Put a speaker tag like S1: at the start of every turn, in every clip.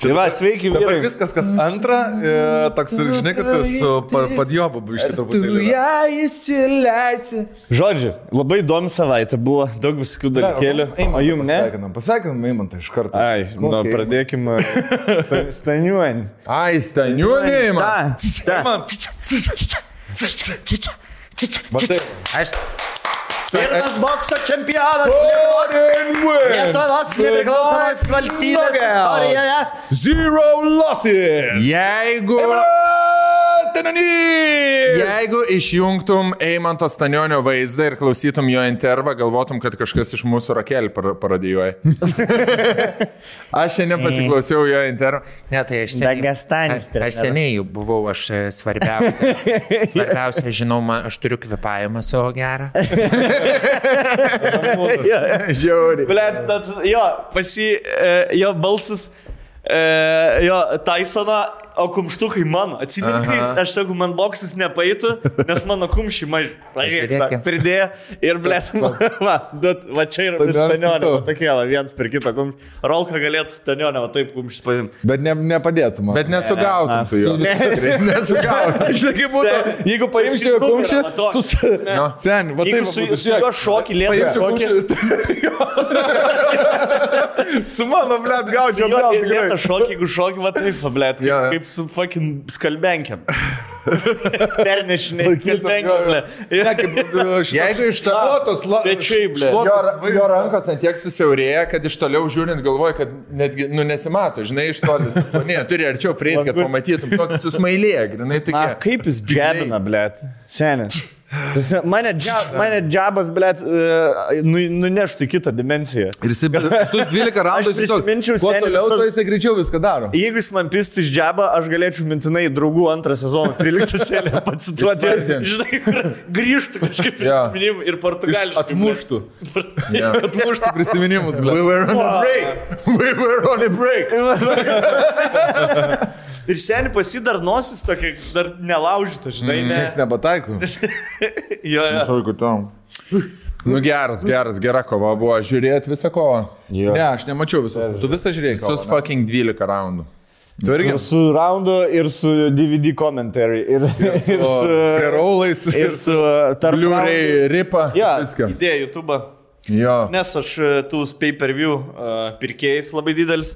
S1: Tai va, sveiki,
S2: Dabar
S1: vyrai.
S2: viskas, kas antra, e, toks ir žinai, kad su pa- padjobu iš kitų būtų.
S3: ją įsileisi.
S1: Žodžiu, labai įdomi savaitė buvo, daug visokių dalykėlių. O jum ne?
S2: Pasveikinam, pasveikinam, Eimantą iš karto.
S1: Ai, na, pradėkime. Staniuojant.
S2: Ai, staniuolė, Eimantas.
S1: Ta.
S3: Aš.
S1: tai- Pirmas bokso čempionas Lietuvos nepriklausomos valstybės istorijoje.
S2: Zero losses.
S3: Jeigu.
S2: Tenanys.
S3: Jeigu išjungtum Eimanto Stanionio vaizdą ir klausytum jo intervą, galvotum, kad kažkas iš mūsų rakelį par parodijuoja. aš šiandien pasiklausiau jo intervą. Ne, tai aš
S1: Dagestanis
S3: Aš, aš seniai jau buvau, aš e, svarbiausia. Svarbiausia, žinau, man, aš turiu kvepavimą savo gerą.
S2: Žiauri.
S1: Blet, bet jo, pasi, e, jo balsas, e, jo Tysono, o kumštukai mano. Atsimink,
S3: Aha.
S1: aš sakau, man boksas nepaeitų, nes mano kumščiai mažai
S3: Pažiūrėkim.
S1: pridėjo ir blet, va, du- va čia yra
S2: Tada
S1: stanionė,
S2: supratau.
S1: va tokie, va, viens per kitą kumštį. Rolka galėtų stanionę, va taip kumštis paimti.
S2: Bet ne, nepadėtų man.
S3: Bet nesugautum tu jo. Nesugautum.
S2: Žinai, kaip būtų, jeigu paimčiau kumštį, sus...
S3: Nu.
S2: Sen, va taip
S1: Jeigu
S2: va
S1: su,
S2: būtų,
S1: su juo šokį lėtai
S2: Paimčiau
S1: šokį,
S2: kumštį. su mano, blėt, gaučiau
S1: jo,
S2: atgal.
S1: ir lėtą
S2: tikrai.
S1: šokį, jeigu šokį, va taip, va, blėt, kaip,
S3: Jo, jo.
S1: kaip su fucking skalbenkiam. Pernešinė,
S2: Laikyta, jo, jo.
S1: skalbenkiam,
S2: Ne,
S1: blėt.
S2: kaip e, šitas
S3: Jeigu iš to...
S2: šluotos, la-
S1: Pečiai, ble.
S2: šluotos
S3: Jo,
S2: vaizdas.
S3: jo rankos ant tiek susiaurėja, kad iš toliau žiūrint galvoja, kad netgi, nu, nesimato, žinai, iš toli. sako, Ne, turi arčiau prieiti, kad pamatytum, toks susmailėja, grinai tik.
S1: Na, kaip jis džemina, blėt, senis. Prasme, Mane, džab, mane džabas, blėt, e, nu, nuneštų į kitą dimenciją.
S2: Ir jis visus 12 raundų
S1: Aš prisiminčiau
S2: kuo
S1: seniai
S2: toliau,
S1: visas-
S2: tuo jis greičiau viską daro.
S1: Jeigu jis man pistų iš džabą, aš galėčiau mintinai draugų antrą sezoną 13 seriją pacituoti.
S3: Išvardint.
S1: Žinai, kur grįžtų kažkaip
S3: Jo.
S1: prisiminimų ir portugališkai.
S2: Atmuštų.
S3: Jo.
S2: Atmuštų
S3: We
S2: prisiminimus, ble.
S3: were on a break. We were on a break.
S1: Ir seniai pasidar nosis tokia, dar nelaužyta, žinai, ne.
S2: Niekas nepataiko.
S1: Jo, jo.
S2: Sako tam.
S3: Nu geras, geras, gera kova buvo. Žiūrėt visą kovą.
S2: Ne, aš nemačiau visus. Tu visą žiūrėjai.
S3: Visus
S2: Visus
S3: fucking 12 raundų.
S2: Tu irgi.
S1: Ir su roundu, ir su DVD commentary, ir, ir su...
S2: Preraulais.
S1: Ir su uh, tarp roundų.
S3: Liūrai, ripa.
S1: Jo,
S3: Viską.
S1: idėja YouTube.
S3: Jo.
S1: Nes aš e, tų pay-per-view e, pirkėjas labai didelis,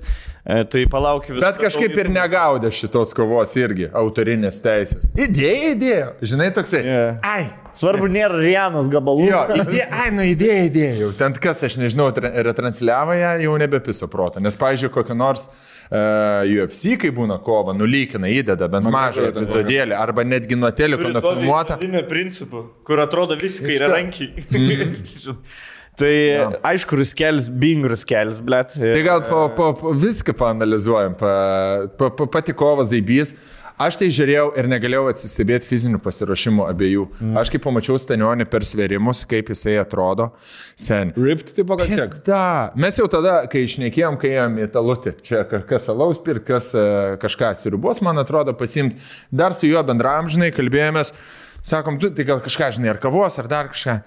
S1: e, tai palaukiu visą.
S3: Bet kažkaip ir negaudė šitos kovos irgi autorinės teisės. Idėja, idėja. Žinai, toksai.
S1: Jo.
S3: Ai,
S1: Svarbu, nėra Rianos gabalų.
S3: Jo, idėja, ai, nu idėja, idėja. Jau ten kas, aš nežinau, tra- retransliavo ją, jau nebepiso protą. Nes, pavyzdžiui, kokią nors uh, UFC, kai būna kova, nulykina, įdeda bent mažą
S2: atrodo, ten
S3: epizodėlį, arba netgi nuo teliko nufilmuota.
S1: Pagrindinio principu, kur atrodo visiškai yra rankiai.
S3: Mhm.
S1: tai
S3: Jo.
S1: aišku, ruskelis, bing ruskelis, blėt.
S3: Tai gal po, po, po viską paanalizuojam, pa, pa, pa, pati kova Zaibys. Aš tai žiūrėjau ir negalėjau atsistebėti fizinių pasiruošimų abiejų. Mm. Aš kaip pamačiau Stanionį per sverimus, kaip jisai atrodo, sen.
S2: Ript, tai pagal kiek.
S3: Pizda. Mes jau tada, kai išnekėjom, kai ėjom į talutį, čia ka- kas alaus pirk, kas e, kažką sirubos, man atrodo, pasimti, dar su juo bendramžinai kalbėjomės, sakom, tu tai gal kažką žinai, ar kavos, ar dar kažką.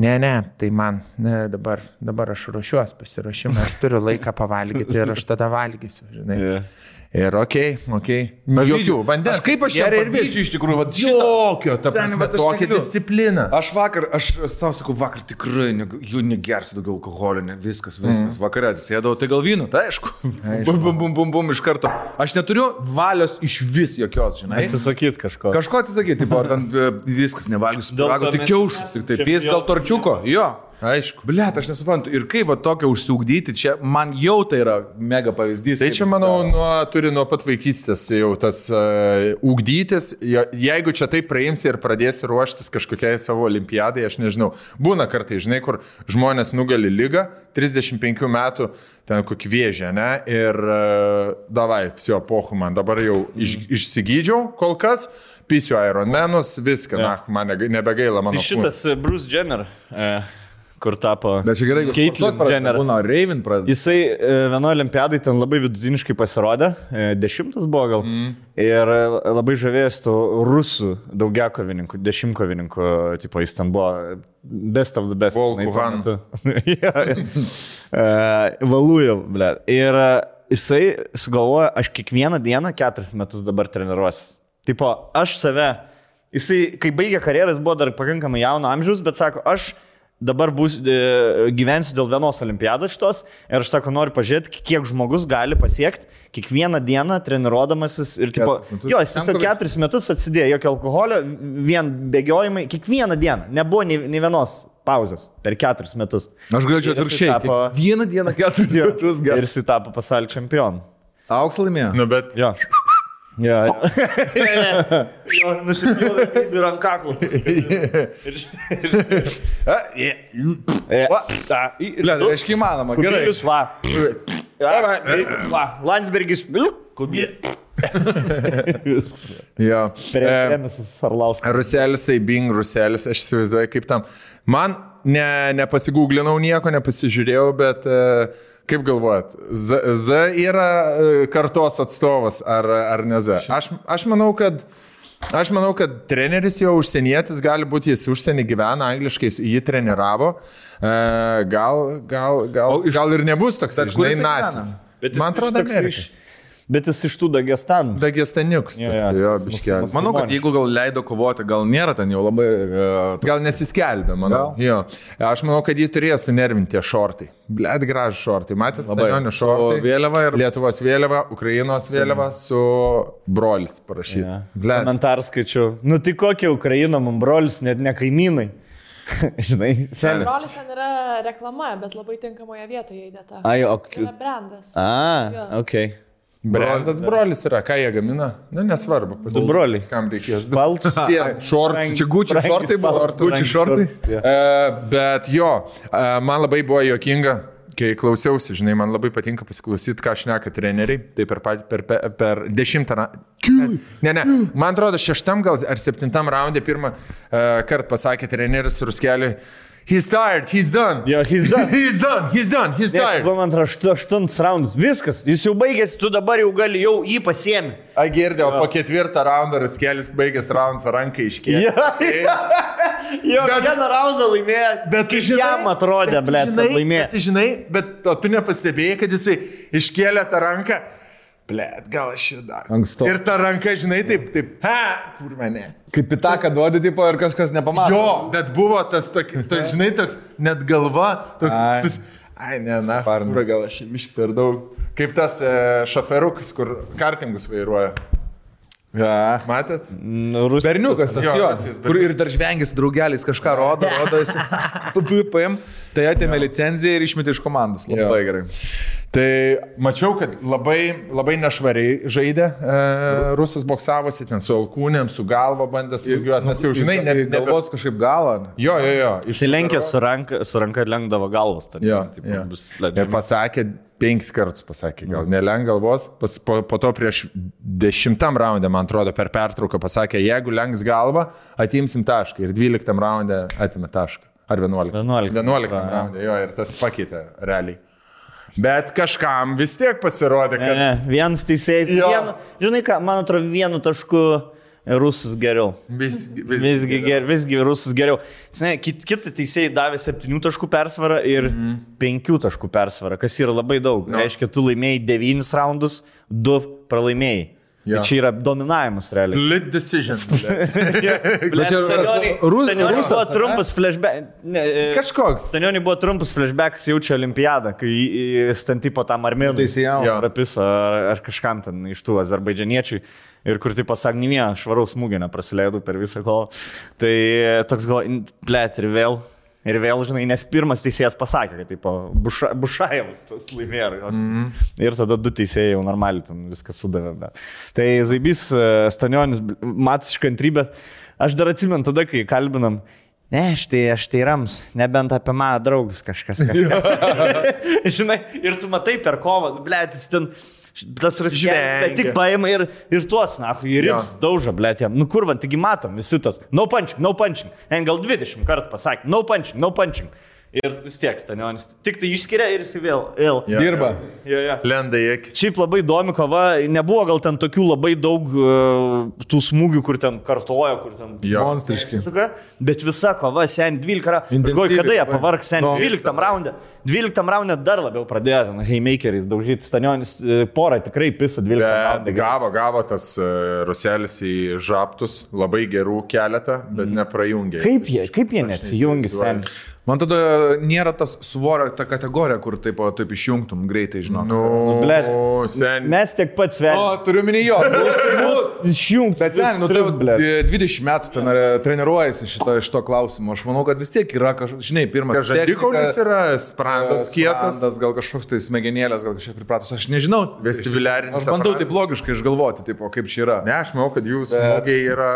S3: Ne, ne, tai man ne, dabar, dabar aš ruošiuosi pasirašymą, aš turiu laiką pavalgyti ir aš tada valgysiu, žinai.
S1: Jo.
S3: Yeah. Ir okei, okay, okei. Okay. Jokių, vandens.
S2: Aš kaip aš čia
S3: geria ir
S2: pavydžiu
S3: viskas.
S2: iš tikrųjų, va,
S3: Jokio, ta
S2: Seni,
S3: prasme,
S2: bet aš
S3: tokia
S2: negaliu.
S3: disciplina.
S2: Aš vakar, aš savo sakau, vakar tikrai ne, jų negersiu daugiau alkoholio, ne, viskas, viskas. Mm. Vakar atsisėdau, tai gal vynu, tai aišku. aišku. Bum, bum, bum, bum, bum, iš karto. Aš neturiu valios iš vis jokios, žinai.
S1: Atsisakyti kažko.
S2: Kažko atsisakyti, tipo, ar ten e, viskas nevalgysiu,
S1: Dėl
S2: pyrago,
S1: to
S2: tik
S1: mes
S2: kiaušus, tik
S1: esam
S2: taip, jis gal
S1: čempionai.
S2: torčiuko, jo.
S3: Aišku.
S2: Bliet, aš nesuprantu. Ir kaip va tokio užsiugdyti, čia man jau tai yra mega pavyzdys.
S3: Tai
S2: kaip
S3: čia,
S2: jis
S3: manau,
S2: daro.
S3: nuo, turi nuo pat vaikystės jau tas uh, ugdytis. Jo- Jeigu čia taip praimsi ir pradėsi ruoštis kažkokiai savo olimpiadai, aš nežinau. Būna kartai, žinai, kur žmonės nugali lygą, 35 metų ten kokį vėžę, ne? Ir uh, davai, viso pohu man, dabar jau iš, išsigydžiau kol kas, pisiu Ironmanus, viską, ja. na, man nega- nebegaila mano.
S1: Tai šitas e, Bruce Jenner, e, kur tapo.
S2: Bet čia gerai, kad
S1: Caitlyn Jenner.
S2: Būna, Raven pradeda.
S1: Jisai e, vienoje olimpiadai ten labai vidutiniškai pasirodė, e, dešimtas buvo gal.
S2: Mhm.
S1: Mm. Ir e, labai žavėjęs to rusų daugiakovininkų, dešimtkovininkų, e, tipo jis ten buvo best of the best.
S3: Volk
S1: žinai, tuo
S3: Buhan.
S1: metu. Jo, jo. E, Valujev, ble. Ir e, jisai sugalvoja, aš kiekvieną dieną keturis metus dabar treniruosiu. Tipo, aš save, jisai, kai baigė karjerą, jis buvo dar pakankamai jauno amžiaus, bet sako, aš dabar bus, e, gyvensiu dėl vienos olimpiados šitos ir aš sako, noriu pažiūrėti, kiek žmogus gali pasiekti kiekvieną dieną treniruodamasis ir tipo,
S3: Keturis metus.
S1: jo, jis
S3: Ten,
S1: tiesiog
S3: kur-
S1: keturis metus atsidėjo jokio alkoholio, vien bėgiojimai, kiekvieną dieną, nebuvo nei, nei vienos pauzės per keturis metus.
S2: Aš galėčiau
S1: Ir jisai
S2: atvirkščiai.
S1: tapo-
S2: Tapo... Vieną dieną keturis
S1: Jo.
S2: metus
S1: Ir
S2: gal.
S1: jis tapo pasaulio čempionu.
S2: Auksą laimėjo.
S3: Nu, bet
S1: Jo. Jo. jo nusipjovė ir ant kaklo.
S3: A, je, jų, pf, va, ta, i,
S2: Le, reiškia įmanoma. Gerai.
S1: Kubilius va.
S3: va, i,
S1: va. Landsbergis. Kubilius. Viskas.
S3: Jo. E,
S1: Remisas Arlauskas.
S3: Ruselis, tai Bing Ruselis, aš įsivaizduoju kaip tam. Man ne, nepasigūglinau nieko, nepasižiūrėjau, bet e, kaip galvojat, Z, Z yra e, kartos atstovas ar, ar ne Z? Aš, aš manau, kad Aš manau, kad treneris jau užsienietis gali būti, jis užsienį gyvena, angliškai jis- jį treniravo. E, Gal, gal, gal,
S2: O iš-
S3: gal ir nebus toks,
S2: Bet kur
S3: žinai,
S2: jisai gyvena?
S3: nacis.
S1: Bet jis iš
S3: Man atrodo,
S1: toks
S3: kad
S1: iš. Bet jis iš tų Dagestanių.
S3: Dagestaniukas.
S1: Jo,
S3: toks,
S1: jo,
S3: Jo,
S1: tas
S3: biškelis.
S1: musulmonas.
S2: Manau, kad
S1: Musulmoniškas.
S2: jeigu gal leido kovoti, gal nėra ten jau labai... Uh,
S3: Gal nesiskelbė, manau.
S2: Gal.
S3: Jo. Aš manau, kad jį turėjo sunervinti tie šortai. Blet gražų šortai. Matėte, stadionio šortai.
S2: Su vėliava ir-
S3: Lietuvos vėliava, Ukrainos vėliava su brolis parašyta. Blet.
S1: Komentarą skaičiau. Nu tai kokia Ukraina, man brolis, net ne kaimynai. Žinai, seniai.
S4: Brolis ten yra reklama, bet labai tinkamoje vietoje įdėta.
S1: Ai, o.
S4: Tai Yra brandas.
S1: A,
S4: Jo.
S1: ok.
S3: Brandas brolis yra, ką jie gamina. Na, nesvarbu.
S1: Du broliai.
S3: Kam reikės du.
S1: Baltus.
S3: Vien, Šortai.
S1: Frank-
S3: Čia gučių
S1: Frankis
S3: šortai buvo.
S1: Baltas.
S3: ar Gucci
S1: Frankis
S3: šortai.
S1: Baltas, jo.
S3: E, Bet jo, e, man labai buvo jokinga. Kai klausiausi, žinai, man labai patinka pasiklausyti, ką šneka treneriai. Tai per, pat- per, per, per dešimtą raundą. Ne, ne, man atrodo, šeštam gal ar septintam raundė pirmą uh, kartą pasakė treneris Ruskeliui, he's tired, he's done.
S1: Jo, he's done.
S3: he's done, he's done, he's tired.
S1: Buvo man aštuntas raundas, viskas, jis jau baigėsi, tu dabar jau gali, jau jį pasiemi.
S3: A girdėjau, po ketvirtą raundą Ruskelis baigęs raundą ranką iškėlė.
S1: Jo, jo vieną raundą laimėjo, bet
S3: tu žinai-
S1: jam atrodė,
S3: bet tu
S1: ble, kad
S3: žinai- bet tu
S1: laimėjo.
S3: Žinai, bet o tu nepastebėjai, kad jisai iškėlė tą ranką. Blet, gal aš ir dar.
S2: Anksto.
S3: Ir ta ranka, žinai, taip, taip, ha, kur mane.
S2: Kaip pitaką duodi, tipo, ir kažkas nepamato.
S3: Jo, bet buvo tas, toki, to, žinai, toks, net galva, toks, ai,
S2: Ai.
S3: sus... ai ne, na,
S2: Suparinu.
S3: kur gal aš iš per daug. Kaip tas e, šoferukas, kur kartingus vairuoja.
S2: Ja.
S3: Matėt?
S1: Nu, Rus-
S2: Berniukas tas
S3: Jo,
S2: jo,
S3: tas jis,
S2: jo kur ir dar žvengis draugeliais kažką rodo, rodo jis. PPM, tai atėmė licenciją ir išmetė iš komandos.
S3: Jo.
S2: Labai gerai.
S3: Tai mačiau, kad labai, labai nešvariai žaidė. E, rusas boksavosi ten su alkūnėm, su galva bandė smūgiuoti, nes jau žinai, net
S2: Į galvos kažkaip galą.
S3: Jo, jo, jo. Iš...
S1: Išsilenkė su ranka, su ranka lenkdavo galvas. Ten,
S3: Jo,
S1: tipo,
S3: jo.
S1: bus,
S3: Ir
S1: ble,
S3: pasakė, penkis kartus pasakė, gal nelenk galvos, pas, po, po to prieš dešimtam raundą, man atrodo, per pertrauką pasakė, jeigu lenks galvą, atimsim tašką. Ir dvyliktam raundą atimė tašką. Ar vienuoliktam?
S1: 11.
S3: Vienuoliktam raundą, jo, ir tas pakeitė realiai. Bet kažkam vis tiek pasirodė,
S1: ne,
S3: kad...
S1: ne, vienas teisėjas.
S3: Jo.
S1: Vienu, žinai ką, man atrodo, vienu tašku rusas geriau.
S3: Vis, vis,
S1: Visgi, ger, visgi rusas geriau. Žinai, kit, kiti teisėjai davė 7 taškų persvarą ir 5 taškų persvarą, kas yra labai daug. No. Reiškia, tu laimėjai 9 raundus, 2 pralaimėjai.
S3: Jo.
S1: Ja. Tai čia yra dominavimas realiai.
S3: Split decision.
S2: čia rus-
S1: Stanioniui
S2: rusas,
S1: buvo
S2: ar ne?
S1: trumpas flashback. Ne, e,
S3: Kažkoks.
S1: Stanioniui buvo trumpas flashbackas jaučia olimpiadą, kai stanti po tam armėnų.
S2: Teisėjau.
S3: Jo.
S1: Rapiso ar, ar kažkam ten iš tų azerbaidžianiečių. Ir kur tai pasagnymė, švaraus smūgio neprasileidau per visą kovą. Tai e, toks gal, plėt ir vėl. Ir vėl, žinai, nes pirmas teisėjas pasakė, kad taip, buša, bušajams tas laimėjo. Mm -hmm. Ir tada du teisėjai jau normaliai ten viską sudavė. Bet. Tai Zaibys, e, Stanionis, matas iš kantrybės. Aš dar atsimenu tada, kai kalbinam, ne, aš tai, aš tai rams, nebent apie mano draugus kažkas. kažkas. Žinai, ir tu matai per kovą, blėt, jis ten, tas
S3: Žvengia.
S1: raskelis, tik paima ir, ir tuos, na, ir
S3: Jo.
S1: jis daužo, blėt, jam. Nu kur, man, taigi matom, visi tas, no punching, no punching. Ten gal 20 kartų pasakė, no punching, no punching. Ir vis tiek stanionis. Tik tai išskiria ir jis vėl. vėl.
S3: Jo,
S5: Dirba.
S1: Jo, jo.
S3: Lenda į akis.
S1: Šiaip labai įdomi kova, nebuvo gal ten tokių labai daug e, tų smūgių, kur ten kartoja, kur ten...
S3: Jo.
S5: Monstriški.
S1: Suka, bet visa kova sen 12 ra- Aš
S5: Intensyvi
S1: galvoju, kada jie
S5: kova.
S1: pavargs sen
S5: No.
S1: 12 raunde. 12 raunde dar labiau pradėjo ten Heimakeriais daužyti stanionis e, porą, tikrai piso 12
S3: Bet
S1: raunde.
S3: gavo, gavo tas e, Ruselis į žaptus, labai gerų keletą, bet neprajungė.
S1: Kaip jie, kaip jie neatsijungi sen?
S5: Man tada nėra tas svorio, ta kategorija, kur taip, o, taip išjungtum greitai, žinok.
S3: Nu,
S1: Blet,
S3: sen.
S1: mes tiek pat
S5: O,
S1: sveikiname.
S5: turiu minį jo. Būsimus.
S1: Išjungti.
S5: Bet sen, nu, tu jau 20 metų ten e, treniruojasi šito, šito klausimo. Aš manau, kad vis tiek yra kažkoks, žinai, pirmas.
S3: Žandikaulis
S5: technika,
S3: yra
S5: e,
S3: sprandas kietas.
S5: sprandas, Gal kažkoks tai smegenėlės, gal kažkaip pripratus. Aš nežinau.
S3: Vestibuliarinis
S5: Aš bandau
S3: aparatas.
S5: taip logiškai išgalvoti, taip, o kaip čia yra.
S3: Ne, aš manau, kad jų smūgiai yra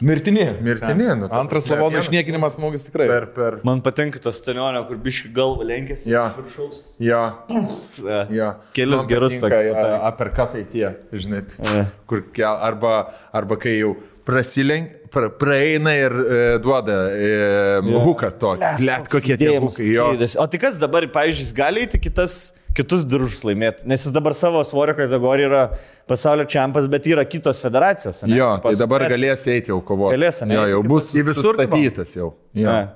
S5: Mirtini.
S3: mirtini. Nu, ta
S5: Antras
S3: prasme,
S5: lavono
S3: vienas
S5: išniekinimas smūgis tikrai.
S3: Per, per.
S1: Man patinka tas stanionio, kur biški galva lenkėsi.
S3: Jo. Jo, jo.
S1: Kelius
S3: Man
S1: gerus
S3: patinka,
S1: toks.
S3: a- Aperkatai tie, žinai. t- Kur, ke- arba, arba kai jau prasilenk, pra, praeina ir e, duoda e, huką tokį. Let kokie tie
S1: Judėjimas,
S3: hukai. Jo.
S1: judesys. O tai kas dabar, pavyzdžiui, jis gali įti kitas, kitus diržus laimėti? Nes jis dabar savo svorio kategorijoje yra pasaulio čempas, bet yra kitos federacijos. ane?
S3: Jo, tai
S1: Pas-
S3: dabar galės eiti jau kovoti.
S1: Galės, ane,
S3: jo,
S1: eiti
S3: jau
S1: kitas-
S3: bus
S5: į visur
S3: statytas jau. Jo.
S1: Ne.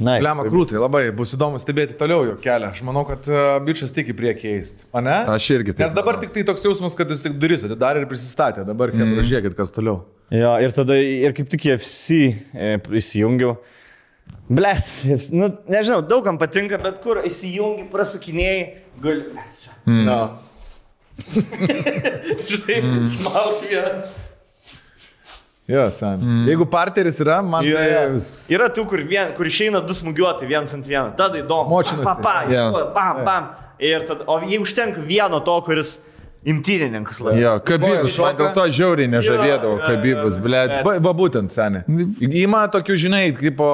S1: Na,
S5: Lema krūtai, labai bus įdomu stebėti toliau jo kelią. Aš manau, kad uh, bičias tik į priekį eist. O ne?
S3: Aš irgi taip
S5: Nes dabar tik tai toks jausmas, kad jis tik duris atidarė ir prisistatė. Dabar, kai mm. žiūrėkit, kas toliau.
S1: Jo, ir tada, ir kaip tik į FC e, įsijungiau. Blets, nu, nežinau, daugam patinka, bet kur įsijungi, prasukinėjai, guli. Mm.
S3: Hmm.
S1: No. Žinai,
S3: Hmm.
S1: mm. smaugvė.
S5: Jo, sen. Mm. Jeigu parteris yra, man
S1: Jo,
S5: yeah,
S1: jo.
S5: tai vis-
S1: Yra tų, kur, vien, kur išeina du smūgiuoti vienas ant vieno. Tada įdomu.
S5: Močinasi.
S1: Pa, pa,
S3: Jo.
S1: pa, bam, bam. Ir tada, o jei užtenka vieno to, kuris imtynininkas labiau.
S3: Jo, kabybus, man dėl to žiauriai nežavėdavo,
S1: Jo, jo,
S3: kabybus,
S1: jo,
S3: blėt.
S5: Va, va būtent, seniai. Įma tokių, žinai, kaip po...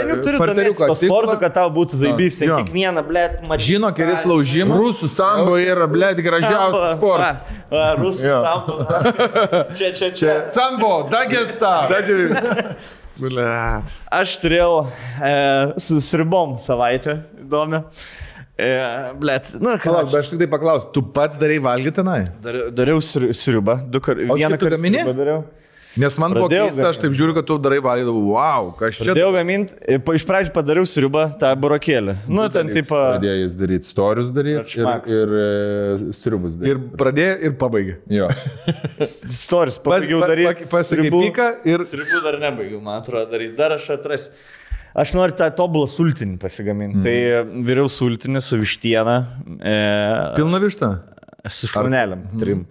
S1: Ten juk turi domėtis to sportu, kad tau būtų zaibys.
S5: Jo.
S1: Kiekvieną, blėt, mažai.
S5: Žino, kelis laužimas.
S3: Rusų sambo yra, blėt, gražiausias sportas.
S1: Rusų
S3: Jo.
S1: sambo. Čia, čia, čia.
S3: Sambo, Dagesta.
S1: Aš turėjau e, su sribom savaitę įdomią. E, blėt, nu, ką.
S5: Palauk, bet aš tik tai paklausiu, tu pats darai valgyti tenai?
S1: Dar, dariau sri- sriubą, du kartus.
S5: O šiaip tu gamini?
S1: Dariau.
S5: Nes man buvo
S1: Pradėjau
S5: keista, aš taip žiūriu, kad tu darai valgydavau. Wow, kas čia?
S1: Pradėjau gaminti, e, iš pradžių padariau sriubą, tą burokėlį. Nu, ten taip.
S3: Pradėjo jis daryti storius daryti ir,
S1: Račmaks.
S3: ir e, sriubus daryti.
S5: Ir pradėjai ir pabaigai.
S3: Jo.
S1: Storis, pabaigiau
S5: pa-
S1: daryti.
S5: pa- pasakei piką ir-
S1: Sriubų dar nebaigiau, man atrodo, daryti. Dar aš atrasiu. Aš noriu tą tobulą sultinį pasigaminti. Mm. Tai viriau sultinį su vištiena, e,
S5: Pilna višta.
S1: su šunelėm, trim.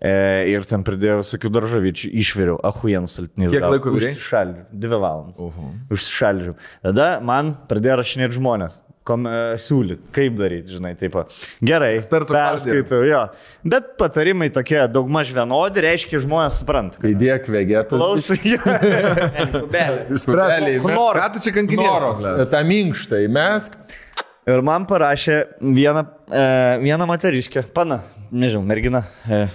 S1: E, ir ten pridėjau visokių daržovyčių, išviriau, ahujen sultinį.
S5: Kiek laiko virei?
S1: Užsišaldžiau, dvi valandas. Uh -huh. Užsišaldžiau. Tada man pradėjo rašinėti žmonės. Kom, e, siūlyt, kaip daryti, žinai, taip. pat. Gerai,
S5: Ekspertų gvardija.
S1: perskaitau, jo. Bet patarimai tokie daugmaž vienodi, reiškia, žmonės supranta.
S3: Kai dėk vegetas.
S1: Klausai, jo. Be.
S3: Spręs.
S5: Ką tu čia kankinies?
S3: Noros. Ta minkštai mesk.
S1: Ir man parašė vieną, e, vieną moteriškę, pana, nežinau, mergina. E,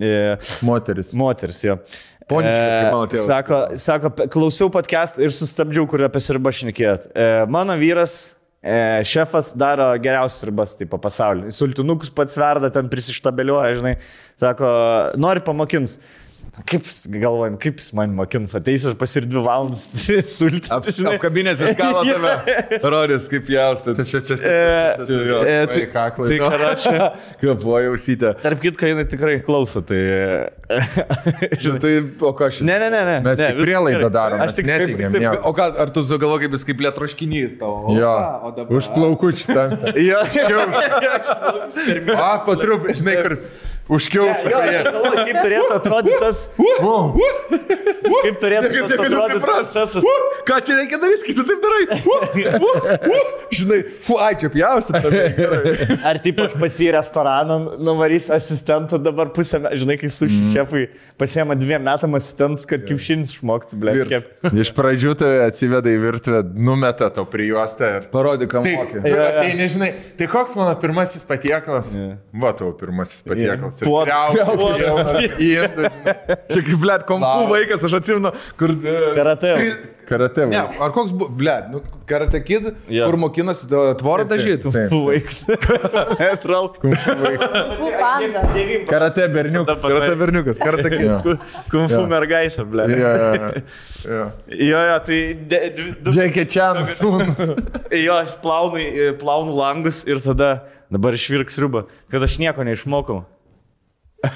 S1: e,
S3: Moteris.
S1: moteris jo. E,
S5: Poniška, kaip mano tėvas.
S1: sako, sako, pe- klausiau podcast ir sustabdžiau, kur apie sirbą šnekėjot. E, mano vyras, e, šefas, daro geriausias sirbas, tai po pasaulį. Sultinukus pats verda, ten prisištabeliuoja, žinai. Sako, nori pamokins. Kaip jis- galvojam, kaip jis man mokins, ateis ir pasir dvi valandas sultinti.
S5: Apkabinės iš galo tave. Rodys, kaip jaustas. Čia, čia, čia.
S1: E,
S3: Tai
S1: tai-
S3: kaklai.
S1: tai karočią.
S5: Kapuojausytę.
S1: Tarp kitko, jinai tikrai klauso, tai...
S5: Tai, o ką aš.
S1: Ne, ne, ne, ne. ne,
S3: Mes tik
S1: viskas
S3: prielaidą
S1: gerai.
S3: darom, mes
S1: Aš tik taip, tik
S3: netikim.
S5: Taip,
S3: jo.
S5: o ką, ar tu sugalvoji, kaip jis kaip lietroškinys tavo?
S3: Jo.
S5: tai- O dabar.
S3: Už plaukučių tampa.
S1: Jo,
S3: A, patrup, žinai, kur užkiaupa.
S1: galvoju, kaip turėtų atrodyti tas... Kaip turėtų
S5: Kaip
S1: tas
S5: tik
S1: atrodyti procesas.
S5: U, ką čia reikia daryti, kai tu taip darai? U, u, u, žinai, fu, ai čia pjaustat.
S1: Ar taip aš pas jį į restoraną nuvarys asistentų dabar pusę, me- žinai, kai su
S3: Mhm.
S1: šefui pasiema dviem metam asistentus, kad kiaušinis išmoktų, ble.
S5: Virt.
S1: kep-
S3: Iš pradžių tave atsiveda į virtuvę, numeta to prijuostę ir...
S5: Parodyk, ką
S3: Tai,
S5: moki.
S3: tai, tai nežinai, tai koks mano pirmasis patiekalas? Va tavo pirmasis patiekalas. Puodas. ir
S1: Puodas.
S3: kriauklė,
S1: Kriauklė.
S3: į indus, žinai.
S2: Čia kaip, blėt, kompu
S3: Vau.
S2: vaikas, aš atsimenu, kur... e,
S1: Karate.
S2: tri-
S3: Karate.
S2: Ne,
S3: vaikai.
S2: ar koks, bu- blėt, nu, karate kid,
S1: Jo.
S2: kur mokinosi e, tvorą dažyti.
S3: taip.
S1: Vaiks. Netrauk.
S4: Vaikų panda.
S3: Karate berniukas.
S2: Karate berniukas, karate kid.
S3: Jo.
S1: Kumfu
S3: Jo.
S1: mergaitė, ble.
S3: Jo, jo, jo.
S1: Jo, jo, tai... De, dvi- du,
S3: Jackie Chan sūnus.
S1: jo, aš plaunu, į- plaunu langus ir tada dabar išvirks riubą, kad aš nieko neišmokau.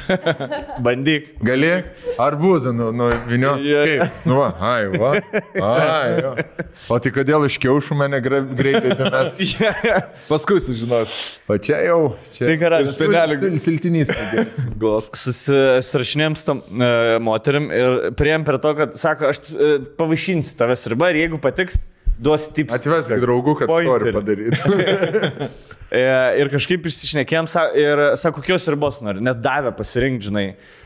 S1: Bandyk.
S3: Gali arbūzą nu, nu vinio.
S1: Jo.
S3: Kaip? Nu, va, ai, va. Ai, jo. o tai kodėl iš kiaušų mane gra- greitai tuomet?
S2: Paskui sužinos.
S3: O čia jau. Čia...
S1: Tai karalius.
S2: senelį-
S3: Sil- Siltinys.
S1: Susirašinėm su tam e, moterim ir prieėm prie to, kad sako, aš e, pavaišinsiu tavęs ribą ir jeigu patiks, duos tips.
S3: Atvesk draugų, kad
S1: Pointerį.
S3: nori padaryti.
S1: E, ir kažkaip išsišnekėjom sa, ir sako, kokios ribos nori. Net davė pasirinkti, žinai,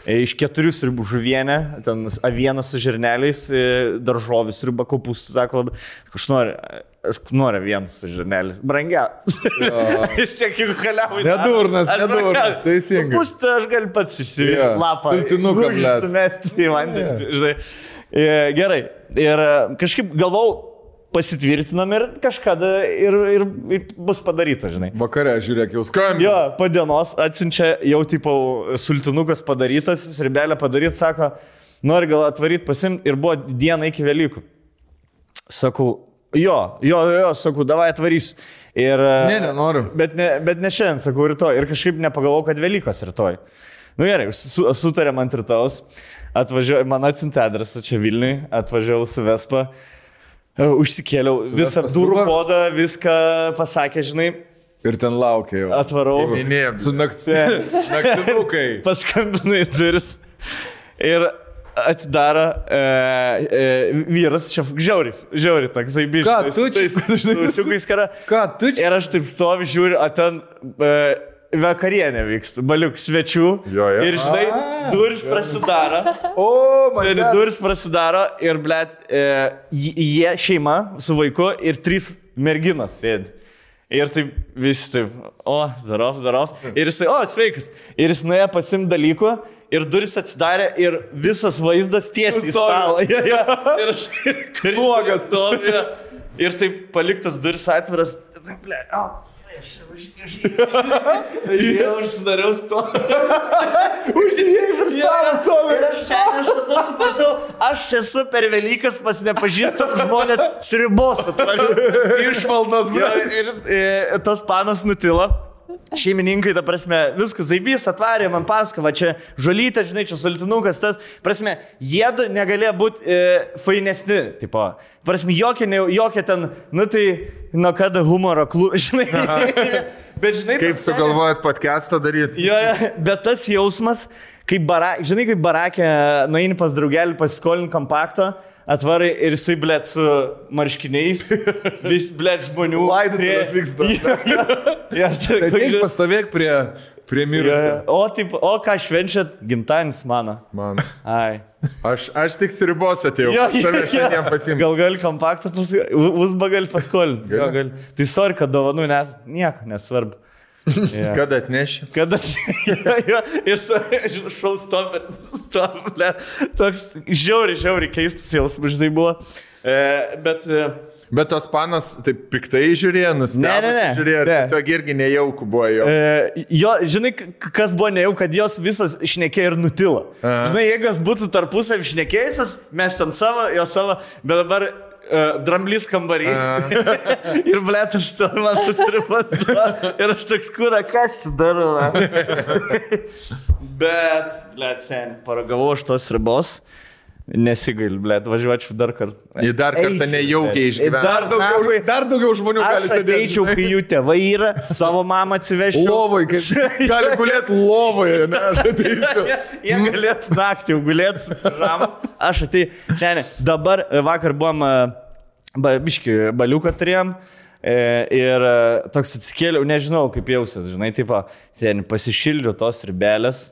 S1: e, iš keturių sriubų žuvienę, ten avieną su žirneliais, e, daržovių sriubą, kopūstų, sako, labai. Aš noriu, aš noriu avienas su žirneliais. Brangia. Vis tiek jau kaliavai.
S2: Nedurnas, nedurnas, teisingai.
S1: Kopūstą aš galiu pats įsivyti.
S2: Jo,
S1: Yeah. Lapą.
S2: sultinuką,
S1: Gurgį
S2: blet.
S1: Sumesti į vandenį. Yeah. Gerai. Ir e, kažkaip galvau, pasitvirtinom ir kažkada ir, ir, ir bus padaryta, žinai.
S2: Vakare, žiūrėk, jau
S3: Skambinu.
S1: Jo, po dienos atsiunčia jau tipo sultinukas padarytas, sribelė padaryt, sako, nori gal atvaryti pasimti ir buvo diena iki Velykų. Sakau, jo, jo, jo, jo, sakau, davai atvarysiu. Ir, e,
S2: Ne, nenoriu.
S1: Bet ne, bet ne šiandien, sakau, rytoj. Ir kažkaip nepagalvojau, kad Velykos rytoj. Nu gerai, su, sutarėm ant rytojus, atvažiuoju, man atsintė adresą čia Vilniui, atvažiavau su Vespa. e, Užsikėliau visą
S2: Vespa
S1: durų
S2: skuba?
S1: kodą, viską pasakė, žinai,
S2: ir ten laukia jau.
S1: atvarau.
S3: Minėjom.
S2: Su nakti. Naktinukai.
S1: paskambina į duris ir atidaro e, e, vyras, čia žiauri, žiauri toksai bičias.
S2: Ką tu čia-
S1: Susiukais kara.
S2: Ką, tu čia?
S1: Ir aš taip stoviu, žiūriu, o ten e, vakarienė vyksta, baliuk svečių.
S3: Jo, jo.
S1: Ir žinai, duris prasidaro.
S2: O, man.
S1: Ir duris prasidaro ir, blėt, e, j- jie šeima su vaiku ir trys merginos sėdi. Ir taip visi taip, o, zarov, zarov. Ir jisai, o, sveikas. Ir jis nuėjo pasim dalykų ir duris atsidarė ir visas vaizdas tiesiai į stalą. Jo, jo. Ir aš nuogas stovi. Ir taip paliktas duris atviras. Taip, ble, o, aš už- už- jau užsidariau stalą.
S2: Uždėjai ir stalas stovi.
S1: Ir aš ten aš tada supratau, aš esu per Velykas pas nepažįstamus žmonės sribos atvariu.
S2: Išvaldos,
S1: Jo,
S2: bro.
S1: ir, ir tas panas nutilo. Šeimininkai, ta prasme, viskas, zaibys atvarė man paskavą, čia žolytė, žinai, čia sultinukas, tas, prasme, jėdu negalėjo būti e, fainesni, tipo, prasme, jokie, ne- jokie ten, nu tai, nuo kada humoro klū, žinai, bet žinai,
S3: Kaip
S1: tas-
S3: sugalvojot podcastą daryti?
S1: Jo, jo, bet tas jausmas, kai barakė, žinai, kaip barakė, nueini pas draugelį, pasiskolin kompakto, atvarai ir jisai, blėt, su marškiniais, vis, blėt, žmonių.
S2: Laidotuvės vyksta.
S1: Jo, jo, jo, tai
S2: Ateik
S1: koks-
S2: pastovėk prie, prie
S1: jo, jo.
S2: mirusio.
S1: O, taip, o ką švenčiat, gimtadienis mano.
S3: Man.
S1: Ai.
S3: Aš, aš tik sribos atėjau.
S1: Jo, jo,
S3: Tave
S1: jo.
S3: šiandien pasiimti.
S1: Gal gali kompaktą, pasi- u- uzbą gali paskolinti. Jo, gali. Tai sorry, kad dovanų net nieko nesvarbu. Jo.
S3: Kad atneši?
S1: Kada jo, jo, ir šau stoperis, stoplė, toks žiauri, žiauri keistas jausmas, žinai, buvo. E, bet e,
S3: Bet tas panas taip piktai
S1: Ne,
S3: žiūrėjo,
S1: ne,
S3: nustebęs
S1: ne.
S3: žiūrėjo, ir
S1: Ne.
S3: tiesiog irgi nejaukų buvo jo.
S1: e, jo, žinai, k- k- kas buvo ne jau, kad jos visos šnekėjo ir nutilo.
S3: Aha.
S1: Žinai, jeigu jos būtų tarpusavį šnekėjusios, mes ten savo, jo savo, bet dabar e, dramblys kambarį. ir blėt, aš ten man tas ribas. duoda. Ir aš toks kūra, ką aš čia darau. va? Bet, blėt, sen, paragavau aš tos ribos. Nesigailiu, blėt, važiuočiau dar kartą.
S3: Į dar kartą
S1: Eičiau,
S3: nejaukiai
S1: blet.
S3: išgyvent.
S1: Dar daugiau.
S2: Dar, dar daugiau žmonių gali
S1: Aš
S2: sėdėti.
S1: ateičiau, kai jų tėvai yra, savo mamą atsivežčiau.
S2: Lovoj, kaip gali gulėti lovoje, ne, aš ateisiu.
S1: Jie- Jie galėtų naktį jau gulėti su pižama. Aš atėjau. Seniai, dabar e, vakar buvom, e, ba, biški, baliuką turėjom. e, Ir e, toks atsikėliau, nežinau kaip jausias, žinai, tipo, seniai, pasišildžiau tos ribelės.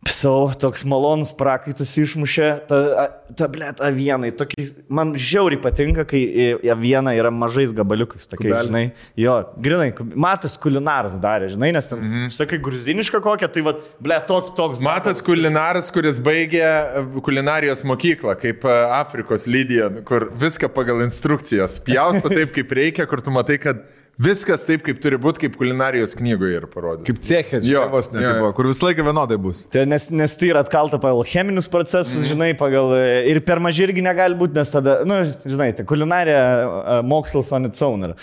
S1: Psau, toks malonus prakaitas išmušė, ta, a- ta blėt avienai. Tokiais, man žiauriai patinka, kai i- aviena yra mažais gabaliukais, tokiai,
S3: Kubeliai.
S1: žinai. Jo, grinai, kub- matas kulinaras darė, žinai, nes ten, mm -hmm. sakai, gruziniška kokia, tai va, blėt, toks, toks.
S3: Matas kulinaras, kuris baigė e, kulinarijos mokyklą, kaip e, Afrikos lydija, kur viską pagal instrukcijas pjausto taip, kaip reikia, kur tu matai, kad viskas taip, kaip turi būti, kaip kulinarijos knygoje ir parodė.
S5: Kaip cechė,
S3: Jo,
S5: žinai, vos ne,
S3: jo,
S5: tai
S3: jo.
S5: buvo, kur visą laiką vienodai bus.
S1: Tai nes, nes tai yra atkalta pagal cheminius procesus, mm. žinai, pagal... e, Ir per mažai irgi negali būti, nes tada, na, nu, žinai, tai kulinarė e, mokslas on its own. Yra.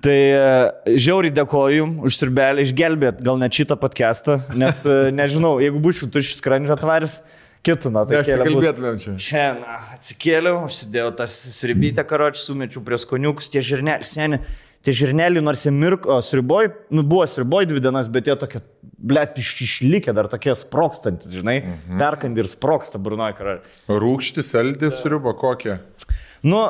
S1: Tai e, žiauriai dėkoju jums už sirbelį, išgelbėt gal net šitą podcastą, nes e, nežinau, jeigu būčiau tuščias skrandžio atvaris, kitą, na, tai
S5: Kalbėtumėm čia.
S1: Šiandien atsikėliau, užsidėjau tas sribytę karočią, sumečiau prie skoniukus, tie žirneliai, seniai, tie žirneliai nors ir mirko, sriboj, nu buvo sriboj dvi dienas, bet jie tokie, blėt, iš, išlikę dar tokie sprokstantis, žinai, mhm. perkandi ir sproksta brunoji karočią.
S3: Rūkštis, saldis, sriuba kokia.
S1: Nu,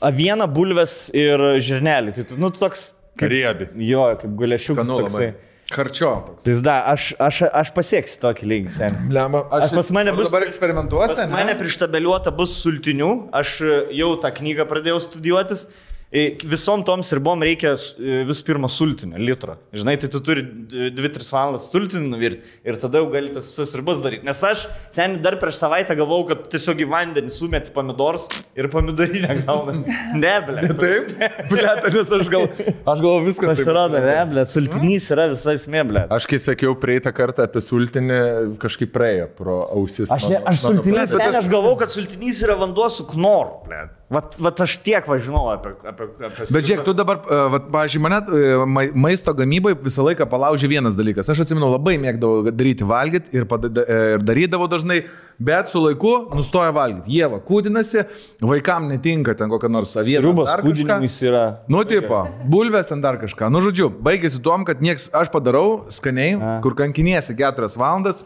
S1: aviena, bulves ir žirneliai, tai tu, nu tu toks, kaip,
S3: Riebi.
S1: jo, kaip gulėšiukas
S5: Kanu labai.
S1: toksai.
S5: Karčio toks.
S1: Pizda, aš, aš, aš pasieksiu tokį lygį, seniai.
S5: Lemba,
S1: Aš pas mane bus-
S5: Dabar eksperimentuosi.
S1: Pas mane prištabeliuota bus sultinių, aš e, jau tą knygą pradėjau studijuotis. E, Visom toms ribom reikia s- e, visų pirma sultinio, litro. Žinai, tai tu turi 2-3 valandas sultinį nuvirti ir tada jau gali tas visas ribas daryti. Nes aš seniai dar prieš savaitę galvojau, kad tiesiog į vandenį sumeti pomidorus ir pomidorinę gauna. Neblė.
S5: Taip, blėt, tai, nes aš gal, aš gal viskas. taip.
S1: Pasirodo, neblė, sultinys yra visai smėblė.
S3: Aš kai sakiau praeitą kartą apie sultinį, kažkaip praėjo pro ausis.
S1: Aš, ne,
S3: mano-
S1: aš
S3: mano
S1: sultinys,
S5: bet
S1: bet
S5: aš-
S1: aš galvau, kad sultinys yra vanduo su knor, ble. Vat, vat aš tiek važinau apie... apie, apie
S5: Bet žiūrėk, tu dabar, pažiūrėjau, mane e, mai- maisto gamybai visą laiką palaužė vienas dalykas. Aš atsimenu, labai mėgdavau daryti valgyti ir, pada- da- e, ir darydavau dažnai, bet su laiku nustoja valgyti. Jėva kūdinasi, vaikam netinka ten kokia nors aviena.
S1: Rūbas
S5: dar kažką.
S1: kūdinimis yra...
S5: Nu, tipo, bulvės ten dar kažką. Nu, žodžiu, baigėsi tuom, kad nieks, aš padarau skaniai, A. kur kankiniesi 4 valandas.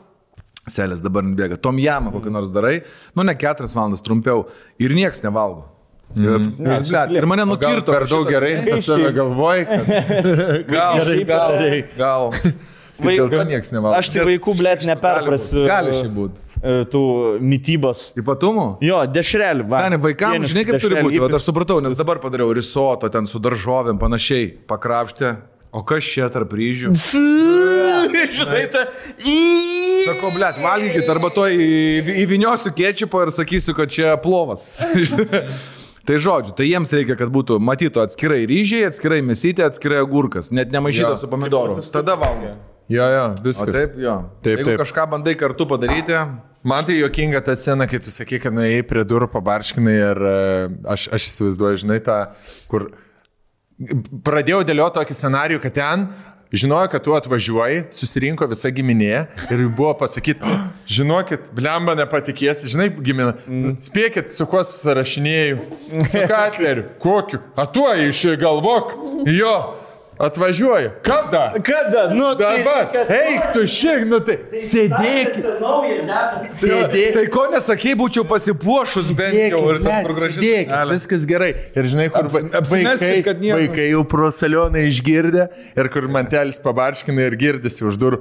S5: Selės dabar nubėga. Tom jamą kokį nors darai. Nu, ne 4 valandas trumpiau. Ir nieks nevalgo. Mm. Ir, ir,
S1: čia
S5: blet, ir mane
S3: O gal
S5: nukirto.
S3: Per daug gerai, nes save galvoji, kad
S5: Gal,
S1: Gerai
S5: gal,
S1: padarei.
S5: gal.
S3: dėl to nieks nevalgo.
S1: Aš tai vaikų, ble, neperprasiu.
S5: Gali šiai būti.
S1: e, Tų mytybos.
S5: Ypatumų?
S1: Jo, dešrelį. va.
S5: Seniai, vaikams,
S1: Pieniškų
S5: žinai, kaip turi
S1: dešrelių,
S5: būti. Vat
S1: ypač-
S5: aš supratau, nes dabar padariau risoto ten su daržovėm, panašiai, pakrapštė. O kas čia tarp ryžių?
S1: Žinai, ta...
S5: Sakau, blėt, valgykit, arba to įviniosiu kečiupo ir sakysiu, kad čia plovas. tai žodžiu, tai jiems reikia, kad būtų matytų atskirai ryžiai, atskirai mesytė, atskirai agurkas, net nemaišyta
S3: Jo.
S5: su pomidoru. Tada valgo.
S3: Jo, jo,
S5: O
S3: viskas.
S5: taip, jo.
S3: Taip,
S5: Jeigu
S3: taip.
S5: kažką bandai kartu padaryti,
S3: Man tai jokinga ta scena, kai tu sakai, kad nuėjai prie durų, pabarškinai ir e, aš, aš įsivaizduoju, žinai, tą, kur pradėjau dėlioti tokį scenarių, kad ten žinojo, kad tu atvažiuoji, susirinko visa giminė ir jų buvo pasakyti, "Oh, žinokit, blemba nepatikės, žinai, giminė, spėkit, su kuo susirašinėjau, su Katleriu, kokiu, atuoji iš galvok, jo, atvažiuoju, kada?
S1: Kada? Nu, tai
S3: Dabar,
S1: kas-
S3: eik tu šiek, nu tai sėdėk. Sėdėk.
S5: tai ko nesakai, būčiau pasipuošus bent jau ir tas
S3: Sėdėk,
S5: progresas.
S3: viskas gerai. Ir žinai, kur va-
S5: apsimeskim,
S3: vaikai,
S5: kad nieko.
S3: vaikai jau pro salioną išgirdė ir kur mantelis pabarškina ir girdisi už durų.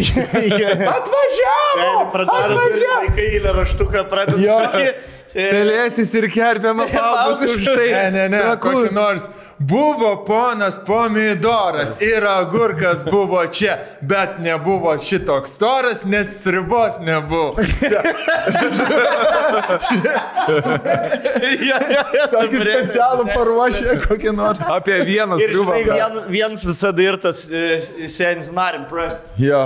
S1: Atvažiavo! Pradėjo vaikai eilę raštuką, pradėjo...
S3: Jo.
S1: e,
S5: Pelėsis ir kerpiam apaugus už tai.
S3: Ne, ne, ne,
S5: Trakus.
S3: kokį nors. Buvo ponas pomidoras ir agurkas buvo čia, bet nebuvo šitoks storas, nes sribos nebuvo. Tokį specialų paruošė kokį nors.
S5: Apie vieną
S1: Ir
S5: sriubą.
S1: žinai, vienas, vienas visada ir tas e, senis narim prastas.
S3: Jo.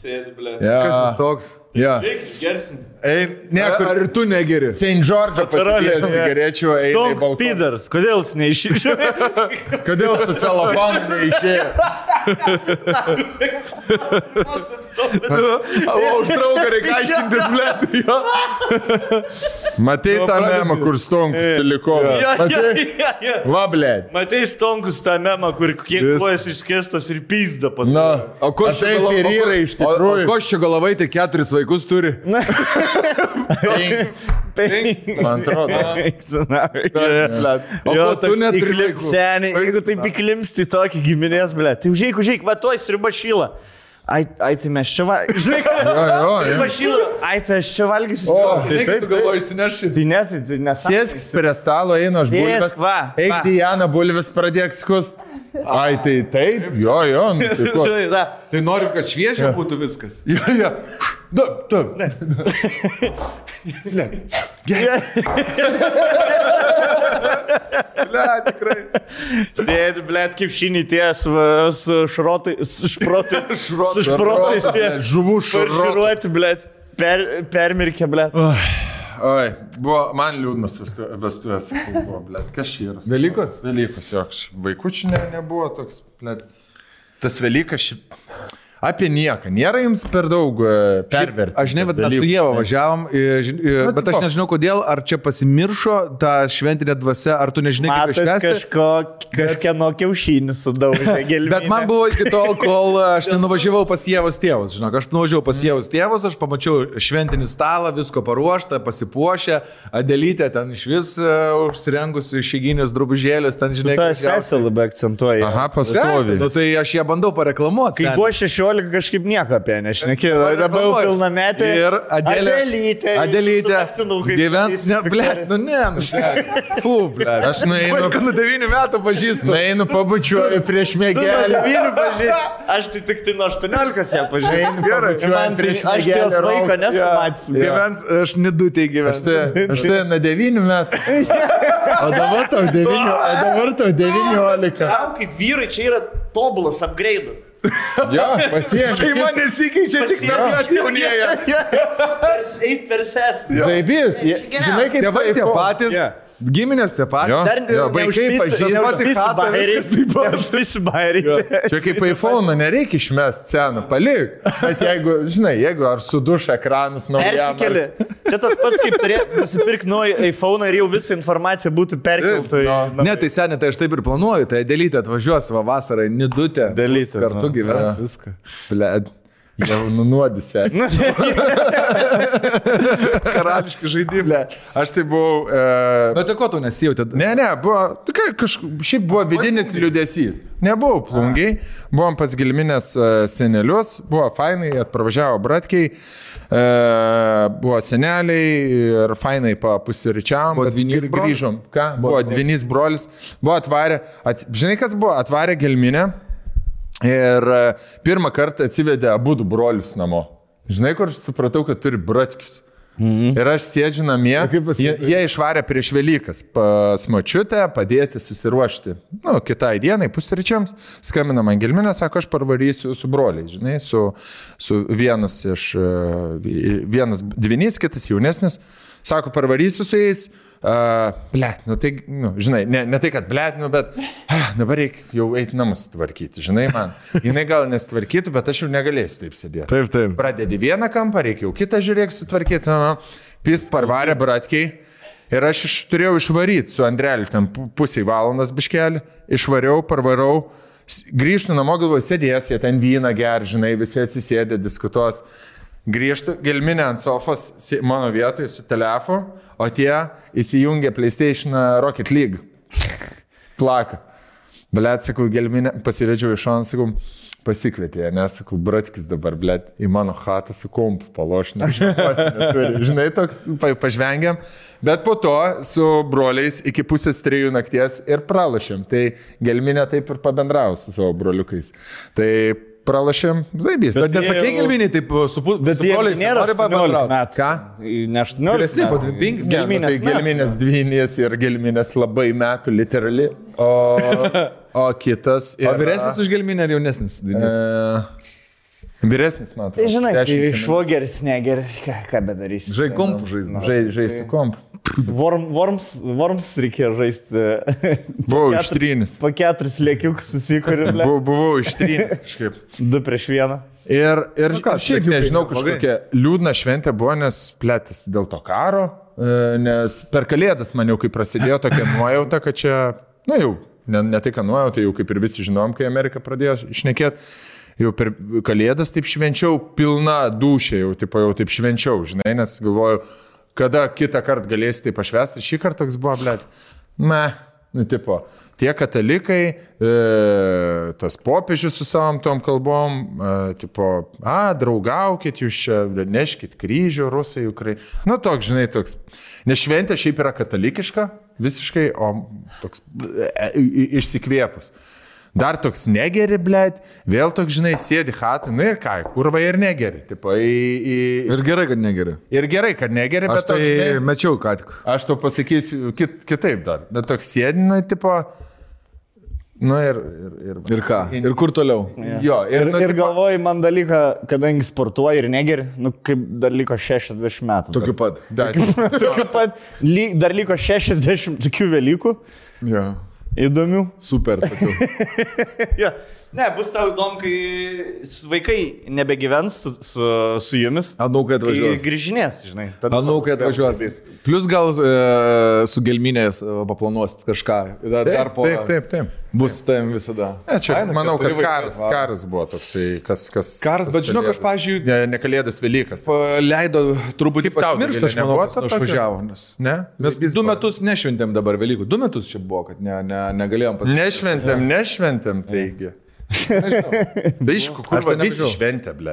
S1: Sėdi, ble.
S5: Kas jis
S3: Jo.
S5: toks?
S3: Jo.
S1: Reikia, gersim.
S3: Ein, ne,
S5: Ar,
S3: kur
S5: ar tu negeri?
S3: St. George'o pasidėjęs cigarečių
S1: Stonks
S3: eilė.
S1: Piders, kodėl jis neišėjo?
S3: Kodėl su celofanu neišėjo?
S5: O už draugą reikia aiškintis, blėt. Jo.
S3: Matai tą memą, kur
S5: E.
S3: stonkus silikonas. Matai? Vablė.
S1: Matai Stonkus tą memą, kur kiek
S3: Jis-
S1: kojas išskėstos ir pizda pas
S3: Na,
S1: mane.
S3: o ko čia
S5: galavo-
S3: galvoja? Tai vyrai iš
S5: o- o
S3: tikrųjų.
S5: Ko čia galavai, tai keturis vaikus turi.
S3: Penks. Man atrodo.
S1: O
S5: O ko tu neturi vaikų?
S1: Seniai, jeigu taip įklimsti į tokį giminės, ble, tai užėjai, užėjai, va tuoj sriuba šyla. Ai, ai, tai mes čia valgysim. Žinai,
S3: Jo,
S1: ką?
S3: jo, jo.
S1: Mašyla. Ai, tai aš čia valgysiu.
S3: O,
S1: tai taip, taip.
S2: išsineršti.
S1: Tai net, tai nesąmonė.
S3: Sėsk prie stalo, eina aš bulves.
S1: Sėsk, va,
S3: Eik,
S1: va.
S3: Diana, bulves pradėk skust. Ai, tai taip, jo, jo. nu tai ko?
S1: Žinai, da.
S2: Tai noriu, kad šviežia būtų viskas.
S3: Jo, jo. Da, da.
S2: Ne, tikrai.
S1: Sėdi, blėt, kiaušinį ties va, su šrotai, su šprotai, su šprotais tie.
S3: Žuvų šarvai.
S1: Šarširuoti, blėt, per, permirkė, blėt.
S3: Oi, buvo, man liūdnas vestu- vestuvės. sakau, Buvo, blėt, kas čia yra?
S2: Velykos?
S3: Velykos, joks. Vaikučių ne, nebuvo toks, blėt. Tas Velykas šiaip. Apie nieką. Nėra jums per daug e, pervertinti.
S2: Aš žinai, bet mes su Jėva važiavom, ir žin- ir-
S3: Na, tai
S2: bet aš
S3: tipo-
S2: nežinau kodėl, ar čia pasimiršo ta šventinė dvasia, ar tu nežinai, kaip
S1: Matas
S2: išvesti.
S1: kažko, kažkieno kiaušinį sudaužė gelmėje.
S2: Bet man buvo iki tol, kol aš nenuvažiavau pas Jėvos tėvus, žinok, aš nuvažiavau pas Jėvos tėvus, aš pamačiau šventinį stalą, visko paruoštą, pasipuošę, Adelytė ten iš vis e, užsirengusi išeiginės drubužėlės, ten žinai,
S1: Ta
S2: gražiausia.
S1: sesė labai akcentuoja.
S3: Aha,
S2: Sesė,
S3: pastovi.
S2: Nu, tai aš ją bandau pareklamuoti.
S1: Kai
S2: seni.
S1: buvo 16, kažkaip nieko apie ją nešnekėjau. Dabar jau
S2: Pagalvoju.
S1: pilnametė.
S2: Ir Adelė.
S1: Adelytė.
S2: Adelytė. Gyvens, ne, ble, nu
S1: blėt.
S2: ne, nu, fū, ble.
S3: Aš nueinu,
S2: nuo 9 metų pažįstu.
S3: nueinu pabučiuoju prieš mėgelį.
S1: Aš tai tik tai nuo 18 ją pažinau.
S3: Einu, pabučiuoju
S1: Man tai
S3: prieš
S1: aš
S3: mėgelį
S1: jos
S3: ranką.
S1: laiko nesumatysiu.
S3: Jo.
S2: Gyvens, aš nedutei
S3: Aš
S2: gyvens.
S3: tai- Aš tai nuo 9 metų. O dabar tau 9, o dabar tau 19.
S1: Tau kaip vyrai čia yra tobulas upgraidas.
S3: Jo, pasiemi.
S2: nesikeičia, tik mergaitė jaunėja.
S1: Eit per sesę.
S3: Žaibys, jie- žinai kaip
S2: Tėvai tie
S3: iPhone.
S2: patys,
S1: Jo.
S2: giminės tie
S3: Jo.
S2: patys.
S3: Jo, vaikai pažįsta.
S1: Visi bairiai.
S3: Čia kaip iPhone, nereikia išmesti seną, palik. Bet jeigu, žinai, jeigu ar suduš ekranas naujam. ar-
S1: Persikeli. Čia tas pats kaip turėtum nusipirkti naują iPhone ir jau visa informacija būtų perkelta. į
S3: Taip,
S5: nu,
S1: namus.
S2: Ne, tai seniai, tai aš taip ir planuoju, tai dėlytė atvažiuos va vasarą, nidutė.
S1: Dalytė,
S2: Kartu
S1: nu.
S3: Jo.
S2: gyvens viską.
S3: Bled. Jau nunuodysė. Karališki žaidimai. Aš tai buvau. E,
S2: Bet tai ko tu nesijauti?
S3: Ne, ne, buvo, tai kažkaip, šiaip buvo vidinis liūdėsys. Nebuvau plungiai, buvom pas gilminės e, senelius, buvo fainai, atpravažiavo bratkiai, e, buvo seneliai ir fainai papusiričiavom.
S2: Buvo
S3: bet
S2: dvynys
S3: gr-
S2: brolis?
S3: Grįžom, ką? Buvo dvinys brolis, buvo atvarę, ats... žinai kas buvo, atvarė gilminę ir e, pirmą kartą atsivedė abu du brolius namo. Žinai, kur supratau, kad turi bratkius. Ir aš sėdžiu namie.
S2: Mhm. kaip pas-
S3: Jie, jie išvarė prieš Velykas pas mačiutę, padėti susiruošti. Nu, kitai dienai, pusryčiams, skambina man Gelminė, sako, aš parvarysiu su broliai, žinai, su, su vienas iš, e, vi- vienas dvinys, kitas jaunesnis. Sako, parvarysiu su jais. Uh, blet, nu tai, nu, žinai, ne, ne tai, kad blet, nu, bet uh, dabar reikia jau eiti namus tvarkyti, žinai, man. Jinai gal nesitvarkytų, bet aš jau negalėsiu taip sėdėti.
S2: Taip, taip.
S3: Pradedi vieną kampą, reikia jau kitą žiūrėk sutvarkyti. Na, na. Pis parvarė bratkiai. Ir aš iš, turėjau išvaryti su Andreliu ten pu- pusiai valandas biškelį. Išvariau, parvarau. S- Grįžtu namo galvoju, sėdės, jie ten vyną geržinai, visi atsisėdė, diskutuos. Grįžtu, gelminė ant sofos sė- mano vietoje su telefonu, o tie įsijungia PlayStation uh, Rocket League. Plaka. Blet, sakau, gelminę, pasivedžiau iš šono, sakau, pasikvietė, nes, sakau, bratkis dabar, blet, į mano chatą su kompu palošinė. Žinai, toks pa- pažvengiam. Bet po to su broliais iki pusės trijų nakties ir pralašėm. Tai gelminė taip ir pabendravo su savo broliukais. Tai pralašėm, zaibys.
S2: Bet nesakai
S1: jau-
S2: gilminiai, taip su pu- su
S1: jie
S2: broliais
S1: nu, nėra
S2: nenori
S1: 18
S2: pabendrauti.
S1: metų. Ne 18.
S2: Vyresni po
S1: metų.
S3: Ne, nu, tai
S2: 25,
S1: Gelminės metų.
S3: gelminės dvynės ir gelminės labai metų, literali. O, o kitas.
S2: O
S3: yra-
S2: vyresnis už gilminį ar jaunesnis? Dvynis?
S3: E, Vyresnis, man atrodo.
S1: Tai žinai,
S3: Dešimt
S1: kai
S3: metų.
S1: švogeris negeri, ką, ką bedarysi.
S2: Žai kompų žaidimą.
S3: Žai- Žaisti komp.
S1: Vorm, vorms, vorms reikėjo žaisti.
S3: Buvau
S1: keturis-
S3: ištrynis.
S1: Po keturis lėkiukus susikūrė,
S3: Buvau, buvau ištrynis kažkaip.
S1: du prieš vieną.
S3: Ir, ir
S2: Nu ką,
S3: nu, šiaip
S2: tokių
S3: nežinau,
S2: būna, blogai.
S3: kažkokia liūdna šventė buvo, nes plėtis dėl to karo, e, nes per kalėdas man jau kai prasidėjo tokia nuojauta, kad čia, na jau, ne, ne tai, kad nuojauta, jau kaip ir visi žinom, kai Amerika pradėjo išnekėti, jau per kalėdas taip švenčiau, pilna dušė jau, tipo, jau taip švenčiau, žinai, tai nes galvoju, kada kitą kartą galėsite pašvesti, šį kartą toks buvo, blėt, me. Nu, tipo, tie katalikai, e, tas popiežius su savom tom kalbom, e, tipo, a, draugaukit jūs čia, neškit kryžių, rusai, ukrai. Nu, toks, žinai, toks. Nes šventė šiaip yra katalikiška, visiškai, o toks e, i- išsikvėpus. Dar toks negeri, blėt, vėl toks, žinai, sėdi hatai, nu ir ką, kurva ir negeri. Tipo, į, į...
S5: Ir gerai, kad negeri.
S3: Ir gerai, kad negeri,
S5: Aš
S3: bet
S5: tai
S3: toks, žinai,
S5: mečiau ką tik.
S3: Aš to pasakysiu kit, kitaip dar. Bet toks sėdina, tipo. Nu ir. Ir, ir,
S5: Ir ką? Ir kur toliau?
S3: Jo, ir,
S1: Ir,
S3: nu,
S1: ir
S3: tipo,
S1: galvoju, man dalyką, kadangi sportuoju ir negeri, nu kaip dar liko 60 metų.
S5: Tokiu pat.
S3: da,
S1: Tokių pat, ly, dar liko 60 tokių Velykų
S5: Jo.
S1: įdomių.
S5: Super. tokių.
S1: Ja. Ne, bus tau įdomu, kai s- vaikai nebegyvens su, su, su jumis.
S5: Anau, kad
S1: Kai
S5: atvažiuos.
S1: grįžinės, žinai. Tada
S5: Manau, kad
S1: bus vėl
S5: atvažiuos.
S1: pavyzdys.
S5: Plus gal e, su gelminės e, paplanuosit kažką. Dar, dar po.
S3: Taip, taip, taip.
S5: Bus su tavim visada.
S3: Ne, čia, Aina, manau, kad
S5: keturi vaikai,
S3: karas,
S5: va.
S3: karas buvo toksai, kas. kas
S5: Karas,
S3: kas
S5: bet žinok, aš,
S3: kalėdas.
S5: pavyzdžiui,
S3: Ne, ne kalėdas Velykas.
S5: Leido truputį
S3: Kaip tau,
S5: pasimiršti,
S3: Dovilė,
S5: aš manau,
S3: nebuvo
S5: kad
S3: to
S5: aš
S3: tokio?
S5: važiavau. Nes...
S3: Ne?
S5: Mes
S3: Zaibys
S5: du
S3: buvo.
S5: metus nešventėm dabar Velykų. Du metus čia buvo, kad ne, ne, negalėjom pasimiršti.
S3: Nešventėm, nešventėm, taigi. Tai iš kur
S5: Aš tai
S3: tai visi
S5: nevažiavau.
S3: šventė, blė.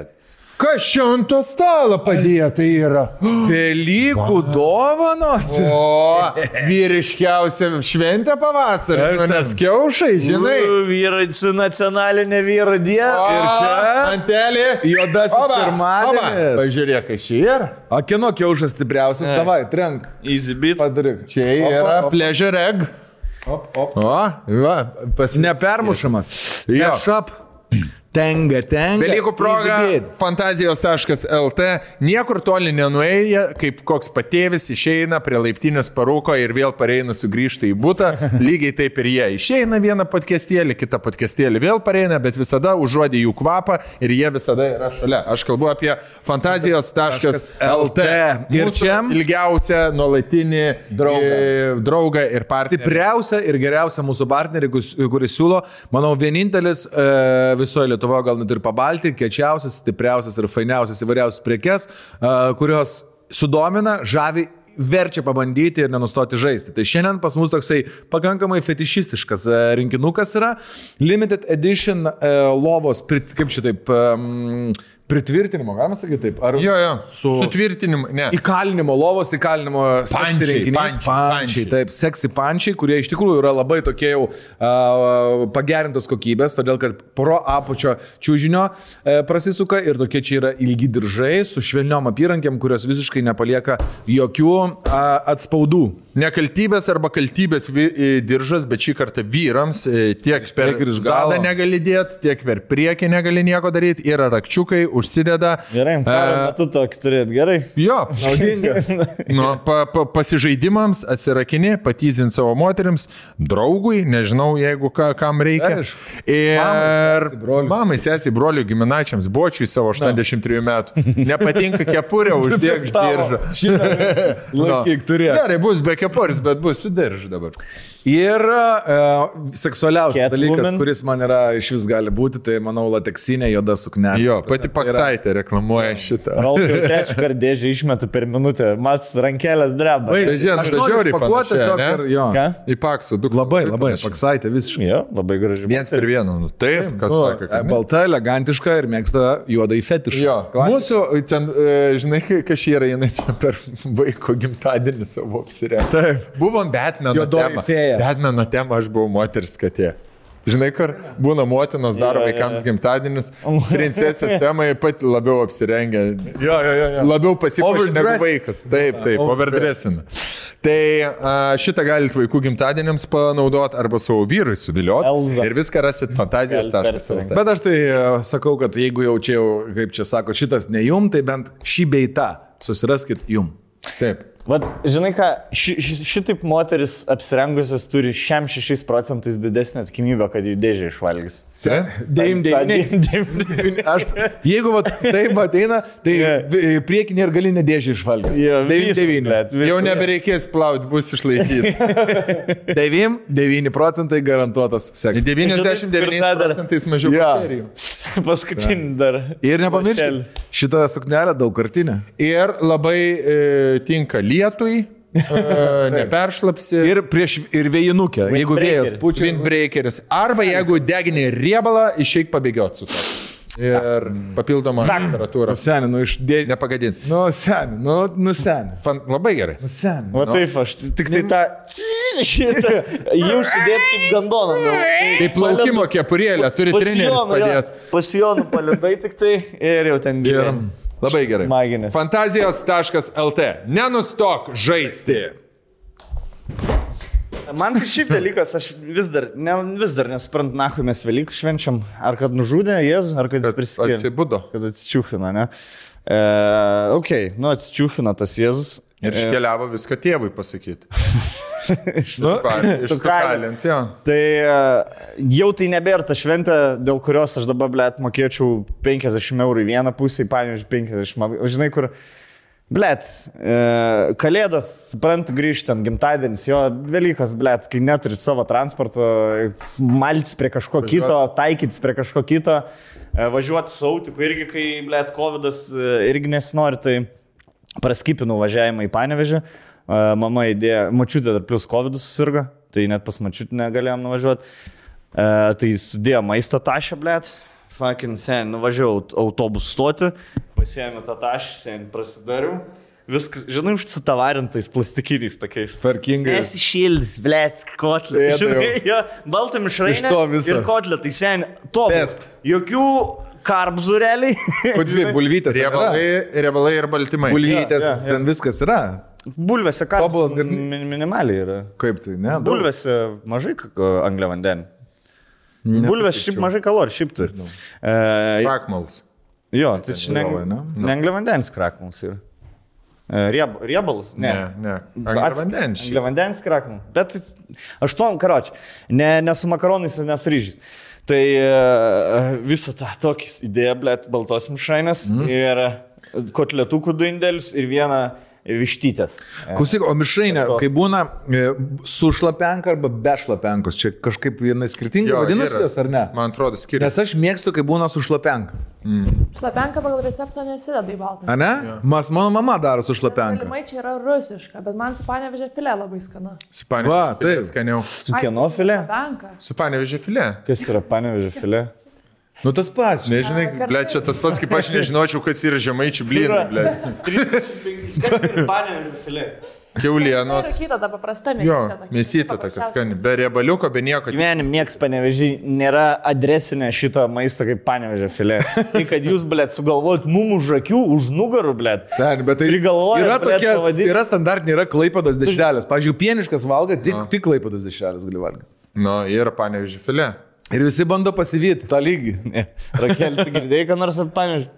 S6: Kas čia ant to stalo padėta yra?
S5: Velykų dovanos.
S3: O, vyriškiausia šventė pavasarį. Nu, nes kiaušai, žinai.
S1: U, Vyrai su nacionalinė vyro diena.
S3: Ir čia.
S5: čia-
S3: Antelė.
S5: Juodasis pirmadienis.
S3: Pažiūrėk, kas čia yra.
S5: A kieno kiaušas stipriausias? Davai, trenk.
S1: Įzibit.
S5: Padaryk.
S3: Čia yra pleasure egg. Op, op. O, va, pas...
S5: Nepermušamas.
S3: Jo.
S5: Nešap. Tenga, tenga.
S3: Velykų proga fantazijos.lt niekur toli nenuėję, kaip koks patėvis išeina prie laiptinės parūko ir vėl pareina sugrįžti į būtą, lygiai taip ir jie išeina vieną podcastėlį, kitą podcastėlį vėl pareina, bet visada užuodė jų kvapą ir jie visada yra šalia. Aš kalbu apie fantazijos.lt
S5: Ir
S3: Mūsų
S5: čia-
S3: ilgiausią nuolatinį
S5: Draugą.
S3: e, draugą ir partnerį.
S5: Stipriausia ir geriausia mūsų partnerė, kus- kuris siūlo, manau, vienintelis e, visoje Lietuvoje, gal net ir pabalti, kečiausias, stipriausias ir fainiausias įvairiausias prekes, e, kurios sudomina, žavi, verčia pabandyti ir nenustoti žaisti. Tai šiandien pas mus toksai pakankamai fetišistiškas e, rinkinukas yra. Limited edition e, lovos, prit, kaip šitaip, e, pritvirtinimo, galima sakyti taip. Ar
S3: Jo, jo, su...
S5: Su-
S3: sutvirtinimu. Ne.
S5: Įkalinimo, lovos įkalinimo
S3: Pančiai,
S5: seksy rinkinys.
S3: pančiai,
S5: Pančiai,
S3: pančiai.
S5: taip, seksy pančiai, kurie iš tikrųjų yra labai tokie jau uh, pagerintos kokybės, todėl kad pro apačio čiūžinio uh, prasisuka ir tokie čia yra ilgi diržai su švelniom apyrankėm, kurios visiškai nepalieka jokių uh, atspaudų.
S3: Nekaltybės arba kaltybės vi, i, diržas, bet šį kartą vyrams e, tiek per
S5: priekį ir iš
S3: zadą
S5: galo.
S3: negali dėti, tiek per priekį negali nieko daryti, yra rakčiukai, užsideda.
S1: Gerai,
S3: E,
S1: tu tokį turėt gerai.
S3: jo,
S5: Naudinga.
S3: nu, pa, pa, pasižaidimams atsirakini, patyzint savo moteriams, draugui, nežinau, jeigu ka, kam reikia.
S5: Aišku.
S3: Ir
S5: sesei, broliui.
S3: mamai, sesiai, broliui, giminaičiams, bočiui savo 83 metų. Nepatinka kepurė, uždėk diržą. Nu,
S5: Laikyk, turėk.
S3: Gerai, bus be kepurės, bet bus su diržu dabar.
S5: Ir uh, seksualiausias
S1: Catwoman.
S5: dalykas, kuris man yra iš vis gali būti, tai manau lateksinė juoda suknelė.
S3: Jo, pati Paksaitė reklamuoja šitą.
S1: Rolkai jau trečią kartą dėžę išmetu per minutę. Mats rankelės dreba.
S5: Baisiai.
S3: Žinai,
S5: Aš
S3: nu,
S5: noriu
S3: žiauriai
S5: išpakuot
S3: panašiai,
S5: tiesiog
S3: ne?
S5: ir jo.
S1: Ką?
S3: Į Paksų, du
S5: Labai, labai, paksaitė visiškai.
S1: Jo, labai gražiai.
S3: Vienas per vieną, nu taip, kas
S5: Nu,
S3: sako,
S5: e,
S3: kad ne.
S5: Balta, elegantiška ir mėgsta juodą į fetišą.
S3: Jo,
S5: Klasika.
S3: mūsų, ten, e, žinai, kai- kas čia yra, jinai čia per vaiko gimtadienį savo apsirengė. Taip. Buvom Batmano
S5: Juodoji
S3: tema.
S5: fėja.
S3: Batmano tema aš buvau moteris katė. Žinai, kur būna motinos daro
S1: Jo, jo,
S3: vaikams
S1: jo.
S3: gimtadienius, princesės temai pat labiau apsirengia.
S5: Jo, jo, jo, jo.
S3: Labiau pasipuošęs negu
S5: Overdress.
S3: vaikas. Taip, taip, overdressina. Tai a, šitą galite vaikų gimtadienėms panaudoti arba savo vyrui suvilioti.
S1: Elza.
S3: Ir viską rasit fantazijas.
S1: Gali
S3: taškas lt.
S1: persirengt.
S5: Bet aš tai e, sakau, kad jeigu jau čia jau, kaip čia sako, šitas ne jum, tai bent šį beitą susiraskit jum.
S3: Taip.
S1: Vat, žinai ką, ši, ši, šitaip moteris apsirengusios turi šiam 6 procentais didesnę tikimybę, kad jų dėžė išvalgys.
S3: Taip.
S5: Deim,
S1: Tą
S5: deim,
S1: dė- dė-
S5: deim. Aš, jeigu vat, taip ateina, tai
S1: Jo.
S5: yeah. priekinė ir galinė dėžė išvalgys.
S1: Jo, viskas,
S5: 9,
S1: blet, viskas.
S3: Jau nebereikės plauti, bus išlaikyti.
S5: 9, 9 procentai garantuotas seksas.
S3: 99
S1: Žinai, kur dar-
S3: procentais mažiau.
S5: Jo.
S3: bakterijų.
S1: Paskutinį dar.
S5: Ir nepamirškit, šitą suknelę daugkartinę.
S3: Ir labai e, tinka lietui, e, neperšlapsi.
S2: Ir, prieš, ir vėjinukė, jeigu vėjas pučia.
S3: Windbreakeris. Arba jeigu degini riebalą, išeik pabėgioti su to. Ir papildoma literatūra.
S2: Seniai, nu išdėdė.
S3: Nepagadins.
S2: Nu, seniai, nu, nu seniai.
S3: Fan, labai gerai.
S2: Nu, seniai.
S1: O taip, aš tik tai tą... Šitą. Jį užsidėti kaip gandoną. nu.
S3: Tai plaukimo kepurėlė turi treneris padėti.
S1: Pasijonų palidai tik tai ir jau ten
S3: Ir
S1: gyvenam.
S3: labai gerai.
S1: Smaginės.
S3: Fantazijos.lt. Nenustok žaisti.
S1: Man tai šiaip dalykas, aš vis dar, ne, vis dar nesprant, na, kai mes Velykų švenčiam, ar kad nužudė Jėzus, ar kad jis prisikėlė.
S3: atsibudo.
S1: Kad atsičiūchino, ne? E, ok, nu atsičiūchino tas Jėzus.
S2: E.
S3: Ir iškeliavo viską tėvui pasakyti.
S1: Nu,
S3: Iškalint, jo.
S1: Tai e, jau tai nebėra ta šventė, dėl kurios aš dabar, blėt, mokėčiau 50 eurų į vieną pusę, į panėžį 50, man, žinai, kur, blėt, e, kalėdas, suprantu, grįžti ant gimtadienis, jo Velykas, blėt, kai neturit savo transporto, maltis prie kažko Važiuot. kito, taikytis prie kažko kito, e, važiuoti sautiku irgi, kai, blėt, COVID irgi nesinori, tai praskipinau važiavimą į panėžį. Mama įdėjo, mačiutė dar plus COVID susirgo, tai net pas mačiutį negalėjom nuvažiuoti. E, tai sudėjo maisto tašę, blėt. Fucking sen, nuvažiavau aut- autobusų stoti, pasiėmiau tą tašę, sen prasidariau. Viskas, žinai, užsitavarintais plastikiniais tokiais.
S2: Tvarkingai.
S1: Mes šildys, blėt, kotlė.
S2: Ėda jau.
S1: Žinai, jo, baltą
S2: Iš to
S1: mišrainę
S2: viso.
S1: ir kotlė, tai sen, to.
S2: Best.
S1: Jokių karbzureliai.
S2: Kodvi,
S5: tai
S2: bulvytės. ten yra?
S3: Riebalai, riebalai ir baltymai.
S2: Bulvytės,
S1: Jo, jo, jo.
S2: ten viskas yra.
S1: Bulvėse
S2: Tobulas
S1: karbzureliai.
S2: garny-
S1: Minimaliai yra.
S2: Kaip tai, ne? Daug.
S1: Bulvėse mažai k- anglio vandenį. Bulvės šiaip mažai kalorijų, šiaip turi. E,
S3: Pakmals.
S1: jo, tai čia ne,
S2: Galvoju, ne?
S1: ne anglio vandenis krakmus yra. E, rieb, riebalus? Ne.
S3: Ne, ne. Angliavandenčiai.
S1: Anglio vandenis krakmus. Bet aštuom, karoči, ne, ne su makaronais, ne su ryžiais. Tai e, visą tą tokį idėją, blėt, baltos mišrainės mm. ir kotletukų du indėlius ir vieną vištytės. E,
S2: Klausyk, o mišrainė,
S1: Tos.
S2: kai būna e, su šlapenka arba be šlapenkos, čia kažkaip viena skirtinga vadinasi jos ar ne?
S3: Man atrodo, skiriasi.
S2: Nes aš mėgstu, kai būna su šlapenka.
S4: Šlapenka pagal receptą nesideda į baltą.
S2: Ar ne? Mas mano mama daro su šlapenka.
S4: Galimai čia yra rusiška, bet man su panevežė filė labai skanu.
S3: Su panevežiu
S2: Va,
S3: filė
S2: taip.
S3: Skaniau.
S1: Su kienofilė?
S4: Šlapenka.
S3: Su panevežiu filė.
S1: Kas yra panevežė filė?
S2: Nu tas pats. žinai.
S3: Nežinai, ble, čia tas pats, kaip aš nežinočiau, kas yra žemaičių blynai, ble.
S1: Kas yra panevežė filė?
S3: Kiaulienos.
S4: Rakyta Tai ta paprasta
S3: Jo,
S4: mėsytė. tokia,
S3: mėsytė tokia
S4: paprasčiausia.
S3: skani. Be riebaliuko, be nieko.
S1: Gyvenim nieks panevežį nėra adresinė šito maisto kaip panevežė filė. Tai kad jūs, blėt, sugalvojot mum už akių, už nugarų, blėt.
S2: Sen, bet tai
S1: Prigalvoja,
S2: yra
S1: blet,
S2: tokie,
S1: pavadint.
S2: yra standartiniai, yra klaipadas dešrelės. Pavyzdžiui, pieniškas valgo, tik, tik klaipadas dešrelės gali valgyti.
S3: Nu, ir panevežiu filė.
S2: Ir visi bando pasivyti tą lygį.
S1: Ne. Rakel, tu girdėjai, ką nors apie panevežį?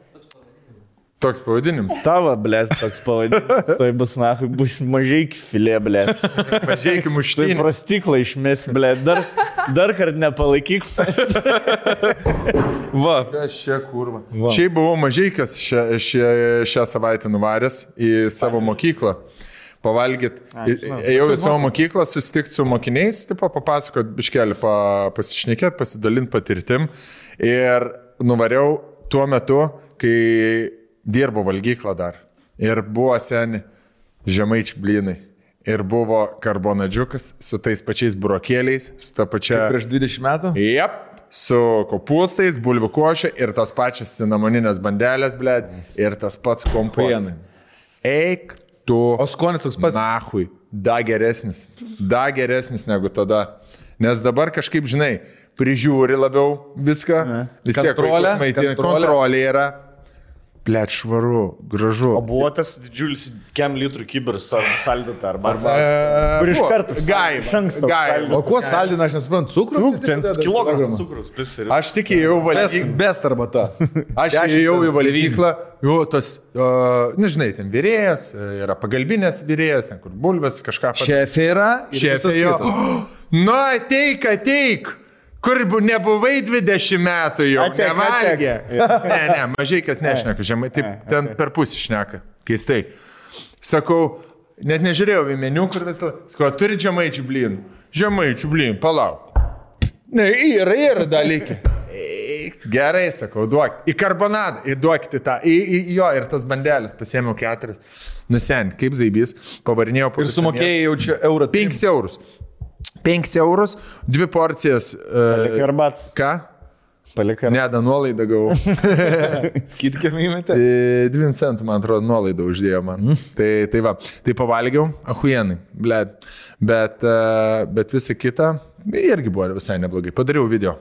S3: Toks pavadinimas.
S1: Tavo, blėt, toks pavadinimas. Tai bus, na, bus mažai iki filė, blėt.
S3: Pažiūrėkime už
S1: Tai
S3: tai.
S1: prastiklą išmės, blėt. Dar, dar kartą nepalaikyk.
S2: Va.
S3: Aš čia kurva. Šiaip buvau mažykas šią, šią, šią savaitę nuvaręs į savo mokyklą. Pavalgyt. Ėjau į savo mokyklą, susitikti su mokiniais, tipo, papasakot biškelį, pa, pasišnekėt, pasidalint patirtim. Ir nuvariau tuo metu, kai dirbo valgyklą dar. Ir buvo seni žemaičių blinai. Ir buvo karbonadžiukas su tais pačiais brokėliais, su ta pačia...
S2: Prieš 20 metų.
S3: Jep, su kopūstais, bulvių košė ir tas pačias cinamoninės bandelės, blė, ir tas pats komponas.
S2: Pienai.
S3: Eik tu.
S2: O skonis toks pats.
S3: Nahui, da geresnis. Da geresnis negu tada. Nes dabar kažkaip, žinai, prižiūri labiau viską. Ne. Vis tiek
S2: Kontrolė,
S3: kontrolė, maitinė,
S2: kontrolė.
S3: kontrolė yra. Plėt švaru, gražu.
S1: O buvo tas didžiulis kem litrų kibiras saldinta arba...
S3: E,
S1: arba... Kur iš
S3: buvo.
S1: karto užsaldė, iš
S3: Gaima.
S1: anksto
S3: Gaima.
S2: O kuo saldina, aš nesuprantu, cukrų?
S1: Cuk, ten kilogramų cukrus prisirinkti.
S3: Aš tik įėjau
S2: Best,
S3: valgyti.
S2: best arbata.
S3: Aš įėjau į valgyklą, jau tas, uh, nežinai, ten vyrėjas, e, yra pagalbinės vyrėjas, ten kur bulvės, kažką panašaus.
S2: Šefė yra. ir visos
S3: jo.
S2: kitos.
S3: Nu, ateik, ateik, kur bu- nebuvai 20 metų jau.
S1: Ateik,
S3: Nevalgė. Ne, ne, mažai kas nešneka, žemai, taip ten per pusę šneka, keistai. Sakau, net nežiūrėjau į meniu, kur visą, sakau, turi žemaičių blin, žemaičių blin, palauk. Ne, yra, yra dalykė. Eik, Gerai, sakau, duok. Į karbonadą, įduokit į tą. Į, į, jo, ir tas bandelis, pasėmiau keturis. Nusen, kaip zaibys, pavarinėjau po
S5: Ir
S3: visą
S5: sumokėjai jau čia eurą.
S3: miestą. 5 eurus. 5 eurus, dvi porcijas.
S7: Palik
S3: Uh,
S7: arbats.
S3: ką?
S7: Palik arbats.
S3: Ne, da nuolaidą gavau.
S5: Skitkiam įmetė.
S3: E, Dviem centų, man atrodo, nuolaidą uždėjo man. Tai, tai va, tai pavalgiau, ahujenai, blėt. Bet, e, bet visa kita irgi buvo visai neblogai. Padariau video.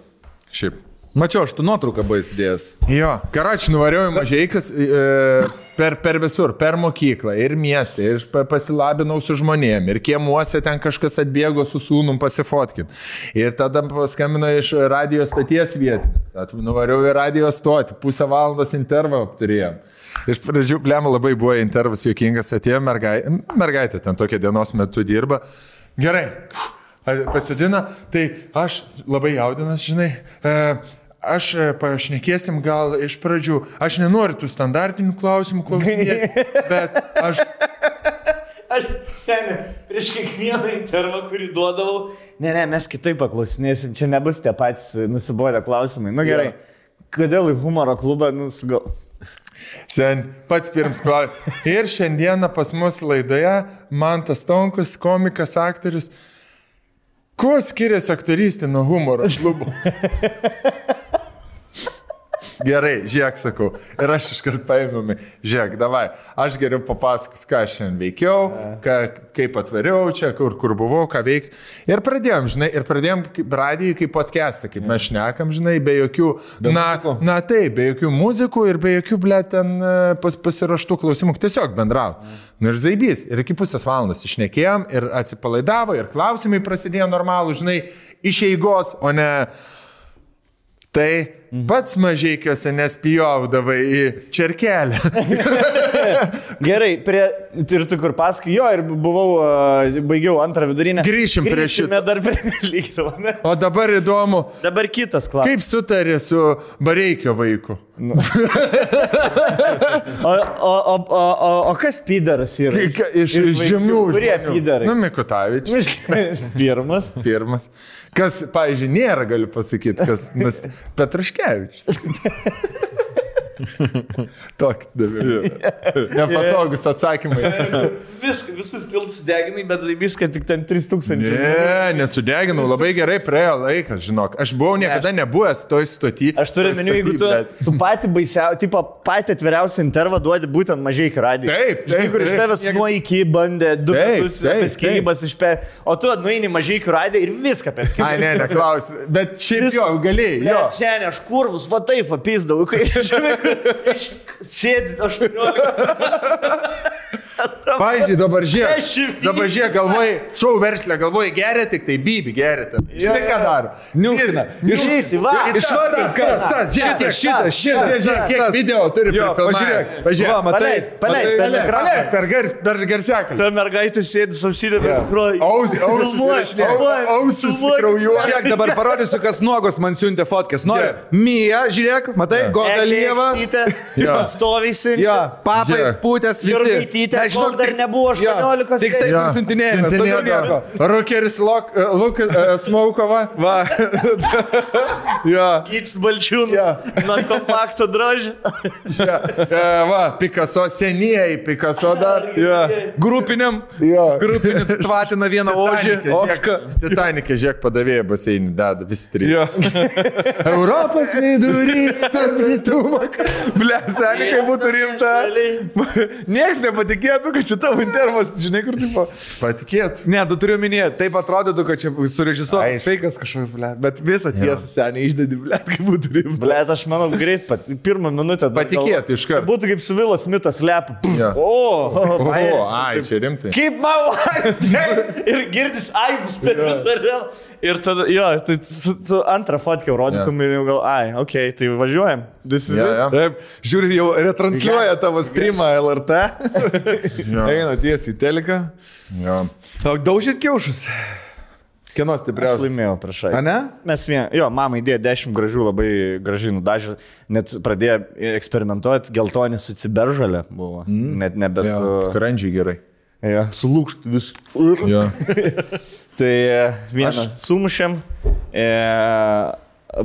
S3: Šiaip.
S5: Mačiau, aš tu nuotrauką baisidėjęs.
S3: Jo, karoči, nuvariau į Mažeikas e, per, per visur, per mokyklą ir miestą, ir pa- pasilabinau su žmonėm, ir kiemuose ten kažkas atbėgo su sūnum pasifotkin. Ir tada paskambino iš radio stoties vietinės, At- nuvariau į radio stotį, pusę valandos intervą turėjom. Iš pradžių, blem, labai buvo intervas juokingas, atėjo mergaitė, mergaitė ten tokia dienos metu dirba. Gerai, pasidina, tai aš labai jaudinas, žinai. E, Aš e, pašnekėsim gal iš pradžių. Aš nenoriu tų standartinių klausimų klausinėti, bet aš...
S7: Aš seniai, prieš kiekvieną intervą, kurį duodavau. Ne, ne, mes kitaip paklausinėsim, čia nebus tie patys nusibodę klausimai. Na nu, gerai, kodėl į humoro klubą nusigal...
S3: Sen, pats pirms klausimas. Ir šiandieną pas mus laidoje Mantas Tonkus, komikas, aktorius. Kuo skiriasi aktorystė nuo humoro klubo? Gerai, žiek sakau. Ir aš iškart paėmėme, žiek, davai, aš geriau papasakosiu, ką aš šiandien veikiau, ką, kaip atvariau čia, kur, kur buvau, ką veiks. Ir pradėjom, žinai, ir pradėjom kaip radijai kaip podcastą, kaip mes šnekam, žinai, be jokių, na, na taip, be jokių muzikų ir be jokių, ble, ten e, pas, pasiraštų klausimų, tiesiog bendrau. Nu ir zaibys, ir iki pusės valandos išnekėjom, ir atsipalaidavo, ir klausimai prasidėjo normalų, žinai, iš eigos, o ne... Tai pats mažai kiuose nespjaudavai į čerkelę.
S7: Gerai, prie... ir tu kur paskui jo, ir buvau, a, baigiau antrą vidurinę.
S3: Grįšim prie
S7: Grįšime dar prie lygdavome.
S3: O dabar įdomu,
S7: Dabar kitas klausimas.
S3: kaip sutarė su Bareikio vaiku.
S7: O, o, o, o, o, o kas pydaras yra?
S3: Kai- Tai ka- Iš,
S7: Iš
S3: iš
S7: vaikų.
S3: žymių.
S7: Kurie
S3: žmonių.
S7: pydarai?
S3: Nu, Mikutavičius.
S7: Pirmas.
S3: Pirmas. Kas, pavyzdžiui, nėra, galiu pasakyti, kas. Nes Petraškevičius. Tokį davė. Nepatogus atsakymai.
S7: Vis, visus tiltus deginai, bet zaibys, kad tik ten 3000.
S3: Ne, nesudeginau, labai gerai praėjo laikas, žinok. Aš buvau niekada nebuvęs toj stoty.
S7: Aš turiu
S3: toj
S7: meniu, jeigu
S3: stoty,
S7: tu,
S3: bet-
S7: tu pati baisiausią, tipo, patį atviriausią intervą duodi būtent mažai iki radijo.
S3: Taip, taip,
S7: Jeigu iš
S3: taip.
S7: tavęs nuo iki bandė du
S3: Taip,
S7: metus
S3: taip,
S7: apie skirybas iš pe... O tu nueini mažai iki radijo ir viską apie
S3: Ai, ne,
S7: skirybas.
S3: neklausiu. Bet šiaip jo, galėjai. Jo.
S7: Nes seniai, aš kurvus, va taip, apizdau, kai žinai, kur iš- sėdi 18.
S3: Pavyzdžiui, dabar
S7: Aš
S3: žiūrėk.
S7: ir-
S3: Dabar žiūrėk, galvoj, šau verslę, galvoj, geria tik tai bibi, geria ten. Žinai, ką daro?
S5: Niukina.
S7: Nu, Išeisi, va.
S3: Išvardink, kas tas, šitas, šitas, šitas, žiūrėk, kiek video turi.
S5: Jo,
S3: prifilmavę.
S5: pažiūrėk,
S3: pažiūrėk.
S5: va, matai.
S7: Paleis, paleis,
S5: Matai,
S7: per
S3: Paleis,
S7: mikrofoną.
S3: Paleis, per gar, dar garsiaką.
S7: Ta mergaitė sėdi sausinėme
S3: Jo.
S7: mikroje.
S5: Tai-
S3: Ausis- ausis įrašinėja. Ausis kraujuoja.
S5: Žiūrėk, dabar parodysiu, kas nuogos man siuntė fotkės. Nori?
S3: Jo.
S5: Mija, žiūrėk, matai, Godalieva.
S3: Jo.
S7: Pastovysi.
S5: Jo, papai,
S3: Žiūrėk.
S5: pūtės, visi.
S7: Jurgaitytė, kol dar nebuvo 18.
S5: Tik tai
S3: Jo,
S5: siuntinėjame.
S3: siuntinėdavo. Rukeris Lok- e, Lukas e, Smaukova.
S5: Va. jo.
S7: Gytis Balčiūnas yeah. nuo kompakto drožė.
S3: Ja, e, va, Picasso, senieji Picasso dar.
S5: jo. Grupiniam.
S3: Jo.
S5: Grupinį tvatina vieną ožį. Ožką.
S3: Titanikė, žiūrėk, padavėjo baseinį, dada, visi trys.
S5: Jo.
S3: Europos vidury, tarp rytų vakarų.
S5: Ble, seniai, kai būtų rimta. Niekas nepatikėtų, kad šitą intervas, žinai, kur tipo.
S3: Patikėt.
S5: Ne, tu turiu minėti, taip atrodytų, kad čia surežisuotas
S3: Aišku.
S5: feikas kažkoks, ble. Bet visą tiesą, seniai, išdedi, ble, kaip būtų rimta.
S7: Blet, aš manau, greit pat, pirmą minutę. dar
S3: Patikėt
S7: galvo-
S3: iš karto.
S7: Būtų kaip su Vilas Mitas lepu.
S3: Jo.
S7: O,
S3: O,
S7: Bajeris.
S3: ai, čia rimtai.
S7: Kaip man aidas. Ir girdis aidas per visą realą. Ir tada, jo, tai su, su antrą fotkę rodytum ir jau gal, ai, okei, okay, tai važiuojam.
S5: This is
S3: Jo,
S5: it.
S3: jo.
S5: Taip, žiūri, jau retransliuoja tavo streamą LRT. Eina tiesiai į teliką.
S3: Jo.
S5: Tau daužyt kiaušus. Kieno
S7: Aš
S5: stipriausias?
S7: laimėjau, prašau.
S5: A ne?
S7: Mes vien, jo, mamai dėjo 10 gražių, labai gražiai nudažė, net pradėjo eksperimentuoti, geltonį su ciberžalė buvo. Mm. Net nebe
S3: Jo,
S7: su...
S3: Skrandžiai gerai.
S7: Ja, sulūkšt vis.
S3: Jo.
S7: Tai e, vieną aš... sumušėm. E,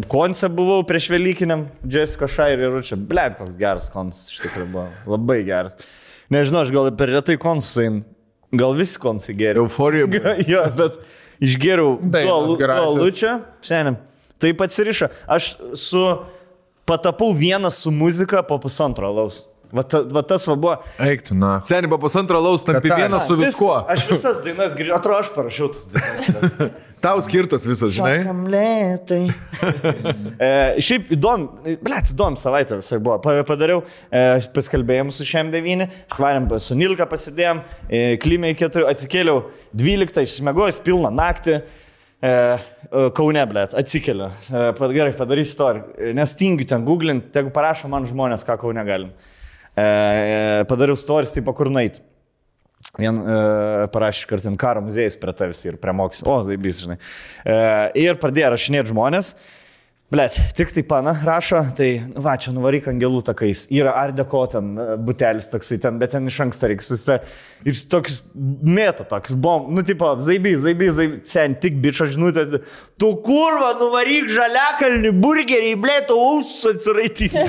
S7: Konce buvau prieš Velykiniam, Jessica Shire ir čia. Blet, koks geras koncas iš tikrųjų buvo. Labai geras. Nežinau, aš gal per retai koncai, gal visi koncai geriau.
S5: Euforija.
S7: jo, bet išgeriau
S3: Dainos gražios.
S7: Lučią, seniam. Taip atsiriša. Tai Aš su... Patapau vienas su muzika po pusantro alaus. Va, ta, va tas va buvo.
S3: Eik tu, na.
S5: Seniai, po pusantro laus tampi
S3: Kataras.
S5: vienas su viskuo.
S7: Viskas, Aš visas dainas grįžau, atrodo, aš parašiau tas dainas.
S5: Tau skirtas visas, žinai.
S7: Kam lėtai. e, šiaip įdomu, blėt, įdomu savaitę visai buvo. Pa- Padariau, e, paskalbėjom su šiam devyni, švarėm su Nilka pasidėjom, e, klimiai keturi, atsikėliau 12, išsimegojęs pilną naktį. E, e, Kaune, blėt, atsikeliu. E, pad- gerai, padarysiu to. Nes tingiu ten googlint, tegu parašo man žmonės, ką Kaune galim. E, e, padariau stories, tai pakur nait. Vien e, parašė kart ten karo muziejus prie tavęs ir prie mokslo. O, zaibys, žinai. E, ir pradėjo rašinėti žmonės. Blet, tik tai pana rašo, tai nu va čia nuvaryk angelų takais. Yra ar deko ten e, butelis toksai ten, bet ten iš anksto reikia susitarti. Ir jis toks mėto, toks bom, nu tipo, zaibys, zaibys, zaibys, sen tik bičio žinutė. Tu kurva, nuvaryk žaliakalnį burgerį, blėto ausis atsiraityti.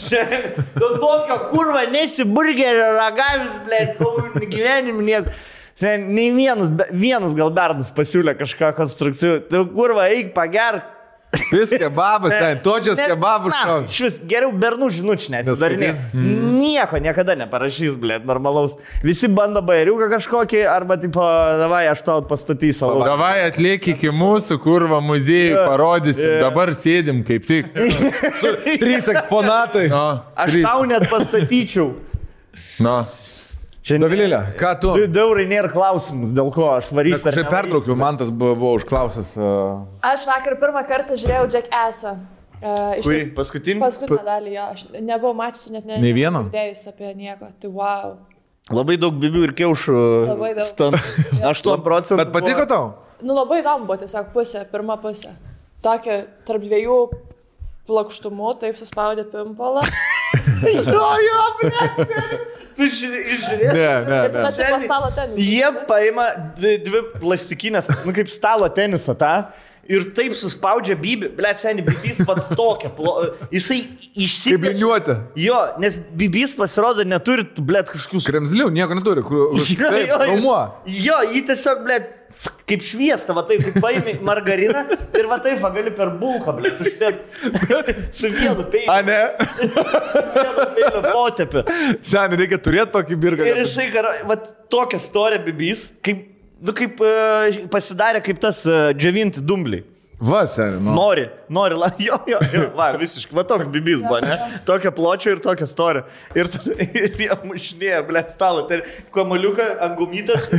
S7: Sen, dėl tokio kurva nesi burgerio ragavis, blėt, kur gyvenim nieko. Sen, nei vienas, be- vienas gal bernas pasiūlė kažką konstrukcijų. Tu kurva, eik pagerk.
S5: Vis kebabas, seniai. Točias kebabas. šau.
S7: Iš vis geriau bernų žinučių net. Dar ne.
S5: Mm.
S7: Nieko niekada neparašys, blėt, normalaus. Visi bando bairiuką kažkokį, arba tipo, davai, aš tau pastatysiu. alaus."
S3: Davai atliek iki mūsų, kurva muziejų parodysim. Dabar sėdim kaip tik.
S5: Trys eksponatai.
S3: No,
S7: Aš tau net pastatyčiau.
S3: No.
S7: Čia
S5: Dovilėlė, ką tu?
S7: Du du eurai nėra klausimas, dėl ko aš
S5: Aš
S7: varysiu. ar
S5: čia
S7: nevarysiu.
S5: pertraukiau, man tas buvo, buvo užklausęs. Uh,
S4: Aš vakar pirmą kartą žiūrėjau Jack Assą. Uh, iš
S7: Kurį
S4: ties-
S7: paskutinį?
S4: Paskutinę dalį jo, aš nebuvau mačiusi net ne,
S5: Nei vieno?
S4: Dėjus apie nieko, tai wow.
S7: Labai daug bibių ir kiaušų.
S4: Labai daug.
S7: Stand, 8 procentų.
S5: bet patiko tau?
S4: Nu labai įdomu buvo tiesiog pusė, pirma pusė. Tokia tarp dviejų plokštumų, taip suspaudė pimpolą.
S7: Jo, jo, blėsiai. Tu ži- žiūrėk.
S3: Ne, ne, ne.
S4: Ir tada taip stalo ten.
S7: Jie paima dvi dvi plastikinės, nu kaip stalo tenisą tą. Ir taip suspaudžia bibį, blėt seniai, bibys pat tokia, plo, jisai
S5: Kaip
S7: išsiplėtė.
S5: liniuotė.
S7: Jo, nes bibys pasirodo neturi, blėt, kažkokių
S5: Kremzlių, nieko neturi. Kur,
S7: Jo,
S5: taip,
S7: jo, jis-
S5: raumuo.
S7: jo, jį tiesiog, blė, kaip sviestą, va taip, kaip paimi margariną ir va taip, va gali per bulką, blė, su vienu peiliu,
S5: A, ne?
S7: vienu peiliu potėpiu.
S5: Seniai, reikia turėti tokį birgą.
S7: Ir jisai, karo- va tokia storė bibys, kaip, nu, kaip e, pasidarė kaip tas e, džiovinti dumbliai.
S5: Va, seniai, nu.
S7: Nori, nori, la, jo, jo, jo, va, visiškai, va toks bibis buvo, ne? Tokio pločio ir tokio storio. Ir tada ir jie mušinėjo, blė, stalą, tai kamaliuką, angumytas.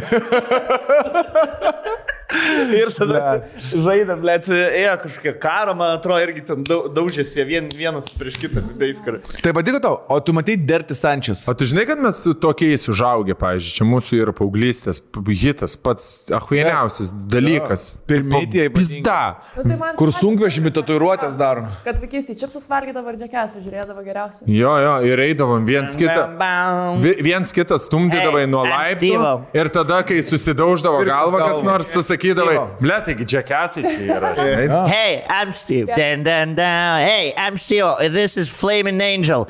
S7: ir tada žaidė, blė, ėjo kažkokia karo, man atrodo, irgi ten dau- daužėsi jie vien, vienas prieš kitą, bibis karai.
S5: Tai patiko tau, o tu matai Derti Sančias.
S3: O tu žinai, kad mes su tokiais užaugę, pavyzdžiui, čia mūsų yra paauglystės, p- hitas, pats ahuėniausias dalykas.
S5: Pirmieji tie ypatingi.
S3: Pizda.
S4: Nu, tai man
S5: Kur
S4: patiko,
S5: sunkvežimį tatuiruotės daro.
S4: Kad vaikystėje čipsus valgydavo ir džekesą žiūrėdavo geriausiai.
S3: Jo, jo, ir eidavom viens kitą.
S7: Bam, bam.
S3: Vi- Viens kitas stumdydavai
S7: Hey,
S3: nuo
S7: I'm
S3: laiptų
S7: Steve'o.
S3: ir tada, kai susidauždavo
S5: Ir
S3: galvą, kas
S5: sukalba.
S3: nors, tu sakydavai,
S5: Steve'o.
S3: ble, taigi džekesai čia yra. žinai."
S7: Hey, I'm Steve. Dan, dan, dan. Hey, I'm Steve. This is Flaming Angel.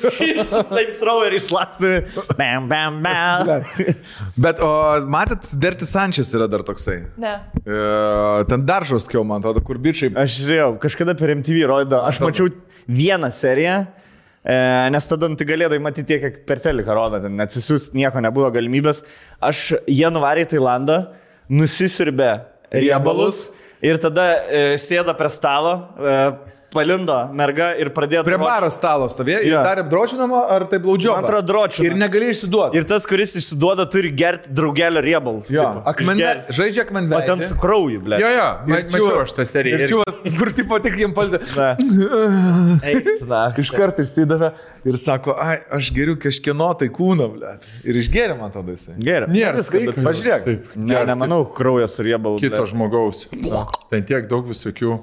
S7: Taip, throweris laksė. Bam, bam, bam.
S5: Bet, o matot, Derti Sančias yra dar toksai.
S4: Ne.
S5: E, ten dar žoskiau, man atrodo, kur bičiai.
S7: Aš žiūrėjau, kažkada per MTV rodo, aš mačiau vieną seriją, e, nes tada nu, tai galėdavai matyti tiek, kiek per teleką rodo, ten atsisiūs, nieko nebuvo galimybės. Aš jie nuvarė į Tailandą, nusisirbė riebalus ir tada e, sėda prie stalo, e, palindo merga ir pradėjo...
S5: Prie
S7: drožt.
S5: baro stalo stovėjo ir
S7: Jo.
S5: darė drožinamą ar tai blaudžio.
S7: Man atrodo, drožinamą.
S5: Ir negali išsiduoti.
S7: Ir tas, kuris išsiduoda, turi gerti draugelio riebalus.
S5: Jo,
S7: tipo,
S5: akmenve,
S7: išgerti.
S5: žaidžia akmenve.
S7: O ten su krauju, ble.
S3: Jo, jo, ma- mačiau aš tą seriją.
S5: Ir
S3: irgi.
S5: čiūvas, kur tipo tik jiem paldė.
S7: Na. Eik, na.
S5: Iš karto išsidavė ir sako, ai, aš geriu kažkieno tai kūną, ble. Ir išgeria man tada jisai.
S7: Gerai.
S3: Nėra
S5: Viską, bet
S3: skaitlių.
S5: pažiūrėk.
S3: Taip.
S7: Ne, nemanau, kraujas ir riebalų.
S3: kito žmogaus. Ten tiek daug visokių.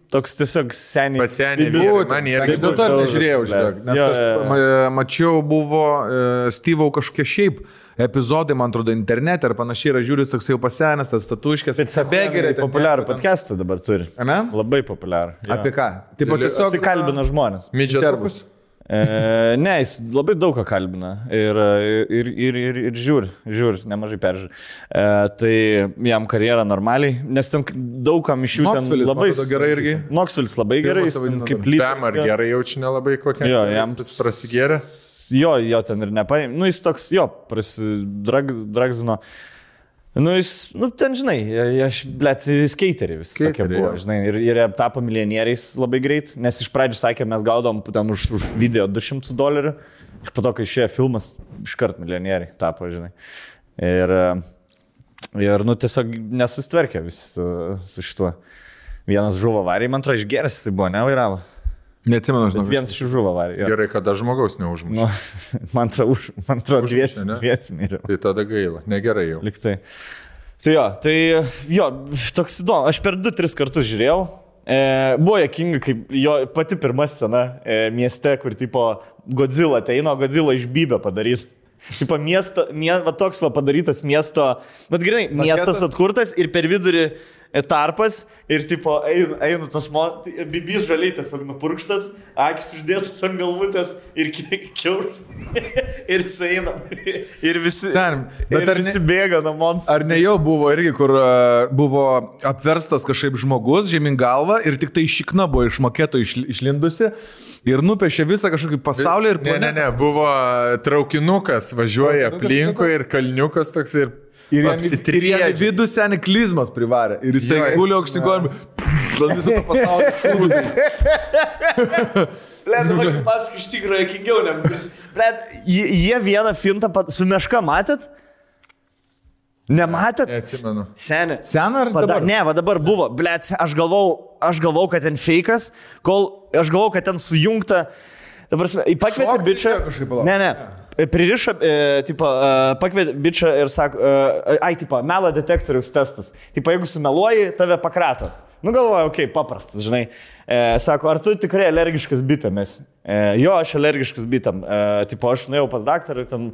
S1: Toks tiesiog seniai.
S3: Pasenę
S1: Bibi-
S3: vyrai, man jie irgi
S2: Aš dėl to ir nežiūrėjau, žiūrėk, nes
S1: Jo,
S2: aš
S1: jo, jo.
S2: ma- mačiau, buvo e, Steve'o kažkokie šiaip epizodai, man atrodo, internete ar panašiai, ir aš žiūriu, toks jau pasenęs, tas statuškas.
S1: Bet sakai, gerai, populiarų podcastą dabar turi.
S2: Ane?
S1: Labai populiarų. jo.
S2: Apie ką? Taip pat tiesiog...
S1: Jisai kalbina žmonės.
S3: Midžetukus.
S2: Terpus.
S1: E, ne, jis labai daug ką kalbina ir, ir, ir, ir, ir žiūri, žiūri, nemažai peržiūri. E, tai jam karjera normaliai, nes ten daugam iš jų ten
S2: Knoxvilis, man
S1: labai...
S2: atrodo, gerai irgi.
S1: Noksvilis labai gerai, jis ten
S2: vaidina
S1: kaip
S2: dabar.
S1: lyderis.
S3: Tam ar gerai jaučia nelabai kokią.
S1: Jo, jam
S3: tas prasigėrė.
S1: Jo, jo ten ir nepaėmė. Nu, jis toks, jo, prasidragzino. Nu, jis, nu, ten, žinai, aš, blėt, skateriai tai visi tokie
S3: Skeiteriai,
S1: buvo,
S3: jo.
S1: žinai, ir, ir jie tapo milijonieriais labai greit, nes iš pradžių sakė, mes gaudom tam už, už video 200 dolerių, ir po to, kai išėjo filmas, iškart milijonieriai tapo, žinai. Ir, ir nu, tiesiog nesustverkė visi su, su šituo. Vienas žuvo varį, man atrodo, išgeras jis buvo, nevairavo.
S2: Neatsimenu, žinau.
S1: Vienas iš jų žuvo varį. jo.
S3: Gerai, kada žmogaus neužmušė.
S1: Nu, man atrodo, už- man atrodo,
S3: Užmušė,
S1: dvies,
S3: ne?
S1: dvies miriau.
S3: Tai tada gaila. Negerai jau.
S1: Liktai. Tai jo, tai jo, toks įdomu. Aš per 2-3 kartus žiūrėjau. E, buvo jokinga, kaip jo pati pirma scena e, mieste, kur tipo Godzilla ateina, o Godzilla iš Bybę padarys. Tipo miesto, mie, va toks va padarytas miesto, bet gerai, miestas atkurtas ir per vidurį e, tarpas ir tipo eina, eina tas mo, tai bibys žalytas, vadinu, nu purkštas, akis uždėtas ant galvutės ir kiaušas. ir jis eina. Ir visi.
S2: Ten, bet
S1: Bet
S2: ar
S1: ar
S2: ne-
S1: nesibėga nuo monstro?
S2: Ar ne jau buvo irgi, kur e, buvo apverstas kažkaip žmogus žemyn galva ir tik tai šikna buvo iš maketo iš, išlindusi ir nupiešė visą kažkokį pasaulį ir
S3: Ne, ne, ne, buvo traukinukas, važiuoja aplinkui ir kalniukas toks ir...
S2: Ir jam į- ir
S3: apsitriežia.
S2: jam į vidų senį klizmas privarė. Ir jisai
S3: Jo, ir-
S2: gulio aukštikojami. Visą tą pasaulį.
S1: Lendu, pasakai, iš tikrųjų, jokingiau negu jis. Bet jie jie vieną fintą pat... su meška matėt? Nematėt?
S3: Neatsimenu.
S1: Seniai.
S2: Seną ar
S1: Pada,
S2: dabar?
S1: ne, va dabar buvo, blėt, aš galvau, aš galvau, kad ten feikas, kol aš galvau, kad ten sujungta. Dabar pakvietė
S2: Šokį
S1: bičią.
S2: reikėjo kažkaip, palauk.
S1: Ne, ne. Pririšo, e, tipo, e, pakvietė bičią ir sako, e, ai, tipo, melo detektoriaus testas. Tipo, jeigu sumeluoji, tave pakrato. Nu galvoju, okei, okay, paprastas, žinai. E, sako, ar tu tikrai alergiškas bitėmis? E, jo, aš alergiškas bitėm. E, tipo, aš nuėjau pas daktarą ir ten,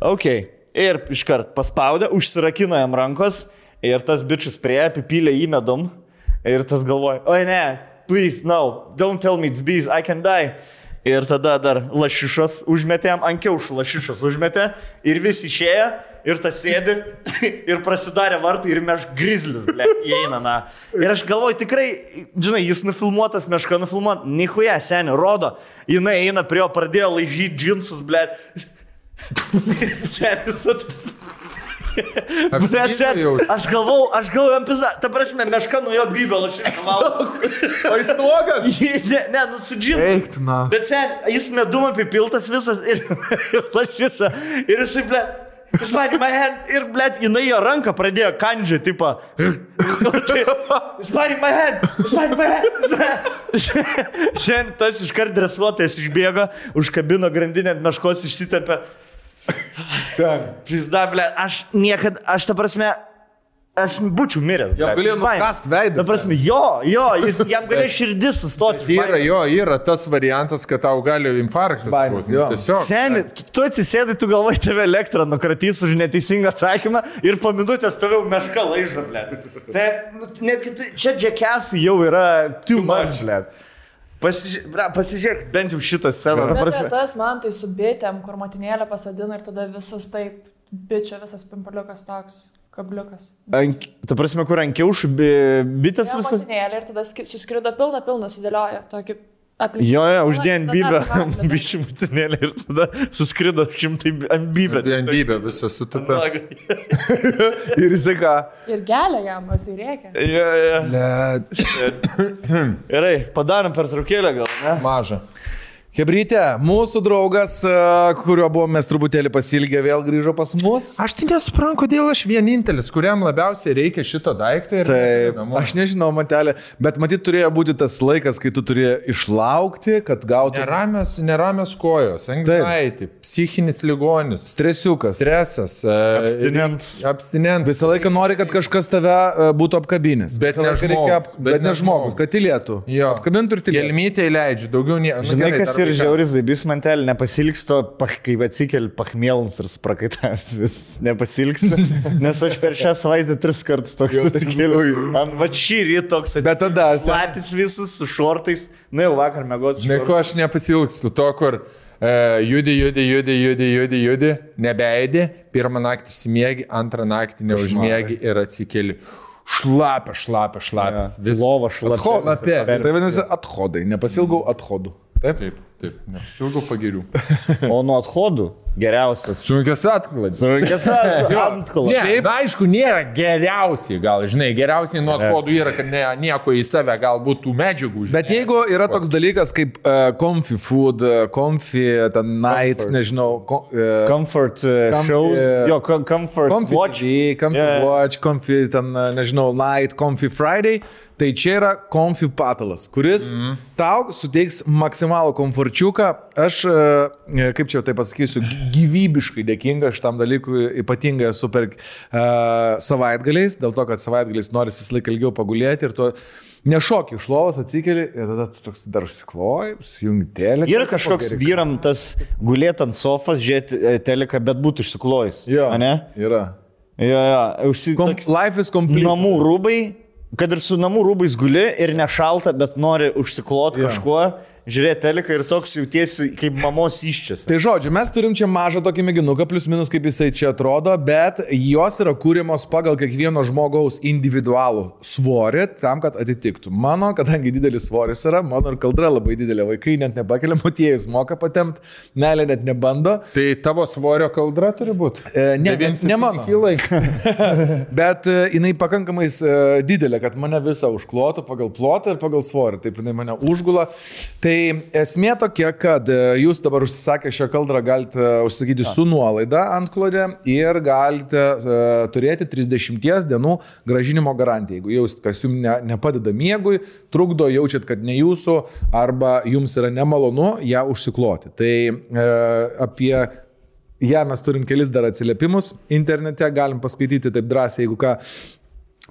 S1: okei. Okay. Ir iškart paspaudė, užsirakino jam rankos ir tas bičias prie, apipylė jį medum. Ir tas galvoja, oi ne, please, no, don't tell me it's bees, I can die. Ir tada dar lašišas užmetė, jam ant kiaušų lašišas užmetė ir visi išėjo. Ir tas sėdi, ir prasidarė vartai, ir meš grizlis, ble, įeina, na. Ir aš galvoju, tikrai, žinai, jis nufilmuotas, meška nufilmuota, nihuja, seniai, rodo, jinai eina prie jo, pradėjo laižyti džinsus, nu ble. Senis, vat- Ble, sen,
S3: Apsigyniau jau.
S1: aš galvau, aš galvau, jam pizda, ta prasme, meška nuo jo bybelo čia.
S2: O jis nuogas?
S1: Ne, ne, nu su džinu.
S2: Eik, na.
S1: Bet sen, jis medum apipiltas visas ir, ir lašiša. Ir jisai, ble, jis man, man, ir, ble, jinai jo ranką pradėjo kandžią, tipo. Jis man, man, jis man, man. Šiandien tas iškart dresuotojas išbėgo, užkabino grandinę ant meškos, išsitepė. Pizda, ble, aš niekada, aš ta prasme, aš būčiau miręs.
S2: Jam
S1: ble,
S2: galėjo
S1: iš baimės.
S2: nukast veidą,
S1: Ta prasme, jo, jo, jis, jam galėjo širdis sustoti.
S3: Yra, jo, yra tas variantas, kad tau gali infarktas.
S2: Baimės,
S3: būt.
S2: jo.
S3: Tiesiog.
S1: Seni, tu- tu atsisėdai, tu galvoj tave elektrą nukratys už neteisingą atsakymą ir po minutės tave jau meška laižo, ble. Tai, nu, netgi tu, čia džekesų jau yra too much, ble. Pasižiūrėk, bra, pasižiūrėk bent jau šitą sceną. ta
S4: Bet
S1: prasme.
S4: ne tas man tai su bitėm, kur motinėlę pasadina ir tada visus taip, bičia visas pimpaliukas toks, kabliukas.
S1: Ank, ta prasme, kur ankiau šubi bitės
S4: Ja,
S1: visas.
S4: motinėlė ir tada ski- suskrido pilną, pilną sudėlioja tokį aplinką.
S1: Jo, jo, uždėjant bybę,
S4: bičią.
S1: bičių mutinėlį ir tada suskrido šimtai bi- ant bybę.
S3: Vienybė visą sutupė.
S1: Tiesiog.
S2: Ir jisai ką?
S4: Ir gelia jam, jisai reikia.
S1: Jo, jo.
S3: Let.
S1: Gerai, padarom pertraukėlę gal, ne?
S3: Maža.
S5: Hebrytė, mūsų draugas, e, kurio buvome mes truputėlį pasilgę, vėl grįžo pas mus.
S3: Aš tai nesuprantu, kodėl aš vienintelis, kuriam labiausiai reikia šito daikto ir
S5: Taip,
S3: namo.
S5: aš nežinau, Matelė, bet matyt turėjo būti tas laikas, kai tu turėjai išlaukti, kad gautum
S3: Neramios, neramios kojos, anxiety, psichinis ligonis,
S5: stresiukas.
S3: stresas, e,
S1: Abstinentas.
S3: abstinentas.
S5: Visą laiką nori, kad kažkas tave e, būtų apkabinęs.
S3: Bet
S5: Visą
S3: ne
S5: laiką
S3: žmogus,
S5: reikia ap-
S3: bet
S5: Bet
S3: ne
S5: ne žmogus,
S3: žmogus.
S5: kad tylėtų.
S3: Jo.
S5: Apkabintų ir tylėtų.
S3: Gelmytė įleidžiu, daugiau nu, nieko.
S1: Žinai, kas ir žiauris zaibys mantelį, nepasilgsto, pach, kai atsikeli pachmėlins ir sprakaitavęs vis nepasilgsto, nes aš per šią savaitę tris kartus toks atsikeliu. Ant va šį rytą toks atsikeliu.
S5: Bet tada, sen-
S1: Lapis visas su šortais, na jau vakar mėgoti
S3: Žinai, ko aš nepasilgstu, to, kur e, judi, judi, judi, judi, judi, judi, nebeidi, pirmą naktį smiegi, antrą naktį neužmiegi ir atsikeli. Šlapia, šlapia, šlapia. Vis...
S1: Lova šlapia.
S3: Šlapia.
S5: Tai vadinasi, athodai, nepasilgau athodų. Taip.
S3: Taip, taip, nepasilgau pagirių.
S1: O nuo athodų geriausias.
S3: Sunkios atklaidos.
S1: Sunkės
S3: Ne,
S1: antklas.
S3: na, aišku, nėra geriausiai, gal, žinai, geriausiai nuo kodų yra, kad ne, nieko į save, galbūt tų medžiagų. Žinai.
S5: Bet jeigu yra toks dalykas kaip uh, comfy food, uh, comfy ten night, Comfort. nežinau, ko, uh,
S1: Comfort uh,
S5: Kam-
S1: shows.
S5: e,
S1: Jo, co- comfort,
S5: Comfy
S1: watch.
S5: TV, comfy
S1: Yeah.
S5: yeah. watch, comfy ten, nežinau, night, comfy Friday. Tai čia yra comfy patalas, kuris mm
S1: Mhm.
S5: -hmm. tau suteiks maksimalų komfortčiuką. Aš, e, kaip čia tai pasakysiu, gy- gyvybiškai dėkinga šitam dalykui, ypatingai esu per uh, savaitgaliais, dėl to, kad savaitgaliais norisi vis laik ilgiau pagulėti ir tu nešoki iš lovos, atsikeli ir tada tu toks dar užsikloji, sujungtėlė.
S1: Ir kažkoks vyram tas gulėt ant sofas, žiūrėti e, teleką, bet būtų išsiklojus.
S5: Jo,
S1: Ne?
S5: Yra.
S1: Jo, jo.
S5: Kom,
S1: Užsikomplikuoju.
S5: life is complete.
S1: namų rūbai, kad ir su namų rūbais guli ir nešalta, bet nori užsiklot yeah. kažkuo, žiūrėti teleką ir toks jautiesi kaip mamos iščias.
S5: Tai žodžiu, mes turim čia mažą tokį mėginuką, plus minus kaip jisai čia atrodo, bet jos yra kūrimos pagal kiekvieno žmogaus individualų svorį, tam, kad atitiktų. Mano, kadangi didelis svoris yra, mano ir kaldra labai didelė, vaikai net nepakelia, motiejus moka patemti, nelė net nebando.
S3: Tai tavo svorio kaldra turi būti?
S5: E, ne, ne mano.
S3: Kilai.
S5: Bet e, jinai pakankamai e, didelė, kad mane visą užklotų pagal plotą ir pagal svorį. Taip jinai mane užgula. Tai esmė tokia, kad e, jūs dabar užsisakę šią kaldrą galite e, užsakyti su nuolaida ant klodė ir galite e, turėti 30 dienų gražinimo garantiją. Jeigu jausit, kas jums ne, nepadeda miegui, trukdo, jaučiat, kad ne jūsų arba jums yra nemalonu ją užsikloti. Tai e, apie Ja, mes turim kelis dar atsiliepimus internete, galim paskaityti taip drąsiai, jeigu ką.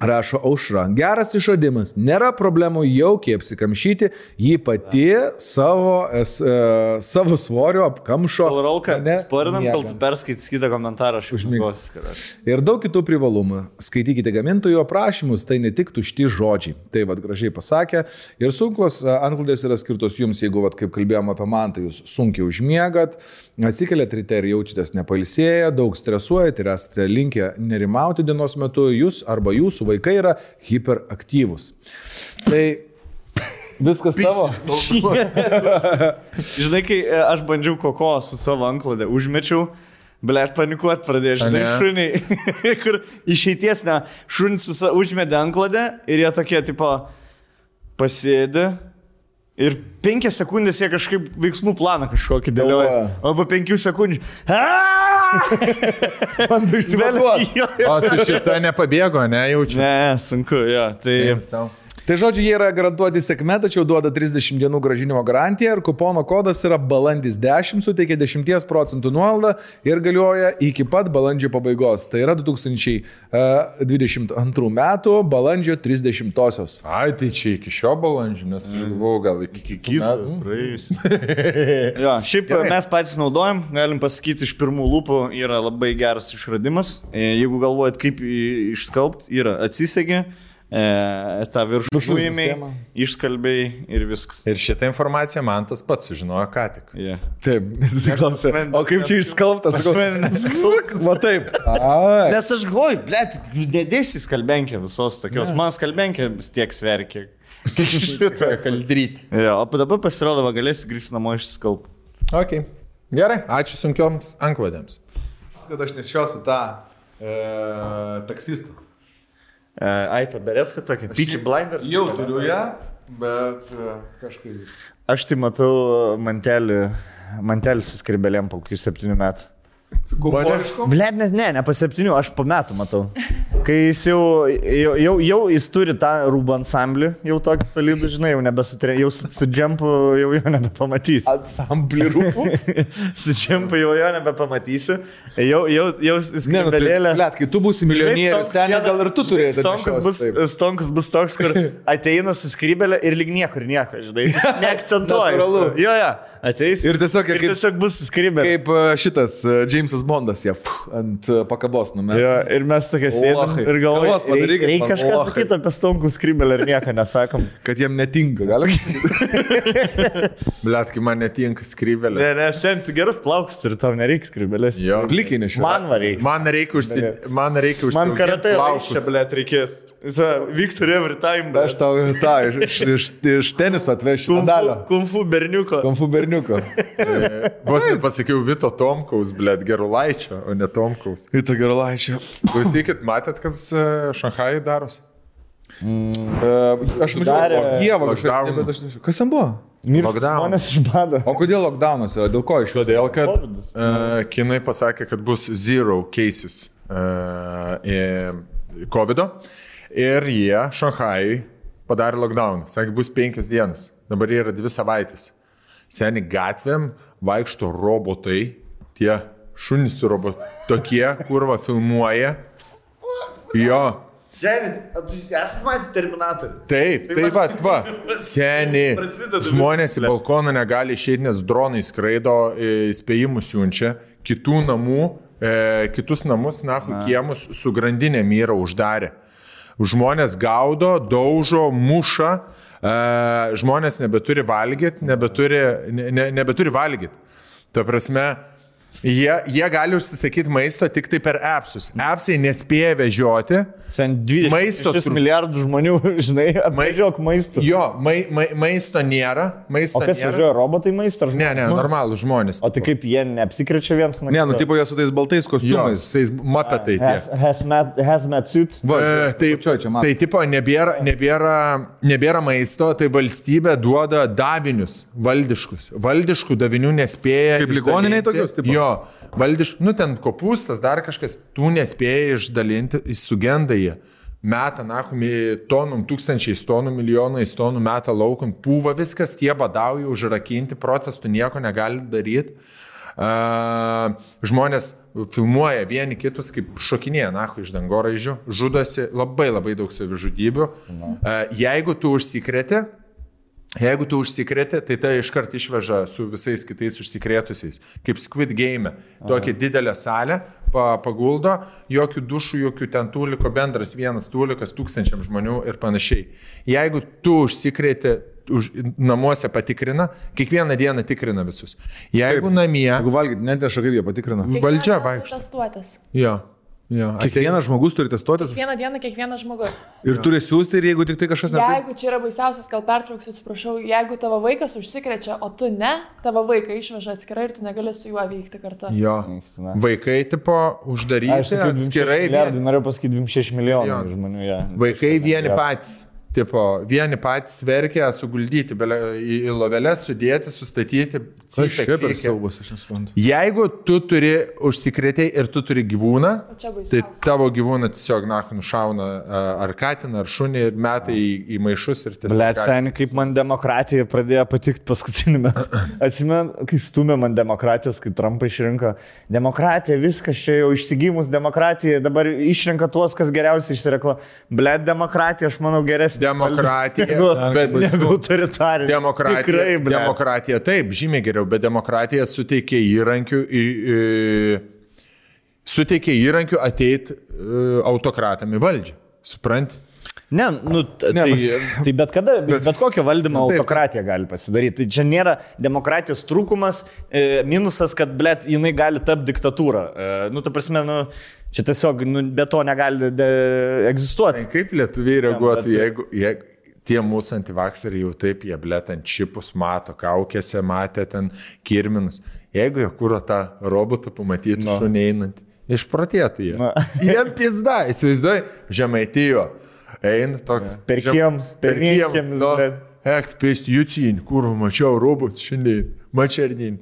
S5: Rašo aušra. Geras išradimas. Nėra problemų jaukiai apsikamšyti. Ji pati savo, es, e, savo svoriu apkamšo.
S1: Gal rolką,
S5: mane
S1: sparinam, kol tu
S5: miegant.
S1: perskaitys kitą komentarą, aš
S5: Užmigsiu.
S1: užmigsiu.
S5: Ir daug kitų privalumų. Skaitykite gamintojų aprašymus, tai ne tik tušti žodžiai. Tai vad gražiai pasakė. Ir sunklos e, antklodės yra skirtos jums, jeigu, vad kaip kalbėjome apie man, tai jūs sunkiai užmiegat, atsikeliat ryte ir jaučiatės nepalsėję, daug stresuojat ir esate linkę nerimauti dienos metu, jūs arba jūsų vaikai yra hiperaktyvūs. Tai viskas tavo.
S1: Žinai, kai e, aš bandžiau koko su savo anklodė, užmečiau. Blet, panikuot pradėjo, žinai,
S3: Ane?
S1: šuniai, kur išeities, ne, šunis visą užmedė anklodę ir jie tokie, tipo, pasėdi ir penkias sekundės jie kažkaip veiksmų planą kažkokį dėliojasi. Arba penkių sekundžių.
S5: Bandai išsivaduoti.
S1: Jo, jo.
S3: O su šita nepabėgo, ne, jaučiu.
S1: Ne, sunku, jo. Tai
S3: Sau.
S5: Tai žodžiu, jie yra garantuoti sėkme, tačiau duoda 30 dienų gražinimo garantiją ir kupono kodas yra balandis 10, suteikia 10 procentų nuolaidą ir galioja iki pat balandžio pabaigos. Tai yra 2022 metų balandžio 30-osios.
S3: Ai, tai čia iki šio balandžio, nes aš galvojau, gal iki, iki kito.
S1: nu. Praėjusi. jo, šiaip Gerai. mes patys naudojam, galim pasakyti iš pirmų lūpų, yra labai geras išradimas. E, Jeigu galvojat, kaip jį išskalbt, yra atsisegi, e, tą viršų
S5: nusėma.
S1: įmėjai, išskalbėjai ir viskas.
S3: Ir šitą informaciją man tas pats sužinojo ką tik.
S1: Yeah.
S5: Taip, nes jis klausė.
S1: suprantu,
S5: O kaip čia
S1: nes-
S5: išskalbtas?
S1: Aš
S5: Sakau, Va taip. Ai.
S1: Nes aš galvoju, blėt, nedėsi skalbenkė visos tokios, man skalbenkė tiek sverkia.
S3: Kaldryt.
S1: Jo, o dabar pasirodo, va, galėsi grįžti namo išskalbti.
S3: Ok. Gerai, ačiū sunkioms anklodėms.
S5: Kad aš nešiosiu tą e, taksistą. Uh,
S1: Aita, beret, kad tokia. Peaky blinders.
S5: Jau turiu ją, bet e, kažkaip.
S1: Aš tai matau mantelį, mantelį su skribelėm po kokių septynių metų.
S2: Kumoriško?
S1: Blet, nes ne, ne po septynių, aš po metų matau. Kai jis jau, jau, jau, jau jis turi tą rūbų ansamblį, jau tokį solidų, žinai, jau nebesutri, jau su, su džempu jau jo nebepamatysi.
S5: Ansamblį rūpų.
S1: su džempu jau jo nebepamatysi. Jau, jau, jau
S5: Ne, nu, tai,
S1: skribelėlė.
S5: blet, kai tu būsi milijonierius,
S1: Žinai, stonks
S5: ten
S1: vieną-
S5: gal ir tu turėsi.
S1: Stonkas bus, stonkas bus toks, kur ateina su skrybelė ir lyg niekur nieko, žinai. Neakcentuoja.
S5: Natūralu.
S1: Jo, jo, ateis.
S5: Ir tiesiog
S1: ir
S5: kaip-
S1: tiesiog bus su skrybelė.
S5: Kaip e, šitas e, Džeimsas Bondas, jie pf, ant e, pakabos numetė.
S1: Jo, ir mes tokia sėdam
S5: Lochai.
S1: ir
S5: Kavos
S1: galvojam,
S5: padarykit
S1: reikia reik
S5: man,
S1: kažką
S5: lochai.
S1: sakyti apie stonkų skrybelę ir nieko nesakom.
S5: Kad jiem netinka, gal.
S3: Blet, kai man netinka skrybelė.
S1: Ne, ne, semti gerus plaukus ir tau nereikia skrybelės.
S3: Jo.
S5: Blikiai nešiau.
S1: Man va reikia.
S3: Man reikia užsidėti. Man reikia užsidėti.
S1: Man karatė laukia, blėt, reikės. Viktor every time.
S5: Aš tau tą iš, iš, iš, iš teniso atvešiu medalio.
S1: Kumfu berniuko.
S5: Konfu berniuko.
S3: Vos nepasakiau Vito Tomkaus, blėt, gerulaičio, o ne Tomkaus.
S5: Vito Gerolaičio.
S3: Klausykit, matėt, kas Šanhajai darosi?
S5: E, Aš
S1: Darė
S5: mačiau, Dievo
S3: lockdown.
S5: kažkaip. bet aš nežinau. Kas ten buvo?
S3: Lockdown.
S1: Manęs išbado.
S5: O kodėl lockdownas yra? Dėl ko iš viso?
S3: Todėl, kad
S1: Kovidas.
S3: e, kinai pasakė, kad bus zero cases uh, COVID-o ir jie Šanhajai padarė lockdown. Sakė, bus penkias dienas, dabar yra dvi savaitės. Seni gatvėm vaikšto robotai, tie šunys su robotai, tokie, kurva filmuoja. Jo,
S1: Senis, esate matę Terminatorių?
S3: Taip, tai va, va, seniai.
S1: Prasideda viskas,
S3: Žmonės į
S1: ble.
S3: balkoną negali išeiti, nes dronai skraido, e, įspėjimus siunčia, kitų namų, e, kitus namus, na, kiemus su grandinėm yra uždarę. Žmonės gaudo, daužo, muša, e, žmonės nebeturi valgyti, nebeturi, ne- ne, nebeturi valgyti. Ta prasme, jie, jie gali užsisakyti maisto tik tai per appsus. Appsai nespėja vežioti,
S1: Sen 20
S3: Maisto
S1: šešis
S3: trūk-
S1: milijardų žmonių, žinai, apvažiuok maistu.
S3: Jo, mai, mai, maisto nėra. Maisto
S1: O kas
S3: nėra.
S1: važiuoja, robotai maistą?
S3: Ne, ne, normalų žmonės.
S1: O tai kaip jie neapsikrečia vienas nuo
S5: Ne, nu, tipo, jie su tais baltais
S3: Jo,
S5: kostiumais.
S3: tais mapetai.
S1: Has, has, met, has met suit.
S5: Va,
S3: E,
S5: žiūrėk,
S3: tai,
S5: apačioj čia matom.
S3: tai tipo, nebėra, nebėra, nebėra maisto, tai valstybė duoda davinius valdiškus. Valdiškų davinių nespėja.
S5: Kaip
S3: išdalinti.
S5: ligoninėj tokius, tipo?
S3: Jo, valdiškų, nu ten kopūstas, dar kažkas, tu nespėjai išdalinti, jis sugenda jie. Metą, nahumi, tonum, tūkstančiais tonų, milijonais tonų metą laukum, pūva viskas, tie badauja užrakinti, protestų nieko negali daryti. A, žmonės filmuoja vieni kitus, kaip šokinėja, nahu, iš dangoraižių, žudosi labai labai daug savižudybių. A, Jeigu tu užsikrėti, Jeigu tu užsikrėti, tai tai iškart išveža su visais kitais užsikrėtusiais. Kaip Squid Game. Tokia didelė salė pa, paguldo, jokių dušų, jokių ten tūliko, bendras vienas tūlikas tūkstančiam žmonių ir panašiai. Jeigu tu užsikrėti, už, namuose patikrina, kiekvieną dieną tikrina visus. Jeigu Taip. namie...
S5: Jeigu valgyti, net neša kaip jie patikrina.
S3: Valdžia
S4: Kiekvieną dieną
S3: vaikšto.
S4: Testuotis.
S3: Jo. jo.
S5: Kiekvienas žmogus turi testuotis
S4: Vieną dieną kiekvienas žmogus.
S5: ir turi siūsti ir jeigu tik tai kažkas ne taip.
S4: Jeigu čia yra baisiausias, gal pertrauksiu, atsiprašau, jeigu tavo vaikas užsikrečia, o tu ne, tavo vaiką išveža atskirai ir tu negali su juo vykti kartu.
S3: Jo.
S1: Ankština.
S3: Vaikai tipo uždaryti atskirai. vien-
S1: Milijardai, norėjau pasakyti 26 milijonų
S3: Jo.
S1: žmonių. Ja.
S3: Vaikai vieni
S1: Jo.
S3: patys. Tipo, vieni patys verkia, suguldyti bele- į, į loveles, sudėti, sustatyti.
S5: Aš
S3: cypia,
S5: čia per
S3: klykia.
S5: siaubus, aš nesuprantu.
S3: Jeigu tu turi užsikrėtėjai ir tu turi gyvūną,
S4: O čia
S3: tai
S4: baisiausia.
S3: tavo gyvūną tiesiog nahu nušauna a, ar katiną, ar šunį ir metai į, į maišus ir tiesiog.
S1: Blet,
S3: gali-
S1: seniai, kaip man demokratija pradėjo patikti paskutinį metą. Atsimenu, kai stumė man demokratijos, kai Trumpą išrinko. Demokratija, viskas čia jau išsigimus demokratija, dabar išrinka tuos, kas geriausiai išsirekla. Blet, demokratija, aš manau, geresnė.
S3: Demokratija, bet-
S1: bet negu autoritarinė.
S3: Demokratija.
S1: Tikrai, blet.
S3: demokratija, taip, žymiai geriau, bet demokratija suteikia įrankių, į, į, suteikia įrankių e, ateiti autokratam į valdžią. Suprant?
S1: Ne, nu, t-
S5: Ne,
S1: tai,
S5: bet-
S1: tai bet kada, bet, bet kokio valdymo
S3: taip.
S1: autokratija gali pasidaryti. Tai čia nėra demokratijos trūkumas, e, minusas, kad, blėt, jinai gali tapti diktatūra. E, nu, ta prasme, nu, čia tiesiog nu, be to negali de, egzistuoti.
S3: Kaip lietuviai reaguotų,
S1: bet-
S3: jeigu, jeigu tie mūsų antivakseriai jau taip, jie blėt ant čipus mato, kaukėse matė ten kirminus. Jeigu jie kūro tą robotą pamatytų no. šunį einant, išprotėtų jie. No. Jiem pizda, įsivaizduoji, žemaitijo. Eina toks.
S1: Per
S3: žem-
S1: kiems, per niekiams,
S3: nu,
S1: bet-
S3: ekt, pėst Jucijin, kur mačiau robotus šiandien, mačerdin.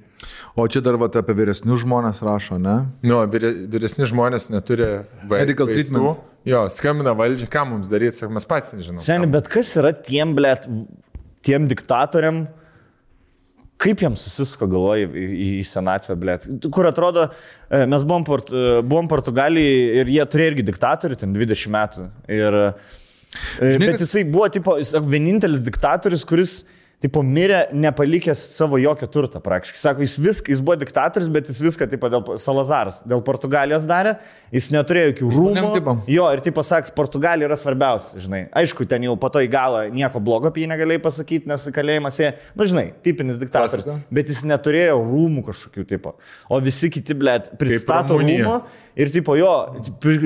S2: O čia dar vat, apie vyresnius žmonės rašo, ne?
S3: Nu, vyre, vyresni žmonės neturi vai-
S2: Medical
S3: vaistų.
S2: treatment.
S3: Jo, skambina valdžia, ką mums daryti, sakom, mes patys nežinom.
S1: Seni, bet kas yra tiem, blėt, tiem diktatoriam, kaip jiems susisko galvoji į, į, į senatvę, blėt. Kur atrodo, e, mes buvom, port, e, buvom Portugalijai ir jie turėjo irgi diktatorių, ten 20 metų. Ir, Žinai, bet
S2: kas-
S1: jisai buvo, tipo, jis sako, vienintelis diktatorius, kuris Tipo, mirė nepalikęs savo jokio turto praktiškai. Sako, jis viską, jis buvo diktatorius, bet jis viską, tipo, dėl Salazaras, dėl Portugalijos darė, jis neturėjo jokių
S2: Žmonėm
S1: rūmų.
S2: tipam.
S1: Jo, ir tai pasakys, Portugalija yra svarbiausia, žinai. Aišku, ten jau po to į galą nieko blogo apie jį negalėjai pasakyti, nes kalėjimas jie, na nu, žinai, tipinis diktatorius.
S3: Klasika.
S1: Bet jis neturėjo rūmų kažkokių tipo. O visi kiti, blėt, pristato
S3: Rumunija.
S1: rūmų ir tipo jo,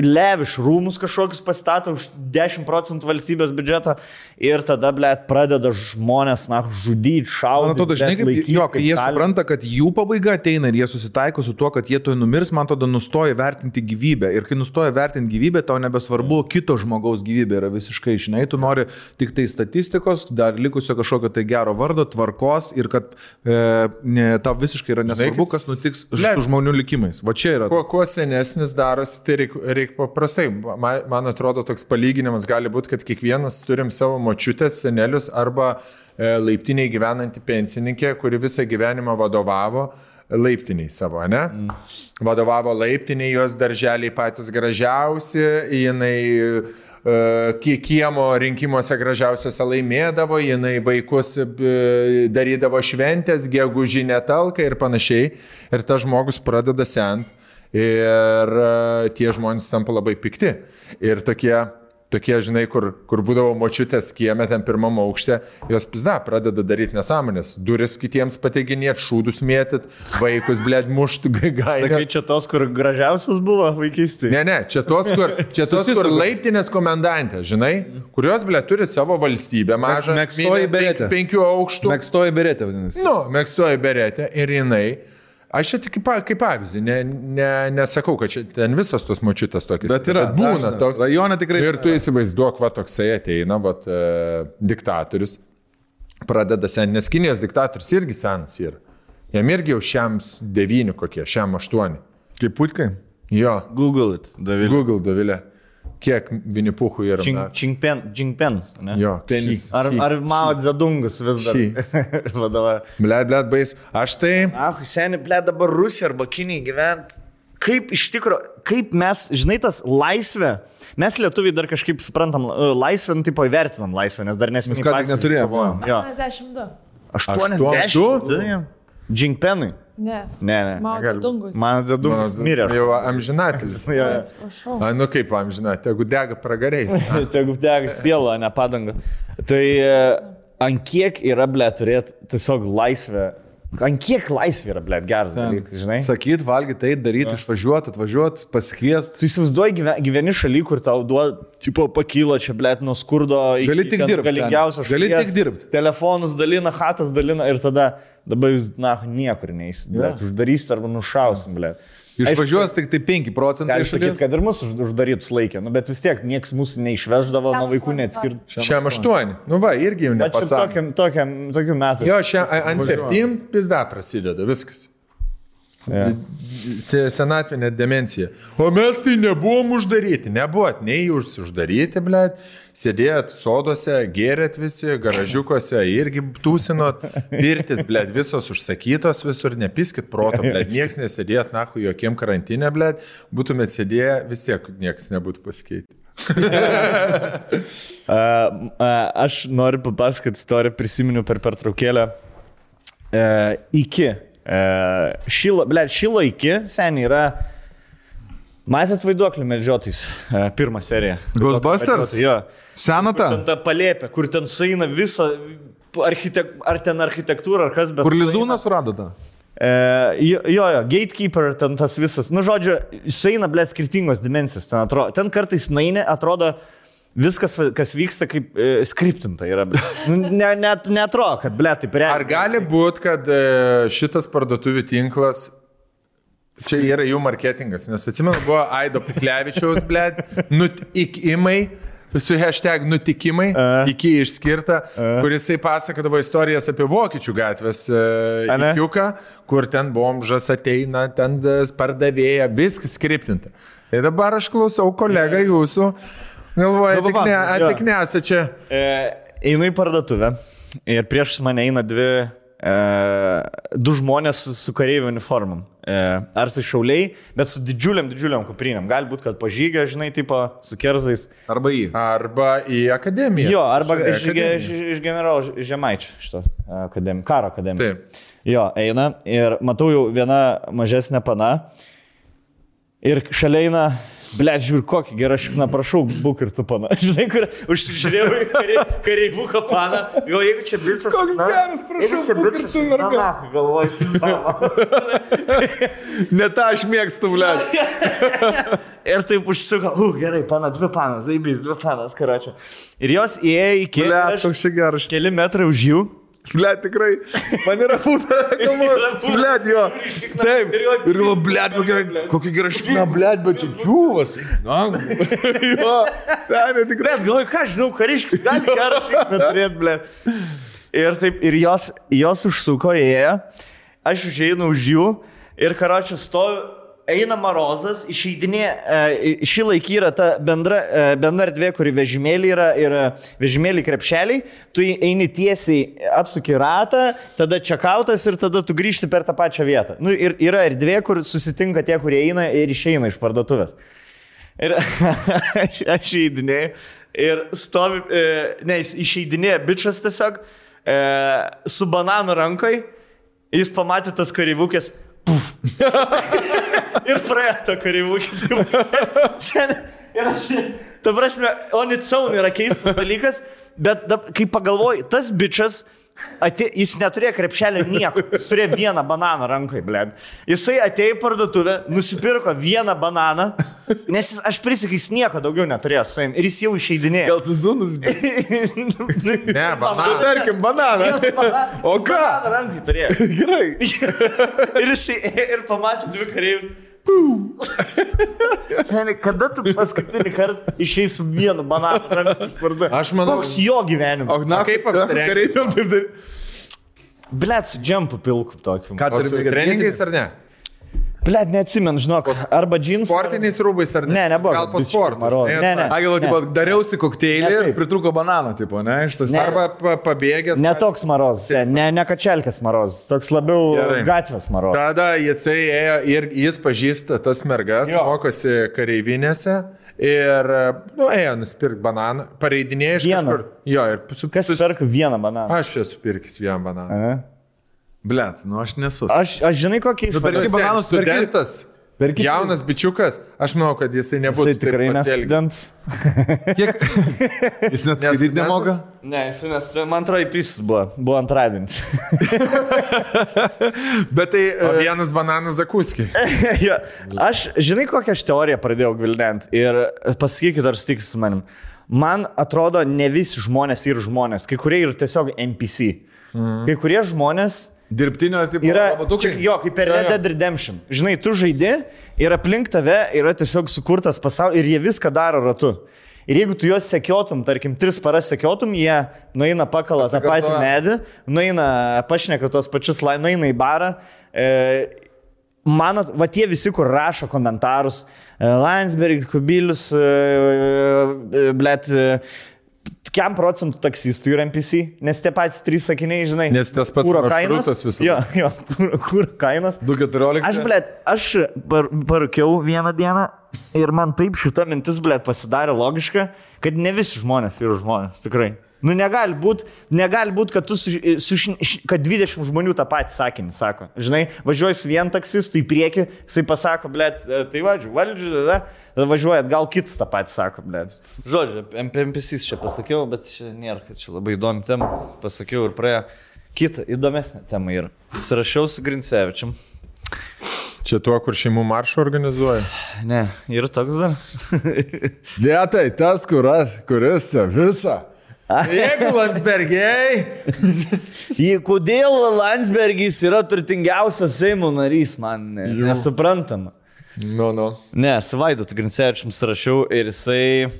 S1: leviš rūmus kažkokius pastato už 10 procentų valstybės biudžeto ir tada, blėt, pradeda žmonės, na, žudyti, šaudyti.
S2: Man atrodo, žinai, kaip,
S1: laikyt
S2: jo, kai jie
S1: kalinius.
S2: supranta, kad jų pabaiga ateina ir jie susitaiko su tuo, kad jie toj numirs, man atrodo, nustoja vertinti gyvybę. Ir kai nustoja vertinti gyvybę, tau nebesvarbu, kito žmogaus gyvybė yra visiškai, žinai, tu nori tik tai statistikos, dar likusio kažkokio tai gero vardo, tvarkos ir kad e, ne, tau visiškai yra nesvarbu,
S3: kaip
S2: kas nutiks
S3: le-
S2: su žmonių likimais. Va čia yra.
S3: Kuo,
S2: tas.
S3: kuo senesnis darosi, tai reikia reik paprastai. Man, man atrodo, toks palyginimas gali būti, kad kiekvienas turim savo močiutės, senelius arba e, laiptiniai gyvenanti pensininkė, kuri visą gyvenimą vadovavo laiptiniai savo, ne? Mm. Vadovavo laiptiniai, jos darželiai patys gražiausi, jinai e, kie- kiemo rinkimuose gražiausiose laimėdavo, jinai vaikus e, darydavo šventės, gegužinę talką ir panašiai. Ir tas žmogus pradeda sent. Ir e, tie žmonės tampa labai pikti. Ir tokie, tokie žinai, kur, kur būdavo močiutės kieme, ten pirmam aukšte, jos pizda pradeda daryti nesąmonės. Duris kitiems pateiginėti, šūdus mėtyt, vaikus blėd mušt,
S1: Sakai,
S3: gaidai.
S1: čia tos, kur gražiausias buvo vaikystėje.
S3: Ne, ne, čia tos, kur, čia tos, kur laiptinės komendantė, žinai, kurios, blė, turi savo valstybę mažą.
S2: megztoji
S3: mini-
S2: beretė.
S3: Penkių aukštų.
S2: Mėgstoji berėti, vadinasi.
S3: Nu, mėgstoji beretė ir jinai. Aš čia tik kaip pa- kaip pavyzdį, ne, ne, nesakau, kad čia ten visas tos mačiutas tokias.
S2: Bet yra,
S3: būna
S2: dažna.
S3: toks.
S2: Rajone tikrai
S3: Ir tu įsivaizduok, va toksai ateina, va, e, diktatorius, pradeda sen, nes Kinijos diktatorius irgi senas yra. Jam irgi jau šiam devyni kokie, šiam aštuoni.
S2: Kaip putkai?
S3: Jo,
S1: Google it, David.
S3: Google dovilė, kiek vinipuchų yra. na,
S1: Čingpen, Čingpen, ne?
S3: Jo, šis-
S1: Ar,
S3: šį-
S1: ar Mao Zedungus vis dar vadovauja?
S3: Ble, ble, bais. Aš tai...
S1: Ah, seniai, ble, dabar Rusija arba Kinija gyvent. Kaip iš tikrųjų, kaip mes, žinai, tas laisvė, mes lietuviai dar kažkaip suprantam, e, laisvę, nu, tipo įvertinam laisvę, nes dar nesame.
S2: Mes ką tik neturėjome.
S1: Jo,
S4: 82.
S1: 82. Tai jam. Džingpenui.
S4: Ne.
S1: Ne, ne.
S4: Mao
S1: negali.
S4: Dzedungui.
S1: Mano Zedungas mirė.
S3: Jau amžinatelis.
S1: Jo, jo.
S4: Prašau.
S3: A, nu kaip amžina, tegu dega pragariais.
S1: Tegu dega siela, ne padanga. Tai ant kiek yra, ble, turėti tiesiog laisvę. Ant kiek laisvė yra, ble, geras dalykas, žinai?
S2: Sakyt, valgyti, tai daryti, išvažiuoti, atvažiuoti, pasikviesti.
S1: Tu įsivaizduoji, gyve- gyveni šaly, kur tau duoda, tipo, pakyla čia, blėt, nuo skurdo iki
S2: Gali tik
S1: ten
S2: dirbt, seni.
S1: galingiausios
S2: Gali
S1: šalies.
S2: tik dirbt.
S1: Telefonus dalina, hatas dalina ir tada dabar jūs, na, niekur neįsit, blėt, uždarysit arba nušausim, blėt.
S2: Išvažiuos tik tai 5 procentai.
S1: Aš sakyt, kad ir mus už- uždarytus laikė, nu, bet vis tiek niekas mūsų neišveždavo, nuo vaikų
S4: Šiam
S1: neatskirt.
S3: Šiam aštuoni. Nu va, irgi jau ne
S1: Bet čia
S3: pats. amžius.
S1: tokiam, tokiam, tokiu metu.
S3: Jo, šiam a- ant septym pizda prasideda, viskas.
S1: Jo.
S3: Se- Senatvinė demencija. O mes tai nebuvom uždaryti, nebuvot nei jūs uždaryti, blėt, sėdėjot soduose, gerėt visi, garažiukuose irgi tūsinot, pirtis, blėt, visos užsakytos visur, nepiskit proto, blėt, nieks nesėdėjot, nahu, jokiem karantinė, blėt, būtumėt sėdėję, vis tiek nieks nebūtų pasikeitę.
S1: A, a, aš noriu papasakoti istoriją, prisiminiau per pertraukėlę. E, iki. E, šilo, ble, šilo iki, seniai yra. Matėt vaiduoklių medžiotojus? E, pirmą seriją.
S2: Ghostbusters?
S1: Medžiotojai, Jo.
S2: Senata,
S1: Ten ta palėpė, kur ten suina visa. Architek, ar ten architektūra, ar kas bet.
S2: kur
S1: sueina.
S2: Lizūną suradote?
S1: E, jo, jo, jo, gatekeeper, ten tas visas. Nu, žodžiu, sueina, blėt, skirtingos dimensijos. Ten, atrodo, ten kartais nainė atrodo viskas, va- kas vyksta, kaip e, skriptinta yra. blet. Nu, ne, net netrodo, kad, blėt, taip
S3: Ar
S1: realiai.
S3: gali būti, kad e, šitas parduotuvių tinklas čia yra jų marketingas? Nes atsimenu, buvo Aido Piklevičiaus, blėt, nutikimai. su hashtag nutikimai,
S1: A.
S3: iki išskirta, kur jisai pasakodavo istorijas apie Vokiečių gatvės
S1: Ane?
S3: įpiuką, kur ten bomžas ateina, ten e, pardavėja, viskas skriptinta. Tai dabar aš klausau kolegą jūsų, galvoju,
S1: Nu,
S3: tik, ne,
S1: papasakok,
S3: a,
S1: jo.
S3: tik nesate čia.
S1: E, einu į parduotuvę ir prieš mane eina dvi, e, du žmonės su, su kareivių uniformom. E, ar tai šauliai, bet su didžiuliam, didžiuliam kuprinėm. Galbūt, kad pažygę, žinai, tipo, su kerzais.
S2: Arba jį.
S3: Arba į akademiją.
S1: Jo, arba
S3: Šalia
S1: iš, iš, iš generolo Ž- Žemaičio, šitos akademi, karo akademijos.
S3: Taip.
S1: Jo, eina ir matau jau viena mažesnė pana. Ir šalia eina, ble, žiūri, kokį gerą šikną, prašau, būk ir tu pana. Žinai, kur užsižiūrėjau į karei- kareivuką pana. Jo, jeigu čia bičias.
S5: Koks geras, prašau, būk ir tu, mergaitė.
S1: Galvoju,
S2: Ne tą aš mėgstu, ble.
S1: ir taip užsisuko, u, gerai, pana, dvi panas, zaibys, dvi panas, karočią. Ir jos įėjo iki...
S2: Ble, toks čia geras.
S1: Keli metrai už jų.
S2: Ble, tikrai. Man yra būna, galvoju. Ble, jo. Taip. Ir galvoju, ble, kokia, kokia gera šikna, ble, bet čia džiūvas. Jo, seniai tikrai.
S1: Bet galvoju, ką aš žinau, kariškis gali gerą šikną turėti, ble. Ir taip, ir jos, jos užsuko įėję, aš užėjau už jų ir karočią stoviu, eina Marozas, išeidinė, e, šį laikį yra ta bendra, e, bendra erdvė, kuri vežimėlį yra ir e, vežimėlį krepšeliai, tu į- eini tiesiai, apsuki ratą, tada čekautas ir tada tu grįžti per tą pačią vietą. Nu, ir yra erdvė, kur susitinka tie, kurie eina ir išeina iš parduotuvės. Ir aš aš įeidinėjau ir stovi, e, ne, jis išeidinėja bičias tiesiog e, su bananu rankai, jis pamatė tas kareivukės. puf. ir praėjo tai tą kareivukį. Sen- ir aš, ta prasme, on its own yra keistas dalykas, bet dab, kai pagalvoji, tas bičias Atė, jis neturėjo krepšelio nieko, jis turėjo vieną bananą rankai, bled. Jisai atėjo į parduotuvę, nusipirko vieną bananą, nes jis, aš prisikai, jis nieko daugiau neturėjo su savimi ir jis jau išeidinėjo.
S2: Gal tu zunus, ble.
S3: Ne, bananas.
S2: Tarkim, bananą.
S1: O ką? Bananą rankai turėjo.
S2: Gerai.
S1: ir jis ir pamatė dvi kareivių. Seniai, kada tu paskutinį kartą išėjai su vienu bananu rankai iš parduotuvės?
S3: Aš manau,
S1: Koks jo gyvenimas?
S2: O na,
S3: kaip apsirengti?
S2: Kareiviam taip daryti.
S1: Blet, su džempu pilku tokiu.
S2: Ką
S3: o su
S2: turi
S3: treningais ar ne?
S1: Blet, neatsimenu, žinok, arba džinsų.
S3: Sportiniais rūbais ar ne?
S1: Ne, nebuvo.
S3: Gal po
S1: Biškį
S3: sporto.
S1: maro-
S3: žinai,
S1: Ne, ne. Ne.
S2: Agilo, tipo, dariausi kokteilį
S1: Ne
S2: ir
S1: taip.
S2: pritruko banano, tipo, ne, iš tas.
S1: Ne.
S3: Arba pa- pabėgęs.
S1: Ne toks marozas, sen, ne, ne kačelkės marozas, toks labiau Gerai.
S3: Gerai.
S1: gatvės marozas.
S3: Tada jisai ėjo ir jis pažįsta tas mergas, jo. mokosi kareivinėse ir, nu, ėjo nusipirkti bananą, pareidinėjo iš
S1: Vieną.
S3: kažkur. Jo, ir su,
S1: Kas perka vieną bananą?
S3: aš esu pirkęs vieną bananą.
S1: Ane?
S2: Blet, nu aš nesu.
S1: Aš, aš žinai, kokį
S5: Nu,
S2: perki
S1: išvadą.
S3: Vis tiek
S2: bananus, perki-
S3: studentas.
S1: perki-
S3: Jaunas bičiukas, aš manau, kad jisai nebūtų.
S1: Jisai tikrai
S3: nesielgęs.
S1: nestudentas.
S2: Kiek... Jis net
S3: Nes
S2: skaityti nemoka.
S1: Ne, jisai nes, man atrodo, įpris buvo, buvo antradienis.
S2: Bet tai...
S3: O vienas bananas zakuskiai.
S1: jo, aš, žinai, kokią aš teoriją pradėjau gvildent ir pasakykit, ar stiksit su manim. Man atrodo, ne visi žmonės yra žmonės, kai kurie yra tiesiog NPC. Mm. Kai kurie žmonės
S2: Dirbtinio tipo...
S1: yra...
S2: robotukai.
S1: Čia, jo, kaip per Red Dead Redemption. Žinai, tu žaidi ir aplink tave yra tiesiog sukurtas pasaulis ir jie viską daro ratu. Ir jeigu tu juos sekiotum, tarkim, tris paras sekiotum, jie nueina pakalą tą patį medį, nueina pašneka tuos pačius lai, nueina į barą. E, Man, at- va tie visi, kur rašo komentarus, e, Landsbergis, Kubilius, e, e, blėt, e, kiam procentų taksistų yra NPC, nes tie patys trys sakiniai, žinai,
S3: Nes tas pats
S1: kuro kainos.
S3: maršrutas visada.
S1: Jo, jo, kur, kur kainos.
S2: 2.14.
S1: Aš, blė, aš par, parūkiau vieną dieną ir man taip šita mintis, blė, pasidarė logiška, kad ne visi žmonės yra žmonės, tikrai. Nu, negali būti, negali būt, kad, tu su, su, šn- š- kad 20 žmonių tą patį sakinį sako. Žinai, važiuoji su vien taksistu į priekį, jisai pasako, blė, tai važiu, valdžiu, tada, tada važiuoji atgal kitas tą patį sako, blė. Žodžiu, MPMPSys čia pasakiau, bet čia nėra, kad čia labai įdomi tema. Pasakiau ir praėjo. Kita įdomesnė tema yra. Srašiau su Grinsevičiam.
S3: Čia tuo, kur šeimų maršą organizuoja.
S1: Ne, yra toks dar.
S5: Lietai, tas, kuras, kuris te visą.
S2: Jeigu Landsbergiai.
S1: Į kodėl Landsbergis yra turtingiausias Seimo narys, man ne- nesuprantama.
S3: Nu, nu.
S1: Ne, su Vaidotu Grinsevičiam surašiau ir jisai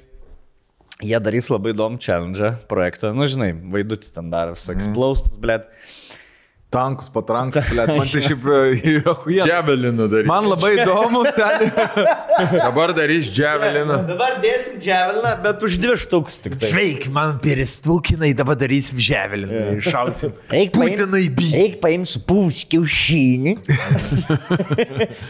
S1: Jie darys labai įdomų challenge projektą, nu žinai, vaidutis ten dar visokius mm. plaustus, blėt.
S2: Tankus, patrankus, blėt, man tai šiaip e, jo chuja.
S3: Dževelinų daryti.
S2: Man labai įdomu, seniai.
S3: Dabar darys dževeliną.
S1: Dabar dėsim džiavelną, bet už dvi štukus tik tai.
S8: Sveiki, man peristūkinai, dabar darysim ževelinį. Yeah. Išausim.
S1: Eik
S8: Putinai bi.
S1: Eik paimsiu pūs kiaušinį.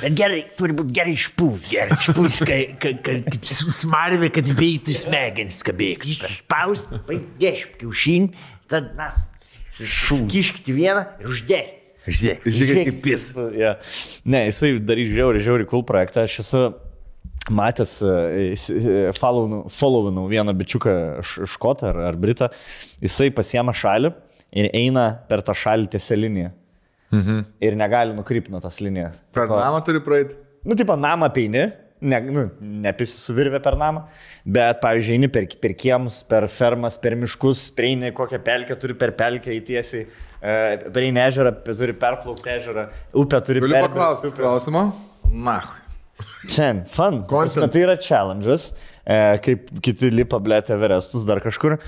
S8: Bet gerai, turi būti gerai išpūs. Gerai išpūs, kad, kad, kad smarvė, kad veiktų smegenis, kad bėgtų.
S1: Spaust, paimdėš kiaušinį, tad, na, šūkiškit vieną ir uždėk. Žiūrėk,
S2: Žiūrėk, kaip jis.
S1: Ja. Ne, jisai darys žiauri, žiauri cool projektą. Aš esu matęs, e, jis- e, followinau- followinau vieną bičiuką š- škotą ar, ar britą. Jisai pasiema šalį ir eina per tą šalį tiesią liniją. Mhm. Ir negali nukrypti nuo tos linijos.
S2: Per namą turi praeiti.
S1: Nu, tipo, namą peini, ne, nu, nepisivirvė per namą, bet, pavyzdžiui, eini per, per kiemus, per fermas, per miškus, prieini kokią pelkę, turi per pelkę įtiesiai, e, prieini ežerą, pe- turi perplaukti ežerą, upę turi
S2: Galiu
S1: perbrist
S2: paklausti
S1: upę.
S2: klausimo? Na.
S1: Šiandien, fun. Ta prasme,
S3: Content.
S1: Tai yra challenge'as, e, kaip kiti lipa blėti Everestus dar kažkur. E,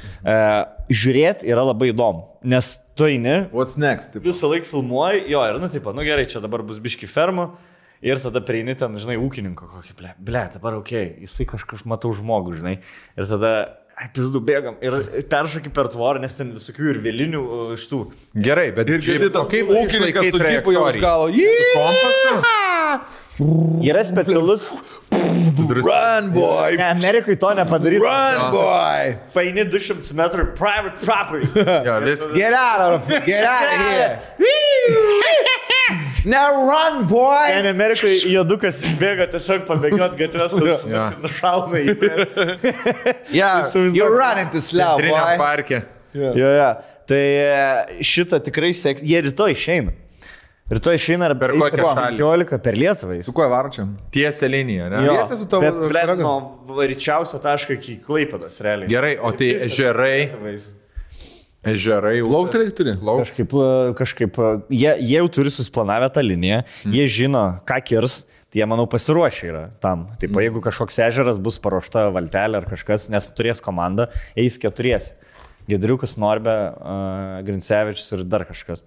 S1: žiūrėti yra labai įdomu, nes tu eini,
S2: What's next? Taip.
S1: visą laiką filmuoji, jo, ir nu, tipo, nu gerai, čia dabar bus biški fermo. Ir tada prieini ten, žinai, ūkininko kokį, ble, ble dabar ok, jisai kažkaip matau žmogų, žinai. Ir tada, ai, pizdu, bėgam. Ir peršoki per tvorą, nes ten visokių ir vėlinių e, iš tų.
S3: Gerai, bet
S2: Ir girdi
S3: šiaip, o
S2: tas
S3: kaip ūkininkas
S2: su džipu jau už galo. Jį!
S3: Kompasą?
S1: Yra specialus.
S2: Run, boy!
S1: Ne, Amerikai to nepadarytų.
S2: Run, boy!
S1: Paini 200 metrų private property.
S3: Jo, viskas.
S5: Get out of here. Get out of here. Now run, boy.
S1: Ten Amerikai jodukas bėga tiesiog pabėgiot gatvės,
S3: Jo.
S1: nušauna į jį.
S5: Yeah,
S1: Įsivaizduok.
S5: you're running to slow,
S3: Triniam
S5: boy.
S3: parke.
S1: Jo, jo. Tai e, šitą tikrai seks. Jie rytoj išeina. Rytoj išeina arba
S3: Per kokią šalį?
S1: 15 per Lietuvą. Jis.
S2: Su kuo varčiam?
S3: Tiesia linija, ne?
S2: Tiesi su tavo
S1: bet, blėt,
S2: kolega?
S1: nuo ryčiausio taško iki Klaipadas, realiai.
S3: Gerai, o tai
S1: Visas
S3: ežerai,
S1: Lietuvais.
S3: ežerai,
S2: Plaukti reikia turi.
S3: Plauks.
S1: Kažkaip, e, kažkaip e, jie, jie jau turi susplanavę tą liniją, mm. jie žino, ką kirs, tai jie, manau, pasiruošę yra tam. Taip, mm. jeigu kažkoks ežeras bus paruošta valtelė ar kažkas, nes turės komandą, eis keturiesi. Gedriukas, Norbė, uh, Grinsevičius ir dar kažkas.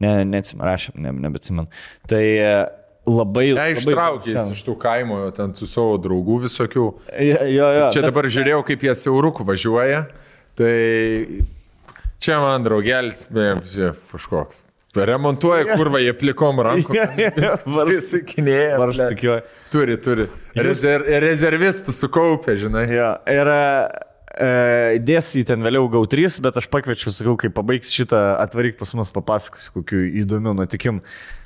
S1: Ne, neatsimrašėm, ne, nebeatsimenu. Tai e, labai...
S3: Ne,
S1: labai-
S3: ištraukė jis iš tų kaimo, jo, ten su savo draugų visokių.
S1: Jo, jo, jo,
S3: Čia
S1: bet-
S3: dabar žiūrėjau, kaip jie siaurukų važiuoja. Tai čia man draugelis, be- čia kažkoks. Remontuoja kurvą, jie plikom rankom.
S1: Varštas
S3: Sakinėja.
S1: tikiuoju.
S3: Turi, turi. Rezer, rezervistų sukaupė, žinai.
S1: Jo, ir e, dės į ten vėliau gau 3, bet aš pakviečiu, sakau, kai pabaigs šitą, atvaryk pas mus, papasakosiu kokių įdomių nutikimų.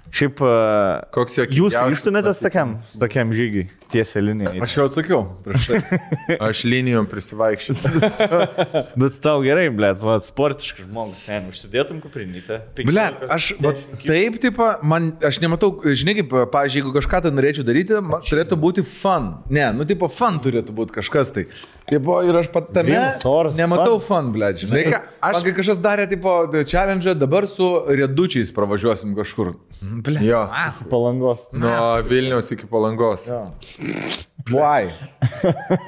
S1: Šiaip, e,
S3: Koks
S1: jūs
S3: juokingiausias
S1: ryštumėtės tokiam, tokiam žygiui, tiesia linijai.
S2: Aš jau atsakiau. Prieš tai.
S3: Aš linijom prisivaikščiau.
S1: Bet tau gerai, blėt, va, sportiškas žmogus, sen, užsidėtum kuprinytę.
S5: Blet, aš va, taip, tipo, man, aš nematau, žinai, kaip, pavyzdžiui, jeigu kažką tai norėčiau daryti, man, turėtų būti fun. Ne, nu, tipo, fun turėtų būti kažkas tai. Tipo, ir aš pat tame
S1: Vilnius oras,
S5: nematau fun, blėt, žinai.
S3: Žinai
S5: Ką,
S3: ką,
S5: aš... Man, kai kažkas darė, tipo, challenge, dabar su riedučiais pravažiuosim kažkur. Mm, Blet.
S3: Jo.
S1: palangos.
S5: Nu.
S3: Nuo Vilniaus iki Palangos.
S5: Why?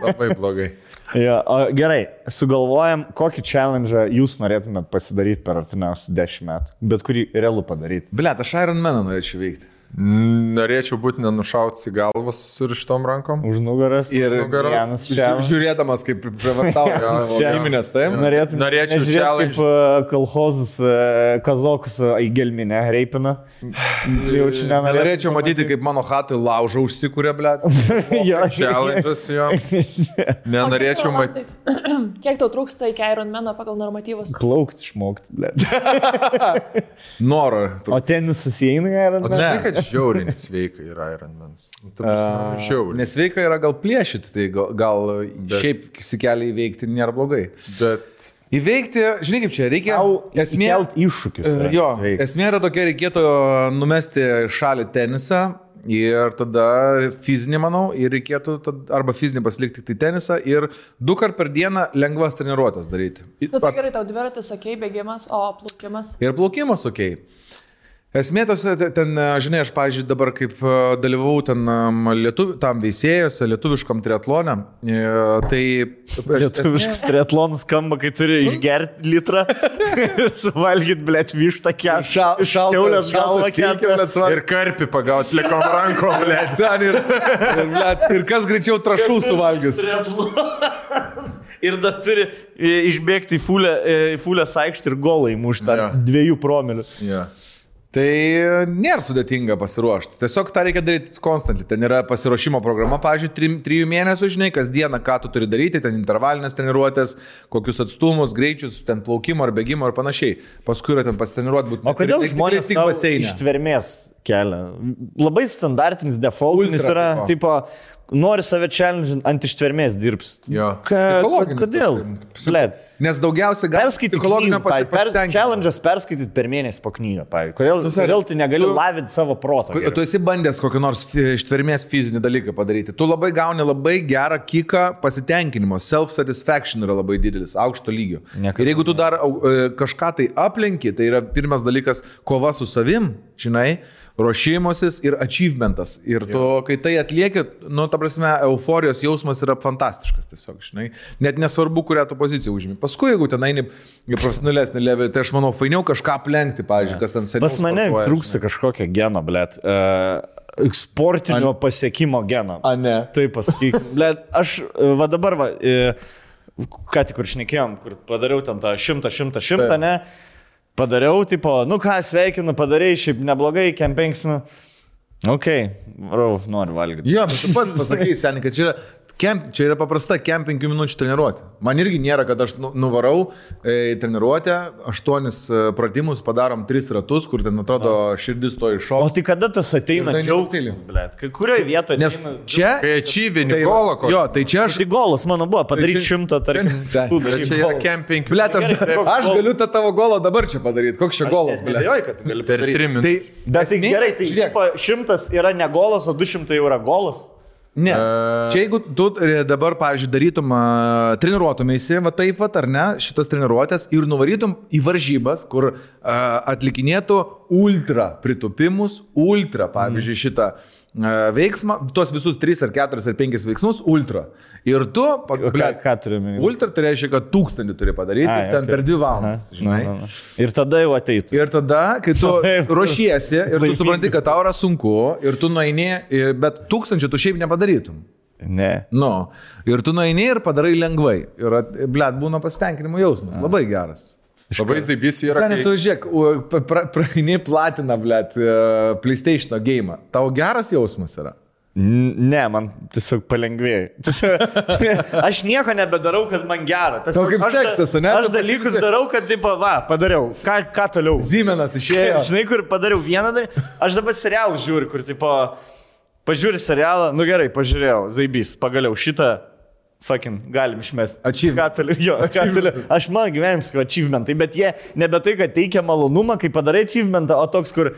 S3: Labai blogai.
S1: Jo, o, gerai, sugalvojam, kokį challenge jūs norėtumėt pasidaryti per artimiausius 10 metų, bet kurį realų padaryti.
S5: Blet, aš Iron Maną norėčiau veikti.
S3: Norėčiau būti nenušauts į galvą su surištom rankom.
S1: Už nugaras.
S5: Ir
S3: nugaros.
S1: Vienas
S5: Ži-
S1: čia.
S5: Nu, Žiūrėdamas, kaip prievartauja
S1: čia.
S5: giminės, taip?
S1: Norėtum,
S3: Norėčiau
S1: nežiūrėt,
S3: challenge.
S1: Kaip e, kolchozas e, kazokus e, į gelminę reipina. Jau čia nenorėčiau.
S5: Norėčiau matyti, kaip mano hatui laužo užsikūrė, blėt.
S1: jo,
S3: Challenge'as jo. Nenorėčiau matyti.
S4: tai- Kiek tau trūksta iki Ironmano pagal normatyvus?
S1: Plaukti išmokti, ble.
S5: Norą.
S1: O tenisas įeina, ar
S3: O
S1: ne?
S3: tai žinai, kad žiauriai nesveika yra Ironman's. Nu, ta prasme, Žiauriai.
S5: Nesveika yra gal pliešyti, tai gal, gal Bet. šiaip sikelį įveikti nėra blogai.
S3: Bet
S5: Įveikti, žinai kaip čia, reikia...
S1: Esmė.
S5: Esmė,
S1: Kelt iššūkius.
S3: e,
S1: yra,
S5: E, jo,
S1: sveika.
S5: esmė yra tokia, reikėtų numesti šalį tenisą ir tada fizinį, manau, ir reikėtų tada, arba fizinį pasilikti tik tai tenisą ir du kart per dieną lengvas treniruotės daryti.
S4: tai Nu, tai gerai, tau dviratis, sakei, bėgimas, o plaukimas.
S5: Ir plaukimas, okei. Esmė tos, te- ten, e, žinai, aš, pavyzdžiui, dabar kaip e, dalyvau ten em, lietuv, tam veisėjose, lietuviškam triatlonė, tai...
S1: Lietuviškas triatlonas skamba, kai turi išgerti litrą, suvalgyti, blėt, vištą kešą. Šiaulės galvą kešą.
S3: Ir karpį pagauti likom rankom, ble.
S5: Sen ir, ir, blet, ir kas greičiau trašų suvalgys.
S1: Ir dar turi e, išbėgti į fulę, e, į fulę saikštį ir golą įmuštą
S3: Jo.
S1: ja. dviejų promilių.
S3: Ja.
S5: Tai e, nėra sudėtinga pasiruošti. Tiesiog tą reikia daryti konstantly. Ten yra pasiruošimo programa, pavyzdžiui, trim, trijų mėnesių, žinai, kasdieną, ką tu turi daryti, ten intervalinės treniruotės, kokius atstumus, greičius, ten plaukimo ar bėgimo ar panašiai. Paskui yra ten pasitreniruoti būtent.
S1: O kodėl
S5: tik- tik-
S1: žmonės
S5: tai tik baseine?
S1: ištvermės kelia? Labai standartinis defaultinis
S3: Ultra
S1: yra,
S3: tipo.
S1: tipo, nori save challenge ant ištvermės dirbs.
S3: Jo.
S1: Ką,
S3: Psichologinis
S1: kodėl? Blet.
S5: Nes daugiausia gali
S1: Perskaityti knygą, pasi, pers, challenge'as perskaityti per mėnesį po knygą, pavyzdžiui. Kodėl,
S3: Nu,
S5: seri,
S1: kodėl tu negali
S5: tu-
S1: lavinti savo proto?
S5: Ko- Tu
S1: geriau?
S5: esi bandęs kokį nors fi- ištvermės fizinį dalyką padaryti. Tu labai gauni labai gerą kiką pasitenkinimo. Self-satisfaction yra labai didelis, aukšto lygio.
S1: Niekada
S5: Ir jeigu tu dar au- e, kažką tai aplenki, tai yra pirmas dalykas kova su savim, žinai, ruošimosis ir achievementas. Ir tu, kai tai atlieki, nu, ta prasme, euforijos jausmas yra fantastiškas tiesiog, žinai. Net nesvarbu, kurią tu poziciją užimi. Paskui, jeigu ten eini į profesionalesnį levelį, tai aš manau, fainiau kažką aplenkti, pavyzdžiui, kas ten seniai.
S1: Pas mane
S5: sportuoja,
S1: trūksta kažkokio geno, blėt. Uh, sportinio pasiekimo geno.
S5: žinai. A, ne.
S1: Taip pasakyk. Blet, aš e, va dabar, va, e, ką tik kur šnekėjom, kur padariau ten tą šimtą, šimtą, šimtą, ne? Padariau, tipo, nu ką, sveikinu, padarai, šiaip neblogai, kem penksinu. Ok, rau, noriu valgyti.
S5: Jo, bet tu pats pasakai, seniai, kad čia yra, kemp, čia yra paprasta kem 5 minučių treniruotė. Man irgi nėra, kad aš nu- nuvarau e, į treniruotę, 8 pratimus padarom 3 ratus, kur ten atrodo širdis to
S1: O
S5: iššoka.
S1: tai kada tas ateina
S5: Ir
S1: džiaugsmas,
S5: dainuotėlį.
S1: blėt? Kai kurioje vietoje.
S5: Nes čia...
S3: Kai ačyvini
S5: tai-
S3: golą, ko.
S5: Jo, tai čia aš...
S1: Tai golas mano buvo padaryti
S5: Čia-
S1: šimtą, tarkim,
S5: Sen-
S1: tų
S3: Bet čia yra kem 5.
S5: Blet, aš,
S1: Gerai, tai koks
S5: aš
S1: gol-
S5: galiu tą tavo golą dabar čia padaryti. Koks čia golas, blet?
S1: Nebejoju, kad tu gali
S3: Per
S1: padaryti.
S3: 3
S5: Tai,
S3: minutės.
S1: Bet tai
S5: esmė-
S1: gerai, tai
S5: žiūrėk,
S1: tipo, šimtas yra ne golas, o du šimtai jau yra golas.
S5: Ne. Čia jeigu tu e, dabar, pavyzdžiui, darytum, a, treniruotumėsi, va taip, va, ar ne, šitas treniruotės ir nuvarytum į varžybas, kur a, atlikinėtų ultra pritupimus, ultra, pavyzdžiui,
S1: Mhm.
S5: šitą a, veiksmą, tuos visus 3 ar 4 ar 5 veiksmus, ultra. Ir tu,
S1: Ką,
S5: pagal...
S1: ką turiu minėti?
S5: Ultra tai reiškia, kad tūkstantį turi padaryti
S1: Ai,
S5: Ai, ten
S1: okei.
S5: okay. per 2 valandas,
S1: Aha,
S5: žinai.
S1: na, na, na. Ir tada jau ateitų.
S5: Ir tada, kai tu
S1: Taip.
S5: ruošiesi ir tu
S1: Laimingas.
S5: supranti, kad tau yra sunku ir tu nueini, i- bet tūkstančių tu šiaip nepadarytum.
S1: Ne.
S5: Nu, ir tu nueini ir padarai lengvai. Ir, blėt, būna pasitenkinimo jausmas. Labai geras.
S3: Labai zaibys Tai yra.
S5: Seniai, tu
S3: kai-
S5: žiūrėk, u- pa- pra- praeini platina, blėt, e, PlayStation game. Tau geras jausmas yra.
S1: N- Ne, man tiesiog palengvėjo. Tiesiog- Aš nieko nebedarau, kad man gera. Tas,
S5: Tau kaip
S1: aš da-
S5: seksas, ane?
S1: Aš
S5: Tu
S1: dalykus
S5: pasirinksi-
S1: darau, kad, tipo, va, padariau. Ką, ką toliau?
S5: Zimenas išėjo.
S1: Žinai, kur padariau vieną dalyką. Aš dabar serialą žiūriu, kur, tipo, pažiūri serialą, nu gerai, pažiūrėjau, Zaibys, pagaliau šitą, fucking, galim išmesti.
S5: Achievement.
S1: Ką toliau, jo, ką toliau. Aš mano gyvenimas, kad achievementai, bet jie nebe tai, kad teikia malonumą, kai padarai achievementą, o toks, kur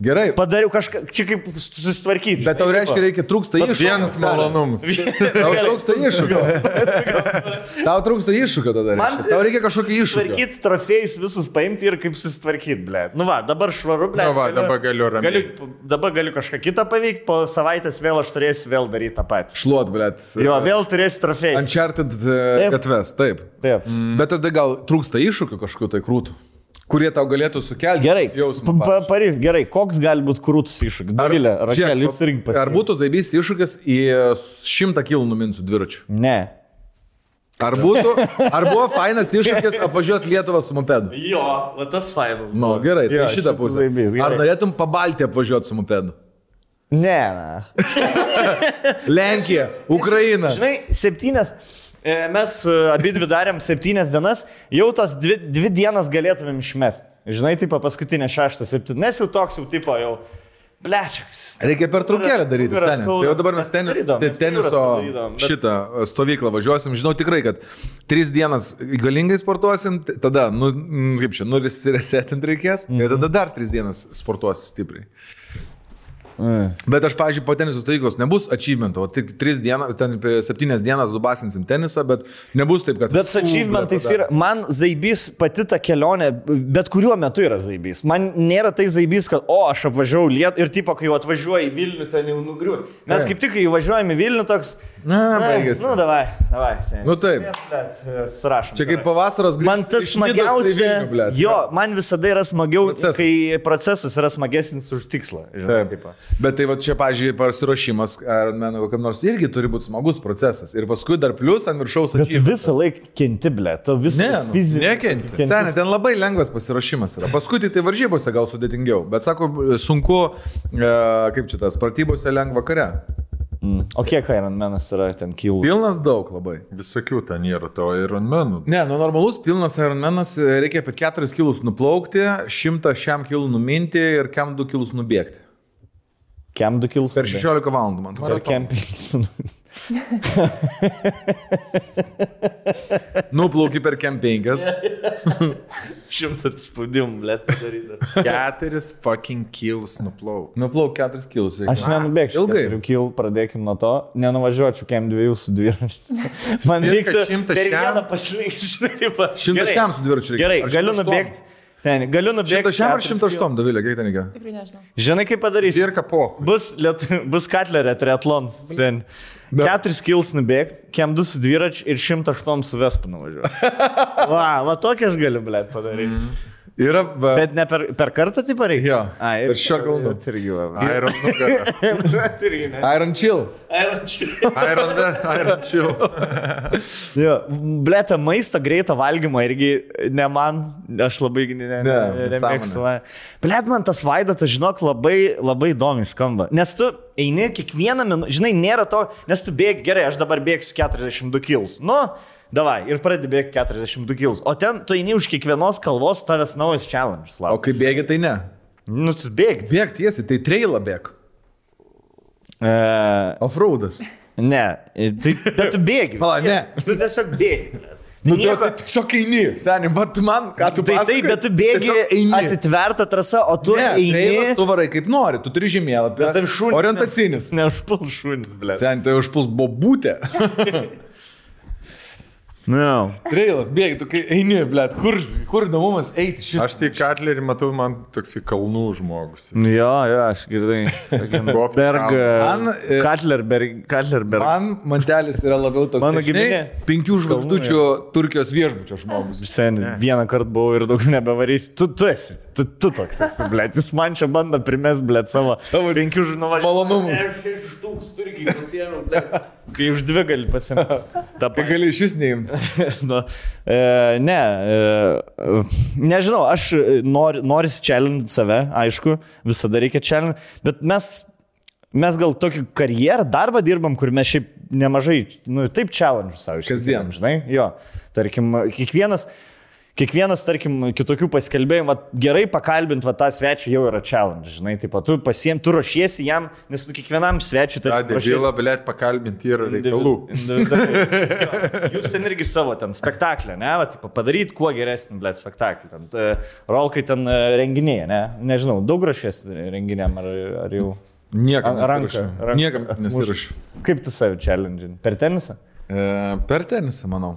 S5: Gerai.
S1: padariau kažką, čia kaip susitvarkyti.
S5: Bet tau reiškia, reikia trūksta iššūkio.
S3: Vienas malonumas.
S5: Tau trūksta iššūkio. Tau trūksta iššūkio tada. reiškia. Tau reikia kažkokį iššūkį.
S1: Tvarkyti trofėjus visus paimti ir kaip susitvarkyti, ble. Nu va, dabar švaru, ble.
S3: Nu va, dabar galiu ramiai.
S1: Galiu, dabar galiu kažką kitą paveikti, po savaitės vėl aš turėsiu vėl daryti tą patį.
S5: Šluot, blėt.
S1: Jo, vėl turėsiu trofėjus.
S5: Uncharted e,
S1: Taip.
S5: gatves, taip.
S1: Taip.
S3: Mm.
S5: Bet tada gal trūksta iššūkių kažkokiu tai krūtų, kurie tau galėtų sukelti
S1: Gerai,
S5: jausmą.
S1: pa- pa- Paryf, gerai, koks gali būti krūtus iššūkis? Dovilė, Rakelė, jūs irgi pasakėte.
S5: Ar būtų zaibys iššūkis į šimtą kilų numinsiu dviračiu?
S1: Ne.
S5: Ar, būtų, ar buvo fainas iššūkis apvažiuoti Lietuvą su mopedu?
S1: Jo, va tas failas.
S5: Nu, gerai, tai
S1: Jo,
S5: šitą
S1: šitas
S5: pusę.
S1: zaibys, gerai.
S5: Ar norėtum pabalti apvažiuoti su mopedu?
S1: Ne, ne.
S5: Lenkija, Ukraina.
S1: Žinai, septynes. e, Mes abi dvi darėm septynes dienas, jau tos dvi, dvi dienas galėtumėm išmesti. Žinai, tipo paskutinę šeštą, septintą, nes jau toks jau tipo jau blečiaks.
S5: Reikia per trukėlę daryti.
S1: Nugarą
S5: seni.
S1: skauda.
S5: Tai jau dabar mes
S1: Mes
S5: ten,
S1: padarydavom,
S5: ten
S1: mes
S5: teniso
S1: jūras padarydavom, bet-
S5: šitą e, stovyklą važiuosim. Žinau tikrai, kad tris dienas galingai sportuosim, t- tada, nu, mm, kaip čia, nulis resetint reikės, mhm. ir tada dar tris dienas sportuosim stipriai. Bet aš, pavyzdžiui, po teniso stovyklos nebus achievemento, o tik 3 dienas, ten 7 dienas dubasinsim tenisą, bet nebus taip, kad...
S1: Bet su achievementais yra, man zaibys pati ta kelionė, bet kuriuo metu yra zaibys. Man nėra tai zaibys, kad, o, aš apvažiavau Lietuvą ir tipo, kai jau atvažiuoju į Vilnių, ten jau nugriu. Mes kaip tik, kai važiuojame į Vilnių, toks...
S5: Na,
S1: "Na,
S5: baigėsi.
S1: Nu, davai, davai. seniai.
S5: Nu, taip.
S1: Mes dar, e, Surašom.
S5: Čia kaip
S1: davai.
S5: pavasaros grįžti
S1: Man tas
S5: iš Nidos į
S1: smagiausia.
S5: Vilnių, blet.
S1: Jo, man visada yra smagiau,
S5: Procesas.
S1: procesas. kai procesas yra smagesnis už tikslą. Žinai,
S5: Taip.
S1: tipo.
S5: Bet tai va čia, pažiūrėjau, pasiruošimas, ar menu kokiam nors irgi turi būti smagus procesas. Ir paskui dar plius ant viršaus
S1: Bet tu
S5: achievement.
S1: visą laiką kenti, ble, tu visą
S5: Ne,
S1: laiką
S5: nu,
S1: fiziškai.
S3: nekenti.
S5: Seniai, ten labai lengvas pasiruošimas yra. Paskui tik tai varžybose gal sudėtingiau, bet sako, sunku, e, kaip čia tas, pratybose lengva kare.
S1: O kiek Iron Manas yra ten kilų?
S5: Pilnas daug labai.
S3: Visokių ten yra to Ironmanų.
S5: Ne, nu normalus pilnas Ironmanas e, reikia apie 4 kilus nuplaukti, 100 šiam kilų numinti ir kiam 2 kilus nubėgti.
S1: Kem 2 kilų?
S5: Per 16 valandų, man atrodo.
S1: Per kem 5 minutės.
S5: Nuplauki per kem 5.
S1: Šimtą spaudimų, ble, padaryti.
S3: Keturis fucking kills nuplauk.
S5: Nuplauk 4 Nu, kilus. reikia.
S1: Aš nenubėgčiau.
S5: Ilgai.
S1: Ilgai. Kil, pradėkim nuo to. Nenuvažiuočiau kem dviejų su dviračiu. Man
S3: Spirka
S1: reiktų
S3: šimtą
S1: per
S3: šiam.
S1: vieną pasirinkti.
S5: Šimtas šiam su dviračiu reikia.
S1: Gerai,
S5: Ar
S1: galiu
S5: šimtas
S1: nubėgti. Seni, galiu nubėgti.
S5: Šimtas šiam ar
S1: keturis
S5: šimtas
S1: kil-
S5: aštuom, Davilė, kiek ten reikia?
S4: Tikrai nežinau.
S1: Žinai, kaip padarysi?
S3: Dirka po.
S1: Bus, liet, bus Katlerė triatlons. Ten. Keturis kils nubėgti, kem du su dviračiu ir 108 su vespu nuvažiuoju. Va, va tokį aš galiu, ble, padaryti. Mm.
S5: Yra, va,
S1: Bet ne per, per kartą tai pareikia?
S5: Mhm. Jo,
S1: A, ir
S5: per šią kalną.
S1: bet Irgi, va. va.
S3: Iron nugarą.
S1: Bet irgi ne.
S5: Iron Chill.
S1: Iron Chill.
S3: Iron, Iron chill.
S1: Jo, blėta, maisto greito valgymo irgi ne man, aš labai ne- ne- ne- nemėgstu. va. Blėt, man tas vaidotas, žinok, labai, labai įdomi skamba. Nes tu eini kiekvieną minutę, žinai, nėra to, nes tu bėgi gerai, aš dabar bėgsiu 42 kilus. Nu, davai, ir pradedi bėgti 42 kilus. O ten tu eini už kiekvienos kalvos tavęs naujas challenge.
S5: O
S1: Lauk.
S5: kai bėgi, tai ne.
S1: Nu, tu bėgti.
S5: Bėg tiesiai, tai trailą bėg.
S1: E,
S5: Offroadas.
S1: ne, tai, bet tu bėgi.
S5: Pala, ne.
S1: Tu tiesiog bėgi. blet.
S5: Nu, tai
S1: Nieko-
S5: tai tiesiog eini. Seniai, va tu man, ką tu
S1: Tai taip, bet tu bėgi atitvertą trasą, o tu
S5: Ne, treilas,
S1: eini.
S5: tu varai kaip nori, tu turi žemėlapį.
S1: Bet ir šunys-
S5: Orientacinis.
S1: Neužpul šunis, ble.
S5: Seniai, tai užpuls bobutė.
S1: No.
S5: Trailas, bėgi, tu kai eini, ble, kur, kur įdomumas eiti šitą.
S3: Aš tai Katlerį matau, man toksai kalnų žmogus.
S1: Jo, jo, aš girdai.
S3: Bob
S1: Berg.
S5: Man, e,
S1: Katlerberg. Katlerberg.
S5: Man mantelis yra labiau toks.
S1: Mano
S5: žinai,
S1: giminė.
S5: Penkių žvaigždučių Turkijos viešbučio žmogus.
S1: Seniai, vieną kartą buvau ir daugiau nebevarys. Tu, tu esi, tu, tu toks esi, ble. Jis man čia bando primest, ble, savo. Savo penkių žurnalų.
S5: Malonumus.
S9: Aš iš tūkstančių turkiai pasiėmiau, ble.
S1: Kai už dvi gali pasimti. Ta
S5: Tai gali iš vis neimti.
S1: nu, e, ne, e, nežinau, aš nor, noris challenge save, aišku, visada reikia challenge, bet mes, mes gal tokį karjerą, darbą dirbam, kur mes šiaip nemažai, nu, taip challenge savo.
S5: Kasdien.
S1: išsikeliam, Žinai, jo, tarkim, kiekvienas. Kiekvienas, tarkim, kitokių pasikalbėjimų, vat, gerai pakalbint va, tą svečią jau yra challenge, žinai, taip pat tu pasiem, tu ruošiesi jam, nes nu, kiekvienam svečiui tai
S3: Ta debila, blėt, pakalbinti yra reikalų.
S1: Individu- individualiai. Jo, Jūs ten irgi savo ten spektaklį, ne, va, tipo, padaryt kuo geresnį, blėt, spektaklį. Ten, e, rolkai ten e, renginiai, ne, nežinau, daug ruošies renginiam ar, ar jau.
S5: Niekam.
S1: Ra- ranka,
S5: nesirašiau.
S1: ranka.
S5: Niekam nesirašiau.
S1: Kaip tu save challenging? Per tenisą?
S5: E, per tenisą, manau.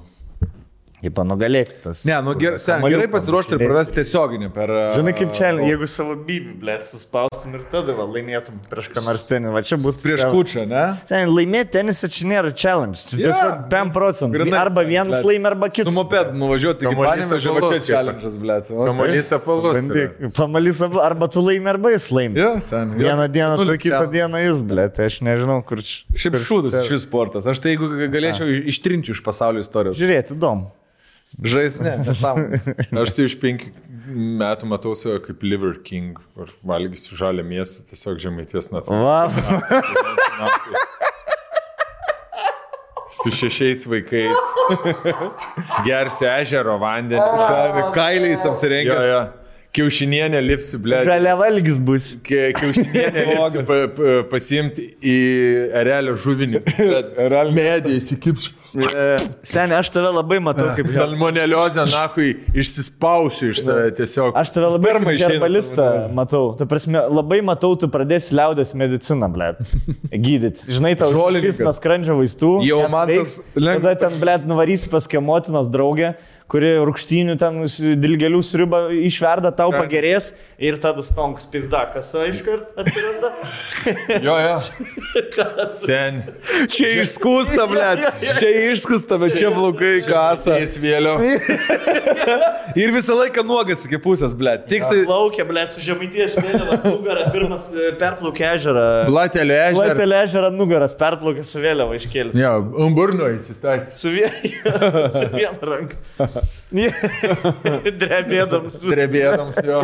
S1: Kaip nugalėti tas.
S5: Ne, nu ger, sen, gerai pasiruošti ir pravesti tiesioginį per... e,
S1: Žinai, Nu, kaip čia, jeigu savo bybį, blė, suspaustum ir tada va, laimėtum prieš ką nors tenisą, va čia būtų.
S5: Prieš kučią, ne?
S1: Sen, laimėti tenisą čia nėra challenge. Čia
S5: Jo,
S1: tiesiog 5 procentų.
S5: grynai,
S1: Arba vienas
S5: blet.
S1: laimi, arba
S5: Su
S1: kitas.
S5: mopedu nuvažiuoti iki
S3: Kamuolys
S5: panėmės, va čia
S3: apvalus, kaip-
S5: challenge'as, blė.
S3: Kamuolys apvalus.
S1: Bandyk, pamalys abu, arba tu laimi, arba jis laimi.
S5: Jo, sen. jo. Nu,
S1: Vieną dieną,
S5: Nulis
S1: tu kitą
S5: ten.
S1: dieną jis, blė, tai aš nežinau, kur čia.
S5: Šiaip šūdus šis sportas. Aš tai jeigu galėčiau iš- ištrinčiau iš pasaulio istorijos.
S1: Žiūrėti, įdomu.
S5: Žais, ne, nesąmonė.
S3: Aš tai iš penkių metų matau save kaip Liver King, kur valgysiu žalę mėsą, tiesiog žemaitės nacionalinį.
S1: Va,
S3: Su šešiais vaikais. Gersiu ežero vandenį.
S5: Kailiais
S3: Jo,
S5: apsirengęs.
S3: jo. kiaušinienė lipsi, ble.
S1: Žalia valgys bus.
S3: Ke- Kiaušinienė lipsi pa, pa, pasiimti į erelio žuvinį. Erelio medį įsikipš.
S1: E, Seniai, aš tave labai matau kaip
S3: Salmoneliozę, nahui, išsispausiu iš save tiesiog.
S1: Aš tave labai kaip herbalistą matau. Tu prasme, labai matau, tu pradėsi liaudės mediciną, ble. Gydytis. Žinai, tau
S2: Žolininkas.
S1: žolininkis nuo skrandžio vaistų.
S2: Jau
S1: nes
S2: man
S1: veiks.
S2: tas lengva.
S1: Tada ten, ble, nuvarysi pas kemotinos draugę, kuri rūkštynių ten s- dilgėlių sriubą išverda, tau pagerės ir tada stonkus pizdakas iškart atsiranda.
S3: Jo, jo. Sen.
S2: Čia išskūsta, ble. Čia išskūsta, bet čia plaukai kasa.
S3: Jis vėliau.
S2: Ir visą laiką nuogas iki pusės, ble. Tiksai.
S1: Plaukia, ble, su žemaitės vėliava, nugarą pirmas e, perplaukė ežerą.
S3: Platelė ežerą.
S1: Platelė ežerą nugaras perplaukė su vėliava iškėlęs.
S3: Ne, umburno įsistatė.
S1: Su viena, su viena ranka. Drebėdams.
S3: Drebėdams jo.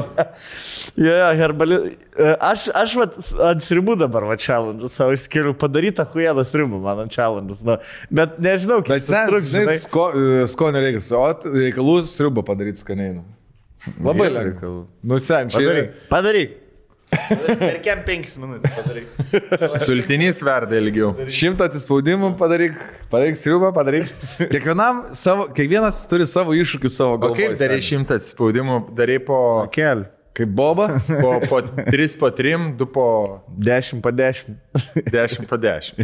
S1: Jo, jo, herbali. e, Aš, aš vat, s- ant sribų dabar va challenge savo išskiriu. Padaryta huėda sriba mano challenge. Nu, bet nežinau,
S5: Bet
S1: kiek
S5: sen,
S1: truks,
S5: žinai,
S1: žinai.
S5: sko, e, skonio reikia, o reikalų sriubą padaryti skaniai. Nu. Labai lengva. Nu, sen, čia yra.
S1: Padaryk. Padaryk. Per kem penkis minutės padaryk.
S3: Sultinys verda ilgiau.
S5: Šimtą atsispaudimų padaryk, padaryk sriubą, padaryk. Kiekvienam savo, kiekvienas turi savo iššūkių savo
S3: O
S5: galvoje.
S3: kaip darai
S5: sen.
S3: šimtą atspaudimų? Darai po,
S1: Kel.
S5: Kaip boba?
S3: po, po 3 po 3, 2 po
S1: Dešimt po dešimt.
S3: 10 po 10.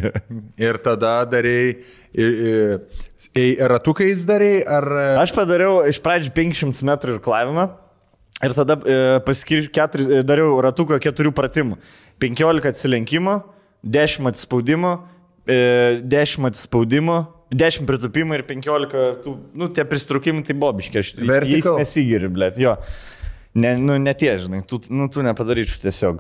S3: Ir tada darai, i- i- ei, ratukais darai, ar...
S1: Aš padariau iš pradžių 500 metrų irklavimą ir tada e, paskir, keturi, e, dariau ratuko keturių pratimų. 15 atsilenkimo, 10 atsispaudimo, e, 10 atsispaudimo. 10 pritupimų ir 15, tų, nu, tie pristrukimai tai bobiški, aš jais
S3: Vertical.
S1: nesigiriu, blėt, jo. Ne, nu, netie, žinai, tu, nu, tu nepadaryčiau tiesiog.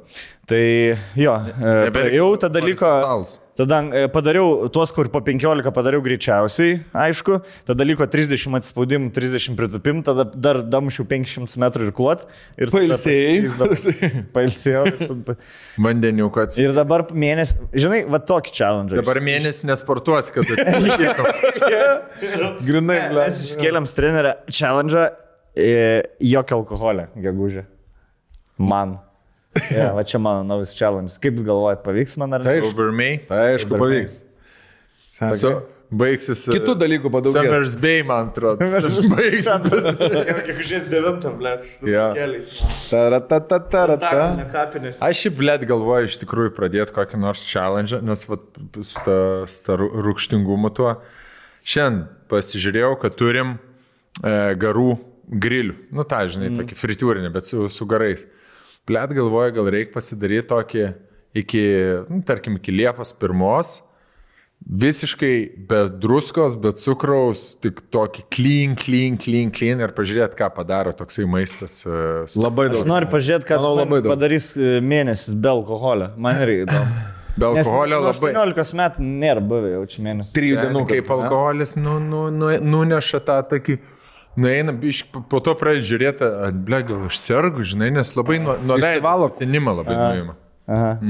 S1: Tai jo,
S3: Nevertical,
S1: jau tada liko,
S3: horizontalus.
S1: Tada e, padariau tuos, kur po 15 padariau greičiausiai, aišku, tada liko 30 atspaudimų, 30 pritupimų, tada dar damšiau 500 metrų ir kluot. Ir tada
S5: Pailsėjai.
S1: pasiskysdavau. Pailsėjau. ir tada-
S3: Vandeniukas.
S1: Ir dabar mėnesį, žinai, va tokį challenge.
S3: Dabar mėnesį nesportuosi, kad atsisakytum.
S5: Grinai, ble.
S1: Mes iškėlėm trenerę challenge, e, jokio alkoholio, gegužė. Man. Ja, va čia mano naujas challenge. Kaip galvojat, pavyks man ar ne?
S3: Uber me.
S5: Aišku, pavyks.
S3: So, baigsis.
S5: Kitų dalykų padaugės.
S3: Summers Bay, man atrodo. Baigsis.
S1: Gegužės 9, blė.
S3: Jo.
S5: Taratatatarata.
S1: kapinės.
S3: Aš šiaip blėt galvoju iš tikrųjų pradėti kokį nors challenge, nes vat, su ta, su ta ru- rūkštingumu tuo. Šiandien pasižiūrėjau, kad turim e, garų grilių. Nu, tą žinai,
S5: Mhm.
S3: mm. tokį fritūrinį, bet su, su garais. Blėt galvoju, gal reikia pasidaryti tokį iki, nu, tarkim, iki Liepos pirmos. Visiškai be druskos, be cukraus, tik tokį clean, clean, clean, clean ir pažiūrėti, ką padaro toksai maistas. e, su-
S5: Labai
S1: Aš
S5: daug.
S1: noriu pažiūrėti, kas
S5: Manau,
S1: man
S5: labai daug.
S1: padarys e, mėnesis be alkoholio. Man irgi įdomu.
S3: Be alkoholio
S1: Nes nu, tai nuo
S3: labai.
S1: 18 metų nėra buvę jau čia mėnesį.
S5: Trijų
S3: Ten,
S5: dienų.
S3: Kaip alkoholis nu, nu, nu, nuneša tą tokį. Na, eina, bišk, po to pradedi žiūrėti, ble, gal aš sergu, žinai, nes labai nuo... nuo
S5: Išsivalo.
S3: Tenimą labai nuima.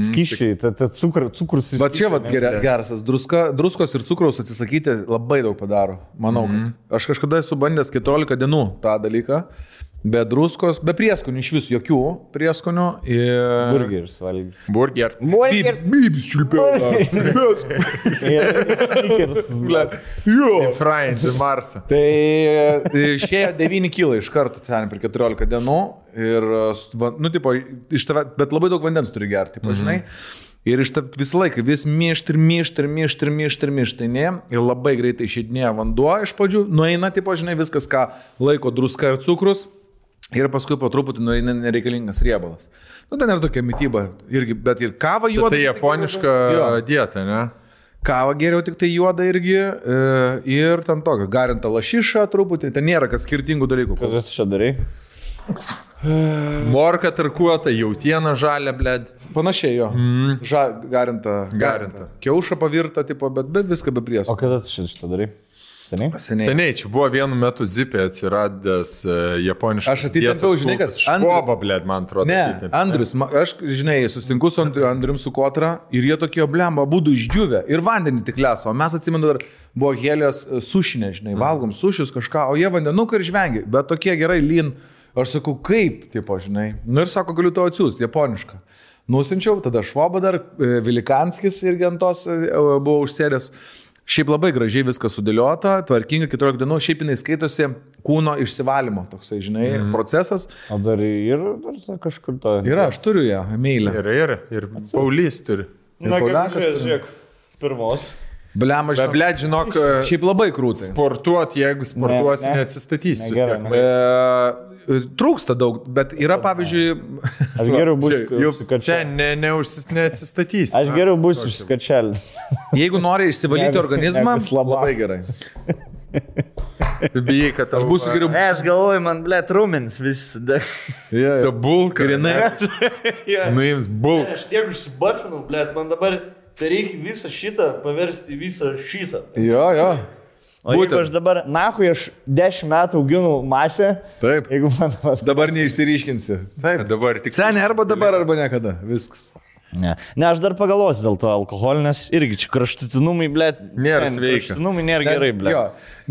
S1: Skiščiai, ta, ta cukr, cukrus
S5: Va čia vat geria- geras, tas druska, druskos ir cukraus atsisakyti labai daug padaro, manau. Mm -hmm. Aš kažkada esu bandęs 14 dienų tą dalyką, be druskos, be prieskonių, iš vis jokių prieskonių. Ir...
S1: burgeris valgyti.
S3: Burger.
S1: Burger.
S3: Bibs čiulpiau.
S1: Snickers.
S3: Jo. Frains į Marsą.
S5: Tai e, išėjo 9 kilai iš karto, ten per 14 dienų. Ir, e, s- va- nu, tipo, iš tave, bet labai daug vandens turi gerti,
S3: Mhm.
S5: pažinai. Mm -hmm. Ir iš tave visą laiką vis mišti ir mišti ir mišti ir mišti ir mištinė. Ir labai greitai išeidinėja vanduo iš pradžių, nueina, tipo, žinai, viskas, ką laiko druska ir cukrus. Ir paskui po truputį nueina nereikalingas riebalas. Nu, ten yra tokia mytyba, irgi, bet ir kava juoda.
S3: Tai
S5: tik
S3: japoniška
S5: Jo.
S3: dieta, ne?
S5: Kava geriau tik tai juoda irgi. e, Ir ten tokia, garinta lašiša truputį. Ten nėra kas skirtingų dalykų.
S1: Ką tu čia darai?
S3: Morka tarkuota, jautiena žalia, ble.
S5: Panašiai jo. Mm. Ža, garinta.
S3: Garinta.
S5: Kiaušą pavirta, tipo, bet, bet viską be
S1: O
S5: prieskonių.
S1: kada tu čia šitą darai? Seniai?
S5: Seniai.
S3: Seniai, čia buvo vienu metu zipė atsiradęs e, japoniškas.
S5: Aš atitempiau, žinai, kas, Andriu-
S3: Škoba, ble, man atrodo.
S5: Ne,
S3: atitempiau.
S5: Andrius, ma- aš, žinai, susitinku su Andriu, Andrium su Kotra ir jie tokie oblemba, būdų išdžiūvę ir vandenį tik leso, o mes atsimenu dar buvo e, helios sušinė, žinai, valgom sušius kažką, o jie vandenuką ir žvengia, bet tokie gerai lin Aš sakau, kaip, tipo, žinai. Nu ir sako, galiu tau atsiųsti, japonišką. Nusinčiau, tada Švoba dar, e, Vilikanskis irgi ant tos e, buvo užsėdęs. Šiaip labai gražiai viskas sudėliota, tvarkinga, 14 dienų, šiaip jinai skaitosi kūno išsivalymo toksai, žinai, mm. procesas.
S1: O dar ir dar ta kažkur ta.
S5: Ir aš turiu ją, meilę.
S3: Ir, ir, ir Paulys turi.
S1: Na,
S5: Pauliakas
S1: gegužės, žiūrėk, pirmos.
S5: Bliam, aš
S3: Bet, ble, žinok,
S5: Šiaip labai krūtai.
S3: sportuot, jeigu sportuosi,
S1: Ne, ne.
S3: neatsistatysi.
S1: Negerai,
S3: Kiek-
S1: ne.
S5: E, trūksta daug, bet yra pavyzdžiui,
S1: Aš geriau būsiu
S3: Jau
S1: išsikačelis.
S3: sen ne, neužsis- neatsistatysi.
S1: Aš geriau būsiu išsikačelis.
S5: jeigu nori išsivalyti
S1: Ne,
S5: organizmą,
S1: ne, vis labak.
S5: labai gerai.
S3: Tu Bijai, kad aš
S5: Būsiu geriau.
S7: Ne, aš galvoju, man, ble, trumins visada.
S3: Ta bulka. Grinai. Nuims bulk.
S7: Aš tiek užsibafinau, ble, man dabar tai reikia visą šitą paversti į visą šitą.
S5: Jo, jo.
S1: O jeigu aš dabar, nahui, aš 10 metų auginau masę.
S5: Taip.
S1: Jeigu man
S5: Dabar neišsiriškinsi.
S3: Taip, dabar tik.
S5: Seniai arba dabar, arba niekada. Viskas.
S1: Ne. ne, aš dar pagalvosiu dėl to alkoholinės, irgi čia kraštutinumai, ble.
S3: Nėra sveika.
S1: Kraštutinumai nėra gerai, ble.
S5: Jo,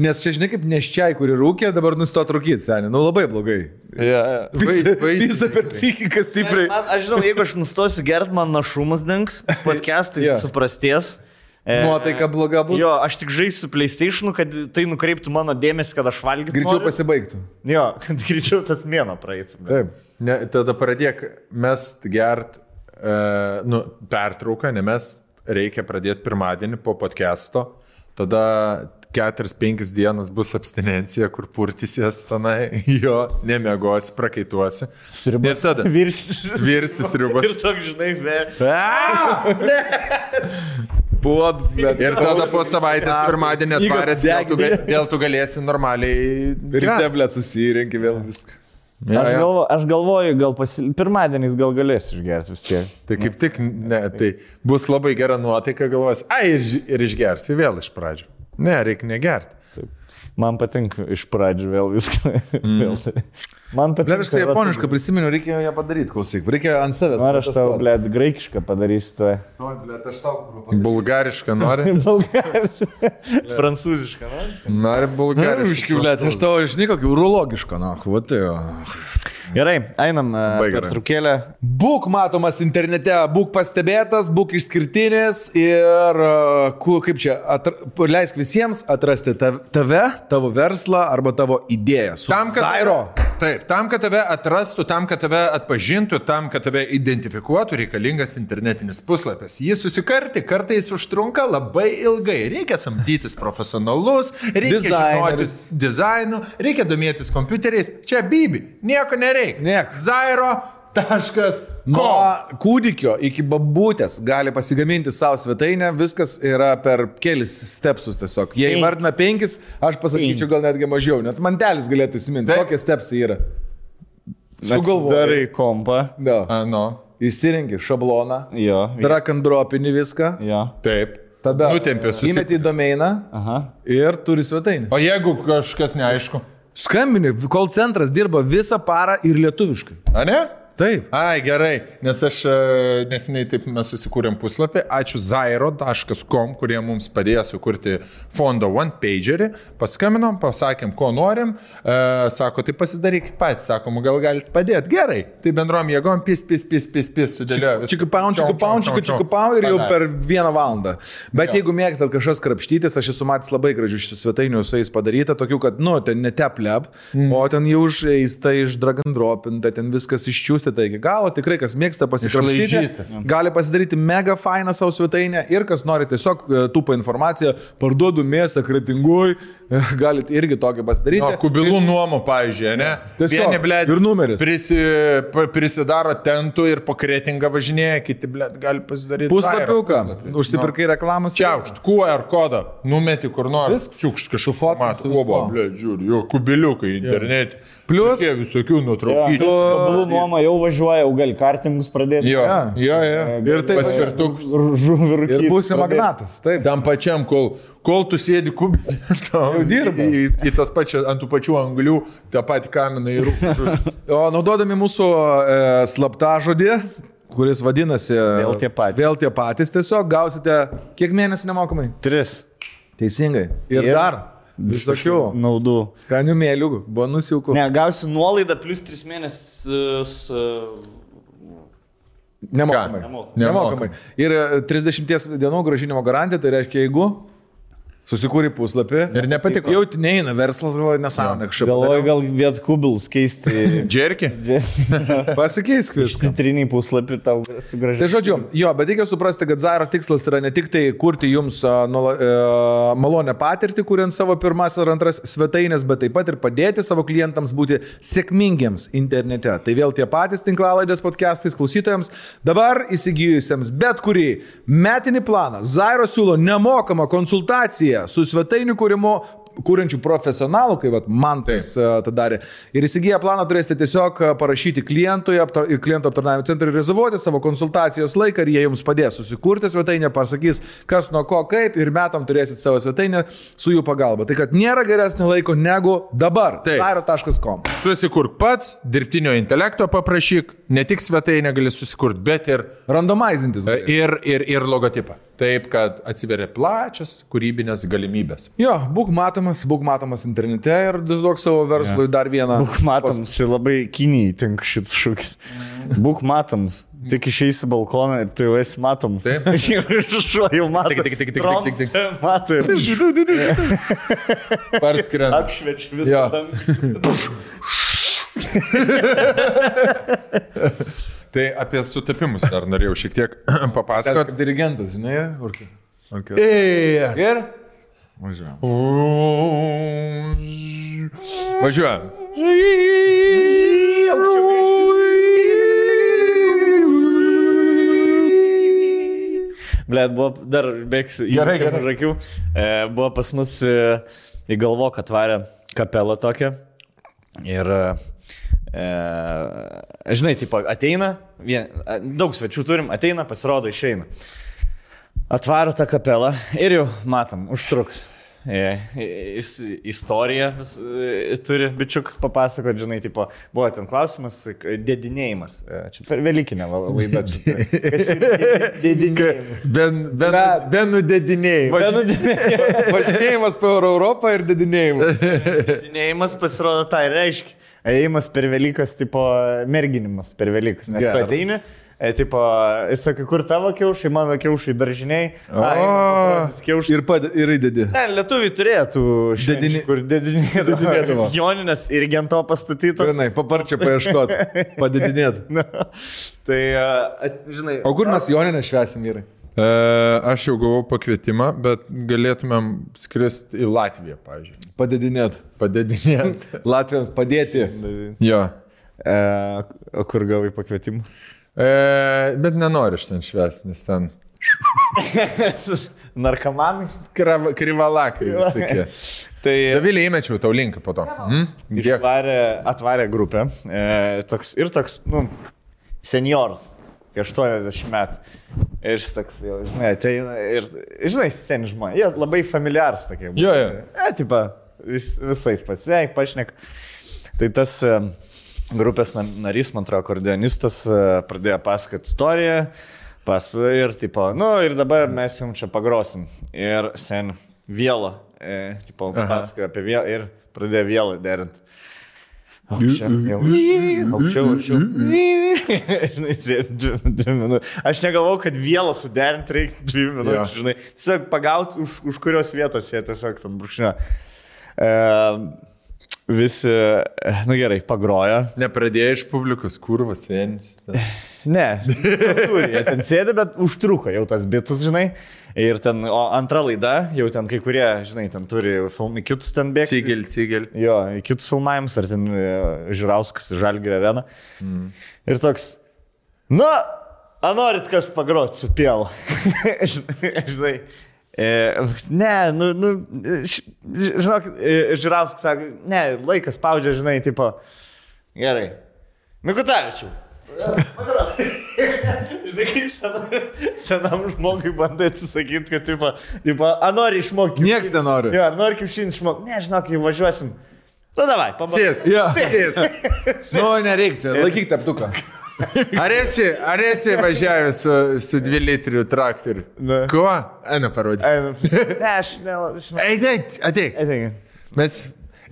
S5: nes čia žinai kaip neščiai, kuri rūkė, dabar nustot rūkyti, seniai. Nu labai blogai. Visą per psichiką stipriai.
S7: Man, aš žinau, jeigu aš nustosiu gert, man našumas dinks, podcastai
S5: Jo.
S7: yeah. suprasties.
S5: Э,
S7: E,
S5: Nuotaika bloga bus.
S7: Jo, aš tik žaisiu PlayStation, kad tai nukreiptų mano dėmesį, kad aš valgyčiau.
S5: Greičiau pasibaigtų.
S7: Jo, kad greičiau tas mėno praeitų.
S5: Taip.
S3: Ne, tada pradėk mest gert, e, nu, pertrauką, ne mes reikia pradėti pirmadienį po podcast'o, tada 4-5 dienas bus abstinencija, kur purtysies tenai, jo, nemiegosi, prakaituosi. Ir tada
S1: Virsis.
S3: virsis ribos.
S7: Ir toks, žinai, be.
S5: Puodas, bet.
S3: Ir tada po savaitės pirmadienį
S5: Igas
S3: atvaręs, vėl tu, ga- vėl tu galėsi normaliai.
S5: Ryte, ble, susirinkti vėl viską.
S3: Ja,
S1: Aš,
S3: ja.
S1: galvo, aš galvoju, gal pasi... pirmadieniais gal galėsiu išgerti vis tiek.
S3: Tai kaip tik, ne, tai bus labai gera nuotaika, galvos, ai ir, ž- ir išgersi vėl iš pradžių. Ne, reikia negerti.
S1: Man patinka iš pradžių vėl viską. vėl tai. Man patinka.
S5: Ble, aš tai
S1: va,
S5: japonišką prisimenu, reikėjo ją padaryti, klausyk. Reikia ant savęs.
S1: Ar aš tau, ble, graikišką padarysiu to.
S3: Bulgarišką nori?
S7: Prancūziška, na?
S3: Nori bulgarišką.
S5: Nerviškiu, ble, aš tau žinai kokį urologišką, na, va tai. jo.
S1: Gerai, einam. e,
S3: Labai gerai.
S1: Trukėlė.
S5: Būk matomas internete, būk pastebėtas, būk išskirtinis ir e, ku- kaip čia, atr, leisk visiems atrasti tav- tave, tavo verslą arba tavo idėją. Su
S3: Tam, kad,
S5: Zairo.
S3: taip, tam, kad tave atrastų, tam, kad tave atpažintų, tam, kad tave identifikuotų, reikalingas internetinis puslapis. Jį susikarti kartais užtrunka labai ilgai. Reikia samdytis profesionalus, reikia žinoti
S5: Dizainerius.
S3: dizainų, reikia domėtis kompiuteriais. Čia Bibi, nieko nereikia.
S5: Nieko.
S3: Zairo. Taškas.
S5: Nuo
S3: com.
S5: kūdikio iki babutės gali pasigaminti savo svetainę, viskas yra per kelis stepsus tiesiog. Jei įvardina penkis, aš pasakyčiau gal netgi mažiau, net mantelis galėtų įsiminti,
S3: Taip.
S5: kokie stepsai yra.
S1: Sugalvoju.
S5: Sugalvoju.
S1: E, kompą.
S5: No.
S3: Ano.
S5: Įsirenki šabloną,
S1: Jo.
S5: drakandropinį viską,
S1: Jo.
S3: Taip.
S5: tada
S3: Nutempė, susi-
S5: įmeti į domeiną
S1: Aha.
S5: ir turi svetainę.
S3: O jeigu kažkas neaišku?
S5: Skambini, kol centras dirba visą parą ir lietuviškai.
S3: A ne?
S5: Taip.
S3: Ai, gerai, nes aš e, neseniai taip mes susikūrėm puslapį. Ačiū zairo.com, kurie mums padėjo sukurti fondo One Pagerį. Paskaminom, pasakėm, ko norim. E, sako, tai pasidarykit patys, sakom, gal galite padėti. Gerai. Tai bendrom jėgom, pis, pis, pis, pis, pis, sudėliojo viską.
S5: Čikupau,
S3: Čiau,
S5: čikupau,
S3: čiau, čiau,
S5: čikupau ir jau
S3: padarė.
S5: per vieną valandą. Bet jeigu mėgstat kažkas krapštytis, aš esu matęs labai gražių šių svetainių su jais padaryta, tokių, kad, nu, ten netepleb, mm. o ten jau užeista iš dragandropinta, ten viskas iščiūstyta iki galo, tikrai kas mėgsta pasikrapštyti,
S3: Išlaižyta.
S5: gali pasidaryti mega fainą savo svetainę ir kas nori tiesiog e, tupą informaciją, parduodu mėsą kretingui, galite irgi tokį pasidaryti.
S3: No, Nu, kubilų nuomo, pavyzdžiui, ne?
S5: Tiesiog,
S3: Vieni, blėt,
S5: ir numeris.
S3: Prisi, pa- prisidaro tentų ir pokretingą važinėja, kiti, blėt, gali pasidaryti.
S5: Puslapiuką,
S3: Zairo puslapį.
S5: užsipirkai reklamos.
S3: Čiaukšt, QR kodą, numeti kur nors.
S5: Viskas.
S3: Čiaukšt kažkoks
S5: Su fotkom,
S3: fotomas.
S5: su
S3: Oba,
S5: viskuo.
S3: blė, žiūri, jo kubiliukai internete.
S5: Plius-
S3: Jie visokių nuotraukų.
S1: Kablų nuoma jau važiuoja, jau gali kartingus pradėti.
S3: Jo, jo, jo.
S5: Ir tai- taip-
S3: paspirtukus.
S1: Žuvį
S5: Ir būsi magnatas, taip.
S3: Tam pačiam, kol, kol tu sėdi kubinė, tau
S5: dirba.
S3: Į, į, į tas pačias, ant tų pačių anglių, tą patį kaminą ir
S5: O naudodami mūsų e, slaptą žodį, kuris vadinasi
S1: Vėl tie patys.
S5: Vėl tie patys tiesiog gausite kiek mėnesių nemokamai.
S1: Tris.
S5: Teisingai. Ir, ir
S1: Ir-
S5: dar Visokių.
S1: naudų.
S5: Skanių mėliukų, bonusiukų. Ne.
S1: Ne, gausi nuolaidą plus.
S7: Plius 3 mėnesius.
S1: e,
S5: Nemokamai.
S7: Nemokamai.
S5: Nemokamai. Ir e, 30 dienų gražinimo garantija, tai reiškia, jeigu susikūri puslapį
S3: Ir nepatiko.
S5: Jau neina, verslas galvoja nesąmonė kažkaip.
S1: Galvoju, gal viet kubilus keisti.
S3: Džerki?
S5: Pasikeisk viską.
S1: Citriniai puslapį tau
S5: Tai
S1: sugražinti.
S5: žodžiu, jo, bet reikia suprasti, kad Zaro tikslas yra ne tik tai kurti jums a, nuola- e, malonę patirtį, kuriant savo pirmas ar antras svetainės, bet taip pat ir padėti savo klientams būti sėkmingiems internete. Tai vėl tie patys tinklalaidės podcastais klausytojams, dabar įsigijusiems bet kurį metinį planą. Zaro siūlo nemokamą konsultaciją su svetainių kūrimo kūrenčių profesionalų, kaip vat, man tai tą darė. Ir įsigiję planą turėsite tiesiog a, parašyti klientui, aptar, į klientų aptarnavimo centrą ir rezervuoti savo konsultacijos laiką ir jie jums padės susikurti svetainę, pasakys, kas nuo ko kaip ir metam turėsit savo svetainę su jų pagalba. Tai kad nėra geresnio laiko negu dabar.
S3: Taip.
S5: Taro.com.
S3: Susikurk pats, dirbtinio intelekto paprašyk, ne tik svetainę gali susikurti, bet ir, E,
S5: Randomaizintis. gali.
S3: ir, ir, ir logotipą. Taip, kad atsiveria plačias kūrybinės galimybės.
S5: Jo, būk matomas, būk matomas internete ir duok savo verslui dar vieną.
S1: Būk matams, čia labai Kinijai tink šis šūkis. Būk matams, tik išeisi į balkoną ir tu jau esi matom.
S3: Taip.
S1: Šuo jau matom.
S3: Tik, tik, tik, tik, tik, tik, tik.
S1: Matai,
S3: Parskrenda.
S7: Apšviečiu
S3: Jo.
S7: visą dangų.
S3: Tai apie sutapimus dar norėjau šiek tiek
S5: Kad
S3: papasakoti.
S5: dirigentas, žinai, urki.
S3: Ei,
S5: Ir
S3: Važiuojam.
S1: Blet, buvo dar bėgsiu į
S3: Gerai, gerai.
S1: akių. E, buvo pas mus e, į galvoką atvarę kapelą tokią. Ir, e, žinai, tipo, ateina, vien, a, daug svečių turim, ateina, pasirodo, išeina. Atvaro tą kapelą ir jau matom, užtruks. E, Jis istoriją vis, e, turi bičiukas papasakoti, žinai, tipo, buvo ten klausimas, e, dėdinėjimas. E, Čia per Velykinę la- laidą. čia turi. Kas yra Dėdinėjimas.
S3: Ben, ben, ben nudedinėjai.
S5: važinėjimas po Euro Europą ir didinėjimas.
S1: Važinėjimas pasirodo tai reiškia. Ėjimas per Velykas, tipo merginimas per Velykas. Nes tu
S3: Geras.
S1: ateini, e, tipo, jis sako, kur tavo kiaušai, mano kiaušai daržiniai. Ai, nu,
S3: O.
S1: kiaušai.
S5: Ir, pad, ir įdedi.
S1: Ten lietuviai turėtų šedinį,
S5: Dedini-
S1: kur dedinėdavo.
S5: dedinėdavo.
S1: Joninės ir gento pastatytos.
S5: Grinai, paparčia paieškoti, padidinėti.
S1: Na, tai, e, at- žinai,
S5: O kur mes Joninę švesim, vyrai?
S3: E, aš jau gavau pakvietimą, bet galėtumėm skristi į Latviją, pavyzdžiui.
S5: Padidinėti.
S3: Padedinėt.
S5: Latvijams padėti.
S3: Jo.
S1: e, o kur gavai pakvietimą?
S3: E, bet nenori aš ten švęsti, nes ten
S1: Narkomanai.
S3: krav- krivalakai visokie.
S1: Tai
S3: Davilį įmečiau tau linką po to. Mm? Dėkui.
S1: Išvarė, atvarė grupę. E, toks, ir toks, nu, senioras, kai 80 metų. Ir jis toks, jau, žinai, ateina ir, žinai, seni žmonės, jie labai familiarus tokie. būna.
S3: Jo, jo.
S1: E, tipo, vis, visais pasveik, pašnek. Tai tas e, grupės na- narys, man atrodo, akordeonistas, e, pradėjo pasakoti istoriją. Pas, ir, tipo, nu, ir dabar mes jums čia pagrosim. Ir sen vėlą, e, tipo, pasakoja apie vėlą ir pradėjo vėlą derinti. Aukščiau, jau. aukščiau, aukščiau. Žinai, sėdi dvi- dvi minutės. Aš negalvojau, kad vėlą suderinti reikia dvi minutės,
S3: Jo.
S1: žinai. Tiesiog pagauti, už, už kurios vietos jie tiesiog ten brūkšnio. E, visi, e, nu gerai, pagroja.
S3: Nepradėjai iš publikos, kurvas, senis.
S1: Ne, turi, jie ten sėdi, bet užtruko jau tas bitas, žinai. Ir ten, o antra laida, jau ten kai kurie, žinai, ten turi filmai, kitus ten bėgti.
S3: Cigel, cigel.
S1: Jo, į kitus filmavimus, ar ten e, Žirauskas, Žalgirė arena. Ir toks, na, a norit kas pagroti su pielu? Žinai. E, ne, nu, nu, ž, žinok, e, Žirauskas sako, ne, laikas spaudžia, žinai, tipo, gerai. Mikutavičiau. Žinai, kai senam, senam žmogui bandai atsisakyti, kad, tipo, tipo a nori išmokti.
S5: Niekas nenori.
S1: Jo, ar nori kiaušinį išmokti? Ne, žinok, jau važiuosim. Nu, davai, pabandai.
S3: Sės.
S5: Jo. Ja. Nu, nereikia, čia, laikyk teptuką.
S3: Ar esi, ar esi važiavęs su, su 2 litrių traktoriu?
S1: Ne.
S3: Kuo? nu, Eina parodyti.
S1: Ne, aš nelabai.
S3: Eik, eik, ateik. Mes.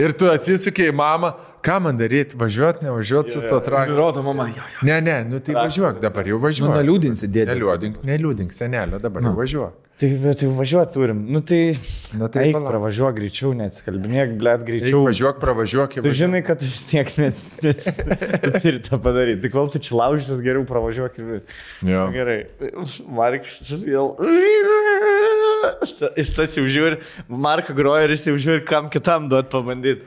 S3: Ir tu atsisukiai į mamą, ką man daryti, važiuoti, nevažiuoti su to traktoriu.
S5: Rodo, mama, jo, jo. Nu,
S3: Ne, ne, nu tai važiuok dabar, jau važiuok.
S5: Neliūdinsi, dėdė. Nu.
S3: Neliūdink, neliūdink, senelio, dabar jau važiuok.
S1: Tai, bet tai važiuoti turim. Nu tai...
S3: Nu tai
S1: Eik,
S3: palauk.
S1: pravažiuok greičiau, neatsikalbinėk, blėt
S3: Eik,
S1: greičiau.
S3: važiuok, pravažiuok,
S1: Tu
S3: važiuok.
S1: žinai, kad tu vis tiek nes- nes- turi tą padaryti. Tik kol tu čia laužysis, geriau pravažiuok ir... Nu,
S3: Jo.
S1: Gerai. Markas vėl. Ir tas jau žiūri, Marko groja ir jis jau žiūri, kam kitam duot pabandyti.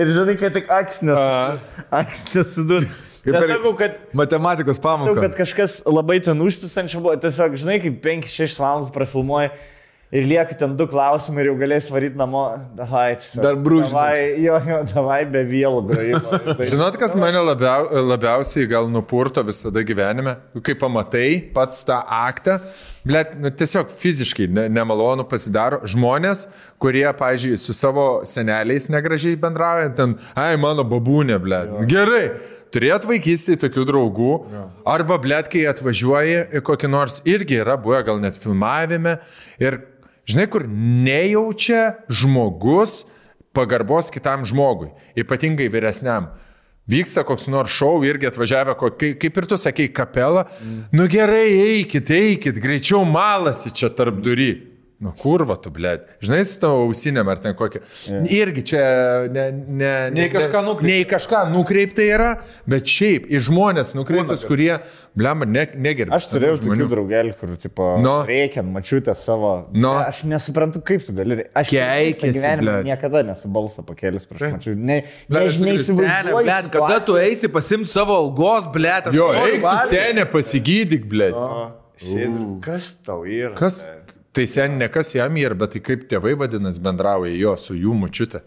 S1: ir žinai, kad tik akis nes- akis nesudur. Nesakau, kad
S5: Matematikos
S1: Sakau,
S5: pamoką.
S1: kad kažkas labai ten užpisančio buvo, tiesiog, žinai, kaip 5-6 valandas prafilmuoji ir lieka ten du klausimai ir jau galės varyti namo. Davai, tiesiog.
S5: Dar brūžinasi.
S1: Davai, jo, jo, davai be vėlų grojimo. Tai-
S3: Žinot, kas mane labiau, labiausiai gal nupurto visada gyvenime, kai pamatai pats tą aktą, blėt, nu, tiesiog fiziškai ne, nemalonu pasidaro žmonės, kurie, pažiūrėjau, su savo seneliais negražiai bendraujant, ten, ai, mano babūnė, blėt, gerai. Turėt vaikystėje tokių draugų, arba blėt, kai atvažiuoji, į kokį nors irgi yra buvę, gal net filmavime, ir žinai, kur nejaučia žmogus, pagarbos kitam žmogui, ypatingai vyresniam. Vyksta koks nors šou irgi atvažiavę, kokie, kaip ir tu sakei, kapela. Mm. Nu gerai, eikit, eikit, greičiau malasi čia tarp durį. Nu kurva tu, blėt. Žinai, su tavo ausinėm ar ten kokia. Yeah. Irgi čia ne, ne,
S5: Ne į kažką nukreipta.
S3: Ne į kažką nukreipta yra, bet šiaip į žmonės nukreiptas, kurie, blėm, ne, negerbė.
S1: Aš turėjau tokių draugelių, kur, tipo,
S3: Nu.
S1: no. reikia, mačiutę savo.
S3: Nu.
S1: Aš nesuprantu, kaip tu gali. Aš
S3: Keikiasi,
S1: gyvenime
S3: blet.
S1: niekada nesu balsą pakėlęs prieš mačiutę. Ne,
S2: Blet, aš
S1: nežinai,
S2: turiu senę, blet, kada tu eisi pasimti savo algos, blet, aš
S3: Jo,
S2: noriu
S3: eik tu
S2: valgyt.
S3: senė, pasigydyk, blėt.
S1: Sėdri, kas tau yra?
S3: Kas? Tai sen ne kas jam yra, bet tai kaip tėvai vadinasi bendrauja jo su jų mučiute.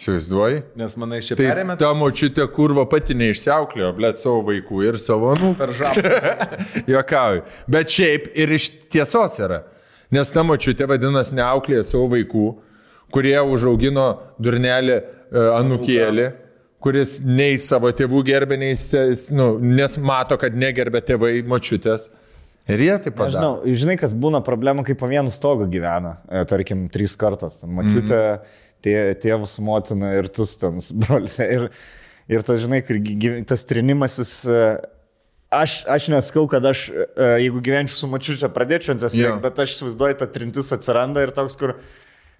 S3: Įsivaizduoji?
S5: Nes manai šiaip
S3: Tai
S5: perėmė.
S3: ta mučiute kurva pati neišsiauklėjo, blėt, savo vaikų ir savo, nu, per žapą. Jokauju. Bet šiaip ir iš tiesos yra. Nes ta mučiute vadinasi neauklėjo savo vaikų, kurie užaugino durnelį e, anukėlį kuris nei savo tėvų gerbė, nei, ses- nu, nes mato, kad negerbė tėvai mačiutės. Ir jie taip pat.
S1: Nežinau, Nu, žinai, kas būna problema, kai po vienu stogu gyvena, e, tarkim, trys kartos. Mačiute,
S3: Mhm.
S1: tė, tėvas, motina ir tu ten, brolius. Ir, ir tas, žinai, kur gy- gy- tas trinimasis. e, Aš, aš neskau, kad aš, e, jeigu gyvenčiau su mačiute, pradėčiau tas,
S3: Jo.
S1: bet aš įsivaizduoju, ta trintis atsiranda ir toks, kur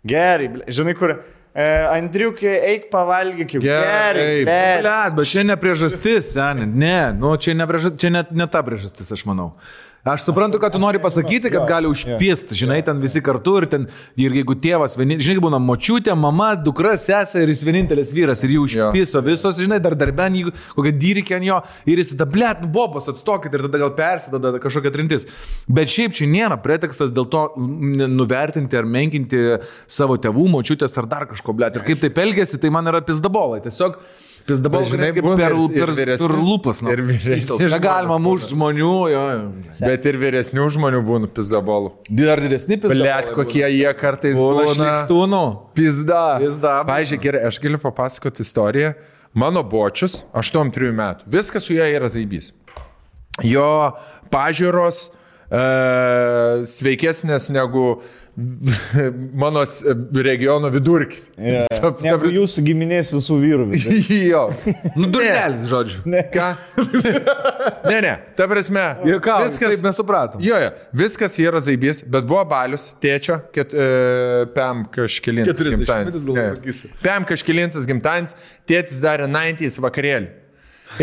S1: gerai, ble- žinai, kur e, Andriukė, eik pavalgyk, jau
S3: Gerai,
S1: gerai, bet.
S2: Blet, bet čia ne priežastis, seniai. Ne, nu, čia, ne, priežastis, čia ne, ne ta priežastis, aš manau. Aš suprantu, kad tu nori pasakyti, kad gali užpiest, žinai, ten visi kartu ir ten, ir jeigu tėvas, vieni, žinai, būna močiutė, mama, dukra, sesė ir jis vienintelis vyras ir jį užpiso visos, žinai, dar darben, jeigu kokią dyrikį ant jo ir jis tada, blėt, nu bobas, atstokit ir tada gal persidada kažkokia trintis. Bet šiaip čia nėra pretekstas dėl to mm, nuvertinti ar menkinti savo tėvų, močiutės ar dar kažko, blėt. Ir kaip taip elgesi, tai man yra pizdabolai. Tiesiog Pizdabal,
S3: Bet, žinai,
S2: žinai, kaip
S3: būna
S2: per,
S3: ir- ir
S2: per, per,
S3: vyresni-
S2: per lūpas. Nu.
S3: ir vyresni
S2: Čia galima
S3: žmonės
S2: muš žmonių, jo.
S3: Bet ir vyresnių žmonių būna pizdabolų.
S5: Dar didesni
S3: Blet, kokie jie kartais
S2: Būna
S3: būna.
S2: šlichtūnų.
S3: Pizda.
S2: Pizda.
S3: Pavyzdžiui, gerai, aš galiu papasakoti istoriją. Mano bočius, 8-3 metų, viskas su juo yra zaibys. Jo pažiūros e, sveikesnės negu mano s- regiono vidurkis. Yeah. Ta, ta,
S1: Negu
S3: prasme-
S1: jūsų giminės visų vyrų. visi.
S3: jo.
S2: Nu, durnelis, žodžiu.
S3: Ką? Ne, ne, ta prasme.
S2: Ką, viskas.
S3: viskas,
S2: Taip mes supratom.
S3: Jo, jo, viskas yra zaibys, bet buvo balius, tėčio, ket, e, pėm kažkilintas gimtadienis. Ne. Pėm kažkilintas gimtadienis, tėtis darė 90s vakarėlį.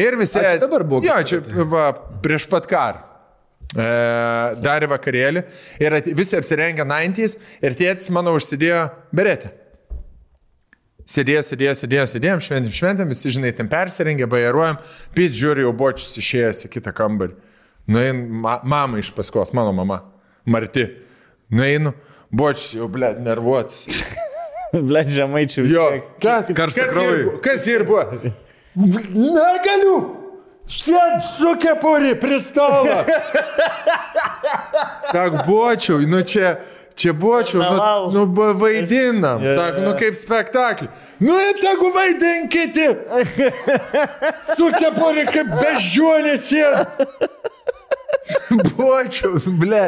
S3: Ir visi...
S2: Ai, čia dabar buvo
S3: Jo, čia va, prieš pat karą. E, darė vakarėlį ir at- visi apsirengę 90s ir tėtis mano užsidėjo beretę. Sėdėjo, sėdėjo, sėdėjo, sėdėjom, šventėm, šventėm, visi, žinai, ten persirengė, bajeruojam, pys žiūri, jau bočius išėjęs į kitą kambarį. Nuein, ma mama iš paskos, mano mama, Marti. Nueinu, bočius jau, ble, nervuotis.
S1: Ble, žemaičių.
S3: Jo,
S1: tiek.
S3: kas,
S2: Karšta
S3: kas, ir,
S2: krauju.
S3: bu- kas ir buvo? Negaliu! Sėd su kepuri prie stalo! Sak, bočiau, nu čia, čia buočiau, nu,
S7: Karnaval.
S3: nu ba- vaidinam.
S7: Jo, jo,
S3: Sako,
S7: jo.
S3: nu kaip spektaklį. Nu, ir tegu vaidinkite. Su kepurė kaip bežionės jie. Buočiau, nu, ble.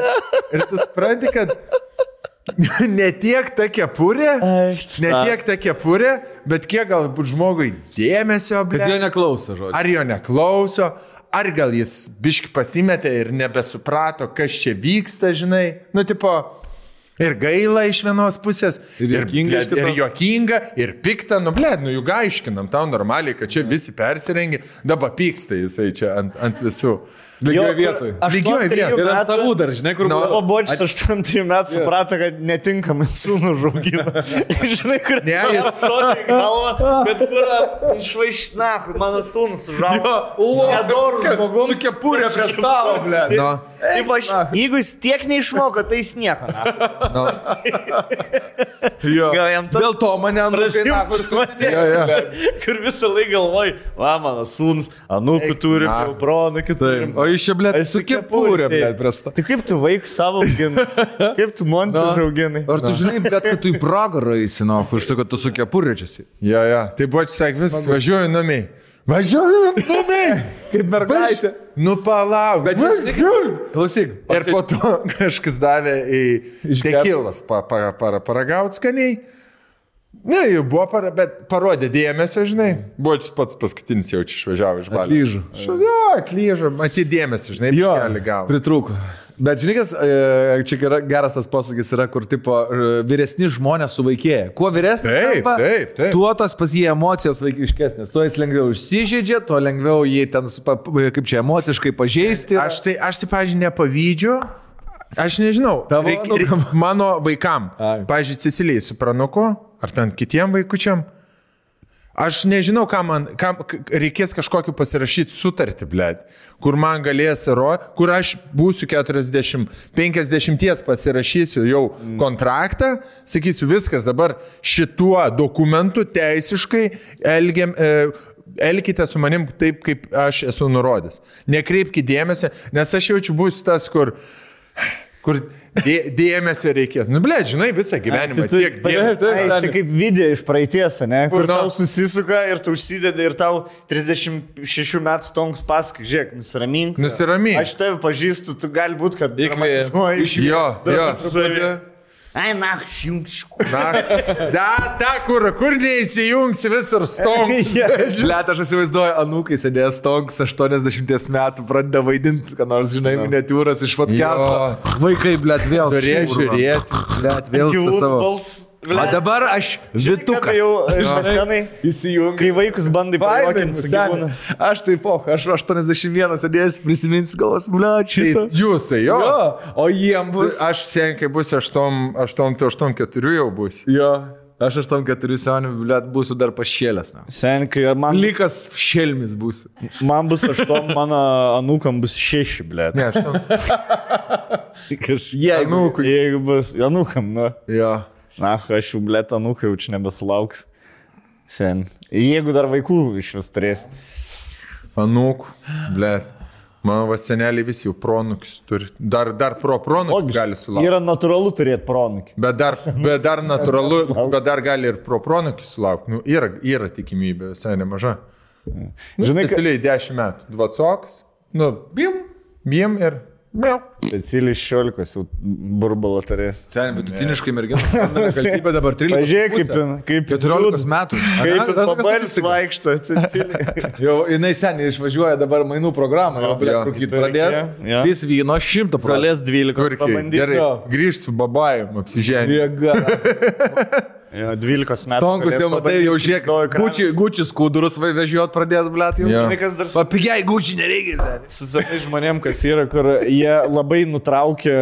S3: Ir tu supranti, kad ne tiek ta kepurė, ne tiek ta kepurė, bet kiek galbūt žmogui dėmesio, ble.
S5: Kad jo neklauso, žodžiu.
S3: Ar jo neklauso, ar gal jis biški pasimetė ir nebesuprato, kas čia vyksta, žinai. Nu, tipo, ir gaila iš vienos pusės, ir
S5: juokinga
S3: bled,
S5: iš kitos.
S3: ir, juokinga, ir pikta, nu, blė, nu, juk aiškinam tau normaliai, kad čia visi persirengia, dabar pyksta jisai čia ant, ant visų.
S5: Lygioj
S7: Jo,
S5: vietoj.
S7: Aš nuo
S3: Lygioj
S7: trijų
S3: vietoj.
S5: Ir ant
S7: metų-
S5: savų dar, žinai, kur
S3: Nu,
S5: buvo.
S7: O bočius 8 metų suprato, kad netinkamai sūnų žaugino. Žinai, kur
S3: Ne, jis-
S7: atrodė galva, bet kur išvaišna, mano sūnus žaugino. O, nedorų žmogų.
S5: Su kepurė prie stalo, ble.
S3: Nu,
S7: Taip, aš, jeigu jis tiek neišmoko, tai jis nieko. na.
S3: nu,
S5: Jo.
S7: Gal jam tas
S5: Dėl to mane nusinako.
S7: prasimusuoti,
S3: jo, jo.
S7: kur visą laiką galvoj, va, mano sūnus, anūkų turi,
S3: na.
S7: bronų
S5: Taip.
S7: kitų.
S5: O iš čia, ble,
S7: Aš
S5: su kepurė, ble, prie stalo.
S7: Tai kaip tu vaikų savo auginai? Kaip tu montus
S5: Na.
S7: auginai?
S5: Ar tu žinai, bet kad tu į pragarą įsinok, už tai, kad tu su kepurėčiasi.
S3: Jo, jo. Tai buvo čia, sakai, vis važiuoju namiai. Važiuoju namiai. Kaip mergaitė. Nu palauk. Bet
S5: Klausyk.
S3: Ir po to kažkas davė į tekilas pa, pa, pa, paragauti skaniai. Ne, jau buvo, para, bet parodė dėmesio, žinai. Buvo čia pats paskutinis jau čia išvažiavo iš balio.
S5: Atlyžo.
S3: Jo, atlyžo, matyti dėmesį, žinai,
S5: Jo,
S3: biškelį gavo.
S5: pritrūko. Bet žinai, kas e, čia yra geras tas posakis yra, kur tipo e, vyresni žmonės suvaikėja. Kuo vyresnis,
S3: Taip,
S5: tampa,
S3: taip, taip.
S5: tuo tos pas jį emocijos vaikiškesnės. Tuo jis lengviau išsižydžia, tuo lengviau jį ten, su pa- kaip čia, emociškai pažeisti.
S3: Aš tai, aš tai, pažiūrėjau, nepavydžiu. Aš nežinau.
S5: Tavo
S3: reik-
S5: anūkam.
S3: reik- mano vaikam.
S5: Ai.
S3: Pavyzdžiui, Cecilijai su pranuku, ar ten kitiem vaikučiam. Aš nežinau, kam man kam, k- reikės kažkokį pasirašyti sutartį, blėt, kur man galės, ro- kur aš būsiu 40, 50 pasirašysiu jau kontraktą, sakysiu, viskas dabar šituo dokumentu teisiškai elgiam, e, elkite su manim taip, kaip aš esu nurodęs. Nekreipkite dėmesio, nes aš jaučiu būsiu tas, kur kur dė, dėmesio reikės. Nu, ble, žinai, visą
S7: tai
S3: gyvenimą. tiek dėmesio-
S7: Ai, čia kaip video iš praeities, ne? Kur
S3: Nu.
S7: tau susisuka ir tu užsidedi ir tau 36 metų stonks paskui, žiūrėk, nusiramink.
S3: Nusiramink.
S7: Aš tave pažįstu, tu gali būti, kad dramatizuoji iš
S3: Jo, jo.
S10: Ai, na, aš jums.
S3: Na, da, da, kur, kur neįsijungsi visur stonk.
S5: Let, aš įsivaizduoju, anūkai sėdės tonks 80 metų, pradeda vaidinti, ką nors, žinai, miniatūras iš
S3: Jo.
S5: vatkesto. Vaikai, blėt, vėl.
S3: Turės žiūrėti.
S5: Blėt, vėl tą
S7: gyvūnų
S5: savo.
S7: balsų.
S5: O dabar aš
S7: Kada
S5: vituką.
S7: jau žasenai įsijungi. Kai vaikus bandai pajuokinti su gyvūnu.
S5: Aš taip, po, aš 81 sėdėjęs, prisiminsiu galvas, blėt, šitą.
S3: Jūs tai jo.
S5: Jo, Tai o jiem bus.
S3: Aš senkai bus 8-4 jau bus.
S5: Jo, aš 84 senių, blėt, būsiu dar pašėlęs. na.
S7: Senkai, man,
S5: Likas šelmis būsiu.
S7: man bus aštuom, mano anūkam bus šeši, ble.
S3: Ne, aš.
S7: Jeigu,
S3: Anūkui.
S7: jeigu bus anūkam, nu.
S3: Jo.
S7: Na, aš jau blėt anūkai jau čia nebesulauks. Sen. Jeigu dar vaikų iš vis turės.
S3: Anūkų. Ble. Mano va seneliai visi jau pronukius turi. Dar, dar pro pronukius gali sulaukti.
S7: Yra natūralu turėti pronukį.
S3: Bet dar, bet dar natūralu, bet dar gali ir pro pronukius sulaukti. Nu, yra, yra tikimybė visai nemaža. Nu,
S7: Žinai,
S3: Žinai,
S7: kad
S3: kad... Tyliai 10 metų. Dvacoks. Nu, bim, bim ir... Miau.
S7: specialiai 16 jau burbalą turės.
S5: Sen, vidutiniškai merginos. Kaltybė dabar 13.
S7: Pažiūrėk, kaip, jin- kaip jin
S5: 14
S7: liūdna.
S5: metų.
S7: Kaip
S5: Ane?
S7: pabalis vaikšto, Cecilija.
S5: Jau jinai seniai išvažiuoja dabar mainų programą. Jau, ble,
S3: Jo.
S5: rūkyt
S7: Turkija,
S5: pradės.
S7: jo.
S5: Vis vyno šimto pralės.
S7: Pralės 12.
S3: Gerai,
S7: Pabandysiu.
S3: grįžt su babajum, apsiženė.
S5: Jėga.
S7: Jo, 12 metų.
S5: Tonkus jau matai, jau žiūrėk. Gučiai, gučius kūdurus važiuot pradės, ble, jau.
S3: Jo.
S7: Kas dar
S5: Papigiai gučiai nereikia. seni.
S7: su senais žmonėm, kas yra, kur jie labai nutraukė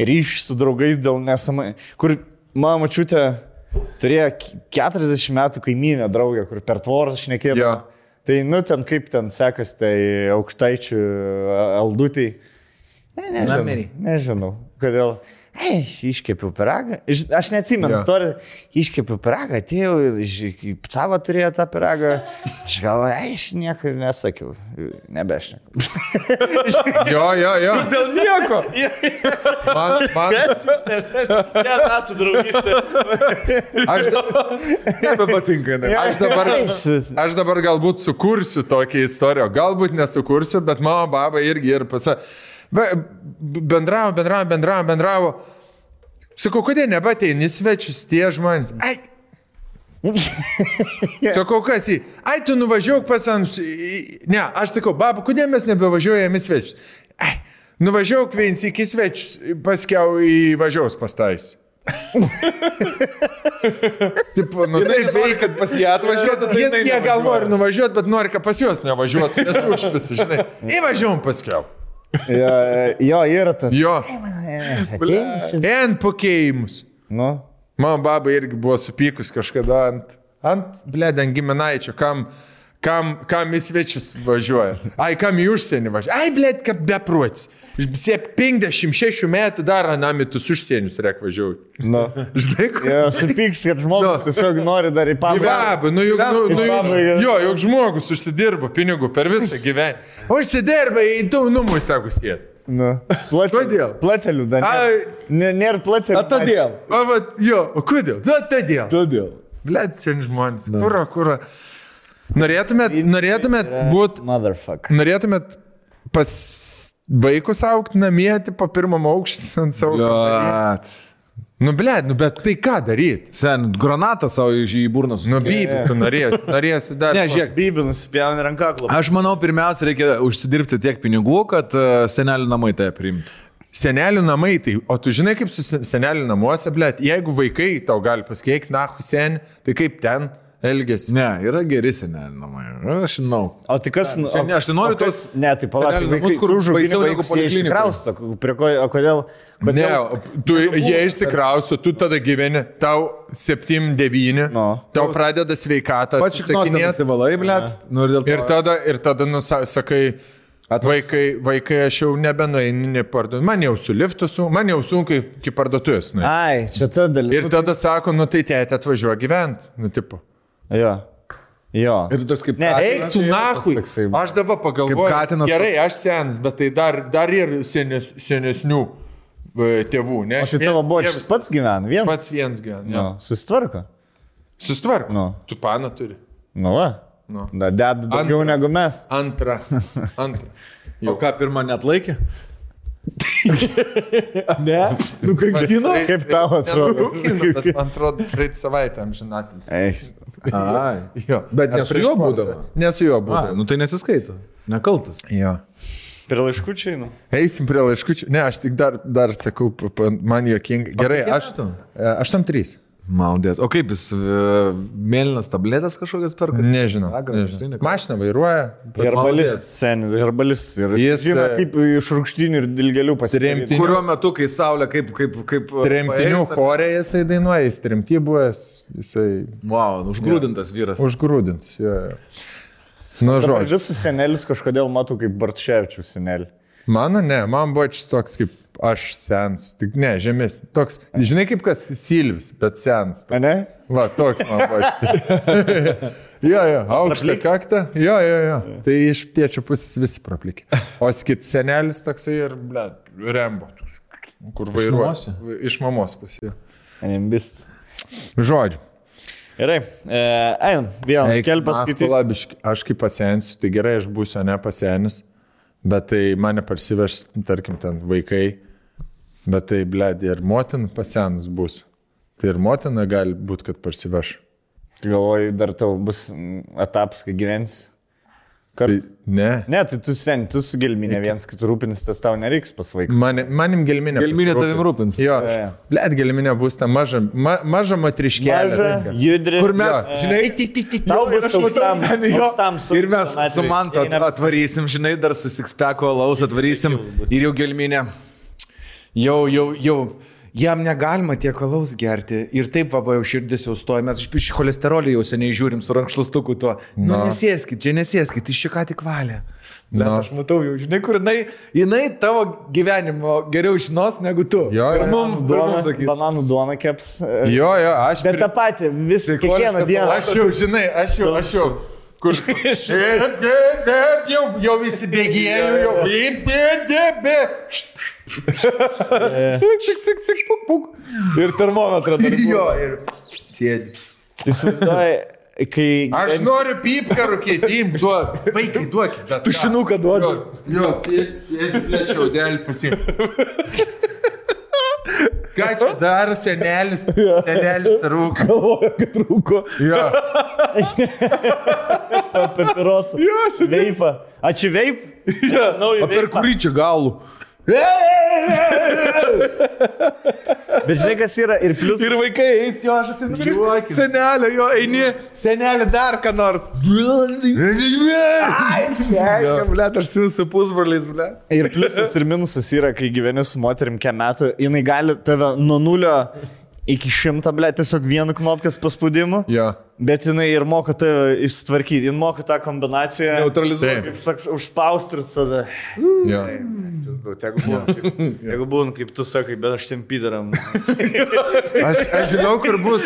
S7: ryšį su draugais dėl nesamai. Kur mano mačiutė turėjo k- 40 metų kaimynę draugę, kur per tvorą šnekėjo.
S3: Jo.
S7: Tai, nu, ten kaip ten sekasi, tai aukštaičių aldutį. Ne, nežinau, nežinau, kodėl.
S1: Ei, iškepiau piragą. Iš, aš neatsimenu,
S3: Jo.
S1: yeah. iškepiau piragą, atėjau ir iš- savo turėjo tą piragą. Aš galvoju, ei, aš nieko ir nesakiau. Nebešneku.
S3: Jo, jo, jo. Dėl nieko. Man, man,
S7: Ne, ačiū draugystė.
S3: aš, da-
S5: Nebepatinka, ne?
S3: aš, dabar, aš dabar galbūt sukursiu tokią istoriją, galbūt nesukursiu, bet mano baba irgi ir pasa. Be- Bendravo, bendravo, bendravo, bendravo. Sakau, kodėl nebateini svečius tie žmonės? Ai, Sakau, kas jį? Ai, tu nuvažiuok pas ant... Ne, aš sakau, babu, kodėl mes nebevažiuojame į svečius? Ai, nuvažiuok viens iki svečius, paskiau įvažiaus pas tais. Taip, nu, taip veikia, kad pas ją atvažiuotų. tai Jie, jie gal nori nuvažiuoti, bet nori, kad pas juos nevažiuotų, nes užpisi, žinai. Įvažiuom paskiau.
S1: jo, jo, yra tas.
S3: Jo,
S1: Atėjus,
S3: en pokėjimus.
S1: nu,
S3: Mano baba irgi buvo supykus kažkada ant, ant blėdė, ant giminaičio, kam, kam, kam į svečius važiuoja. Ai, kam į užsienį važiuoja. Ai, blėdė, kaip beprotis. 56 metų dar anamitus užsienius reik važiuoti.
S1: nu.
S3: Žinai, kur?
S1: Jo, supyks, kad žmogus tiesiog nori dar į pabaigą.
S3: Baba, nu juk, nu, nu, juk,
S1: pabaigą.
S3: jo, juk žmogus užsidirba pinigų per visą gyvenimą. Užsidirba į daunumą, sako sėdė.
S1: Nu. Plat...
S3: Kodėl?
S1: Platelių dar.
S3: Ai.
S1: nėra. Ne, nėra platelių.
S5: A, todėl.
S3: O, vat, jo, o kodėl? Nu, todėl.
S5: Todėl.
S3: Blet, sen žmonės. Kura, kura. Norėtumėt, norėtumėt būt,
S1: Motherfuck.
S3: norėtumėt pas vaikus aukti namie, po pirmam aukštį ant savo.
S5: Bet.
S3: Nu, blet, nu, bet tai ką daryti?
S5: Sen, granatą savo iš į burną
S3: Nu,
S5: susukė.
S3: bybi, tu norėsi, norėsi dar.
S5: Ne, žiūrėk.
S7: Bybinus spjauni rankaklą.
S5: Aš manau, pirmiausia, reikia užsidirbti tiek pinigų, kad e, senelių namai tai priimtų.
S3: Senelių namai, tai, o tu žinai, kaip su se- senelių namuose, blet, jeigu vaikai tau gali pasikeikti, na, husen, tai kaip ten elgesi?
S5: Ne, yra geri senelių namai. Aš žinau.
S1: O tai kas...
S5: čia ne, aš tai noriu
S1: o kas-
S5: tuos
S1: Ne, tai palauk,
S5: senelių
S1: vaikai,
S5: namus, kur baisiau negu poliklinikoj.
S1: Krausto, prie ko, o kodėl... kodėl
S3: Ne, o tu, jie išsikrausto, tu tada gyveni, tau 7-9,
S1: No.
S3: tau pradeda sveikatą
S5: Pats iš naujo
S3: atsisakinėti.
S5: nesivalai, blėt. Nu, ir dėl
S3: Ir
S5: to.
S3: tada, ir tada nusakai, vaikai, vaikai, aš jau nebenueinu, neparduodu. Man jau su liftu, su, man jau sunku iki parduotuvės. Nu.
S1: Ai, čia ta dalis.
S3: Ir tada sako, nu tai tėtė atvažiuoja gyventi. Nu, tipo.
S1: Jo. Jo.
S5: Ir tu toks kaip...
S1: Ne,
S5: katinas.
S3: Eik tu nahui.
S1: toksai-
S3: Aš dabar pagalvoju,
S5: Kaip katinas.
S3: gerai, aš senas, bet tai dar, dar ir senes, senesnių e, tėvų. Ne,
S1: O tai tavo bočius pats gyvena, vien.
S3: Pats vienas gyvena.
S1: Nu,
S3: Ja.
S1: susitvarko.
S3: Sustvark.
S1: Nu.
S3: Tu paną turi.
S1: Nu, va.
S3: Nu.
S1: Da, deda daugiau
S3: Antra.
S1: negu mes.
S3: Antrą. Antrą.
S5: O ką, pirmą net laikė?
S1: Kaip tau atrodo?
S3: Nenurūkino, nu, bet man atrodo, praeitą savaitę amžinatinis.
S1: Ei,
S5: Ai.
S3: Bet
S5: ne su juo būdavo? Ah.
S3: Ne su juo
S5: Ai,
S3: būdavo.
S5: nu tai nesiskaito. Nekaltas.
S3: Jo.
S7: Prie laiškučiai, nu.
S3: Eisim prie laiškučių. Ne, aš tik dar, dar sakau, pa- pa- man juokinga. Gerai,
S5: kiek
S3: aš.
S5: metų?
S3: e, Aš tam trys.
S5: Maudės. O kaip jis, e, mėlynas tabletės kažkokias perka?
S3: Nežinau.
S5: Agra, štai
S3: nežinau.
S5: ne-
S3: Mašiną vairuoja.
S1: Herbalistas, senis herbalistas. Ir jis
S3: Jis,
S1: žino,
S3: e,
S1: kaip iš rūkštinių ir dilgelių pasirinkti.
S3: Tremtinių,
S5: Kuriuo metu, kai saulė kaip... kaip, kaip e,
S3: tremtinių
S5: paeis,
S3: chore jisai dainuoja, jis tremty buvęs, jisai
S5: Wow, nu užgrūdintas vyras.
S3: užgrūdintas. jo, jo. Nu, žodžiu.
S1: Visus senelius kažkodėl matau kaip Bartševičių senelį.
S3: Mano ne, man buvo šis toks kaip aš sens, tik ne, žemės. Toks, žinai kaip kas Silvis, bet sens.
S1: A ne?
S3: Va, toks man buvo. šis. jo, jo, aukštą kaktą. Jo, jo, jo. Tai iš tėčio pusės visi praplikė. O skit senelis toksai ir, ble, rembo. toks, Kur vairuosi? Iš mamos pusės. jo.
S1: Animbis.
S3: Žodžiu.
S1: Gerai. E, Einam, vieną
S3: Eik,
S1: iškel
S3: nachtu,
S1: paskaitysiu.
S3: labiški. Aš kaip pasensiu, tai gerai, aš būsiu ne pasenis, bet tai mane parsiveš, tarkim, ten vaikai, bet tai, bled, ir motina pasenis bus. Tai ir motina gali būti, kad parsiveš.
S1: Galvoju, dar tau bus mm, etapas, kai gyvens. Kar...
S3: Tai ne.
S1: Ne, tai tu sen, tu su gelminė vienas kitų rūpinsis, tas tau nereiks pas vaiką.
S3: Man, manim gelminė.
S5: Gelminė
S3: pasirūpins.
S5: tavim rūpins.
S3: Jo.
S1: Jo, jo.
S3: Blet, gelminė bus ta maža, ma, maža matriškelė.
S1: Maža, judri.
S5: Kur mes,
S1: Jo.
S5: žinai,
S1: Tau bus aukštam, aukštam su-
S5: Ir mes su
S1: senatvei.
S5: mantu at-
S1: Einam-
S5: atvarysim, žinai, dar susikspeko laus atvarysim ir jau gelminė. Jau, jau, jau. jam negalima tiek alaus gerti. Ir taip va, va, jau širdis jau stoja, mes iš iš cholesterolį jau seniai žiūrim su rankšlustuku tuo. Nu,
S3: Na.
S5: nesėskit, čia nesėskit, iš čia ką tik valė. Bet
S3: Na.
S5: aš matau jau, žinai, kur jinai, jinai tavo gyvenimo geriau žinos negu tu.
S3: Jo,
S5: ir
S3: jo.
S5: mums duoda
S1: Duona,
S5: sakyti.
S1: bananų duona keps. e,
S3: Jo, jo, aš.
S1: Bet tą patį, vis kiekvieną dieną.
S3: Aš jau, žinai, aš jau, aš jau. Kur? Dėp, dėp, dėp, jau, jau visi bėgėjau, jau. Dėp, dėp, dėp, dėp.
S5: Cik, cik, cik, puk, puk. Ir termometrą dar.
S3: Jo, ir sėdi.
S1: Tai įsivaizduoji, kai...
S3: Aš noriu pipką rūkyti, imk, duok. Vaikai, duokit. bet ką.
S5: Tušinuką
S3: Jo,
S5: duodu.
S3: jo, sėdi, sėdi, plečiau, dėl pasiekti. Ką čia daro senelis? Senelis rūko.
S5: Galvoju, kad rūko.
S3: Jo,
S1: Papirosą. Veipą. Ačiū veip. Naujo
S5: Per
S1: veipą.
S5: kurį čia galų?
S1: Bet žinai, kas yra ir plius.
S5: Ir vaikai eis, jo, aš atsimenu. Senelio, jo, eini, senelio dar ką nors. Ai, ne, ble, aš su jūsų pusbroliais, ble.
S1: Ir pliusas ir minusas yra, kai gyveni su moterim kiem metų, jinai gali tave nuo nulio iki šimto, ble, tiesiog vienu knopkės paspaudimu,
S3: jo.
S1: bet jinai ir moka tave išsitvarkyti, jinai moka tą kombinaciją.
S3: Taip,
S1: Kaip saks, užspausti ir tada.
S3: jo.
S1: Pizdau, Tegu būna, kaip, tegu būna, kaip tu sakai, bet aš tiem pidaram.
S3: Aš, aš žinau, kur bus,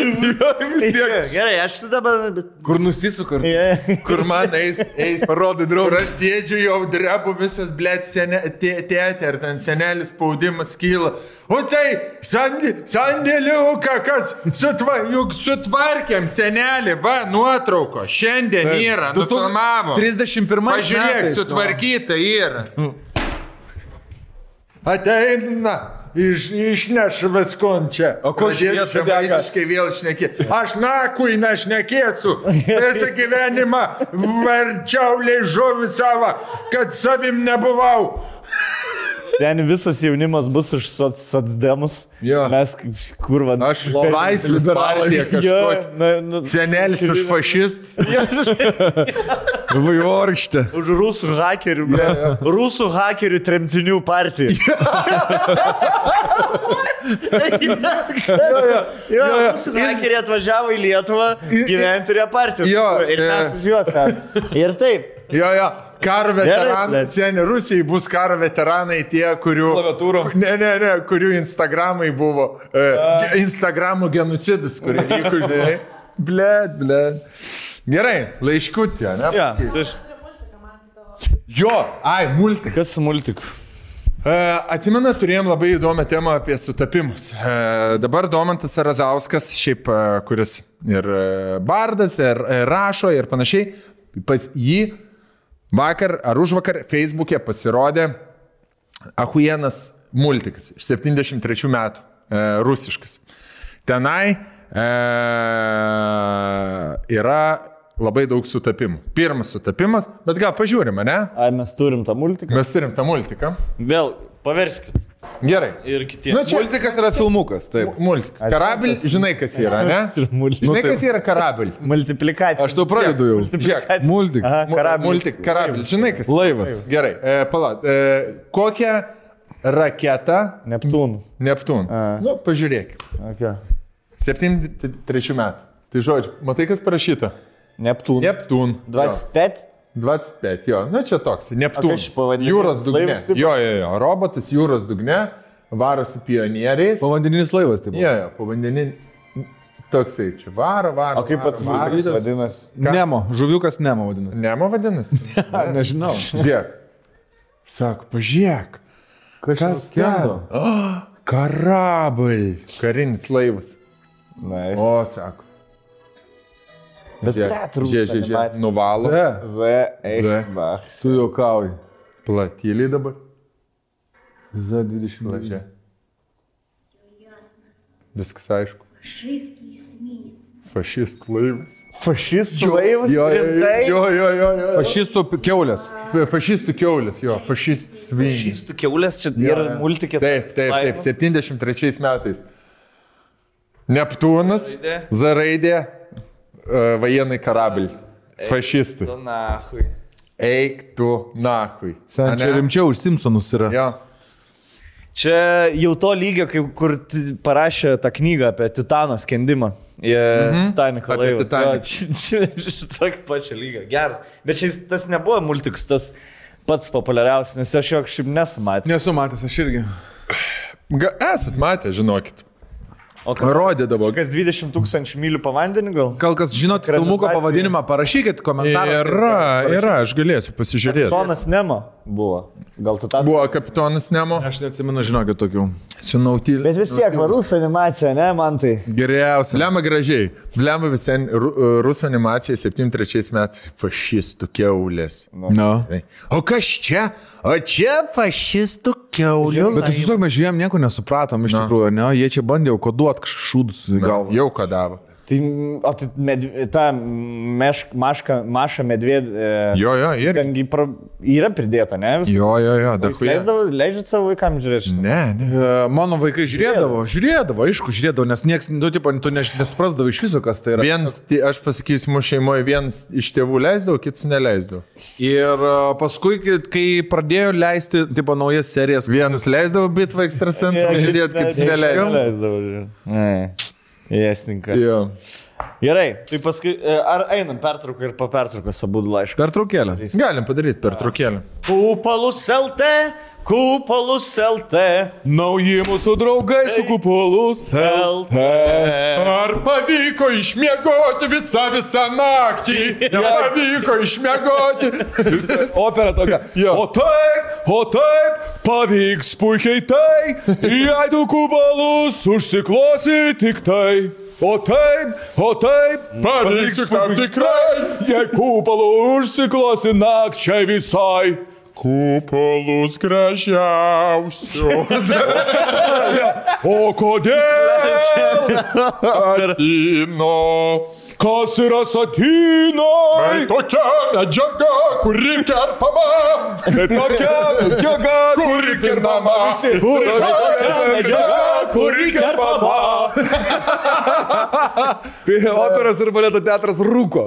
S1: Gerai, aš tai dabar. Bet...
S5: Kur nusisuka ir
S1: Yeah.
S3: kur man eis, eis.
S5: parodai
S3: Kur
S5: draugą.
S3: aš sėdžiu, jau drebu visas, blėt, tėtė, ar ten senelis spaudimas kyla. O tai, sandi- sandėliuką, kas sutva, juk sutvarkėm senelį, va, nuotrauko, šiandien yra,
S5: Du tūk-
S3: nufilmavo.
S5: 31
S3: Pažiūrėk,
S5: metais, nu.
S3: sutvarkyta yra. Ateina. Iš, išneš viskon čia.
S5: O kur
S3: Pradės
S5: šviesa dega?
S3: žemaitiškai vėl šneki. Aš nakui nešnekėsiu. Visą gyvenimą varčiau leižuvį savo, kad savim nebuvau.
S1: Ten visas jaunimas bus už socdemus.
S3: Jo.
S1: Mes kaip kurva.
S3: Aš laisvės partija kažkokia.
S1: nu-
S3: Senelis už fašistus.
S5: Vaivorkštė.
S1: Už rusų hakerių. Yeah. Rusų hakerių tremtinių partija. Jo, mūsų hakeriai atvažiavo į Lietuvą gyventi ir partijos.
S3: Jo,
S1: ir mes
S3: e.
S1: už juos esame. Ir taip.
S3: Jo, jo, karo veteranai,
S1: Gerai,
S3: seniai Rusijai bus karo veteranai tie, kurių...
S5: klaviatūrom.
S3: Ne, ne, ne, kurių Instagramai buvo. E, ge- Instagramų genocidas, kurį vyko, žinai. Bled, bled. Gerai, laiškutė, ne?
S1: Ja, tai aš,
S3: Jo, ai, multik.
S1: kas su multiku?
S3: E, Atsimenu, turėjom labai įdomią temą apie sutapimus. E, Dabar Domantas Razauskas, šiaip e, kuris ir e, bardas, ir e, rašo, ir panašiai, pas jį vakar ar už vakar Facebook'e pasirodė Ahuienas multikas iš 73 metų, e, rusiškas. Tenai e, yra labai daug sutapimų. Pirmas sutapimas, bet gal pažiūrime, ne?
S1: Ai, mes turim tą multiką.
S3: Mes turim tą multiką.
S1: Vėl paverskit
S3: Gerai.
S1: ir kitiems.
S3: Nu, čia
S5: Politikas yra filmukas, taip.
S3: Multik. Karabil, žinai, kas yra, ne?
S1: Multi-
S3: Žinai, kas yra karabil.
S1: Multiplikacija.
S5: Aš tau pradedu jau.
S3: Žiūrėk,
S5: Multik.
S1: Aha, karablis.
S3: Multik, karabil. Žinai, kas yra.
S5: Laivas.
S3: Gerai, e, palauk. E, kokią raketą
S1: Neptūnas.
S3: Neptūn? Nu, pažiūrėk.
S1: Okay.
S3: 73 metų. Tai žodžiu, matai, kas parašyta?
S1: Neptūnas.
S3: Neptūn. Jo.
S1: 25.
S3: 25, jo, nu čia toks, Neptūnas.
S1: šiaip pavadinimas
S3: Jūros dugne.
S1: laivas, taip?
S3: Jo, jo, jo, robotas jūros dugne, varosi pionieriais.
S5: Povandeninis laivas, tai taip.
S3: Jo, jo, povandenin. Toksai čia varo, varo.
S1: O kaip pats
S3: varo,
S1: multikas
S3: varo.
S1: vadinasi?
S5: Nemo, žuviukas Nemo vadinasi.
S3: Nemo vadinasi?
S5: Ne, nežinau.
S3: Žiūrėk. Sako, pažiūrėk. Kažkas skendo. Karabai. Karinis laivas.
S1: Na, jis.
S3: O, sako.
S1: Bet ble,
S3: Žiūrėk,
S1: trūksta
S3: žiūrėk, žiūrėk,
S1: animacijos.
S3: nuvalo.
S5: Ne,
S1: Z. Eichbach.
S5: tu juokauji.
S3: Platyliai dabar.
S5: Z20.
S3: Plačia. Viskas aišku. Fašist laivas.
S1: Fašistų laivas.
S3: Jo, jo, jo,
S1: Rimtai.
S3: jo, jo, jo, jo.
S5: Fašistų keulės.
S3: Fa- Fašistų keulis, jo, fašistų svinys.
S1: Fašistų keulės čia ir multikė.
S3: Taip, taip, taip, 73 metais. Neptūnas, Z raidė, e, vajenai karabilį. Fašistai.
S1: Nahui.
S3: Eik tu nahui.
S5: Sen, čia
S3: Ane?
S5: rimčiau už Simpsonus yra.
S3: Jo.
S1: Čia jau to lygio, kaip, kur t- parašė tą knygą apie Titano skendimą. Mhm. Titanico
S3: Apie
S1: laivą.
S3: Titanic.
S1: Jo, čia- čia- čia Tokia pačia lyga. Geras. Bet šis tas nebuvo multiks, tas pats populiariausias, nes aš jo kažkaip nesumatęs.
S5: Nesu matęs, aš irgi.
S3: Ga, esat matę, žinokit.
S1: O ką?
S3: Rodydavo.
S1: Kas 20 tūkstančių mylių po vandeniu gal?
S5: Gal kas žinot filmuko
S1: Ekranizacija.
S5: pavadinimą, parašykit komentarą.
S3: Yra, yra, aš galėsiu pasižiūrėti.
S1: Tonas Nemo buvo. Gal tu tą
S3: Buvo kapitonas Nemo.
S5: Aš neatsimenu, žinokit, tokių.
S3: Sunautylė.
S1: Bet vis tiek, va, rusų animacija, ne, man tai.
S5: Geriausia.
S3: Lemba gražiai. Lemba visai e, rusų animacija 73 metais. Fašistų keulės.
S5: No.
S3: Tai, O kas čia? O čia fašistų keulių.
S5: Bet aš tiesiog mes žiūrėjom, nieko nesupratom iš tikrųjų, ne? Jie čia bandė jau koduot kažkokius šūdus į galvą.
S3: Jau kodavo.
S1: Tai, mm, o tai med, ta mešk, maška, maša medvėd. E,
S3: Jo, jo, ir.
S1: Tengi pra, yra pridėta, ne? Vis,
S3: Jo, jo, jo, dar
S1: Jūs leisdavo, leidžiat savo vaikams žiūrėti šitą.
S3: Ne, ne.
S5: E, Mano vaikai žiūrėdavo, žiūrėdavo, aišku, žiūrėdavo, nes nieks, nu, tipo, tu nes- nesuprasdavo iš viso, kas tai yra.
S3: Vienas, tė- aš pasakysiu, mūsų šeimoje vienas iš tėvų leisdavo, kitas neleisdavo.
S5: Ir e, paskui, kai- kai pradėjo leisti, tipo, naujas serijas,
S3: Vienas leisdavo bitva ekstrasensą, žiūrėt, kitas neleisdavo.
S1: Neleisdavo žiūrėti. Ne. Jėsinka.
S3: Jo.
S1: Gerai, tai paskui, e, ar einam pertrauką ir po pertraukos abu du laišką.
S5: per traukėlę.
S3: Galim padaryti per trukėlį.
S1: Kupolus LT, kupolus LT,
S5: Nauji mūsų draugai su kupolu
S1: LT.
S3: Ar pavyko išmiegoti visą visą naktį? Nepavyko išmiegoti.
S5: Opera tokia.
S3: Jo.
S5: O taip, o taip, pavyks puikiai tai, jeigu kubalus užsiklosi tik tai. O taip, o taip, tai.
S3: Pavyks tam tikrai.
S5: jei kupalų užsiklosi nakčiai visai.
S3: Kupolus gražiausios
S5: O kodėl?
S3: ino.
S5: Kas yra satinai?
S3: Tai tokia medžiaga, kuri kerpama.
S5: Tai tokia medžiaga, kuri kirnama. Kuri medžiaga, kuri kirnama. Tai operos ir baleto teatras rūko.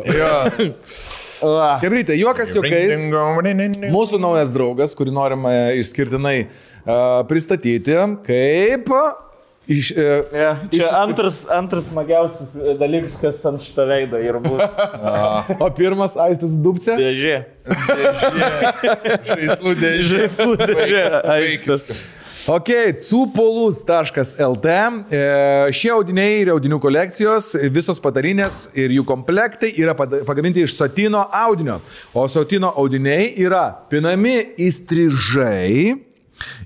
S5: Kebrytė, juokas juokais. Mūsų naujas draugas, kurį norime išskirtinai a, pristatyti, kaip iš... e, a,
S1: Ja,
S3: Tai
S1: čia antras, antras smagiausias e, dalykas, kas ant šito veido ir buvo.
S5: O pirmas aistas dubse.
S1: Dėžė.
S3: Žaislų dėžė.
S1: Žaislų dėžė. Aistas.
S5: Ok, cupolus.lt. E, Šie audiniai ir audinių kolekcijos, visos patarinės ir jų komplektai yra pada- pagaminti iš satino audinio. O satino audiniai yra pinami įstrižai.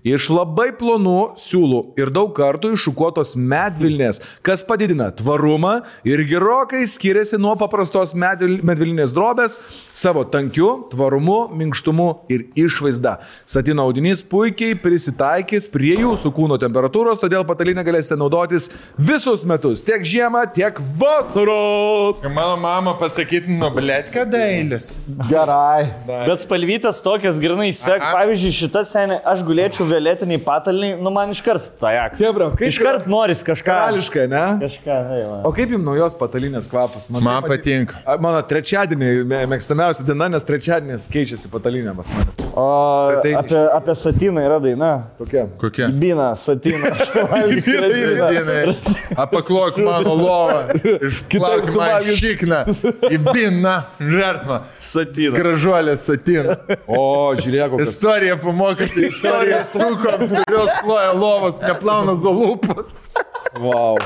S5: Iš labai plonų siūlų ir daug kartų iššukuotos medvilnės, kas padidina tvarumą ir gerokai skiriasi nuo paprastos medvil- medvilninės drobės savo tankiu, tvarumu, minkštumu ir išvaizda. Satino audinys puikiai prisitaikys prie jūsų kūno temperatūros, todėl patalinę galėsite naudotis visus metus, tiek žiemą, tiek vasarą.
S3: Mano mama pasakyti, nu, bleska dailės.
S5: Gerai.
S1: Bet spalvytas tokias grinai, sek,
S3: Aha.
S1: pavyzdžiui, šita senė, aš gulėčiau vėlėtiniai pataliniai, nu man iškart stajak.
S5: Chebra, kaip
S1: Iškart noris kažką.
S5: Kališkai, ne?
S1: Kažką, tai va.
S5: O kaip jums naujos patalinės kvapas? Man
S3: Man
S5: tai pati-
S3: patinka.
S5: A, Mano trečiadienį mė- mėgstamiausia diena, nes trečiadienis keičiasi patalinė pas mane.
S1: O
S5: tai-
S1: apie, apie satiną yra daina.
S5: Kokia?
S3: Kokia?
S1: Bina, satinas. valgyk raziną.
S3: Rezinai. Apaklok mano lovą. Išplauk man
S5: suvalgyt.
S3: šikną. Įbina. Žertma.
S1: Satinas.
S3: Gražuolė satina.
S5: O, žiūrėk, kokias.
S3: Istorija pamokyti. Istorija sukoms, kurios kloja lovas, neplauna zalupas.
S5: Wow.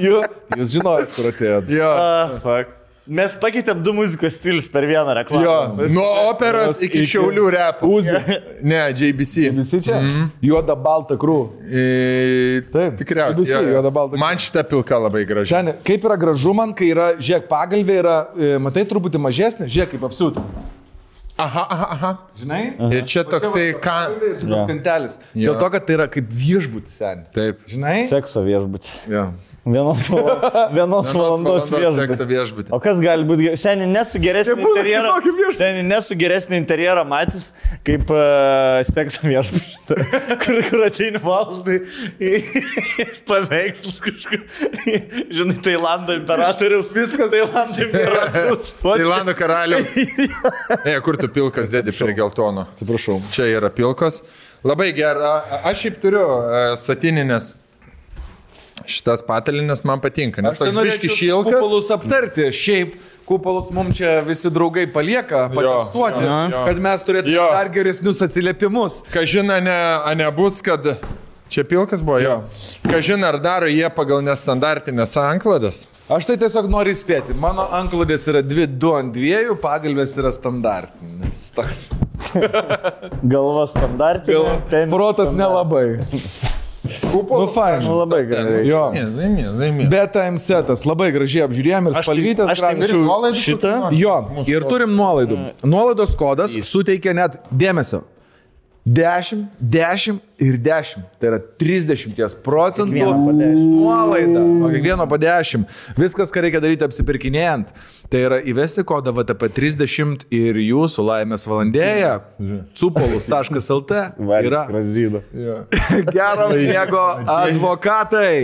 S5: Jūs, jūs žinojate, kur atėjot.
S3: Jo.
S1: Ah, fuck. Mes pakeitėm du muzikos stilius per vieną reklamą.
S3: Jo. Nuo operos iki šiaulių repo. Uzi. Ne, JBC.
S5: Visi čia?
S3: Mhm.
S5: Mm -hmm. Juoda balta krū.
S3: E,
S5: Taip,
S3: Tikriausiai.
S5: visi
S3: jo, jo.
S5: juoda balta.
S3: Man šita pilka labai graži.
S5: Šiandien, kaip yra gražu man, kai yra, žiūrėk, pagalbė yra, e, matai, truputį mažesnė, žiūrėk, kaip apsiūti.
S3: Aha, aha, aha.
S5: Žinai?
S3: Ir čia toksai, ką.
S5: Ja. Kantelis. Ja. Dėl to, kad tai yra kaip viešbutis seniai.
S3: Taip.
S5: Žinai?
S1: Sekso viešbutį.
S5: Ja.
S1: Vienos, val... Vienos valandos viešbutį.
S3: sekso viešbutį.
S1: O kas gali būti, ge- seniai nesu geresnį
S5: būna
S1: interjerą.
S5: kitokių viešbučių.
S1: Seniai nesu geresnį interjerą matys, kaip uh, sekso viešbutį. kur, kur ateini valdai į paveikslus kažkur. Žinai, Tailando imperatoriaus. Viskas. Tailando imperatoriaus.
S3: Tailando karalių. Ne, kur tu tu pilkas dėdi prie geltono.
S5: Atsiprašau.
S3: Čia yra pilkos. Labai gera. Aš šiaip turiu e, satininės. Šitas patalinės man patinka, nes toks biški šilkas.
S5: Kupolus aptarti. Šiaip kupolus mums čia visi draugai palieka patestuoti,
S3: jo.
S5: kad mes turėtume
S3: Jo.
S5: dar geresnius atsiliepimus.
S3: Kažina, ne, a, nebus, kad... Čia pilkas buvo jo. Kažina, ar daro jie pagal nestandartinės anklodas?
S5: Aš tai tiesiog noriu įspėti. Mano anklodės yra 2 ant 2, pagalbės yra standartinis. Toks.
S1: Galva standartinė. tenis
S5: Protas
S1: standartinė.
S5: nelabai. Nu, fain.
S1: Nu, labai gerai.
S5: Jo.
S3: Zaimė, zaimė.
S5: Bet time setas labai gražiai apžiūrėjom ir spalvytės.
S1: aš tai
S5: gražios.
S1: mirčiau šitą.
S5: Jo, ir turim nuolaidų.
S3: Mm.
S5: Nuolaidos kodas suteikia net dėmesio. 10, 10 ir 10. Tai yra 30 procentų nuolaida. O kiekvieno po 10. Viskas, ką reikia daryti apsipirkinėjant, tai yra įvesti kodą VTP30 ir jūsų laimės valandėje cupolus.lt yra
S1: Razydo.
S5: gero miego advokatai.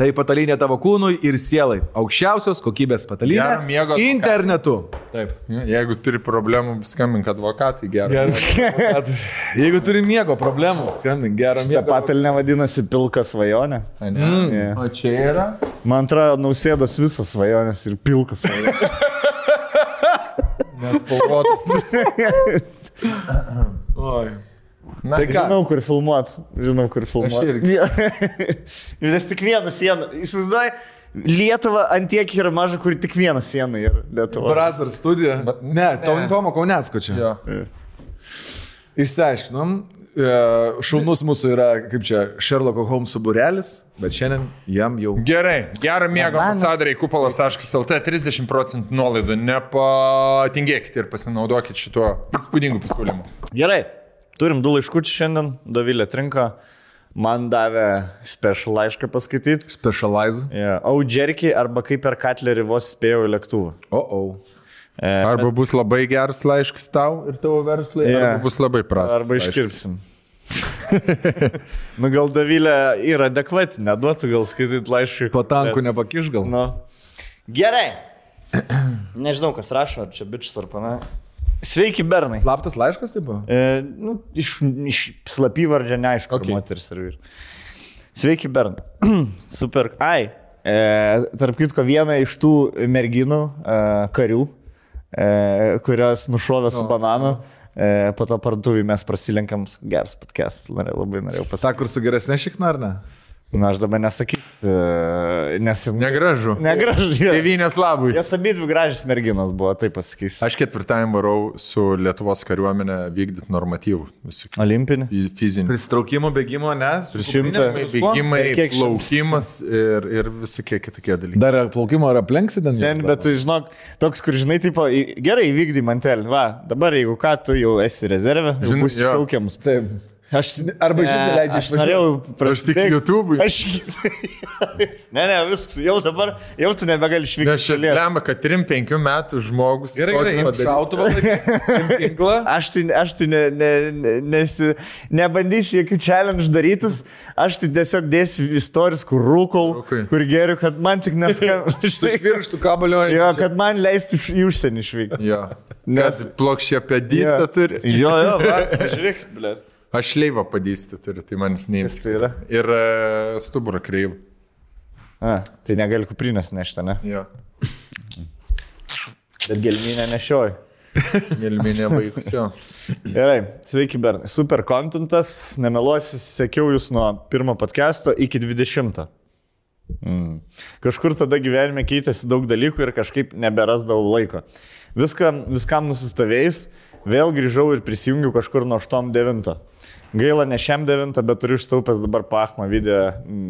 S5: Tai patalinė tavo kūnui ir sielai. Aukščiausios kokybės patalinė.
S3: Gero miego advokatai.
S5: internetu. Taip.
S3: Jeigu turi problemų, skambink advokatui gerai.
S5: Gerai. Jeigu turi miego problemų, skambink gerą
S1: Ta
S5: miegą.
S1: patalinė vadinasi Pilka svajonė.
S3: Mm.
S1: Yeah.
S3: O čia yra?
S1: Man atrodo, nausėdas visas svajonės ir pilkas svajonės.
S3: Nespalvotas. Na,
S5: Tai ką?
S1: Žinau, kur filmuot. Žinau, kur filmuot.
S3: Aš irgi.
S1: Vis tik vieną sieną. Įsivaizduoji, Lietuva antiek yra maža, kur tik viena siena yra Lietuva.
S5: Brazar studija.
S3: Bet-
S5: Ne,
S3: Ne.
S5: Tom- Tomo Kaunecko čia.
S3: Jo.
S5: Išsiaiškinom. e, Šaunus mūsų yra, kaip čia, Sherlocko Holmesų burelis, bet šiandien jam jau.
S3: Gerai, gerą miego ambasadoriai kupolas.lt 30 procentų nuolaidų. Nepatingėkit ir pasinaudokit šituo įspūdingu pasiūlymu.
S1: Gerai. Turim du laiškučius šiandien. Davilė Trinka man davė special laišką paskaityti.
S5: Specialize.
S1: Yeah. Audžerkį arba kaip per Katlerį vos spėjau į lėktuvą.
S5: O, o.
S1: E,
S3: Arba bus labai geras laiškas tau ir tavo verslui,
S1: Jo.
S3: arba bus labai prastas.
S1: E. Arba iškirpsim. nu gal Davilė yra adekvati, neduotų gal skaityti laišką.
S5: Po tankų nepakiš gal.
S1: Nu. Gerai. Nežinau, kas rašo, ar čia bičias ar pana. Sveiki, bernai.
S5: Slaptas laiškas taip buvo?
S1: E, nu, iš, iš slapyvardžio neaišku, okay. moteris ar vyras. Sveiki, bernai. Super. Ai. E, tarp kitko, viena iš tų merginų, e, karių, e, kurios nušovė su bananu. E, po to parduotuvį mes prasilenkėm, geras podcast, norėjau, labai norėjau pasakyti.
S5: Sakur su geresnė šikna ar ne?
S1: Na, aš dabar nesakysiu, e, nes...
S3: Negražu.
S1: Negražiai.
S3: Tėvynės labui.
S1: Jos abi dvi gražios merginos buvo, taip pasakysiu.
S3: Aš ketvirtąjį varau su Lietuvos kariuomenė vykdyti normatyvų. Visokių
S1: Olimpinį.
S3: fizinių. Fizinį.
S5: Pristraukimo, bėgimo, ne?
S1: Šimtą.
S3: Bėgimai,
S1: Ir kiek šiandien-
S3: plaukimas ir, ir visokie kitokie dalykai.
S5: Dar ar plaukimo ar aplenksi ten?
S1: Sen, bet žinok, toks, kur žinai, tipo, į- gerai įvykdai mantelį. Va, dabar jeigu ką, tu jau esi rezervė, jau
S3: Žin-
S1: būsi
S3: jo.
S1: šaukiamas.
S5: Taip.
S1: Aš,
S5: Arba išvis
S1: ne,
S5: neleidžia
S1: Aš
S5: išvažiuot.
S1: norėjau
S3: Aš tik
S1: prasibėgt.
S3: YouTube'ui.
S1: Aš... ne, ne, viskas, jau dabar, jau tu nebegali išvykti.
S3: Nes
S1: iš
S3: čia
S1: šalies.
S3: lemia, kad 3-5 metų žmogus.
S5: Gerai,
S3: tokį
S5: gerai, imk
S3: padarys.
S5: šautuvą, laikyk tinklą.
S1: Aš tai, aš tai ne, ne, ne, nesi, nebandysiu jokių challenge darytis, aš tai tiesiog dėsiu istorijas, kur rūkau,
S3: Rūkai.
S1: kur geriu, kad man tik
S5: Su
S1: neskambėtų.
S5: virštų kabalio.
S1: Jo, kad man leistų iš- į užsienį išvykti.
S3: Jo. Nes
S1: Nes-
S3: plokščia pėdystę
S1: Jo.
S3: turi.
S1: Jo, jo, va, žiūrėkit, ble.
S3: Aš leivą pėdystę turiu, tai manis neįmsi.
S1: Tai yra.
S3: Ir e, stuburą kreivą.
S1: A, tai negali kuprinės nešti, ne?
S3: Jo.
S1: Bet gelminę nešioju.
S3: Gelminė vaikus jo.
S1: Gerai, sveiki, Bernai. Super kontentas, nemeluosi, sekiau jūs nuo pirmo podcast'o iki 20. Mm. Kažkur tada gyvenime keitėsi daug dalykų ir kažkaip neberasdavau laiko. Viską, viskam nusistovėjus, vėl grįžau ir prisijungiau kažkur nuo 8-9. Gaila, ne šiam 9, bet turiu ištaupęs dabar pachmą video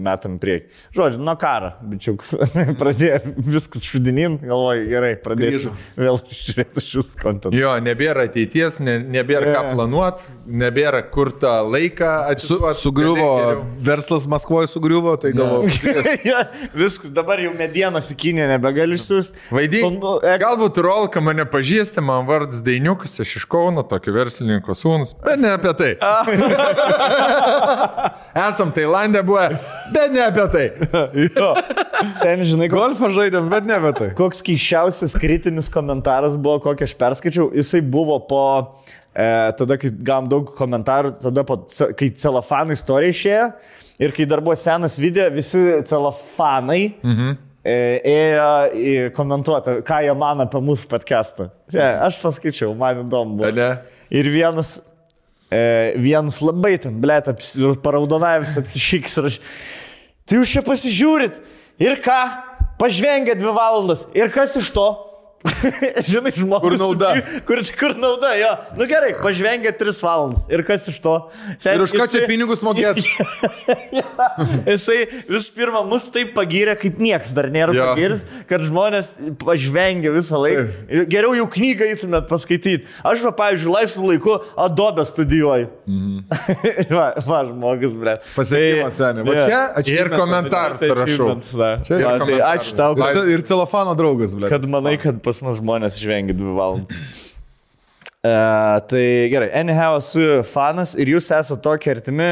S1: metam prieki. Žodžiu, nuo karo, bičiukas. Pradėjo viskas šudinin, galvoju, gerai, pradėsiu vėl žiūrėti šius kontentus.
S3: Jo, nebėra ateities, ne, nebėra ką
S1: Jo.
S3: planuot, nebėra kur tą laiką
S5: Su,
S3: atsiųsti.
S5: sugriuvo, verslas Maskvoje sugriuvo, tai galvoju.
S1: ja, viskas, dabar jau medienos į Kiniją nebegaliu nu, siūsti.
S3: Vaidink. Galbūt Rolka mane pažįsta, man vardas Dainiukas, aš iš Kauno, tokio verslininko sūnus, bet ne apie tai. esam Tailandė buvę, bet ne apie tai.
S1: Sen, žinai, koks,
S5: Golfą žaidėm, bet ne apie tai.
S1: koks keiščiausias kritinis komentaras buvo, kokį aš perskaičiau. Jisai buvo po, e, tada, kai gavom daug komentarų, tada, po, ce- kai celofanų istorija išėjo ir kai dar buvo senas video, visi celofanai. Mhm. Ėjo į komentuoti, ką jie mano apie mūsų podcastą. Ne, aš paskaičiau, man įdomu. buvo.
S3: Ale.
S1: Ir vienas E, vienas labai ten, blėt, paraudonavęs apsišyks ir aš. Tai jūs čia pasižiūrit ir ką, pažvengia dvi valandas ir kas iš to? Žinai, žmogus. Kur
S3: nauda?
S1: Kur, kur nauda, jo. Nu gerai, pažvengia tris valandas ir kas iš to? Sen,
S3: Ir už ką čia pinigus mokėt?
S5: Tai
S1: Jisai vis pirma mus taip pagyrė, kaip nieks dar nėra
S3: Jo.
S1: ja. pagirs, kad žmonės pažvengia visą laiką. Geriau jau knygą įtumėt paskaityti. Aš, va, pavyzdžiui, laisvu laiku Adobe studijuoju. Mm. va, va, žmogus, ble. Tai
S5: Pasiekimas, seniai. Va
S1: jo.
S5: čia
S3: Ir komentarus rašau.
S1: Čia,
S3: ir
S1: va, tai
S3: komentarai.
S1: ačiū tau,
S5: ačiū.
S1: kad,
S5: tai Ir celofano draugas, ble.
S1: kad manai, kad pas mus žmonės žvengia dvi valandas. Uh, tai gerai, anyhow, esu fanas ir jūs esate tokie artimi,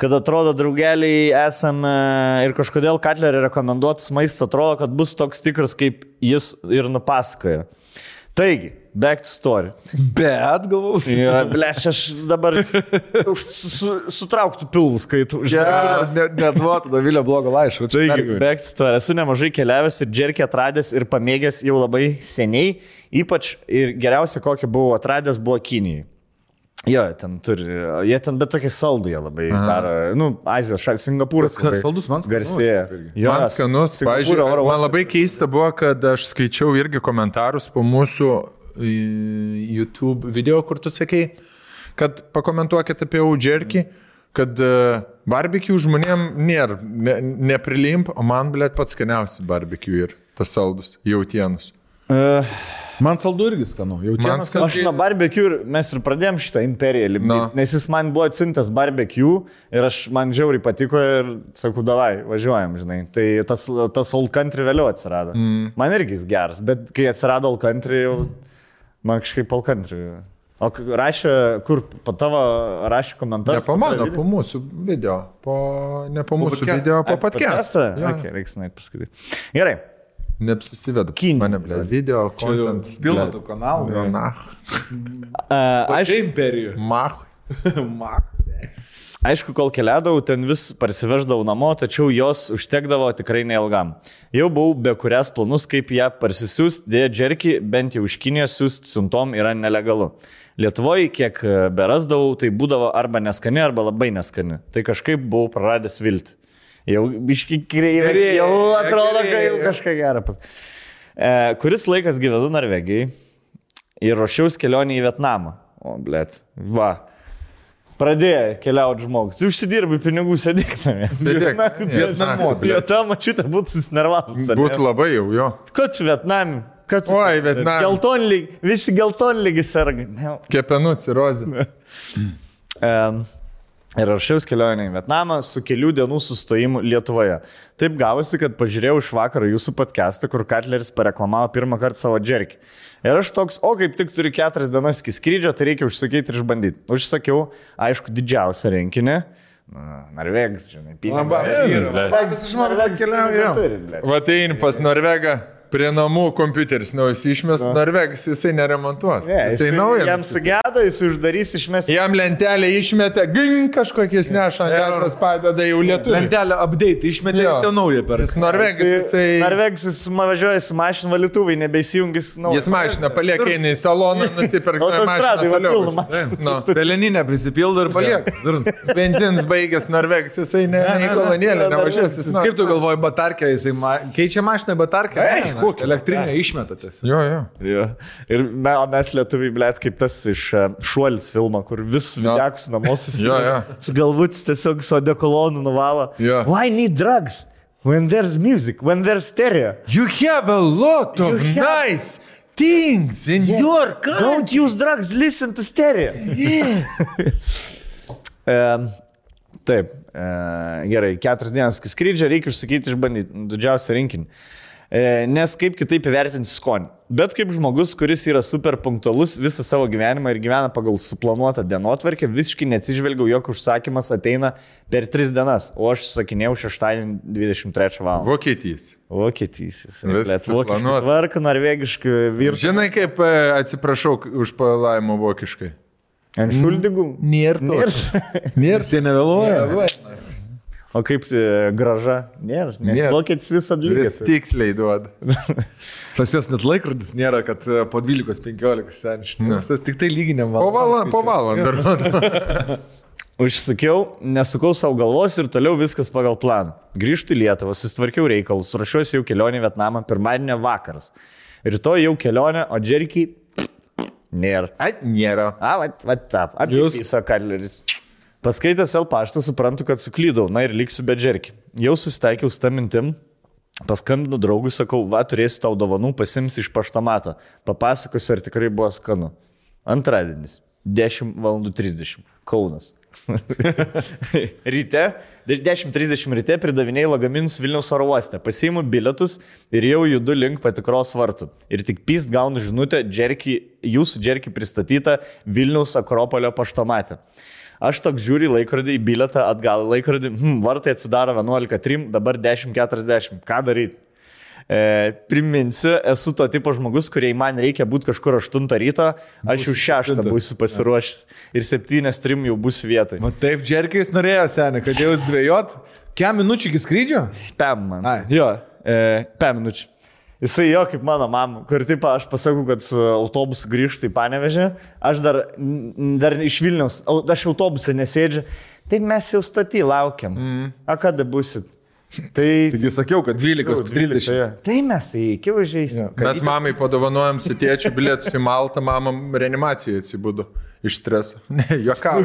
S1: kad atrodo draugeliai esame ir kažkodėl Katlerį rekomenduotas maistas atrodo, kad bus toks tikras, kaip jis ir nupasakoja. Taigi, back to story.
S5: Bet, galvau.
S1: Bleš, aš dabar už, su, su, sutrauktų pilvus, kai tu uždėjai.
S5: Neduotų Davilio blogo laiško. čia
S1: Taigi,
S5: pergyvenu.
S1: backstory. Esu nemažai keliavęs ir džerkį atradęs ir pamėgęs jau labai seniai. Ypač ir geriausia, kokią buvau atradęs, buvo Kinijai. Jo, ten turi, jie ten bet tokie saldai labai daro, nu, Azijos šalis, Singapūras.
S5: Bet
S1: labai
S5: saldus man skanus
S1: Garsėja. Jo,
S3: Man skanus,
S1: Singapūro
S3: pažiūrėjau.
S1: oro
S3: Man
S1: uostas.
S3: labai keista buvo, kad aš skaičiau irgi komentarus po mūsų į, YouTube video, kur tu sakei, kad pakomentuokit apie audžerkį, kad e, barbecue žmonėm nėra, ne, neprilimp, o man, blėt, pats skaniausi barbecue ir tas saldus, jautienus.
S5: Man saldu irgi skanu. Jau
S3: Man
S5: čia.
S1: Aš nuo barbecue ir mes ir pradėjom šitą imperiją lipdyti, no.
S3: Nu.
S1: nes jis man buvo atsintęs barbecue ir aš man žiauriai patiko ir sakau, davai, važiuojam, žinai. Tai tas, tas old country vėliau atsirado. Mm. Man irgi jis geras, bet kai atsirado old country, jau man kažkaip old country. O k- rašė, kur po tavo rašė komentarą.
S3: Ne po mano, po mūsų video, po, ne po mūsų po video, po podcast. Jo.
S1: Okay, reiks nuėti paskaityti. Gerai.
S3: Nepsusiveda.
S1: Kinija.
S3: Mane, blėt, video, content.
S5: Pilna
S3: blet.
S5: tų kanalų.
S3: Jo, Na,
S1: Uh, aš,
S5: Čia imperijų.
S3: mach.
S1: Aišku, kol keliaudavau, ten vis parsiveždavau namo, tačiau jos užtekdavo tikrai neilgam. Jau buvau be kurias planus, kaip ją parsisiųsti, dėja džerkį, bent jau iš Kinijos siūsti siuntom yra nelegalu. Lietuvoje, kiek e, berasdavau, tai būdavo arba neskani, arba labai neskani. Tai kažkaip buvau praradęs viltį. Jau biški kreivė,
S5: Gerėja,
S1: jau atrodo, kad jau
S5: gerėja.
S1: kažką gerą pas. E, kuris laikas gyvenu Norvegijai ir ruošiausi kelionį į Vietnamą. O, blėt, va. Pradėjo keliauti žmogus. Tu užsidirbi pinigų, sėdėk namie.
S3: Sėdėk.
S1: Vietnamo.
S3: Jo,
S1: Vietnamo šitą būtų susinervavus. ar ne?
S3: Būtų labai jau jo.
S1: Kad čia Vietname? Kad...
S3: Oi, Vietname.
S1: Geltonlygi, visi geltonlygi serga. Ne.
S3: Kepenų cirozė.
S1: Em, Ir rašiausi kelionę į Vietnamą su kelių dienų sustojimu Lietuvoje. Taip gavosi, kad pažiūrėjau iš vakaro jūsų podcastą, kur Katleris pareklamavo pirmą kartą savo džerkį. Ir aš toks, o kaip tik turiu keturias dienas iki skrydžio, tai reikia užsakyti ir išbandyti. Užsakiau, aišku, didžiausią rinkinį. Na, Norvegas, žinai, pinigai. Norvegas iš Norvegijos keliauja.
S3: Vatein tai pas Norvegą, prie namų kompiuteris naujas išmės, Norvegas jisai neremontuos. Jisai
S1: Jam
S3: naujas.
S1: sugedo, jis uždarys, išmes.
S3: Jam lentelę išmetė, ging kažkokiais neša, antras padeda jau lietuvių.
S5: Lentelę update išmetė,
S3: Jo.
S5: jis jau naują per.
S3: Jis Norvegas, jisai...
S1: Norvegas, jis ma- važiuoja su mašinu valytuvai, Nu, nebeįsijungis naujo.
S3: Jis mašina, palieka eina į saloną, nusipirka
S1: Autostradai, va, pilna
S3: mašiną.
S1: mašinų.
S3: Nu,
S5: Peleninę prisipildo ir palieka. Durns.
S3: benzins baigęs Norvegas, jisai ne, ne į kolonėlę nevažiuos. jis nori-
S5: Kaip tu galvoji, batarkę jisai ma... keičia mašiną į batarkę? Ne, kokią elektrinę išmetatės?
S3: Jo, jo.
S1: Jo. Ir me, o mes lietuviai, blėt, kaip tas iš e, šuolis filmo, kur vis vidėkus namus
S3: Jo, jo.
S1: su galvutis tiesiog su odekolonu nuvalo.
S3: Jo.
S1: Why need drugs? When there's music, when there's stereo.
S3: You have a lot of
S1: You have-
S3: nice things in yes. your country.
S1: Don't use drugs, listen to stereo. Em, Taip, e, gerai, keturias dienas iki skrydžio reikia užsakyti išbandyti nu, didžiausią rinkinį. E, Nes kaip kitaip įvertinti skonį. Bet kaip žmogus, kuris yra super punktualus visą savo gyvenimą ir gyvena pagal suplanuotą dienotvarkę, visiškai neatsižvelgiau, jog užsakymas ateina per 3 dienas, o aš sakinėjau šeštadienį 23 val.
S3: Vokietijas.
S1: Vokietys. jis,
S3: Viskas
S1: blet, Vokiškų
S3: suplanuota.
S1: tvarka, norvegiškų virš.
S3: Žinai, kaip e, atsiprašau k- už palaimą vokiškai.
S1: Ant šuldigų.
S5: Nėr to.
S1: Nėr.
S5: Nėr. Jie nevėluoja.
S1: O kaip e, graža? Nėra. Nes
S3: Nėr.
S1: vokietis visą lygį.
S3: Vis tiksliai duoda.
S5: Pas jos net laikrodis nėra, kad e, po 12-15 seniškai. Tas tik tai lyginėm
S3: Po valandą,
S5: valandą.
S3: po valandą. rodo.
S1: Užsakiau, nesukau savo galvos ir toliau viskas pagal planą. Grįžtu į Lietuvą, susitvarkiau reikalus, ruošiuosi jau kelionį į Vietnamą pirmadienio vakaras. Rytoj jau kelionė, o džerkiai nėra.
S3: Ai, nėra.
S1: A, tai vat, vat, tap, apie
S5: Jūs-
S1: visą karleris. Paskaitęs L paštą suprantu, kad suklydau, na ir liksiu be džerkiai. Jau susitaikiau su tą mintim, paskambinu draugui, sakau, va, turėsiu tau dovanų, pasims iš paštamato. Papasakosiu, ar tikrai buvo skanu. Antradienis, 10.30, Kaunas. ryte, de- 10.30 ryte pridavinėjai lagaminus Vilniaus oro uoste, pasiimu bilietus ir jau judu link patikros vartų. Ir tik pist gaunu žinutę, džerkį, jūsų džerkį pristatytą Vilniaus Akropolio paštomatę. Aš toks žiūri į laikrodį, į bilietą, atgal į laikrodį, hm, vartai atsidaro 11.3, dabar 10.40, ką daryti? E, priminsiu, esu to tipo žmogus, kuriai man reikia būti kažkur 8 ryto, aš jau 6 būsiu pasiruošęs ir 7.3 jau būsiu vietoj.
S5: O taip, Džerkijus norėjo senį, kad jūs dvėjot. Kem minučių iki skrydžio?
S1: Pem man.
S5: Ai.
S1: Jo, e, pem minučių. Jisai jo kaip mano mama, kur taip aš pasakau, kad su autobusu grįžtų į Panevežę, aš dar, n- dar iš Vilniaus, au- aš autobuse nesėdžiu, tai mes jau statį laukiam. Mm.
S3: Mhm.
S1: O kada busit? Tai,
S5: Taigi sakiau, kad 12-30.
S1: jo. tai mes iki užėjai.
S3: Mes mamai padovanojom sitiečių bilietus į Maltą, mamam reanimacijoje atsibudo iš streso. Ne, juokau.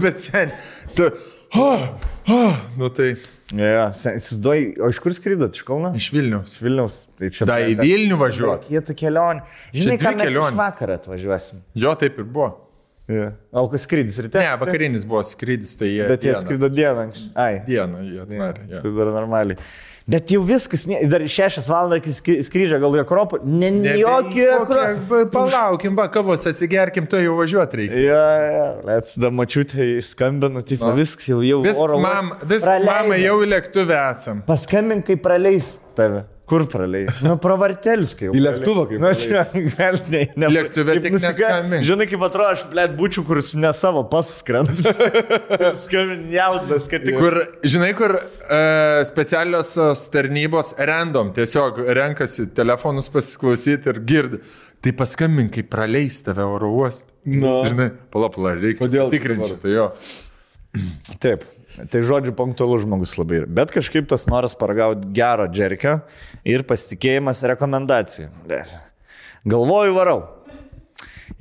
S3: Bet sen. Tu, oh, oh, nu tai
S1: Ja, Įsivaizduoji, o iš kur skrydot? Iš Kauno?
S3: iš Vilniaus.
S1: Iš Vilniaus. Tai čia.
S3: Da į Vilnių važiuoju.
S1: Jie ta kelionė. Žinai,
S3: dvi
S1: ką mes
S3: kelionės.
S1: iš vakarą atvažiuosim.
S3: Jo, taip ir buvo.
S1: Ja. O kas skrydis ryte?
S3: Ne, vakarinis buvo skrydis, tai jie.
S1: Bet jie
S3: dieną-
S1: skrido dieną anksčiau. Ai.
S3: Dieną jie atvarė.
S1: Ja.
S3: jo.
S1: Tai dar normaliai. Bet jau viskas, ne, dar šešias valandas iki skry- skrydžio gal į Akropolį. Ne, ne
S3: Nebe-
S1: jokį Akropolį.
S3: tai- kokia- ba- Palaukim, va, kavos atsigerkim, to jau važiuoti reikia.
S1: Ja, ja, atsida mačiutė skambina, tai no. viskas jau, jau
S3: Viskas,
S1: oro
S3: mam,
S1: uostas
S3: viskas mama,
S1: praleidžia.
S3: jau į lėktuvę esam.
S1: Paskambink, kai praleis tave. Kur praleis? Nu, pravartelius, kai jau.
S5: Į lėktuvą kaip
S1: Na, čia gal ne. ne
S3: Lėktuve
S1: kaip
S3: tik
S1: nusiga-
S3: neskambink.
S1: Žinai, kaip atrodo, aš, blėt, būčiau, kuris ne savo paskrendas. Skambin jaudas, kad tik...
S3: Kur, žinai, kur e, specialiosios tarnybos random tiesiog renkasi telefonus pasiklausyti ir girdi. Tai paskambink, kai praleis tave oro uostą. Na. Žinai, palapla, reikia.
S5: Kodėl tu
S3: Tikrinčiau,
S5: dabar?
S3: tai jo.
S1: Taip. Tai žodžiu, punktualus žmogus labai. yra. Bet kažkaip tas noras paragauti gero džerkio ir pasitikėjimas rekomendacija. Blėt. Galvoju, varau.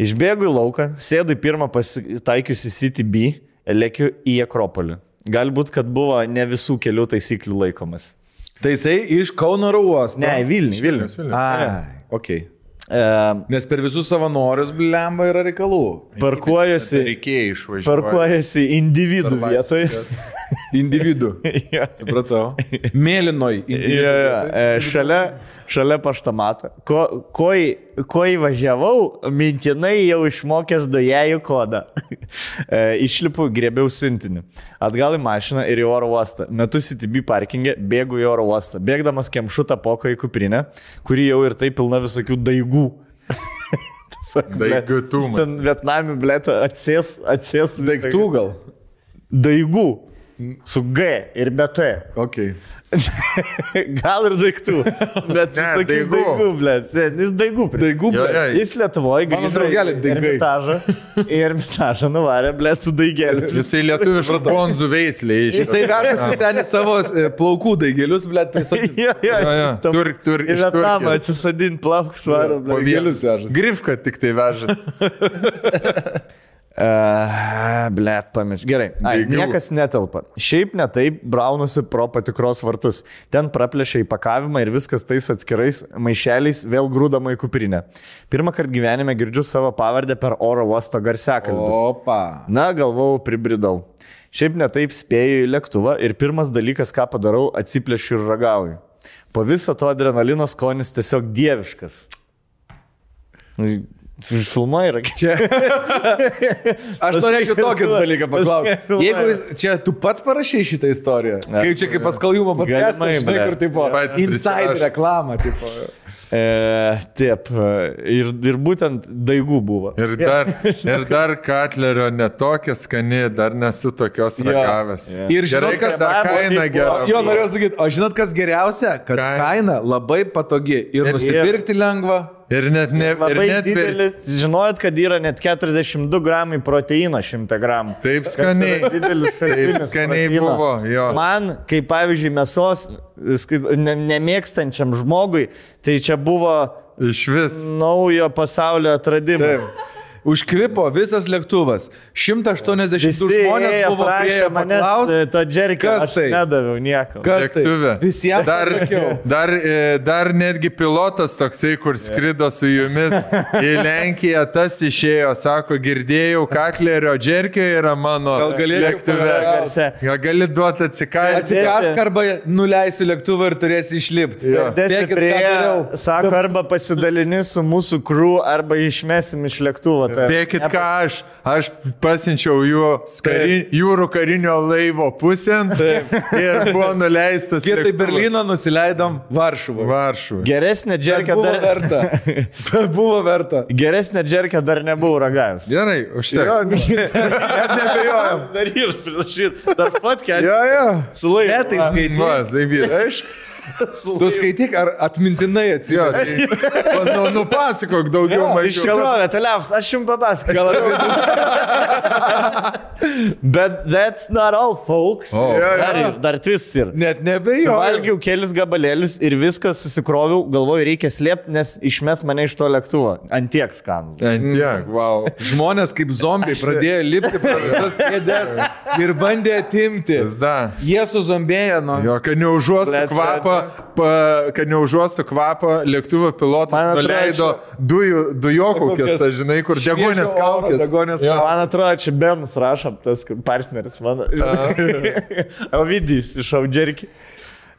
S1: Išbėgu į lauką, sėdu į pirmą pasitaikiusi CTB, lėkiu į Akropolį. Galbūt, kad buvo ne visų kelių taisyklių laikomas.
S5: Tai jisai iš Kauno ruos.
S1: Ne, į Vilnių. Vilnių.
S3: Vilnius, Vilnius.
S5: Ai, ok.
S1: E,
S5: Nes per visus savanorius blemba yra reikalų.
S1: parkuojuosi,
S3: Reikėjo išvažiuoti.
S1: parkuojuosi individų vietoj.
S5: Individų.
S1: Jo.
S5: Supratau. Mėlynoj.
S1: Jo,
S5: individų.
S1: jo, e, šalia, šalia paštamato. Ko, ko, į- ko įvažiavau, mintinai jau išmokęs dujėjų kodą. E, Išlipu, grėbiau siuntinį. Atgal į mašiną ir į oro uostą. Metu CTB parkingę, bėgu į oro uostą. Bėgdamas kemšu tą poką į kuprinę, kuri jau ir taip pilna visokių daigų.
S3: Daigutumą.
S1: Ten Vietnami, blėta, atsės, atsės
S5: Daiktų gal.
S1: Daigų. Su G ir be T.
S5: Ok.
S1: Gal ir daiktų. Bet
S3: Ne,
S1: ne, daigų.
S3: daigų.
S1: daigų, blėt. Jis daigų. pri-
S5: Daigų,
S3: Jo,
S5: blemba.
S3: jo,
S1: Jis Lietuvoje
S5: Mano draugeliai daigai.
S1: Ir mitažą, ir mitažą nuvarė, blėt, su daigeliu.
S3: Jisai lietuviškų bonzų veislė
S5: Jisai
S3: išėjo.
S5: vežasi senį savo e, plaukų daigelius, bl ⁇ t, prisakyti.
S1: Jo, jo,
S3: Jo, jo.
S1: jis tam-
S3: Tur- tur-
S1: Į
S3: iš
S1: Vietnamą
S3: Turkijos.
S1: atsisadint plaukus varo, blėt.
S5: Daigelius vežasi.
S3: Grifka tik tai vežasi.
S1: Uh, Blet, pamiršau. Gerai. Ai,
S3: Bėgių.
S1: niekas netelpa. Šiaip netaip braunusi pro patikros vartus. Ten praplešia įpakavimą ir viskas tais atskirais maišeliais vėl grūdama į kuprinę. Pirmą kartą gyvenime girdžiu savo pavardę per oro uosto garsiakalbius.
S5: Opa.
S1: Na, galvau, pribridau. Šiaip netaip spėjau į lėktuvą ir pirmas dalykas, ką padarau, atsiplėšiu ir ragauju. po viso to adrenalino skonis tiesiog dieviškas. Nu, Filmai yra čia.
S5: Aš norėčiau tokį dalyką paklausti.
S1: Paskui-
S5: Jeigu jis, čia tu pats parašai šitą istoriją,
S1: Ne.
S5: kaip čia kaip paskaljumą podcastą,
S1: Galimai,
S5: žinai,
S1: blet.
S5: kur tai buvo.
S3: Pats
S5: Inside
S3: prisirašo.
S5: reklamą, tipo.
S1: E, taip, e, ir, ir būtent daigų buvo.
S3: Ir dar, ir dar Katlerio netokia skani, dar nesu tokios ragavęs.
S5: Ir žinot,
S3: Gerai,
S5: kas
S3: kad dar
S1: kremavo,
S3: kaina
S1: kaip
S3: gera.
S5: Jo, norėjau sakyti, o žinot, kas geriausia, kad
S3: Kaina.
S5: kaina labai patogi ir nusipirkti lengva.
S3: Ir net ne. Ir
S1: Labai
S3: net per-
S1: didelis, žinojot, kad yra net 42 gramai proteino 100 gramų.
S3: Taip
S1: Kas
S3: skaniai.
S1: yra Didelis šaltinis
S3: skaniai
S1: proteino.
S3: buvo, jo.
S1: Man, kaip pavyzdžiui, mėsos skait- ne- nemėgstančiam žmogui, tai čia buvo
S3: Iš vis.
S1: naujo pasaulio atradimas.
S5: Taip. Užkvipo visas lėktuvas. 180
S1: Visi
S5: žmonės
S1: ėjo,
S5: buvo
S1: prašė
S5: prie
S1: manęs
S5: manęs.
S1: e, to džerkio,
S5: kas
S1: aš
S5: tai?
S1: nedaviau nieko.
S5: Kas tai?
S3: Lėktuve.
S5: Visiems
S3: dar,
S5: pasakiau.
S3: dar, e, dar netgi pilotas toksai, kur skrido su jumis į Lenkiją, tas išėjo, sako, girdėjau, Katlerio džerkio yra mano
S5: Gal galėčiau pagaut?
S3: lėktuve.
S1: Garse.
S3: Gal gali duoti atsikaisti?
S5: Atsikask arba nuleisi lėktuvą ir turėsi išlipti.
S3: Jo.
S1: Desi
S5: Spėkit, ką dariau.
S1: prie, sako, arba pasidalini su mūsų krū, arba išmesim iš lėktuvo. Tai-
S3: Spėkit, ką aš. Aš pasinčiau jų kari, jūrų karinio laivo pusėn ir buvo nuleistas.
S5: Vietoj
S3: lėktuvas.
S5: Berlyno nusileidom Varšuvą.
S3: Varšuvoje.
S1: Geresnė džerkė
S5: Buvo
S1: dar...
S5: verta. Bet buvo verta.
S1: Geresnė džerkė dar nebuvau ragavęs.
S3: Gerai, užsiek.
S1: Nebejojom. Dar ir prirašyt. Dar podcast.
S5: Jo, jo.
S1: Sulaikė.
S5: Metai skaityk.
S3: Aš
S5: Tu skaityk, ar atmintinai
S3: Jo,
S5: atsijosi.
S3: tai, nu, nupasakok daugiau, mažiau.
S1: Iškrovė, telefonas, tai aš jums papasakosiu. Bet that's not all, folks.
S3: O. Jo, jo.
S1: Dar, dar twist ir.
S5: Net nebejoju.
S1: Suvalgiau kelis gabalėlius ir viską susikroviau, galvoju, reikia slėpti, nes išmes mane iš to lėktuvo. Antiek skanus.
S3: Ant tiek, Mm, wow.
S5: Žmonės kaip zombiai pradėjo lipti per visas kėdės ir bandė atimti.
S3: Zda.
S5: Jie nu, suzombėjo nuo...
S3: Jo, kad neužuostų
S1: Let's
S3: kvapą, pa, kad neužuostų kvapą, lėktuvo pilotas
S1: Man atrodo,
S3: nuleido dujų, dujokaukės, tai žinai, kur degonės
S5: Šviežio oro,
S3: kaukės.
S5: Degonės
S1: Jo.
S5: kaukės.
S1: Man atrodo, čia Benas rašom, tas partneris mano. Ovidijus iš Audžerkį.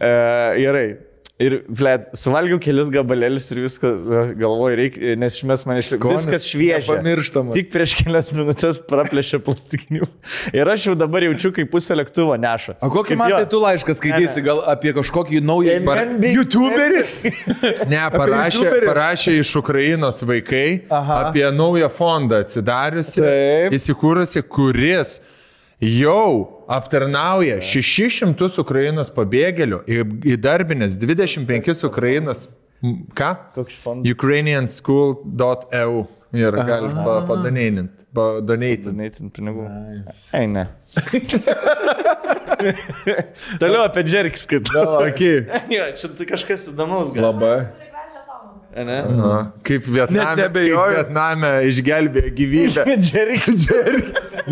S1: E, gerai. Ir, blėt, suvalgiau kelis gabalėlius ir viską e, galvoju, reikia, nes iš mes mane iš
S5: Skonis
S1: viskas šviežia.
S5: nepamirštamas.
S1: Tik prieš kelias minutės praplėšė plastikinių. Ir aš jau dabar jaučiu, kaip pusę lėktuvo neša.
S5: O kokį
S1: Kaip
S5: man
S1: jo.
S5: tai tu laišką skaitysi, gal apie kažkokį naują...
S1: Par-
S5: YouTuberį?
S3: Ne, parašė,
S5: YouTuberį.
S3: parašė iš Ukrainos vaikai Aha.
S5: Aha.
S3: apie naują fondą atsidariusi,
S5: Taip.
S3: įsikūrusi, kuris jau aptarnauja 600 Ukrainos pabėgėlių, į- įdarbinęs 25 Ukrainos. m, Ką?
S1: Koks fondas?
S3: Ukrainianschool.eu E ir galite padoneitint. Padoneitint.
S1: Neįtin pinigų. Ei, ne. Toliau apie džerkį skaitau.
S3: Tokį.
S7: Jo, čia tai kažkas įdomus gal.
S3: Labai.
S7: Ne?
S3: Aha. Kaip Vietname, kaip
S5: neabejoju.
S3: Vietname išgelbėjo gyvybę.
S1: Džerkį.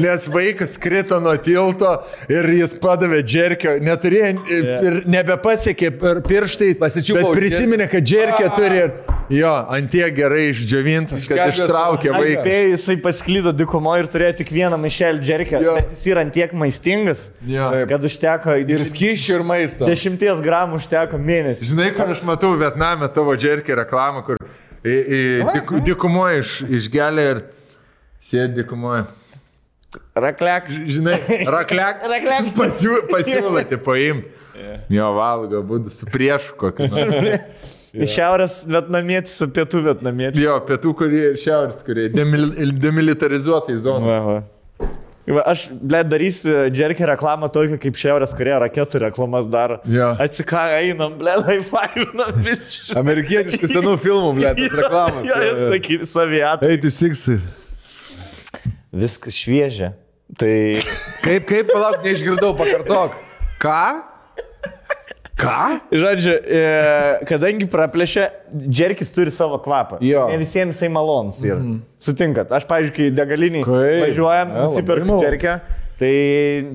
S3: Nes vaikas krito nuo tilto ir jis padavė džerkio, neturėjo yeah. ir nebepasiekė per pirštais.
S5: Pasičiupo
S3: bet Prisiminė, kad džerkio turi ir jo, antie gerai išdžiovintas, kad
S5: Išgelbės
S3: ištraukė
S1: Aš
S3: vaiką.
S1: spėjau, jisai pasklydo dykumo ir turėjo tik vieną maišelį džerkę,
S3: Jo.
S1: bet jis yra ant tiek maistingas,
S3: Jo. Taip.
S1: kad užteko
S5: Ir skyšių, ir maisto.
S1: dešimties gramų užteko mėnesį.
S3: Žinai, kur aš matau Vietname tavo džerkį reklamą, kur į- į dyku- dykumoje iš, išgelia ir sėdi dykumoje.
S1: Raklek.
S3: Žinai, raklek.
S1: Raklek.
S3: Pasiū- Pasiūlyti paim. Jo valgo, būtų su priešu kokiu. nors.
S1: Iš šiaurės vietnamietis, su pietų vietnamietis.
S3: Jo, pietų korėja ir šiaurės korėja. Demil, demilitarizuotai zonai.
S1: Va, va. Va, Aš, ble, darysiu džerkį reklamą tokią, kaip Šiaurės Korėja raketų reklamas daro.
S3: Jo.
S1: Atsiką einam, ble, laivaivinam visi.
S5: Amerikietiškų senų filmų, blė, tas reklamas.
S1: Jo, jis sakė, saviat.
S5: 86.
S1: Viskas šviežia. Tai
S5: Kaip, kaip, palauk, neišgirdau, pakartok. Ką? Ką?
S1: Žodžiu, e, kadangi praplešia, džerkis turi savo kvapą.
S5: Jo.
S1: Ne visiems jisai malonus. Mm. Sutinkat, aš, pavyzdžiui, kai degaliniai
S5: Kaip?
S1: važiuojam,
S5: Ne, labai
S1: nusipirkam
S5: malonu.
S1: džerkę, tai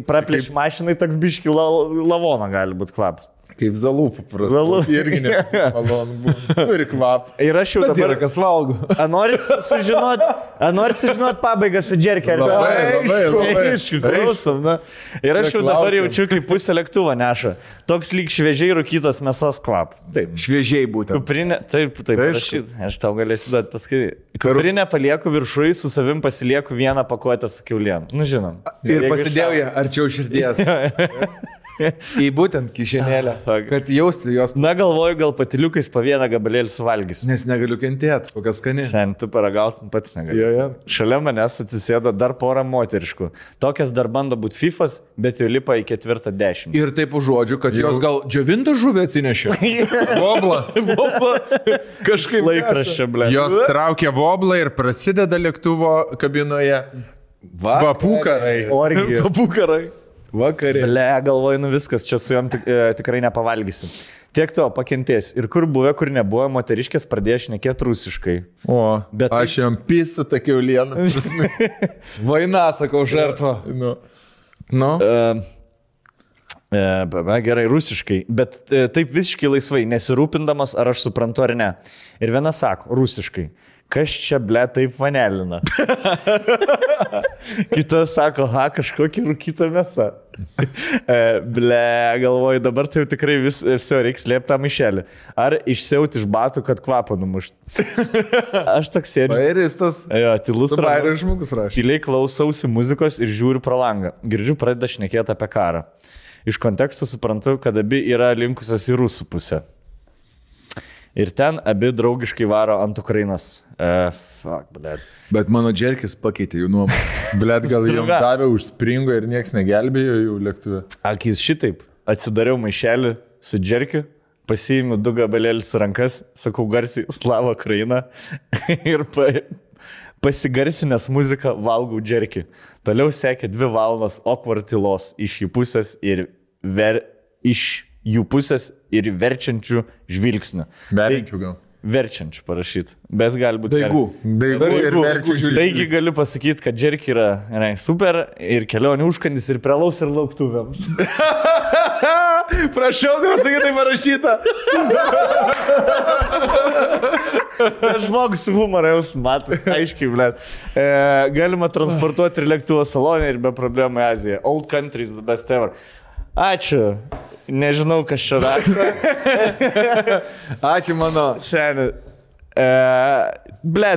S1: prapleš mašinai toks biški la, lavono gali būti kvapas.
S3: Kaip zalūpų prasme.
S1: Zalūpų.
S3: Irgi nemalonu. Turi kvapą.
S1: Ir aš jau dabar...
S5: Kas valgo?
S1: A norit sužinot, a norit sužinot pabaigą su džerkeriu?
S3: Labai, labai, labai.
S1: Aišku, klausom, na. Ir aš jau dabar
S3: Neklaukim.
S1: jaučiu, kaip pusę lėktuvo neša. Toks lyg šviežiai rūkytos mėsos kvapas. Taip.
S2: Šviežiai būtent.
S1: Kuprinė, taip, taip,
S3: Aišku.
S1: rašyt. Aš tau galėsiu duoti paskui. Kuprinę palieku viršui, su savim pasilieku vieną pakuotę su kiaulien. Nu, žinom.
S2: Ir pasidėjau ją arčiau širdies. Į būtent kišenėlę.
S1: Fuck.
S2: Kad jausti jos,
S1: Na, galvoju, gal patiliukais po vieną gabalėlį suvalgys.
S2: nes negaliu kentėti, kokia skani.
S1: Sen, tu paragautum pats negali.
S3: Jo, jo.
S1: Šalia manęs atsisėda dar pora moteriškų. Tokias dar bando būti FIFAs, bet jau lipa į ketvirtą dešimt.
S2: Ir taip užuodžiu, kad jos gal džiovinta žuvė atsinešė.
S3: Voblą.
S1: Kažkaip laikraščia, ble.
S3: Jos traukia voblą ir prasideda lėktuvo kabinoje.
S2: Va.
S3: Papūkarai.
S1: Orgija.
S2: Papukarai.
S3: Vakarė.
S1: Ble, galvoju, nu viskas, čia su juom tik, e, tikrai nepavalgysim. Tiek to, pakentės. Ir kur buvę, kur nebuvo, moteriškės pradėjo šnekėti rusiškai.
S3: O,
S1: Bet-
S3: bet aš jam pisu tą kiaulieną. prasme.
S2: Vaina, sakau, žertva.
S3: Nu.
S2: Nu.
S1: E, e, be- be, gerai, rusiškai. Bet e, taip visiškai laisvai, nesirūpindamas, ar aš suprantu ar ne. Ir viena sako, rusiškai. Kas čia ble taip vanelina? Kita sako, ha, kažkokį rūkytą mėsą. E, Ble, galvoju, dabar tai jau tikrai vis, viso reiks lieptą maišelį. Ar išsiauti iš batų, kad kvapą numušt. Aš toks sėdžiu.
S2: Airis tas.
S1: Jo, tylus
S2: Airis
S1: ramus.
S2: žmogus rašė.
S1: Tyliai klausausi muzikos ir žiūriu pro langą. Girdžiu pradeda šnekėti apie karą. Iš konteksto suprantu, kad abi yra linkusios į rusų pusę. Ir ten abi draugiškai varo ant Ukrainos. E, fuck, ble.
S2: Bet mano džerkis pakeitė jų nuomonę.
S3: Blet, gal jam
S1: Struga.
S3: davė užspringo ir nieks negelbėjo jų lėktuvė.
S1: Akis šitaip. Atsidariau maišelį su džerkiu, pasiėmiau du gabalėlius į rankas, sakau garsiai Slavo Ukraina ir pa, pasigarsinęs muziką valgau džerkį. Toliau sekė dvi valandos okvartilos iš jų pusės ir ver, iš jų pusės ir verčiančių žvilgsnių. Tai
S3: Berinčių gal.
S1: Verčiančių parašyt, bet galbūt.
S2: Daigų.
S3: Daigų ir
S2: Daigų,
S3: verčių žiūrėti.
S1: Taigi galiu pasakyti, kad džerkiai yra ne, super ir kelionių užkandis ir prelaus ir lauktuvėms.
S2: Prašau, kad pasakytai parašyta.
S1: Žmogus humorą jau matai, aiškiai, ble. E, galima transportuoti ir lėktuvo salonį ir be problemų į Aziją. Old country is the best ever. Ačiū. Nežinau, kas čia rašo.
S2: Ačiū mano.
S1: Seniai. E, ble,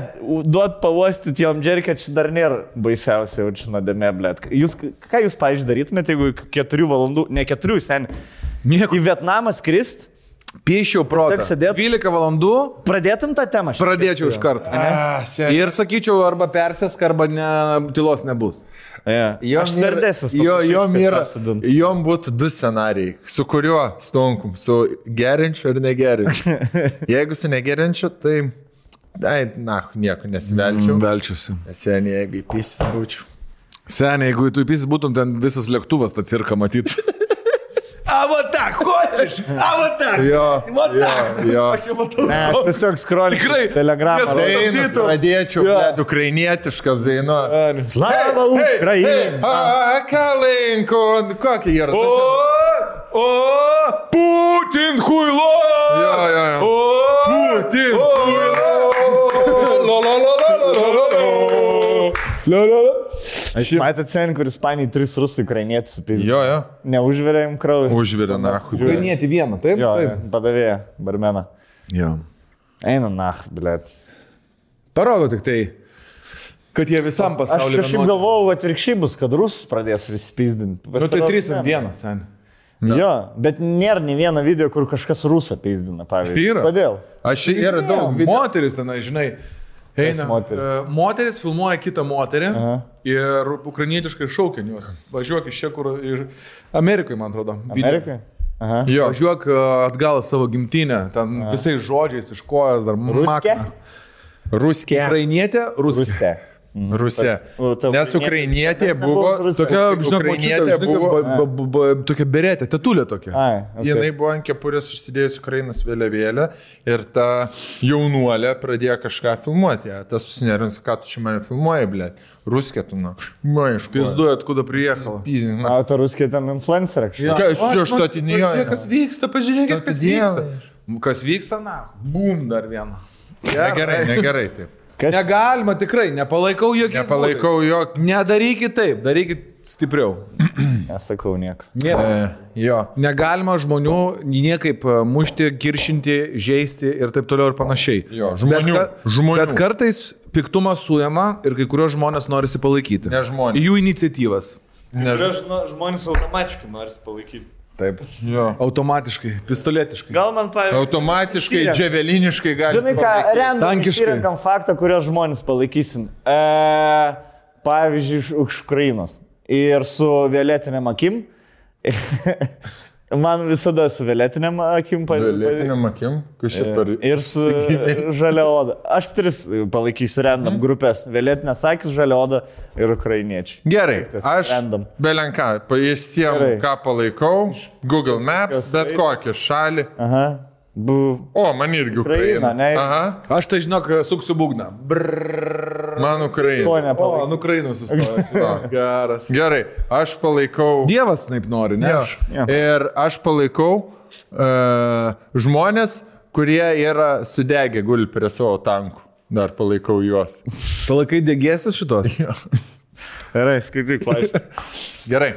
S1: duot pavostyti jom džerkę čia dar nėra baisiausia jaučiu nuodėmė, ble. Jūs, ką jūs, pavyzdžiui, darytumėte, jeigu iki keturių valandų, ne keturių, seniai,
S2: Nieko.
S1: į Vietnamą skrist,
S2: Piešiau protą.
S1: Tiesiog sėdėt.
S2: 12 valandų
S1: pradėtum tą temą? šiandien?
S2: pradėčiau iš karto. Ir sakyčiau, arba persėsk, arba ne, tylos nebus.
S1: Jo, aš sardesnis.
S3: Jo, jo mira. Jom būtų du scenarijai. Su kuriuo stonkum? Su gerinčiu ar negerinčiu? Jeigu su negerinčiu, tai... Ai, na, nieko
S5: Mm,
S3: nesivelčiau.
S2: Belčiuosi.
S3: Seniai, jeigu įpys būčiau.
S2: Seniai, jeigu tu įpysis, būtum ten visas lėktuvas tą cirką matyti. Avatar, kočiš! Avatar!
S3: Jo, jo, jo.
S1: Ne, aš tiesiog skrolinu.
S2: Tikrai.
S1: Telegramą.
S2: Nes-
S1: rodau.
S3: Dainas
S2: Stabdytų.
S3: pradėčiau, bet ukrainietiškas daino.
S1: Slava
S5: А,
S1: Ukraina.
S3: Kalinko, kokį yra?
S2: O, o, Putin huilo!
S3: Jo, jo, jo.
S2: O,
S3: Putin
S2: huilo!
S1: Aš matėt sen, kur Ispanijai tris rusų ukrainietis apie...
S3: Jo, jo.
S1: Neužverėjom kraujas.
S3: Užvirė, na, huigai.
S5: Ukrainietį vieną, taip?
S1: Jo,
S5: taip.
S1: padavėja, barmena.
S2: Jo.
S1: Eina, na, blėt.
S5: Parodo tik tai, kad jie visam
S1: Aš
S5: pasauliu.
S1: kažkaip galvojau atvirkščiai bus, kad rusus pradės visi pizdinti.
S5: Nu tai 3 ant 1, sen.
S1: Jo, bet nėra nei vieno video, kur kažkas rusą pizdina, pavyzdžiui.
S5: Yra.
S1: Kodėl?
S3: Aš yra daug video.
S5: Moteris ten, žinai. Eina.
S1: moteris?
S5: e, Moteris filmuoja kitą moterį Aha. ir ukrainietiškai šaukia ant jos. Važiuok iš čia, kur ir Amerikoje, man atrodo. video.
S1: Amerikai? Aha.
S3: Jo,
S5: Važiuok e, atgal į savo gimtinę, ten A. visais žodžiais iš kojas dar
S1: Ruskė?
S5: makna.
S3: ruskė.
S5: Ukrainietė, ruskė.
S1: Rusė.
S3: Rusė.
S1: O ta
S3: Nes
S1: ukrainietė,
S3: ukrainietė
S1: nes
S3: buvo,
S1: nebuvo rusė.
S3: tokia, žinok, ukrainietė buvo,
S5: А. buvo tokia beretė, tetulė tokia.
S1: Ai, okay.
S3: Jinai buvo ant kepurės užsidėjus Ukrainos vėliavėlę ir ta jaunuolė pradėjo kažką filmuoti. ją. Tas susinerins, ką tu čia mane filmuoji, blė. Ruskė tu, nu. Na, iš pizdu.
S2: Pizduoju, atkuda priekalo.
S3: Pizdina.
S1: Autoruskė ten influencerė. kažkokia.
S3: Ką aš čia štatinėjau?
S2: nu, Kas vyksta, pažiūrėkit, kas vyksta.
S3: Štatinėjau.
S2: Kas vyksta, na, bum dar vieną.
S3: Negerai, negerai taip.
S1: Kas-
S2: Negalima tikrai, nepalaikau jokių.
S3: Nepalaikau jo.
S2: Nedarykit taip, darykit stipriau.
S1: Nesakau nieko.
S3: E, jo.
S2: Negalima žmonių niekaip e, mušti, kiršinti, žaisti ir taip toliau ir panašiai.
S3: Jo, žmonių,
S2: Bet,
S3: žmonių.
S2: bet kartais piktumas suėma ir kai kurios žmonės norisi palaikyti.
S3: Ne žmonės.
S2: Jų iniciatyvas.
S3: Nežinau.
S7: Aš, nu, žmonės automatiškai nori palaikyti.
S2: Taip.
S3: Jo.
S2: Automatiškai, pistoletiškai.
S7: Gal man, pavyzdžiui,
S3: Automatiškai,
S1: Sirenka.
S3: dževeliniškai gali.
S1: Žinai ką, random
S2: Tankiškai.
S1: išsirinkam faktą, kurio žmonės palaikysim. E, pavyzdžiui, iš iš Ukrainos. Ir su violetinėm akim. Man visada su violetinėm akim pa-
S3: Violetiniam akim, kažkaip per...
S1: Ir su žalia oda. Aš tris palaikysiu random
S5: Mhm.
S1: grupės. Violetinės akis, žalia oda ir ukrainiečiai.
S3: Gerai,
S1: tas
S3: aš
S1: random.
S3: belenką,
S1: Gerai.
S3: išsiemu, ką palaikau, Google Maps,
S1: Kokios
S3: bet
S1: raidės?
S3: kokią šalį.
S1: Aha. Bu.
S3: O, man irgi
S1: Ukraina,
S3: Ukraina.
S1: ne?
S3: Aha,
S2: Aš tai žinok, suksiu būgną.
S3: man
S1: Ko
S3: Ukraina.
S1: nepalaikau?
S2: Ant Ukrainos sustojo. Geras.
S3: Gerai, aš palaikau.
S2: Dievas taip nori, ne?
S3: Jo.
S2: Aš.
S1: Jo.
S3: Ir aš palaikau uh, žmonės, kurie yra sudegę guli prie savo tankų. Dar palaikau juos.
S2: Palaikai degėsis šitos.
S1: Gerai, skaityk, laišką.
S3: Gerai.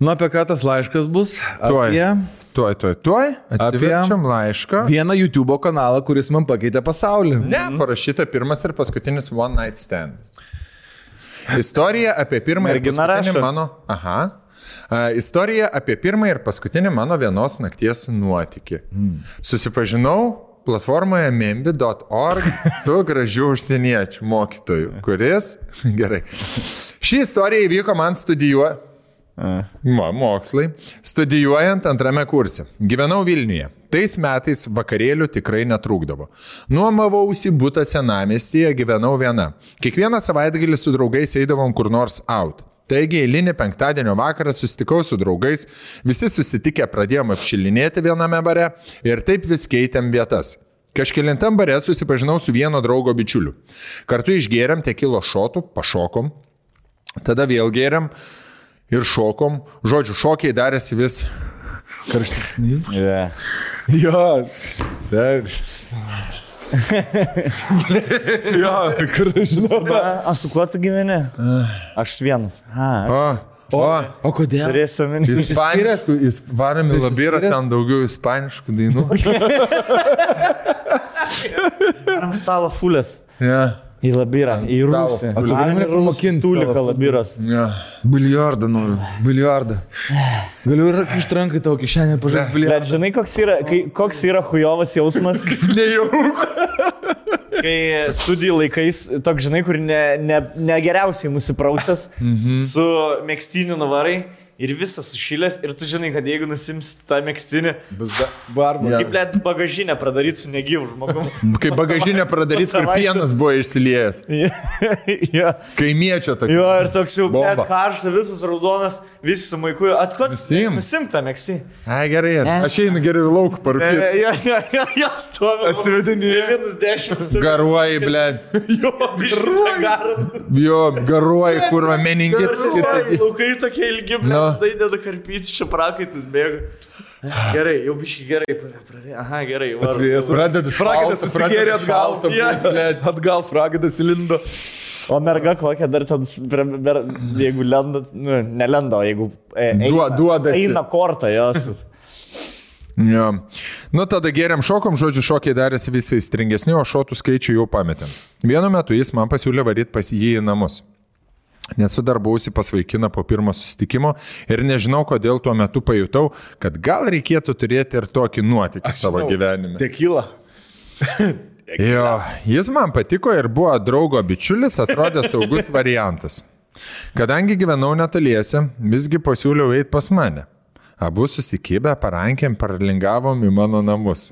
S2: Nu apie ką tas laiškas bus?
S3: Tuoj.
S2: Apie
S3: Tuoj, tuoj, tuoj.
S2: Apie-
S3: Atsiverčiam laišką.
S2: vieną YouTube kanalą, kuris man pakeitė pasaulį.
S5: Mhm.
S3: Ne, parašyta pirmas ir paskutinis One Night Stands. Istorija apie pirmą ir
S1: Mergina
S3: paskutinį
S1: rašo.
S3: mano. Aha. A, Istorija apie pirmą ir paskutinį mano vienos nakties nuotykį. Susipažinau platformoje membi.org su gražiu užsieniečiu mokytoju, kuris. Gerai. Ši istorija įvyko man studijuojant. Ma, mokslai. Studijuojant antrame kurse. Gyvenau Vilniuje. Tais metais vakarėlių tikrai netrūkdavo. Nuomavausi būtą senamestyje, gyvenau viena. Kiekvieną savaitgalį su draugais eidavom kur nors out. Taigi eilinį penktadienio vakarą susitikau su draugais, visi susitikę pradėjom apšilinėti viename bare ir taip vis keitėm vietas. Kažkėlintam bare susipažinau su vieno draugo bičiuliu. Kartu išgėrėm tekilo šotų, pašokom, tada vėl gėrėm ir šokom. Žodžiu, šokiai darėsi vis.
S1: Yeah.
S2: Jo, sergi. jo, gražinu.
S1: A, su kuo tu gyveni?
S2: E.
S1: Aš vienas. A,
S3: O, o,
S2: O kodėl?
S1: turėsiu omeny.
S3: ispaniškų, varami labirą, ten daugiau ispaniškų dainų.
S1: Ant stalo fulės.
S3: Ja,
S1: Į labirą, į rusį.
S2: tu gali mane pamokint
S1: Tulika
S2: stalo Mm.
S1: labiras.
S3: ja.
S2: Biliardą noriu. Biliardą. Galiu ir ištrankai tau kišenę pažaisti biliardą.
S1: Bet žinai, koks yra, kai, koks yra hujovas jausmas,
S3: Nejauku.
S1: kai studijų laikais, toks žinai, kur ne, ne, ne geriausiai nusiprausęs,
S3: Mhm.
S1: su mėgstiniu nuvarai ir visas sušilęs ir tu žinai, kad jeigu nusims tą mėgstinį,
S2: Barba.
S1: kaip net bagažinę pradaryti su negyvu žmogumi.
S3: Kai bagažinė pradarys, kur
S1: savaitės.
S3: pienas buvo išsiliejęs.
S1: ja.
S3: Kaimiečio
S1: Jo,
S3: tokio.
S1: ir toks jau
S3: Bomba.
S1: net karšta, visas raudonas, visi su maiku, atkots,
S3: Nusiimk.
S1: nusimta mėgsti.
S3: A, gerai, aš einu geriau į lauką parūkyti.
S1: Jo, jo, jo, jo, stovi. Atsivedinėjai. Vienas dešimt.
S3: Garuoji, blėt.
S1: Jo, biškita garą.
S3: Jo, garuoji, kurva meningitis.
S1: Garuoji, Laukai tokie ilgi,
S3: Nu.
S1: tai dedu karpyti, čia prakaitas bėga. Gerai, jau biški gerai pradėjo. Aha, gerai. var-
S3: Pradedi
S2: Fragadas susigėrė atgal. tam,
S1: Jo.
S2: blet, Atgal fragadas įlindo.
S1: O merga kokia dar ten, s- prie- mer- jeigu lenda, nu, nelenda, o jeigu e,
S3: Duo-
S1: eina-
S3: duodasi.
S1: eina kortą jos.
S3: Jo. Nu tada geriam šokom, žodžiu, šokiai darėsi visai stringesni, o šotų skaičių jau pametėm. Vienu metu jis man pasiūlė varyti pas jį į namus. Nesu dar buvusi pas vaikiną po pirmo susitikimo ir nežinau, kodėl tuo metu pajutau, kad gal reikėtų turėti ir tokį nuotykį savo gyvenime.
S2: Tekyla.
S3: Jo, jis man patiko ir buvo draugo bičiulis, atrodė saugus variantas. Kadangi gyvenau netoliese, visgi pasiūliau eiti pas mane. Abu susikibę parankiam parlingavom į mano namus.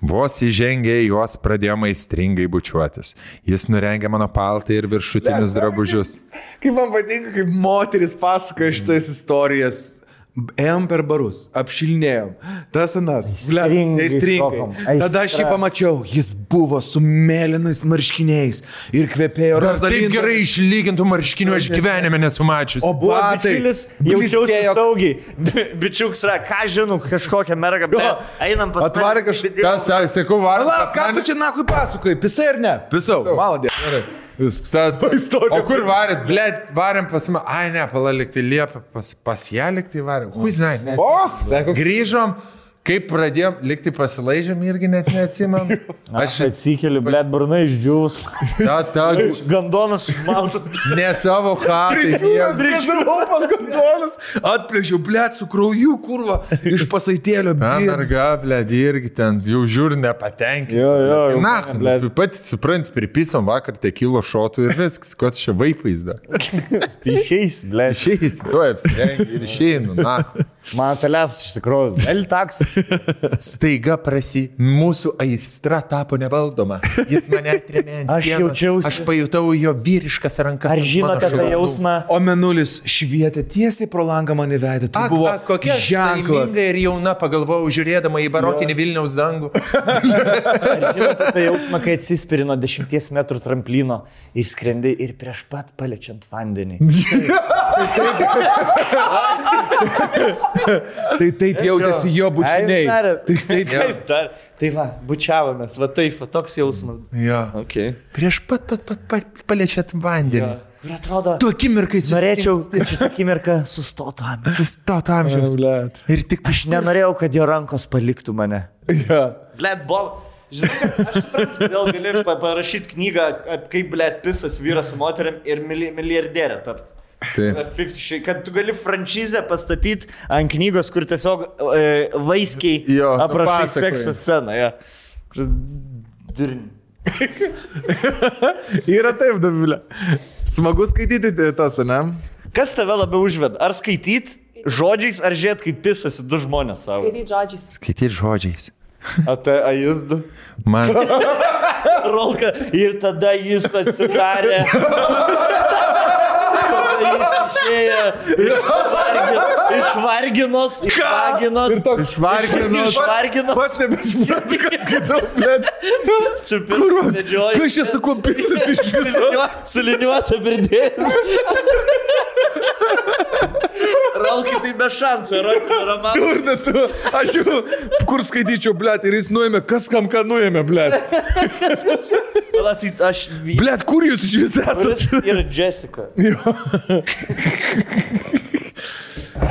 S3: Vos įžengė į juos, pradėjo maistringai bučiuotis. Jis nurengė mano paltą ir viršutinius drabužius.
S5: Kaip man patinka, kaip moteris pasakoja šitas istorijas. Ėjom per barus, apšilinėjom. Tas anas,
S11: Aistringai
S5: neistringai.
S11: šokom,
S5: Tada aš jį
S11: aistra.
S5: pamačiau, jis buvo su mėlynais marškiniais ir kvepėjo
S3: Ar taip gerai išlygintų marškinių aš gyvenime nesu mačius.
S5: O
S1: Buvo
S5: batai,
S1: bičiulis, jaučiausi
S5: blizgėjo.
S1: saugiai. Bičiuks yra, ką žinau, kažkokią mergą. ble, Einam pas
S5: Atvarė kažką.
S3: Kas, sakau,
S5: Palauk,
S3: vardas?
S5: ką tu čia nakui pasakoji, pisai ar ne? Pisau,
S3: Pisau.
S5: maladė.
S3: Gerai. Viskas. Ta istorija. O kur varėt, ble, varėm pas mane. Ai, ne, palalikti liepą, pas, pas ją likti varėm. Huizai, ne.
S5: O, sako,
S3: Grįžom, kaip pradėjom likti pasilaižėm irgi net neatsimenu. Aš
S1: Atsikeliu, blėt, burnai išdžiūs.
S3: ta, ta,
S1: Gandonas užmaltas.
S3: ne savo chatai. dieve.
S5: Grįžau pas gondolas, atplėšiau, blėt, su krauju kurva iš pasaitėlio.
S3: Na,
S5: blet.
S3: merga, ble, irgi ten jau žiūri nepatenkinti.
S1: Jo, jo, jau
S3: Na,
S1: ten, blet.
S3: pats suprant, pripisom vakar tekilo šotų ir viskas, ko tu čia vaipvaizda.
S1: Tai išeis, blėt.
S3: Išėjai, tu apsirengi ir išėjai, nu, na.
S1: Man telefas išsikrovęs. L taks.
S3: Staiga prasi, mūsų aistra tapo nevaldoma. Jis mane atremė. ant
S1: Aš
S3: sienos.
S1: jaučiausi-
S3: Aš pajutau jo vyriškas rankas.
S1: Ar
S3: ant
S1: žinote
S3: mano
S1: tą
S3: šlaunų.
S1: jausmą?
S5: O menulis švietė tiesiai pro langą man į veidą. Tai
S3: Ak,
S5: buvo
S3: ak, kokia aš
S5: ženklas.
S3: laiminga ir jauna, pagalvojau, žiūrėdama į barokinį Vilniaus dangų.
S1: Tai Ar žinote tą jausmą, kai atsispiri nuo 10 metrų tramplino ir skrendi ir prieš pat paliečiant vandenį?
S5: Tai taip jautėsi jo bučiniai.
S1: Tai taip, jis dar. Tai va, bučiavomės, va taip, va, toks jausmas.
S3: Jo.
S1: Okay.
S3: Prieš pat, pat, pat, pat paliečiat vandenį.
S1: Ir atrodo,
S3: Tu akimirkai
S1: norėčiau, kad šitą akimirką sustotų amžius.
S3: Sustato amžiaus. Ir tik tai-
S1: Aš nenorėjau, kad jo rankos paliktų mane.
S7: Blet, Bob. Žinai, aš suprantu, vėl gali pa- parašyti knygą, ap- kaip, blet, pisas vyras su moteriam ir mili- milijardierė tapti.
S3: Taip.
S1: 50 shade, kad tu gali franšizę pastatyti ant knygos, kur tiesiog e, vaiskiai
S3: Jo,
S1: aprašai
S3: pasakoji.
S1: sekso sceną. Ja. Durni.
S5: Yra taip, Davilė. Smagu skaityti tas, ne?
S1: Kas tave labiau užved? Ar skaityti žodžiais, ar žiūrėti, kaip pisasi du žmonės tai, savo?
S4: Skaityti žodžiais.
S3: Skaityti žodžiais.
S1: A, ta, a jis du.
S3: Man.
S1: Rolka. Ir tada jis atsidarė. Tada jis išėjo iš vargi- Iš varginos, iš varginos.
S3: Išvarginu.
S5: tai.
S1: Iš varginos.
S5: Pats nebesuprantu, kas skaitau, bet
S1: Kur? Medžioju.
S5: aš esu kompisas iš viso.
S1: Suliniuota pridėjus. Ralkai tai be šansų, erotinio romano.
S5: Kurdas, tu, aš jau kur skaityčiau, blėt, ir jis nuėmė, kas kam ką nuėmė, blėt.
S1: Gal tai aš...
S5: Blėt, kur jūs iš viso
S1: Kuris
S5: esate?
S1: yra Jessica?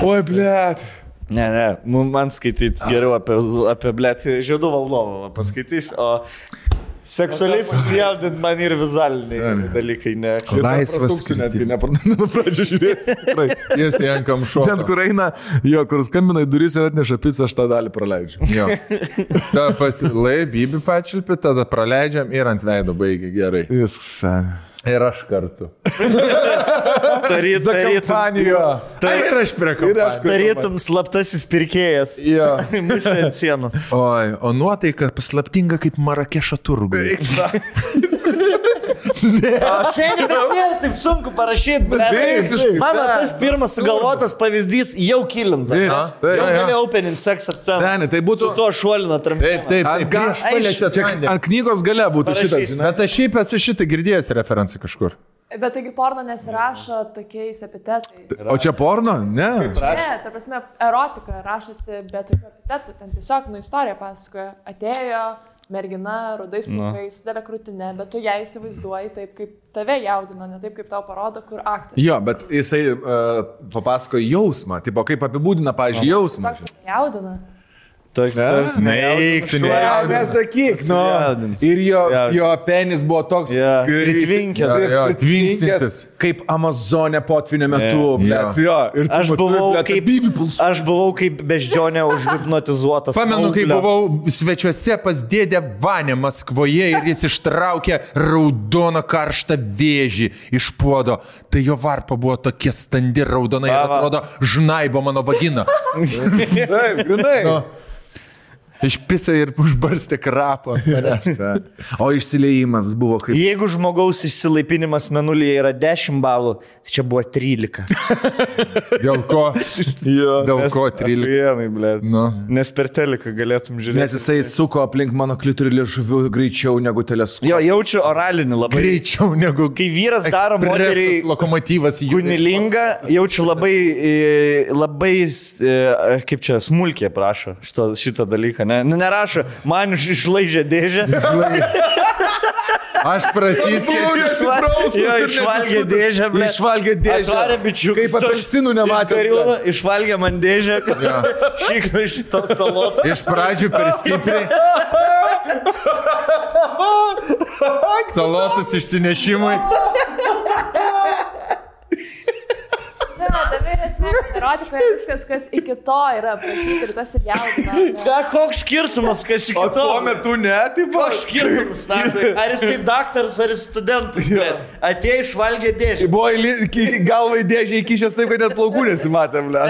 S5: Oi, blėt.
S1: Ne, ne, mu- man skaityti geriau apie, zu- apie blėt, žiedų valdovą paskaitys, o seksualiai susijaudint man ir vizualiniai dalykai, ne.
S3: Laisvas.
S5: Pasuksiu netgi, nepradėjau pradžio žiūrėti. Tikrai.
S3: Jis renkam šoką.
S5: Ten, kur eina, jo, kur skambina į duris ir atneša pizzą, aš tą dalį praleidžiu.
S3: Jo. Ta pasilai, bibi pačilpi, tada praleidžiam ir ant veido baigia gerai.
S5: Viskas.
S3: Ir aš kartu.
S1: Taryt, tarytum,
S5: Kompanijo.
S3: Tai ir aš prie
S5: Ir aš
S3: kampanijos.
S5: kur.
S1: tarytum slaptasis pirkėjas.
S3: Jo.
S1: Mūsų ant sienos.
S3: Oi, o nuotaika paslaptinga kaip Marakešo turgui.
S1: O čia ne- bet nėra taip sunku parašyti,
S5: Visiškai.
S1: bet mano tas pirmas sugalvotas pavyzdys jau kilinta.
S3: Na,
S5: Taip,
S3: jo,
S1: Jau
S3: jo.
S1: gali opening seksą sceną.
S5: Seni, tai būtų-
S1: Su tuo šuolino
S3: Taip,
S1: tramplinu.
S3: taip, taip.
S5: Ant ga-
S3: prieš paliečiat
S5: Čia
S3: vandenį.
S5: ant knygos gale būtų šitas.
S1: Parašysiu.
S5: žinai.
S3: Bet aš šiaip esu šitą girdėjęs referenciją kažkur.
S4: Bet taigi porno nesirašo tokiais epitetais.
S5: O čia porno? Ne.
S4: Ne, ta prasme, erotika rašosi be tokių epitetų. Ten tiesiog, nu, istorija pasakoja. Atėjo mergina, rudais plaukais, su didelė krūtinė, bet tu ją įsivaizduoji taip, kaip tave jaudino, ne taip, kaip tau parodo, kur aktorius.
S5: Jo, bet jisai uh, papasakoja jausmą, tipo, kaip apibūdina, pažiūrėjau, jausmą.
S4: Toks tave jaudina.
S1: Toks
S3: Neik, tu ne.
S5: Ne, Nesakyk, nu.
S1: Susijaudins.
S5: Ir jo,
S1: Susijaudins.
S5: jo penis buvo toks
S1: Jo.
S5: kai-
S1: Pritvinkęs.
S5: toks
S3: Jo, jo,
S5: pritvinkęs,
S3: tvinksintis.
S5: Kaip Amazonė potvinio metu.
S3: Jo.
S5: Yeah. Jo. Ir tu
S1: Aš
S5: matai,
S1: buvau
S5: blet,
S1: kaip,
S5: Bibibils.
S1: aš buvau kaip beždžionė užhipnotizuotas.
S3: Pamenu, kai
S1: paauglio.
S3: buvau svečiuose pas dėdę Vanę Maskvoje ir jis ištraukė raudoną karštą vėžį iš puodo. Tai jo varpa buvo tokia standi raudona ir
S1: Va, va.
S3: atrodo žnaibo mano vagina.
S5: Taip, grinai.
S3: Nu, Išpiso ir užbarstė krapą. ant manęs.
S1: O išsileimas buvo kaip...
S7: Jeigu žmogaus išsilaipinimas menulyje yra 10 balų, tai čia buvo 13.
S3: Dėl ko?
S7: jo,
S3: Dėl ko 13?
S7: Vienai,
S3: Nu.
S7: Nes per teliką galėtum
S1: Nes
S7: žiūrėti.
S1: jisai suko aplink mano kliturį liežuviu greičiau negu teleskopą.
S7: Jo, jaučiu oralinį labai.
S3: Greičiau negu
S7: Kai vyras daro
S3: ekspresas
S7: moteriai
S3: lokomotyvas judėti.
S7: Gunilinga, jaučiu labai, e, labai, s- e, kaip čia, smulkiai prašo šito, šitą dalyką. Ne? Nu, nerašo, man iš- išlaižė dėžę.
S3: Aš prasyskiau.
S7: Jo, išvalgė dėžę, ble.
S1: Išvalgė dėžę.
S7: Atvarė bičiukai.
S1: Kaip apelsinų nematęs,
S7: Išvalgė man dėžę.
S3: Jo.
S7: Šikna iš to saloto.
S3: Iš pradžių per stipriai. Salotas išsinešimui.
S4: Ne, ne, tame yra esmė, kad erotikoje viskas, kas iki to yra aprašyta ir tas ir jaudina. ne.
S7: Ką, koks skirtumas, kas iki to?
S5: Tuo metu ne, tai
S7: Koks skirtumas, na, ar jisai daktaras, ar jis studentas. bet Atėjo išvalgė dėžę.
S5: Buvo įli- iki- galvą į dėžę įkišęs taip, kad net plaukų nesimatė, ble.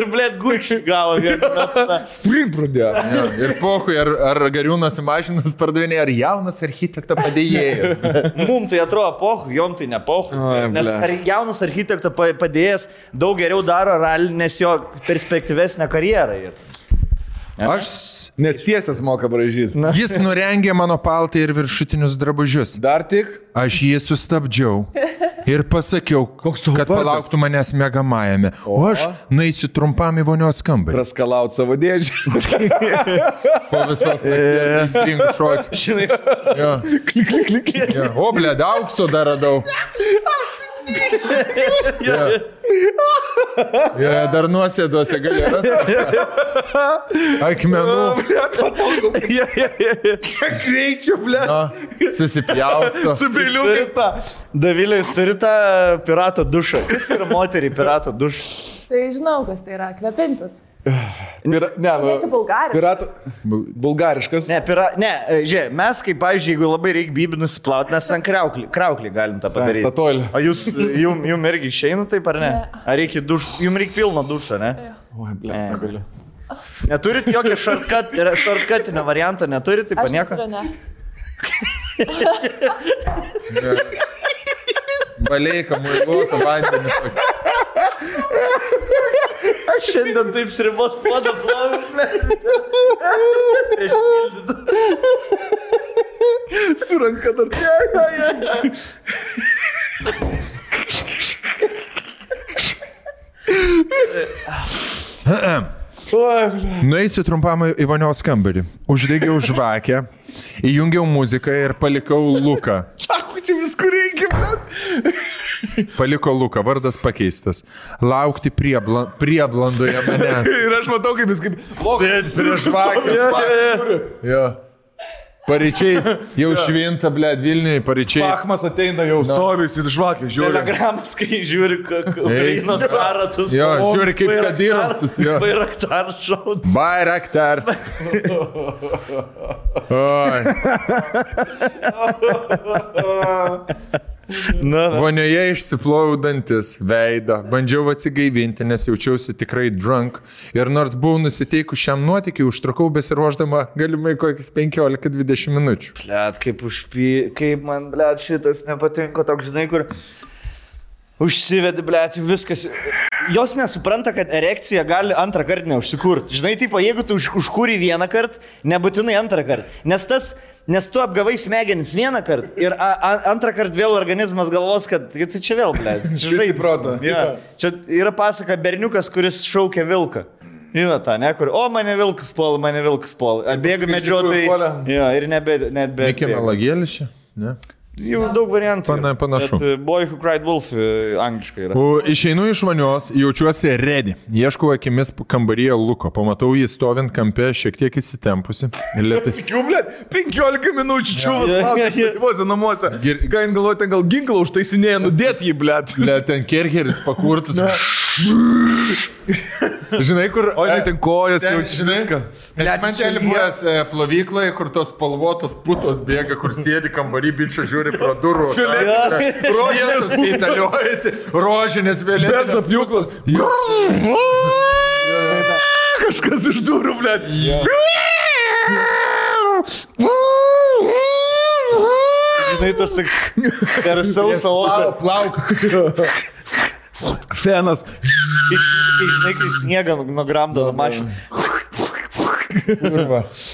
S7: Ir blėt gučių gavo vieną metą.
S5: Spring pradėjo.
S3: Jo, ir pohui, ar, ar gariūnas įmažinas pardavinė, ar jaunas architektą padėjėjas.
S7: Mum tai atrodo pohu, jom tai ne pohu. Nes ar jaunas architekto pa- padėjėjas daug geriau daro ralį, nes jo perspektyvesnė karjera. yra.
S3: Aš, s-
S5: Nes tiesas moka bražyti.
S3: jis nurengė mano paltą ir viršutinius drabužius.
S5: Dar tik.
S3: Aš jį sustabdžiau ir pasakiau, kad palauktų manęs mėgamajame. O aš nueisiu trumpam į vonios kambarį.
S5: Praskalaut savo dėžę.
S3: Po visos įstringų šokių.
S7: Žinai,
S3: Jo. Jo. O, blė, aukso dar radau. Jo. Jo, dar nuosėduose gali rasti. Akmenų.
S5: Kiek greičiau, ble.
S3: Jo. Susipjausto.
S5: Biliukas tą.
S7: Davilė, jūs turite tą pirato dušą. Kas yra moteriai pirato dušas?
S4: Tai žinau, kas tai yra, kvepintis.
S5: Pira... Ne,
S4: Tai čia
S5: nu.
S4: bulgarija.
S5: Piratų. Bulgariškas.
S7: Ne, pira... ne, e, žiūrėk, mes kaip, pavyzdžiui, jeigu labai reikia bybį nusiplauti, mes ant krauklį, krauklį galim tą padaryti.
S5: Statoilį.
S7: O jūs, e, jum, jum irgi išeina taip ar ne? Ar reikia dušo, jum reikia pilno dušo, ne?
S5: Oi, ble,
S7: Ne.
S5: negaliu.
S7: Neturit jokio shortcut, yra shortcutinio varianto, neturit, tai
S4: Aš
S7: panieko.
S4: neturiu, ne.
S3: Baliai, kamuoliuotų vandenį. tokį.
S7: Šiandien taip sribos podą plovim.
S5: Suranka dar.
S3: Nueisiu trumpam į vonios kambarį. Uždegiau žvakę, įjungiau muziką ir palikau Luką.
S5: Aku čia viskur reikia, ble.
S3: Paliko Luką, vardas pakeistas. Laukti priebla, prieblandoje manęs.
S5: Ir aš matau, kaip jis kaip.
S3: Sėd prie žvakės. Jo. Pareičiais, jau švinta, ble, Vilniui, pareičiais.
S5: Achmas ateina jau stovis ir žvakė, žiūri.
S7: Telegramas, kai žiūri, kad Ukrainos karas.
S3: Jo, žiūri, kaip Kadirovas, jo.
S7: Bairaktar šaud.
S3: Bairaktar. Oi.
S7: Na,
S3: Vonioje išsiploviau dantis, veidą, bandžiau atsigaivinti, nes jaučiausi tikrai drunk ir nors buvau nusiteikus šiam nuotikiu, užtrukau besiruoždama galimai kokius 15-20 minučių.
S7: Blet, kaip užpy, kaip man, blet, šitas nepatinka, toks, žinai, kur užsivedi, blet, viskas. Jos nesupranta, kad erekcija gali antrą kartą neužsikurti. Žinai, tipo, jeigu tu už, užkūri vieną kartą, nebūtinai antrą kartą. Nes tas, nes tu apgavai smegenis vieną kartą ir a, a, antrą kartą vėl organizmas galvos, kad tai čia vėl, blet. Žinai,
S5: protą.
S7: Ja. Čia yra pasaka berniukas, kuris šaukia vilką. Žinot, tą, ne, kur, o mane vilkas puola, mane vilkas puola. Bėga
S5: iš tikrųjų
S7: medžiotojai.
S5: puolė.
S7: Jo, ir nebe, net be.
S3: Reikia melagėlišį? Ne.
S7: Jau daug variantų.
S3: Pana-
S7: yra.
S3: panašu.
S7: Bet, e, Boy Who Cried Wolf e, angliškai yra.
S3: O, Išeinu iš vanios, jaučiuosi redi. Ieškau akimis kambaryje Luko. Pamatau jį stovint kampe, šiek tiek įsitempusi. Lietai.
S5: Tikiu, ble, 15 minučių čiūvas.
S7: Jo. Jo.
S5: Vos namuose.
S3: Gir-
S5: Ką jin galvoja, ten gal ginklą užtaisinėja, nudėt jį, ble.
S3: Lietai ten kerheris pakurtas. Žinai, kur... tai
S5: O jinai tai ten kojas
S3: Ten,
S5: jau
S3: žinai,
S5: viską.
S3: Net man ten buvęs e, plovykloje, kur tos spalvotos putos bėga, kur sėdi kambarį, bičiu žiūri pro durų. Rožinės kaitaliojasi, rožinės vėliavos.
S5: Benzapjūklas.
S3: Jo. kažkas iš durų, ble.
S7: Žinai, tas ak- per sausą odą.
S3: Plauk.
S5: Fenas.
S7: Kai š- kai Žinai, kai sniegą nugramdo mašiną.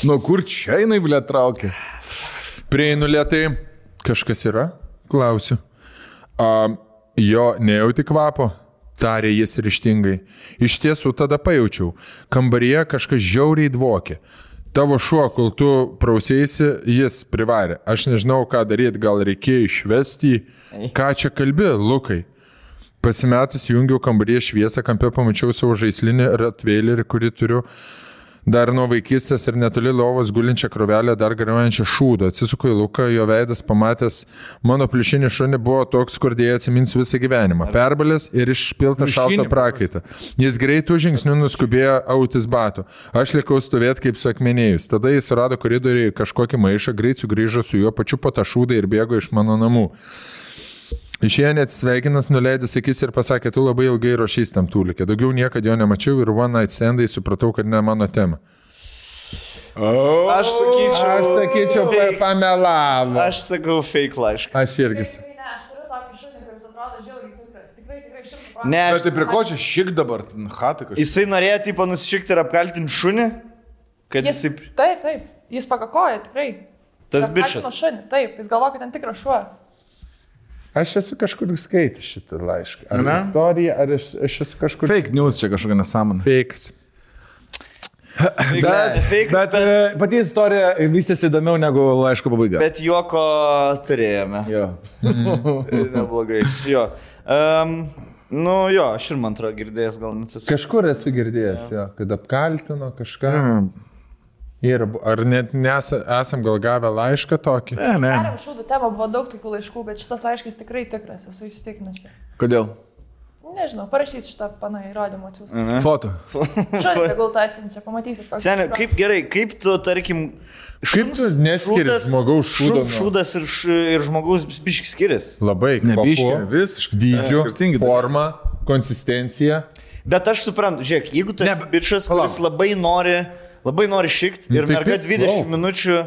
S5: Nu kur čia jinai, blė, traukia?
S3: Prieinu lietai. Kažkas yra? Klausiu. A, jo, nejauti kvapo, tarė jis ryštingai. Iš tiesų tada pajaučiau. Kambaryje kažkas žiauriai dvokė. Tavo šuo, kol tu prausėsi, jis privarė. Aš nežinau, ką daryti, gal reikėjo išvesti. jį. Ką čia kalbi, Lukai? Pasimetus jungiau kambaryje šviesą, kampe pamačiau savo žaislinį ratvėlį, kurį turiu Dar nuo vaikystės ir netoli lovos gulinčią krovelę dar gariojančią šūdą. Atsisuko į Luką, jo veidas pamatęs mano pliušinį šunį buvo toks, kur dėja atsimins visą gyvenimą. Perbalės ir išpiltą šaltą prakaitą. Jis greitų žingsnių nuskubėjo autis batų. Aš likau stovėti kaip suakmenėjus. Tada jis surado koridoriuje kažkokį maišą, greit sugrįžo su juo pačiu patašūdą ir bėgo iš mano namų. Išėjo net sveikinas, nuleidęs akis ir pasakė, tu labai ilgai ruošys tam tūlikė. Daugiau niekada jo nemačiau ir One Night Standai supratau, kad ne mano tema.
S7: Aš
S3: Aš
S7: sakyčiau,
S3: sakyčiau, pa- pamelavo.
S7: aš sakau fake laišką.
S3: Aš irgi.
S4: Tikrai,
S3: s-
S4: tikrai ne, aš turiu tokį šunį, kuris atrodo žiauriai tikras. Tikrai, tikrai šimtu procentų.
S7: Ne,
S2: Bet
S7: aš,
S2: tai prie ko čia šik dabar, hatai kažkas.
S7: jisai norėjo tipo nusišikti ir apkaltinti šunį, kad
S4: Jis,
S7: jisai...
S4: taip, taip, jis pakakoja, tikrai.
S7: Tas
S4: Atino
S7: bičias.
S4: šunį, taip, jis galvo, kad ten tikras šuo.
S3: Aš esu kažkur skaitęs šitą laišką. Ar
S2: Na?
S3: istoriją, ar aš, aš esu kažkur.
S2: Fake news čia kažkokia nesąmonė.
S3: Feikas.
S7: Bet, fake,
S2: Bet e, pati istorija vystėsi įdomiau negu laiško pabaiga.
S7: bet juoko turėjome. Tai
S2: Jo.
S7: Neblogai. Jo. Um, nu jo, aš ir man atrodo girdėjęs gal net esu.
S3: Kažkur esu girdėjęs, jo, kad apkaltino kažką. Ir, bu- ar net nesam gal gavę laišką tokį?
S2: Ne, ne.
S4: Perėm šūdų temą, buvo daug tokių laiškų, bet šitas laiškas tikrai tikras, esu įsitikinusi.
S2: Kodėl?
S4: Nežinau, parašys šitą pana įrodymą
S7: Mhm.
S4: atsiųs.
S2: Foto.
S4: Šunį tegul tą atsiunčia, pamatysit. koks
S7: Seniai,
S4: tikras.
S7: kaip gerai, kaip tu, tarkim,
S3: Kaip tu neskiri
S7: šūdas-
S3: žmogaus šūdo
S7: šuns
S3: nuo-
S7: šūdas ir, š, ir žmogaus biškis skiriasi.
S3: Labai.
S2: Nebiškė,
S3: kvapu,
S2: visiškai.
S3: Dydžiu,
S2: Skirtingi dalykai.
S3: forma, konsistencija.
S7: Bet aš suprantu, žiūrėk, jeigu tu esi
S2: Ne,
S7: bičias,
S2: palauk.
S7: kuris labai nori, labai nori šikt ir
S3: tai
S7: merga
S3: pisk
S7: 20
S3: lauk.
S7: minučių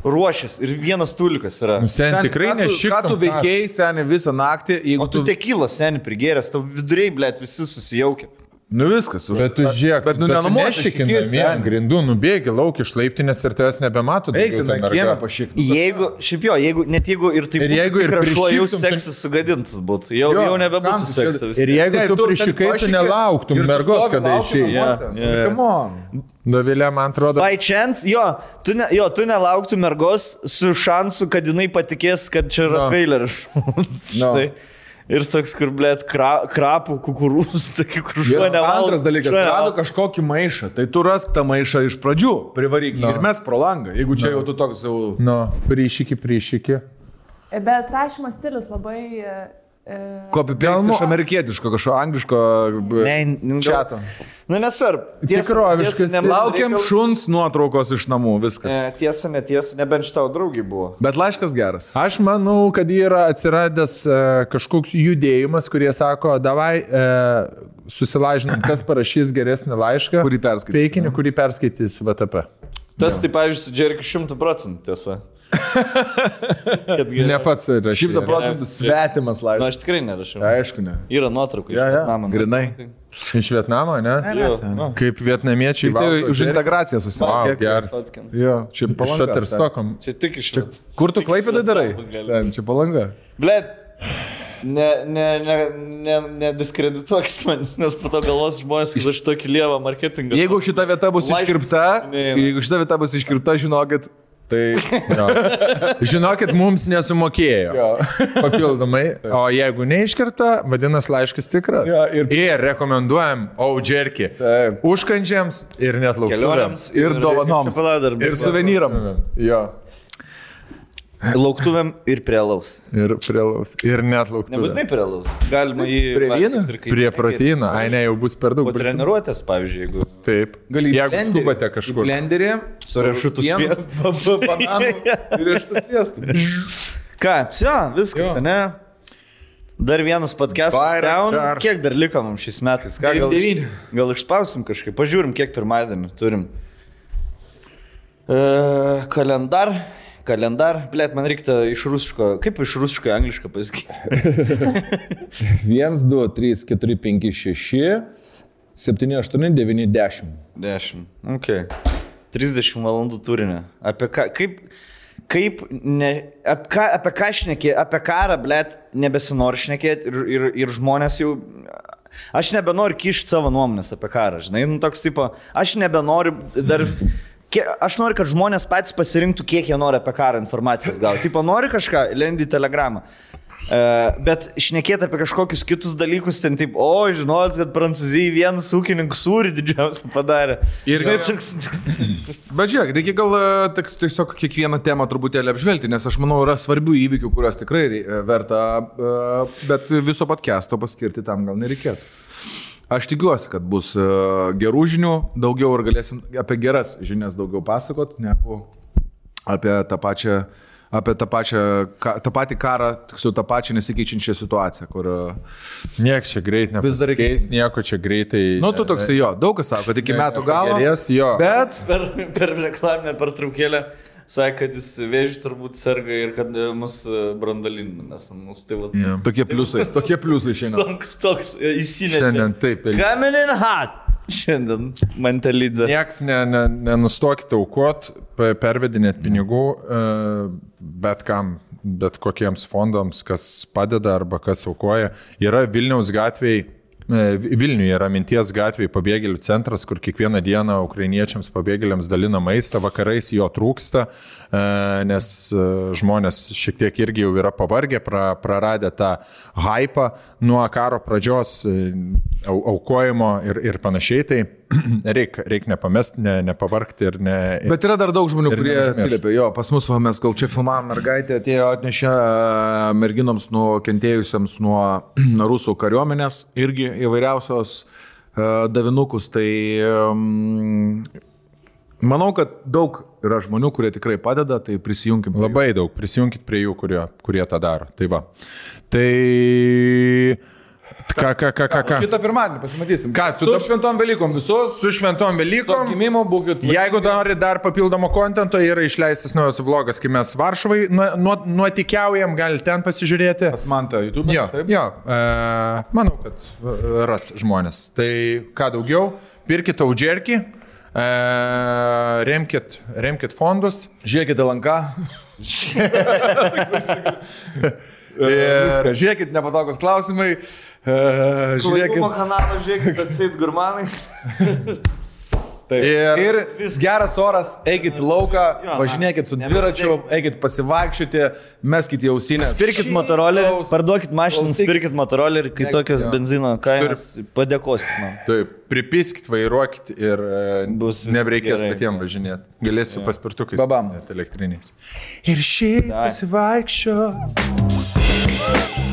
S7: ruošęs ir vienas tulikas yra.
S3: Nu, Sen
S2: Ten
S3: tikrai nešiktum.
S2: Ką tu veikiai, seniai, visą naktį,
S7: O
S2: jeigu
S7: tu tekylas, seniai, prigėręs, tau viduriai, blėt, visi susijaukia.
S2: Nu viskas, už...
S3: Bet tu žiūrėk,
S2: bet nu nenumuosi iš
S3: nešikina
S2: akis,
S3: vien
S2: seni.
S3: grindų, nubėgi lauk iš laiptinės ir tavęs nebemato.
S2: Eik
S3: daugiau
S2: ten
S3: Nu, ta merga.
S2: kiemą pašik.
S7: Jeigu, šiaip jo, jeigu, net jeigu ir tai taip
S3: Ir jeigu ir
S7: krašuo jau
S3: prišiktum, tai-
S7: seksas sugadintas būtų, jau,
S2: Jo,
S7: jau
S2: kam
S7: nebebūtų
S2: tu čia-
S7: seksas.
S3: Ir jeigu
S2: Ne,
S3: tu
S2: tu ten
S3: prišikai, tu
S2: pašiki
S3: nelauktum
S2: ir tu
S3: mergos,
S2: stovi,
S3: kada
S2: lauki
S3: išėjai.
S2: namuose.
S7: Jo,
S2: Nu,
S7: jo.
S2: Come on.
S3: Nuvilė, man atrodo,
S7: By chance, jo tu, ne, jo, tu nelauktų mergos su šansu, kad jinai patikės, kad čia yra traileris.
S3: No.
S7: Ir toks, kur blėt, kra, krapų, kukurūzų, tokių, kur
S2: Ir
S7: žuo nevalgo.
S2: antras dalykas,
S7: šuo
S2: rado
S7: nevalgo.
S2: kažkokį maišą, tai tu rask tą maišą iš pradžių, privaryk jį
S3: Na.
S2: ir mes pro langą, jeigu čia jau tu toks jau...
S3: nu, prišiki, prišiki.
S4: E, Bet rašymo stilius labai... e, e,
S2: Kopipiaustas iš amerikietiško, kažko angliško... b-
S7: Ne, nu, gal-
S2: Čiato.
S7: nu nesvarbu. Tiesa-
S3: Tikroviškas
S7: tiesa, nebus
S2: Laukiam
S7: reikalas.
S2: šuns nuotraukos iš namų, viskas.
S7: E, Tiesa, netiesa, nebent šitau draugi buvo.
S2: Bet laiškas geras.
S3: Aš manau, kad yra atsiradęs e, kažkoks judėjimas, kurie sako, davai e, susilažinam, kas parašys geresnį laišką.
S2: Kurį perskaitys,
S3: Feikinį, kurį perskaitys VTP.
S7: Tas, tai pavyzdžiui, su Džerkiu šimtų procentų tiesa. Kad gerai.
S3: Ne pats rašyti.
S2: Šimta procentų svetimas
S7: Na,
S2: laiškas.
S7: aš tikrai nerašiau.
S2: Aišku, ne.
S7: Yra nuotraukų.
S2: Jo, jo.
S7: Namą.
S2: Grinai.
S3: Iš Vietnamo, ne? Kaip vietnamiečiai.
S2: Tai
S3: valgo
S2: už
S3: džerkių.
S2: integraciją
S3: Vau,
S2: susimokė.
S3: geras.
S2: Jo, čia
S3: Iš
S2: palanga.
S3: Shutterstockom.
S7: Čia tik iš čia.
S2: Kur tu klaipėdai darai?
S3: Sen, Čia palanga.
S7: Blet, ne, ne, ne, ne, nediskredituok manęs, nes po to galvos žmonės, kad aš tokį lievą marketingą.
S2: Jeigu šita vieta bus
S7: Laiškas
S2: iškirpta,
S7: neina.
S2: jeigu šita vieta bus iškirpta, žinokit, tai...
S3: Žinokit, mums nesumokėjo. Papildomai. O jeigu neiškerta, vadinasi laiškas tikras.
S2: Jo, ir-
S3: ir rekomenduojam aujerkį.
S2: Taip.
S3: Užkandžiams ir net lauktuvėms.
S7: kelionėms
S2: Ir dovanoms.
S7: Palauk dar,
S2: Ir suvenyram.
S3: Jo.
S7: Lauktuvėm ir prie laus.
S3: Ir prielaus. Ir net
S7: Nebūtinai
S3: lauktuvėms.
S7: prie laus. Galima jį...
S2: Prie vyno?
S7: valgyt ir kaip-
S3: Prie proteino. Ai ne, jau bus per daug.
S7: Po
S3: bet-
S7: treniruotės, pavyzdžiui, jeigu...
S3: Taip. Jeigu skubate kažkur.
S2: Blenderį
S7: Su riešutų
S2: pienas, su bananu ir riešutų sviestu.
S7: Ką? Psia, viskas, ne? Dar vienas podcastas.
S3: Dar-
S7: Down.
S3: dar.
S7: Kiek dar liko mums šiais metais? Ką, gal,
S3: Devyni.
S7: gal išspausim kažkaip, pažiūrim, kiek pirmadienį turim. E, kalendar. Kalendar. Blet, man reikia iš rusiško. Kaip iš rusiško į anglišką pasakyti?
S12: 1, 2, 3, 4, 5, 6, 7, 8, 9, 10.
S7: 10. Ok. 30 valandų turinio. Apie ką, kaip, kaip, ne, ap, ką, apie ką šnekėti, apie karą, blėt, nebesinori šnekėti ir, ir, ir žmonės jau... Aš nebenoriu kišti savo nuomonės apie karą, žinai, nu toks tipo, aš nebenoriu dar... Kie, aš noriu, kad žmonės patys pasirinktų, kiek jie nori apie karą informacijos gauti. Tipo, nori kažką, lendi į telegramą. E, bet šnekėti apie kažkokius kitus dalykus, ten taip, o, žinot, kad Prancūzijai vienas ūkininkas sūrį didžiausią padarė.
S5: Ir
S7: Žinai,
S5: gal-
S7: toks-
S5: Bet žiūrėk, reikia gal e, tiks- tiesiog kiekvieną temą truputėlį apžvelgti, nes aš manau, yra svarbių įvykių, kuriuos tikrai rei- e, verta, e, bet viso podcast'o paskirti tam gal nereikėtų. Aš tikiuosi, kad bus e, gerų žinių daugiau ir galėsim apie geras žinias daugiau pasakot, negu apie tą pačią, apie tą pačią, ka- tą patį karą, tiksliau tą pačią nesikeičiančią situaciją, kur... e,
S3: Niekas čia greit nepasikeis,
S5: dar reikia-
S3: nieko čia greitai.
S5: Na, nu, tu toksai jo, daug kas sako, kad iki metų galo.
S3: Gerės, jo.
S5: Bet
S7: per, per reklaminę pertraukėlę sakė, kad jis vėžį turbūt serga ir kad e, mus e, brandalin, nes mus tai vad. Yeah.
S5: tokie pliusai, tokie pliusai šiandien.
S7: Toks, toks e, įsinešė.
S3: Šiandien taip. ir-
S7: Coming in hot. Šiandien mentalidze.
S3: Niekas ne, ne, nenustokite aukot, pe- pervedinėt pinigų e, bet kam, bet kokiems fondams, kas padeda arba kas aukoja. Yra Vilniaus gatviai. e, Vi- Vilniuje yra minties gatvėje pabėgėlių centras, kur kiekvieną dieną ukrainiečiams pabėgėliams dalina maistą, vakarais jo trūksta, e, nes e, žmonės šiek tiek irgi jau yra pavargę, pra- praradę tą hypą nuo karo pradžios, e, au- aukojimo ir, ir panašiai. Tai reikia reik nepamest, ne, nepavargti ir ne...
S5: Bet yra dar daug žmonių,
S3: Ir
S5: kurie
S3: neužmiršt.
S5: atsiliepia. Jo, pas mus, va, mes kol čia filmavom mergaitę, atėjo atnešė e, merginoms nukentėjusiems nuo rusų kariuomenės irgi įvairiausios e, davinukus. Tai mm, manau, kad daug yra žmonių, kurie tikrai padeda, tai prisijunkim. prie jų.
S3: Labai daug, prisijunkit prie jų, kurie, kurie tą daro. Tai va. Tai... Ką, ką, ką, ką, ką.
S12: Kita pirmadienį pasimatysim.
S3: Ką, tu
S12: su
S3: dab-
S12: šventom Velykom visus,
S3: Su šventom
S12: su
S3: Velykom.
S12: gimimo būkit.
S3: Jeigu nori dar papildomo kontento, yra išleistas naujas vlogas, kai mes Varšuvai nuo- nuo- nuotikiaujam, gali ten pasižiūrėti.
S12: Pas man tą YouTube.
S3: Jo, jo e, manau, kad e, ras žmonės. Tai ką daugiau, pirkit audžerkį, e, remkit, remkit fondus.
S12: Žiūrėkite lanką.
S3: Ir,
S12: Viską. Žiūrėkite, nepatogus klausimai. E,
S7: Žinoma,
S12: Žiūrėkit.
S7: kanalą žiūrėkit, atsit gurmanai.
S12: Taip.
S3: Ir-
S12: Ir vis geras oras, eikit į lauką,
S7: Jo,
S12: važinėkit su
S7: ne,
S12: dviračiu, eikit pasivaikščioti, meskite jausinę.
S7: Pirkit motorolerį, parduokit mašiną,
S12: klausyk.
S7: pirkit motorolerį, kai tokios benzino kainos padėkosit man.
S3: Taip, pripiskit, vairuokit ir e,
S7: Bus viskas
S3: nebereikės
S7: gerai.
S3: patiems važinėti. Galėsiu paspirtukais.
S12: Babam.
S3: važinėt Elektriniais.
S12: Ir šiaip
S7: Ai.
S12: pasivaikščio.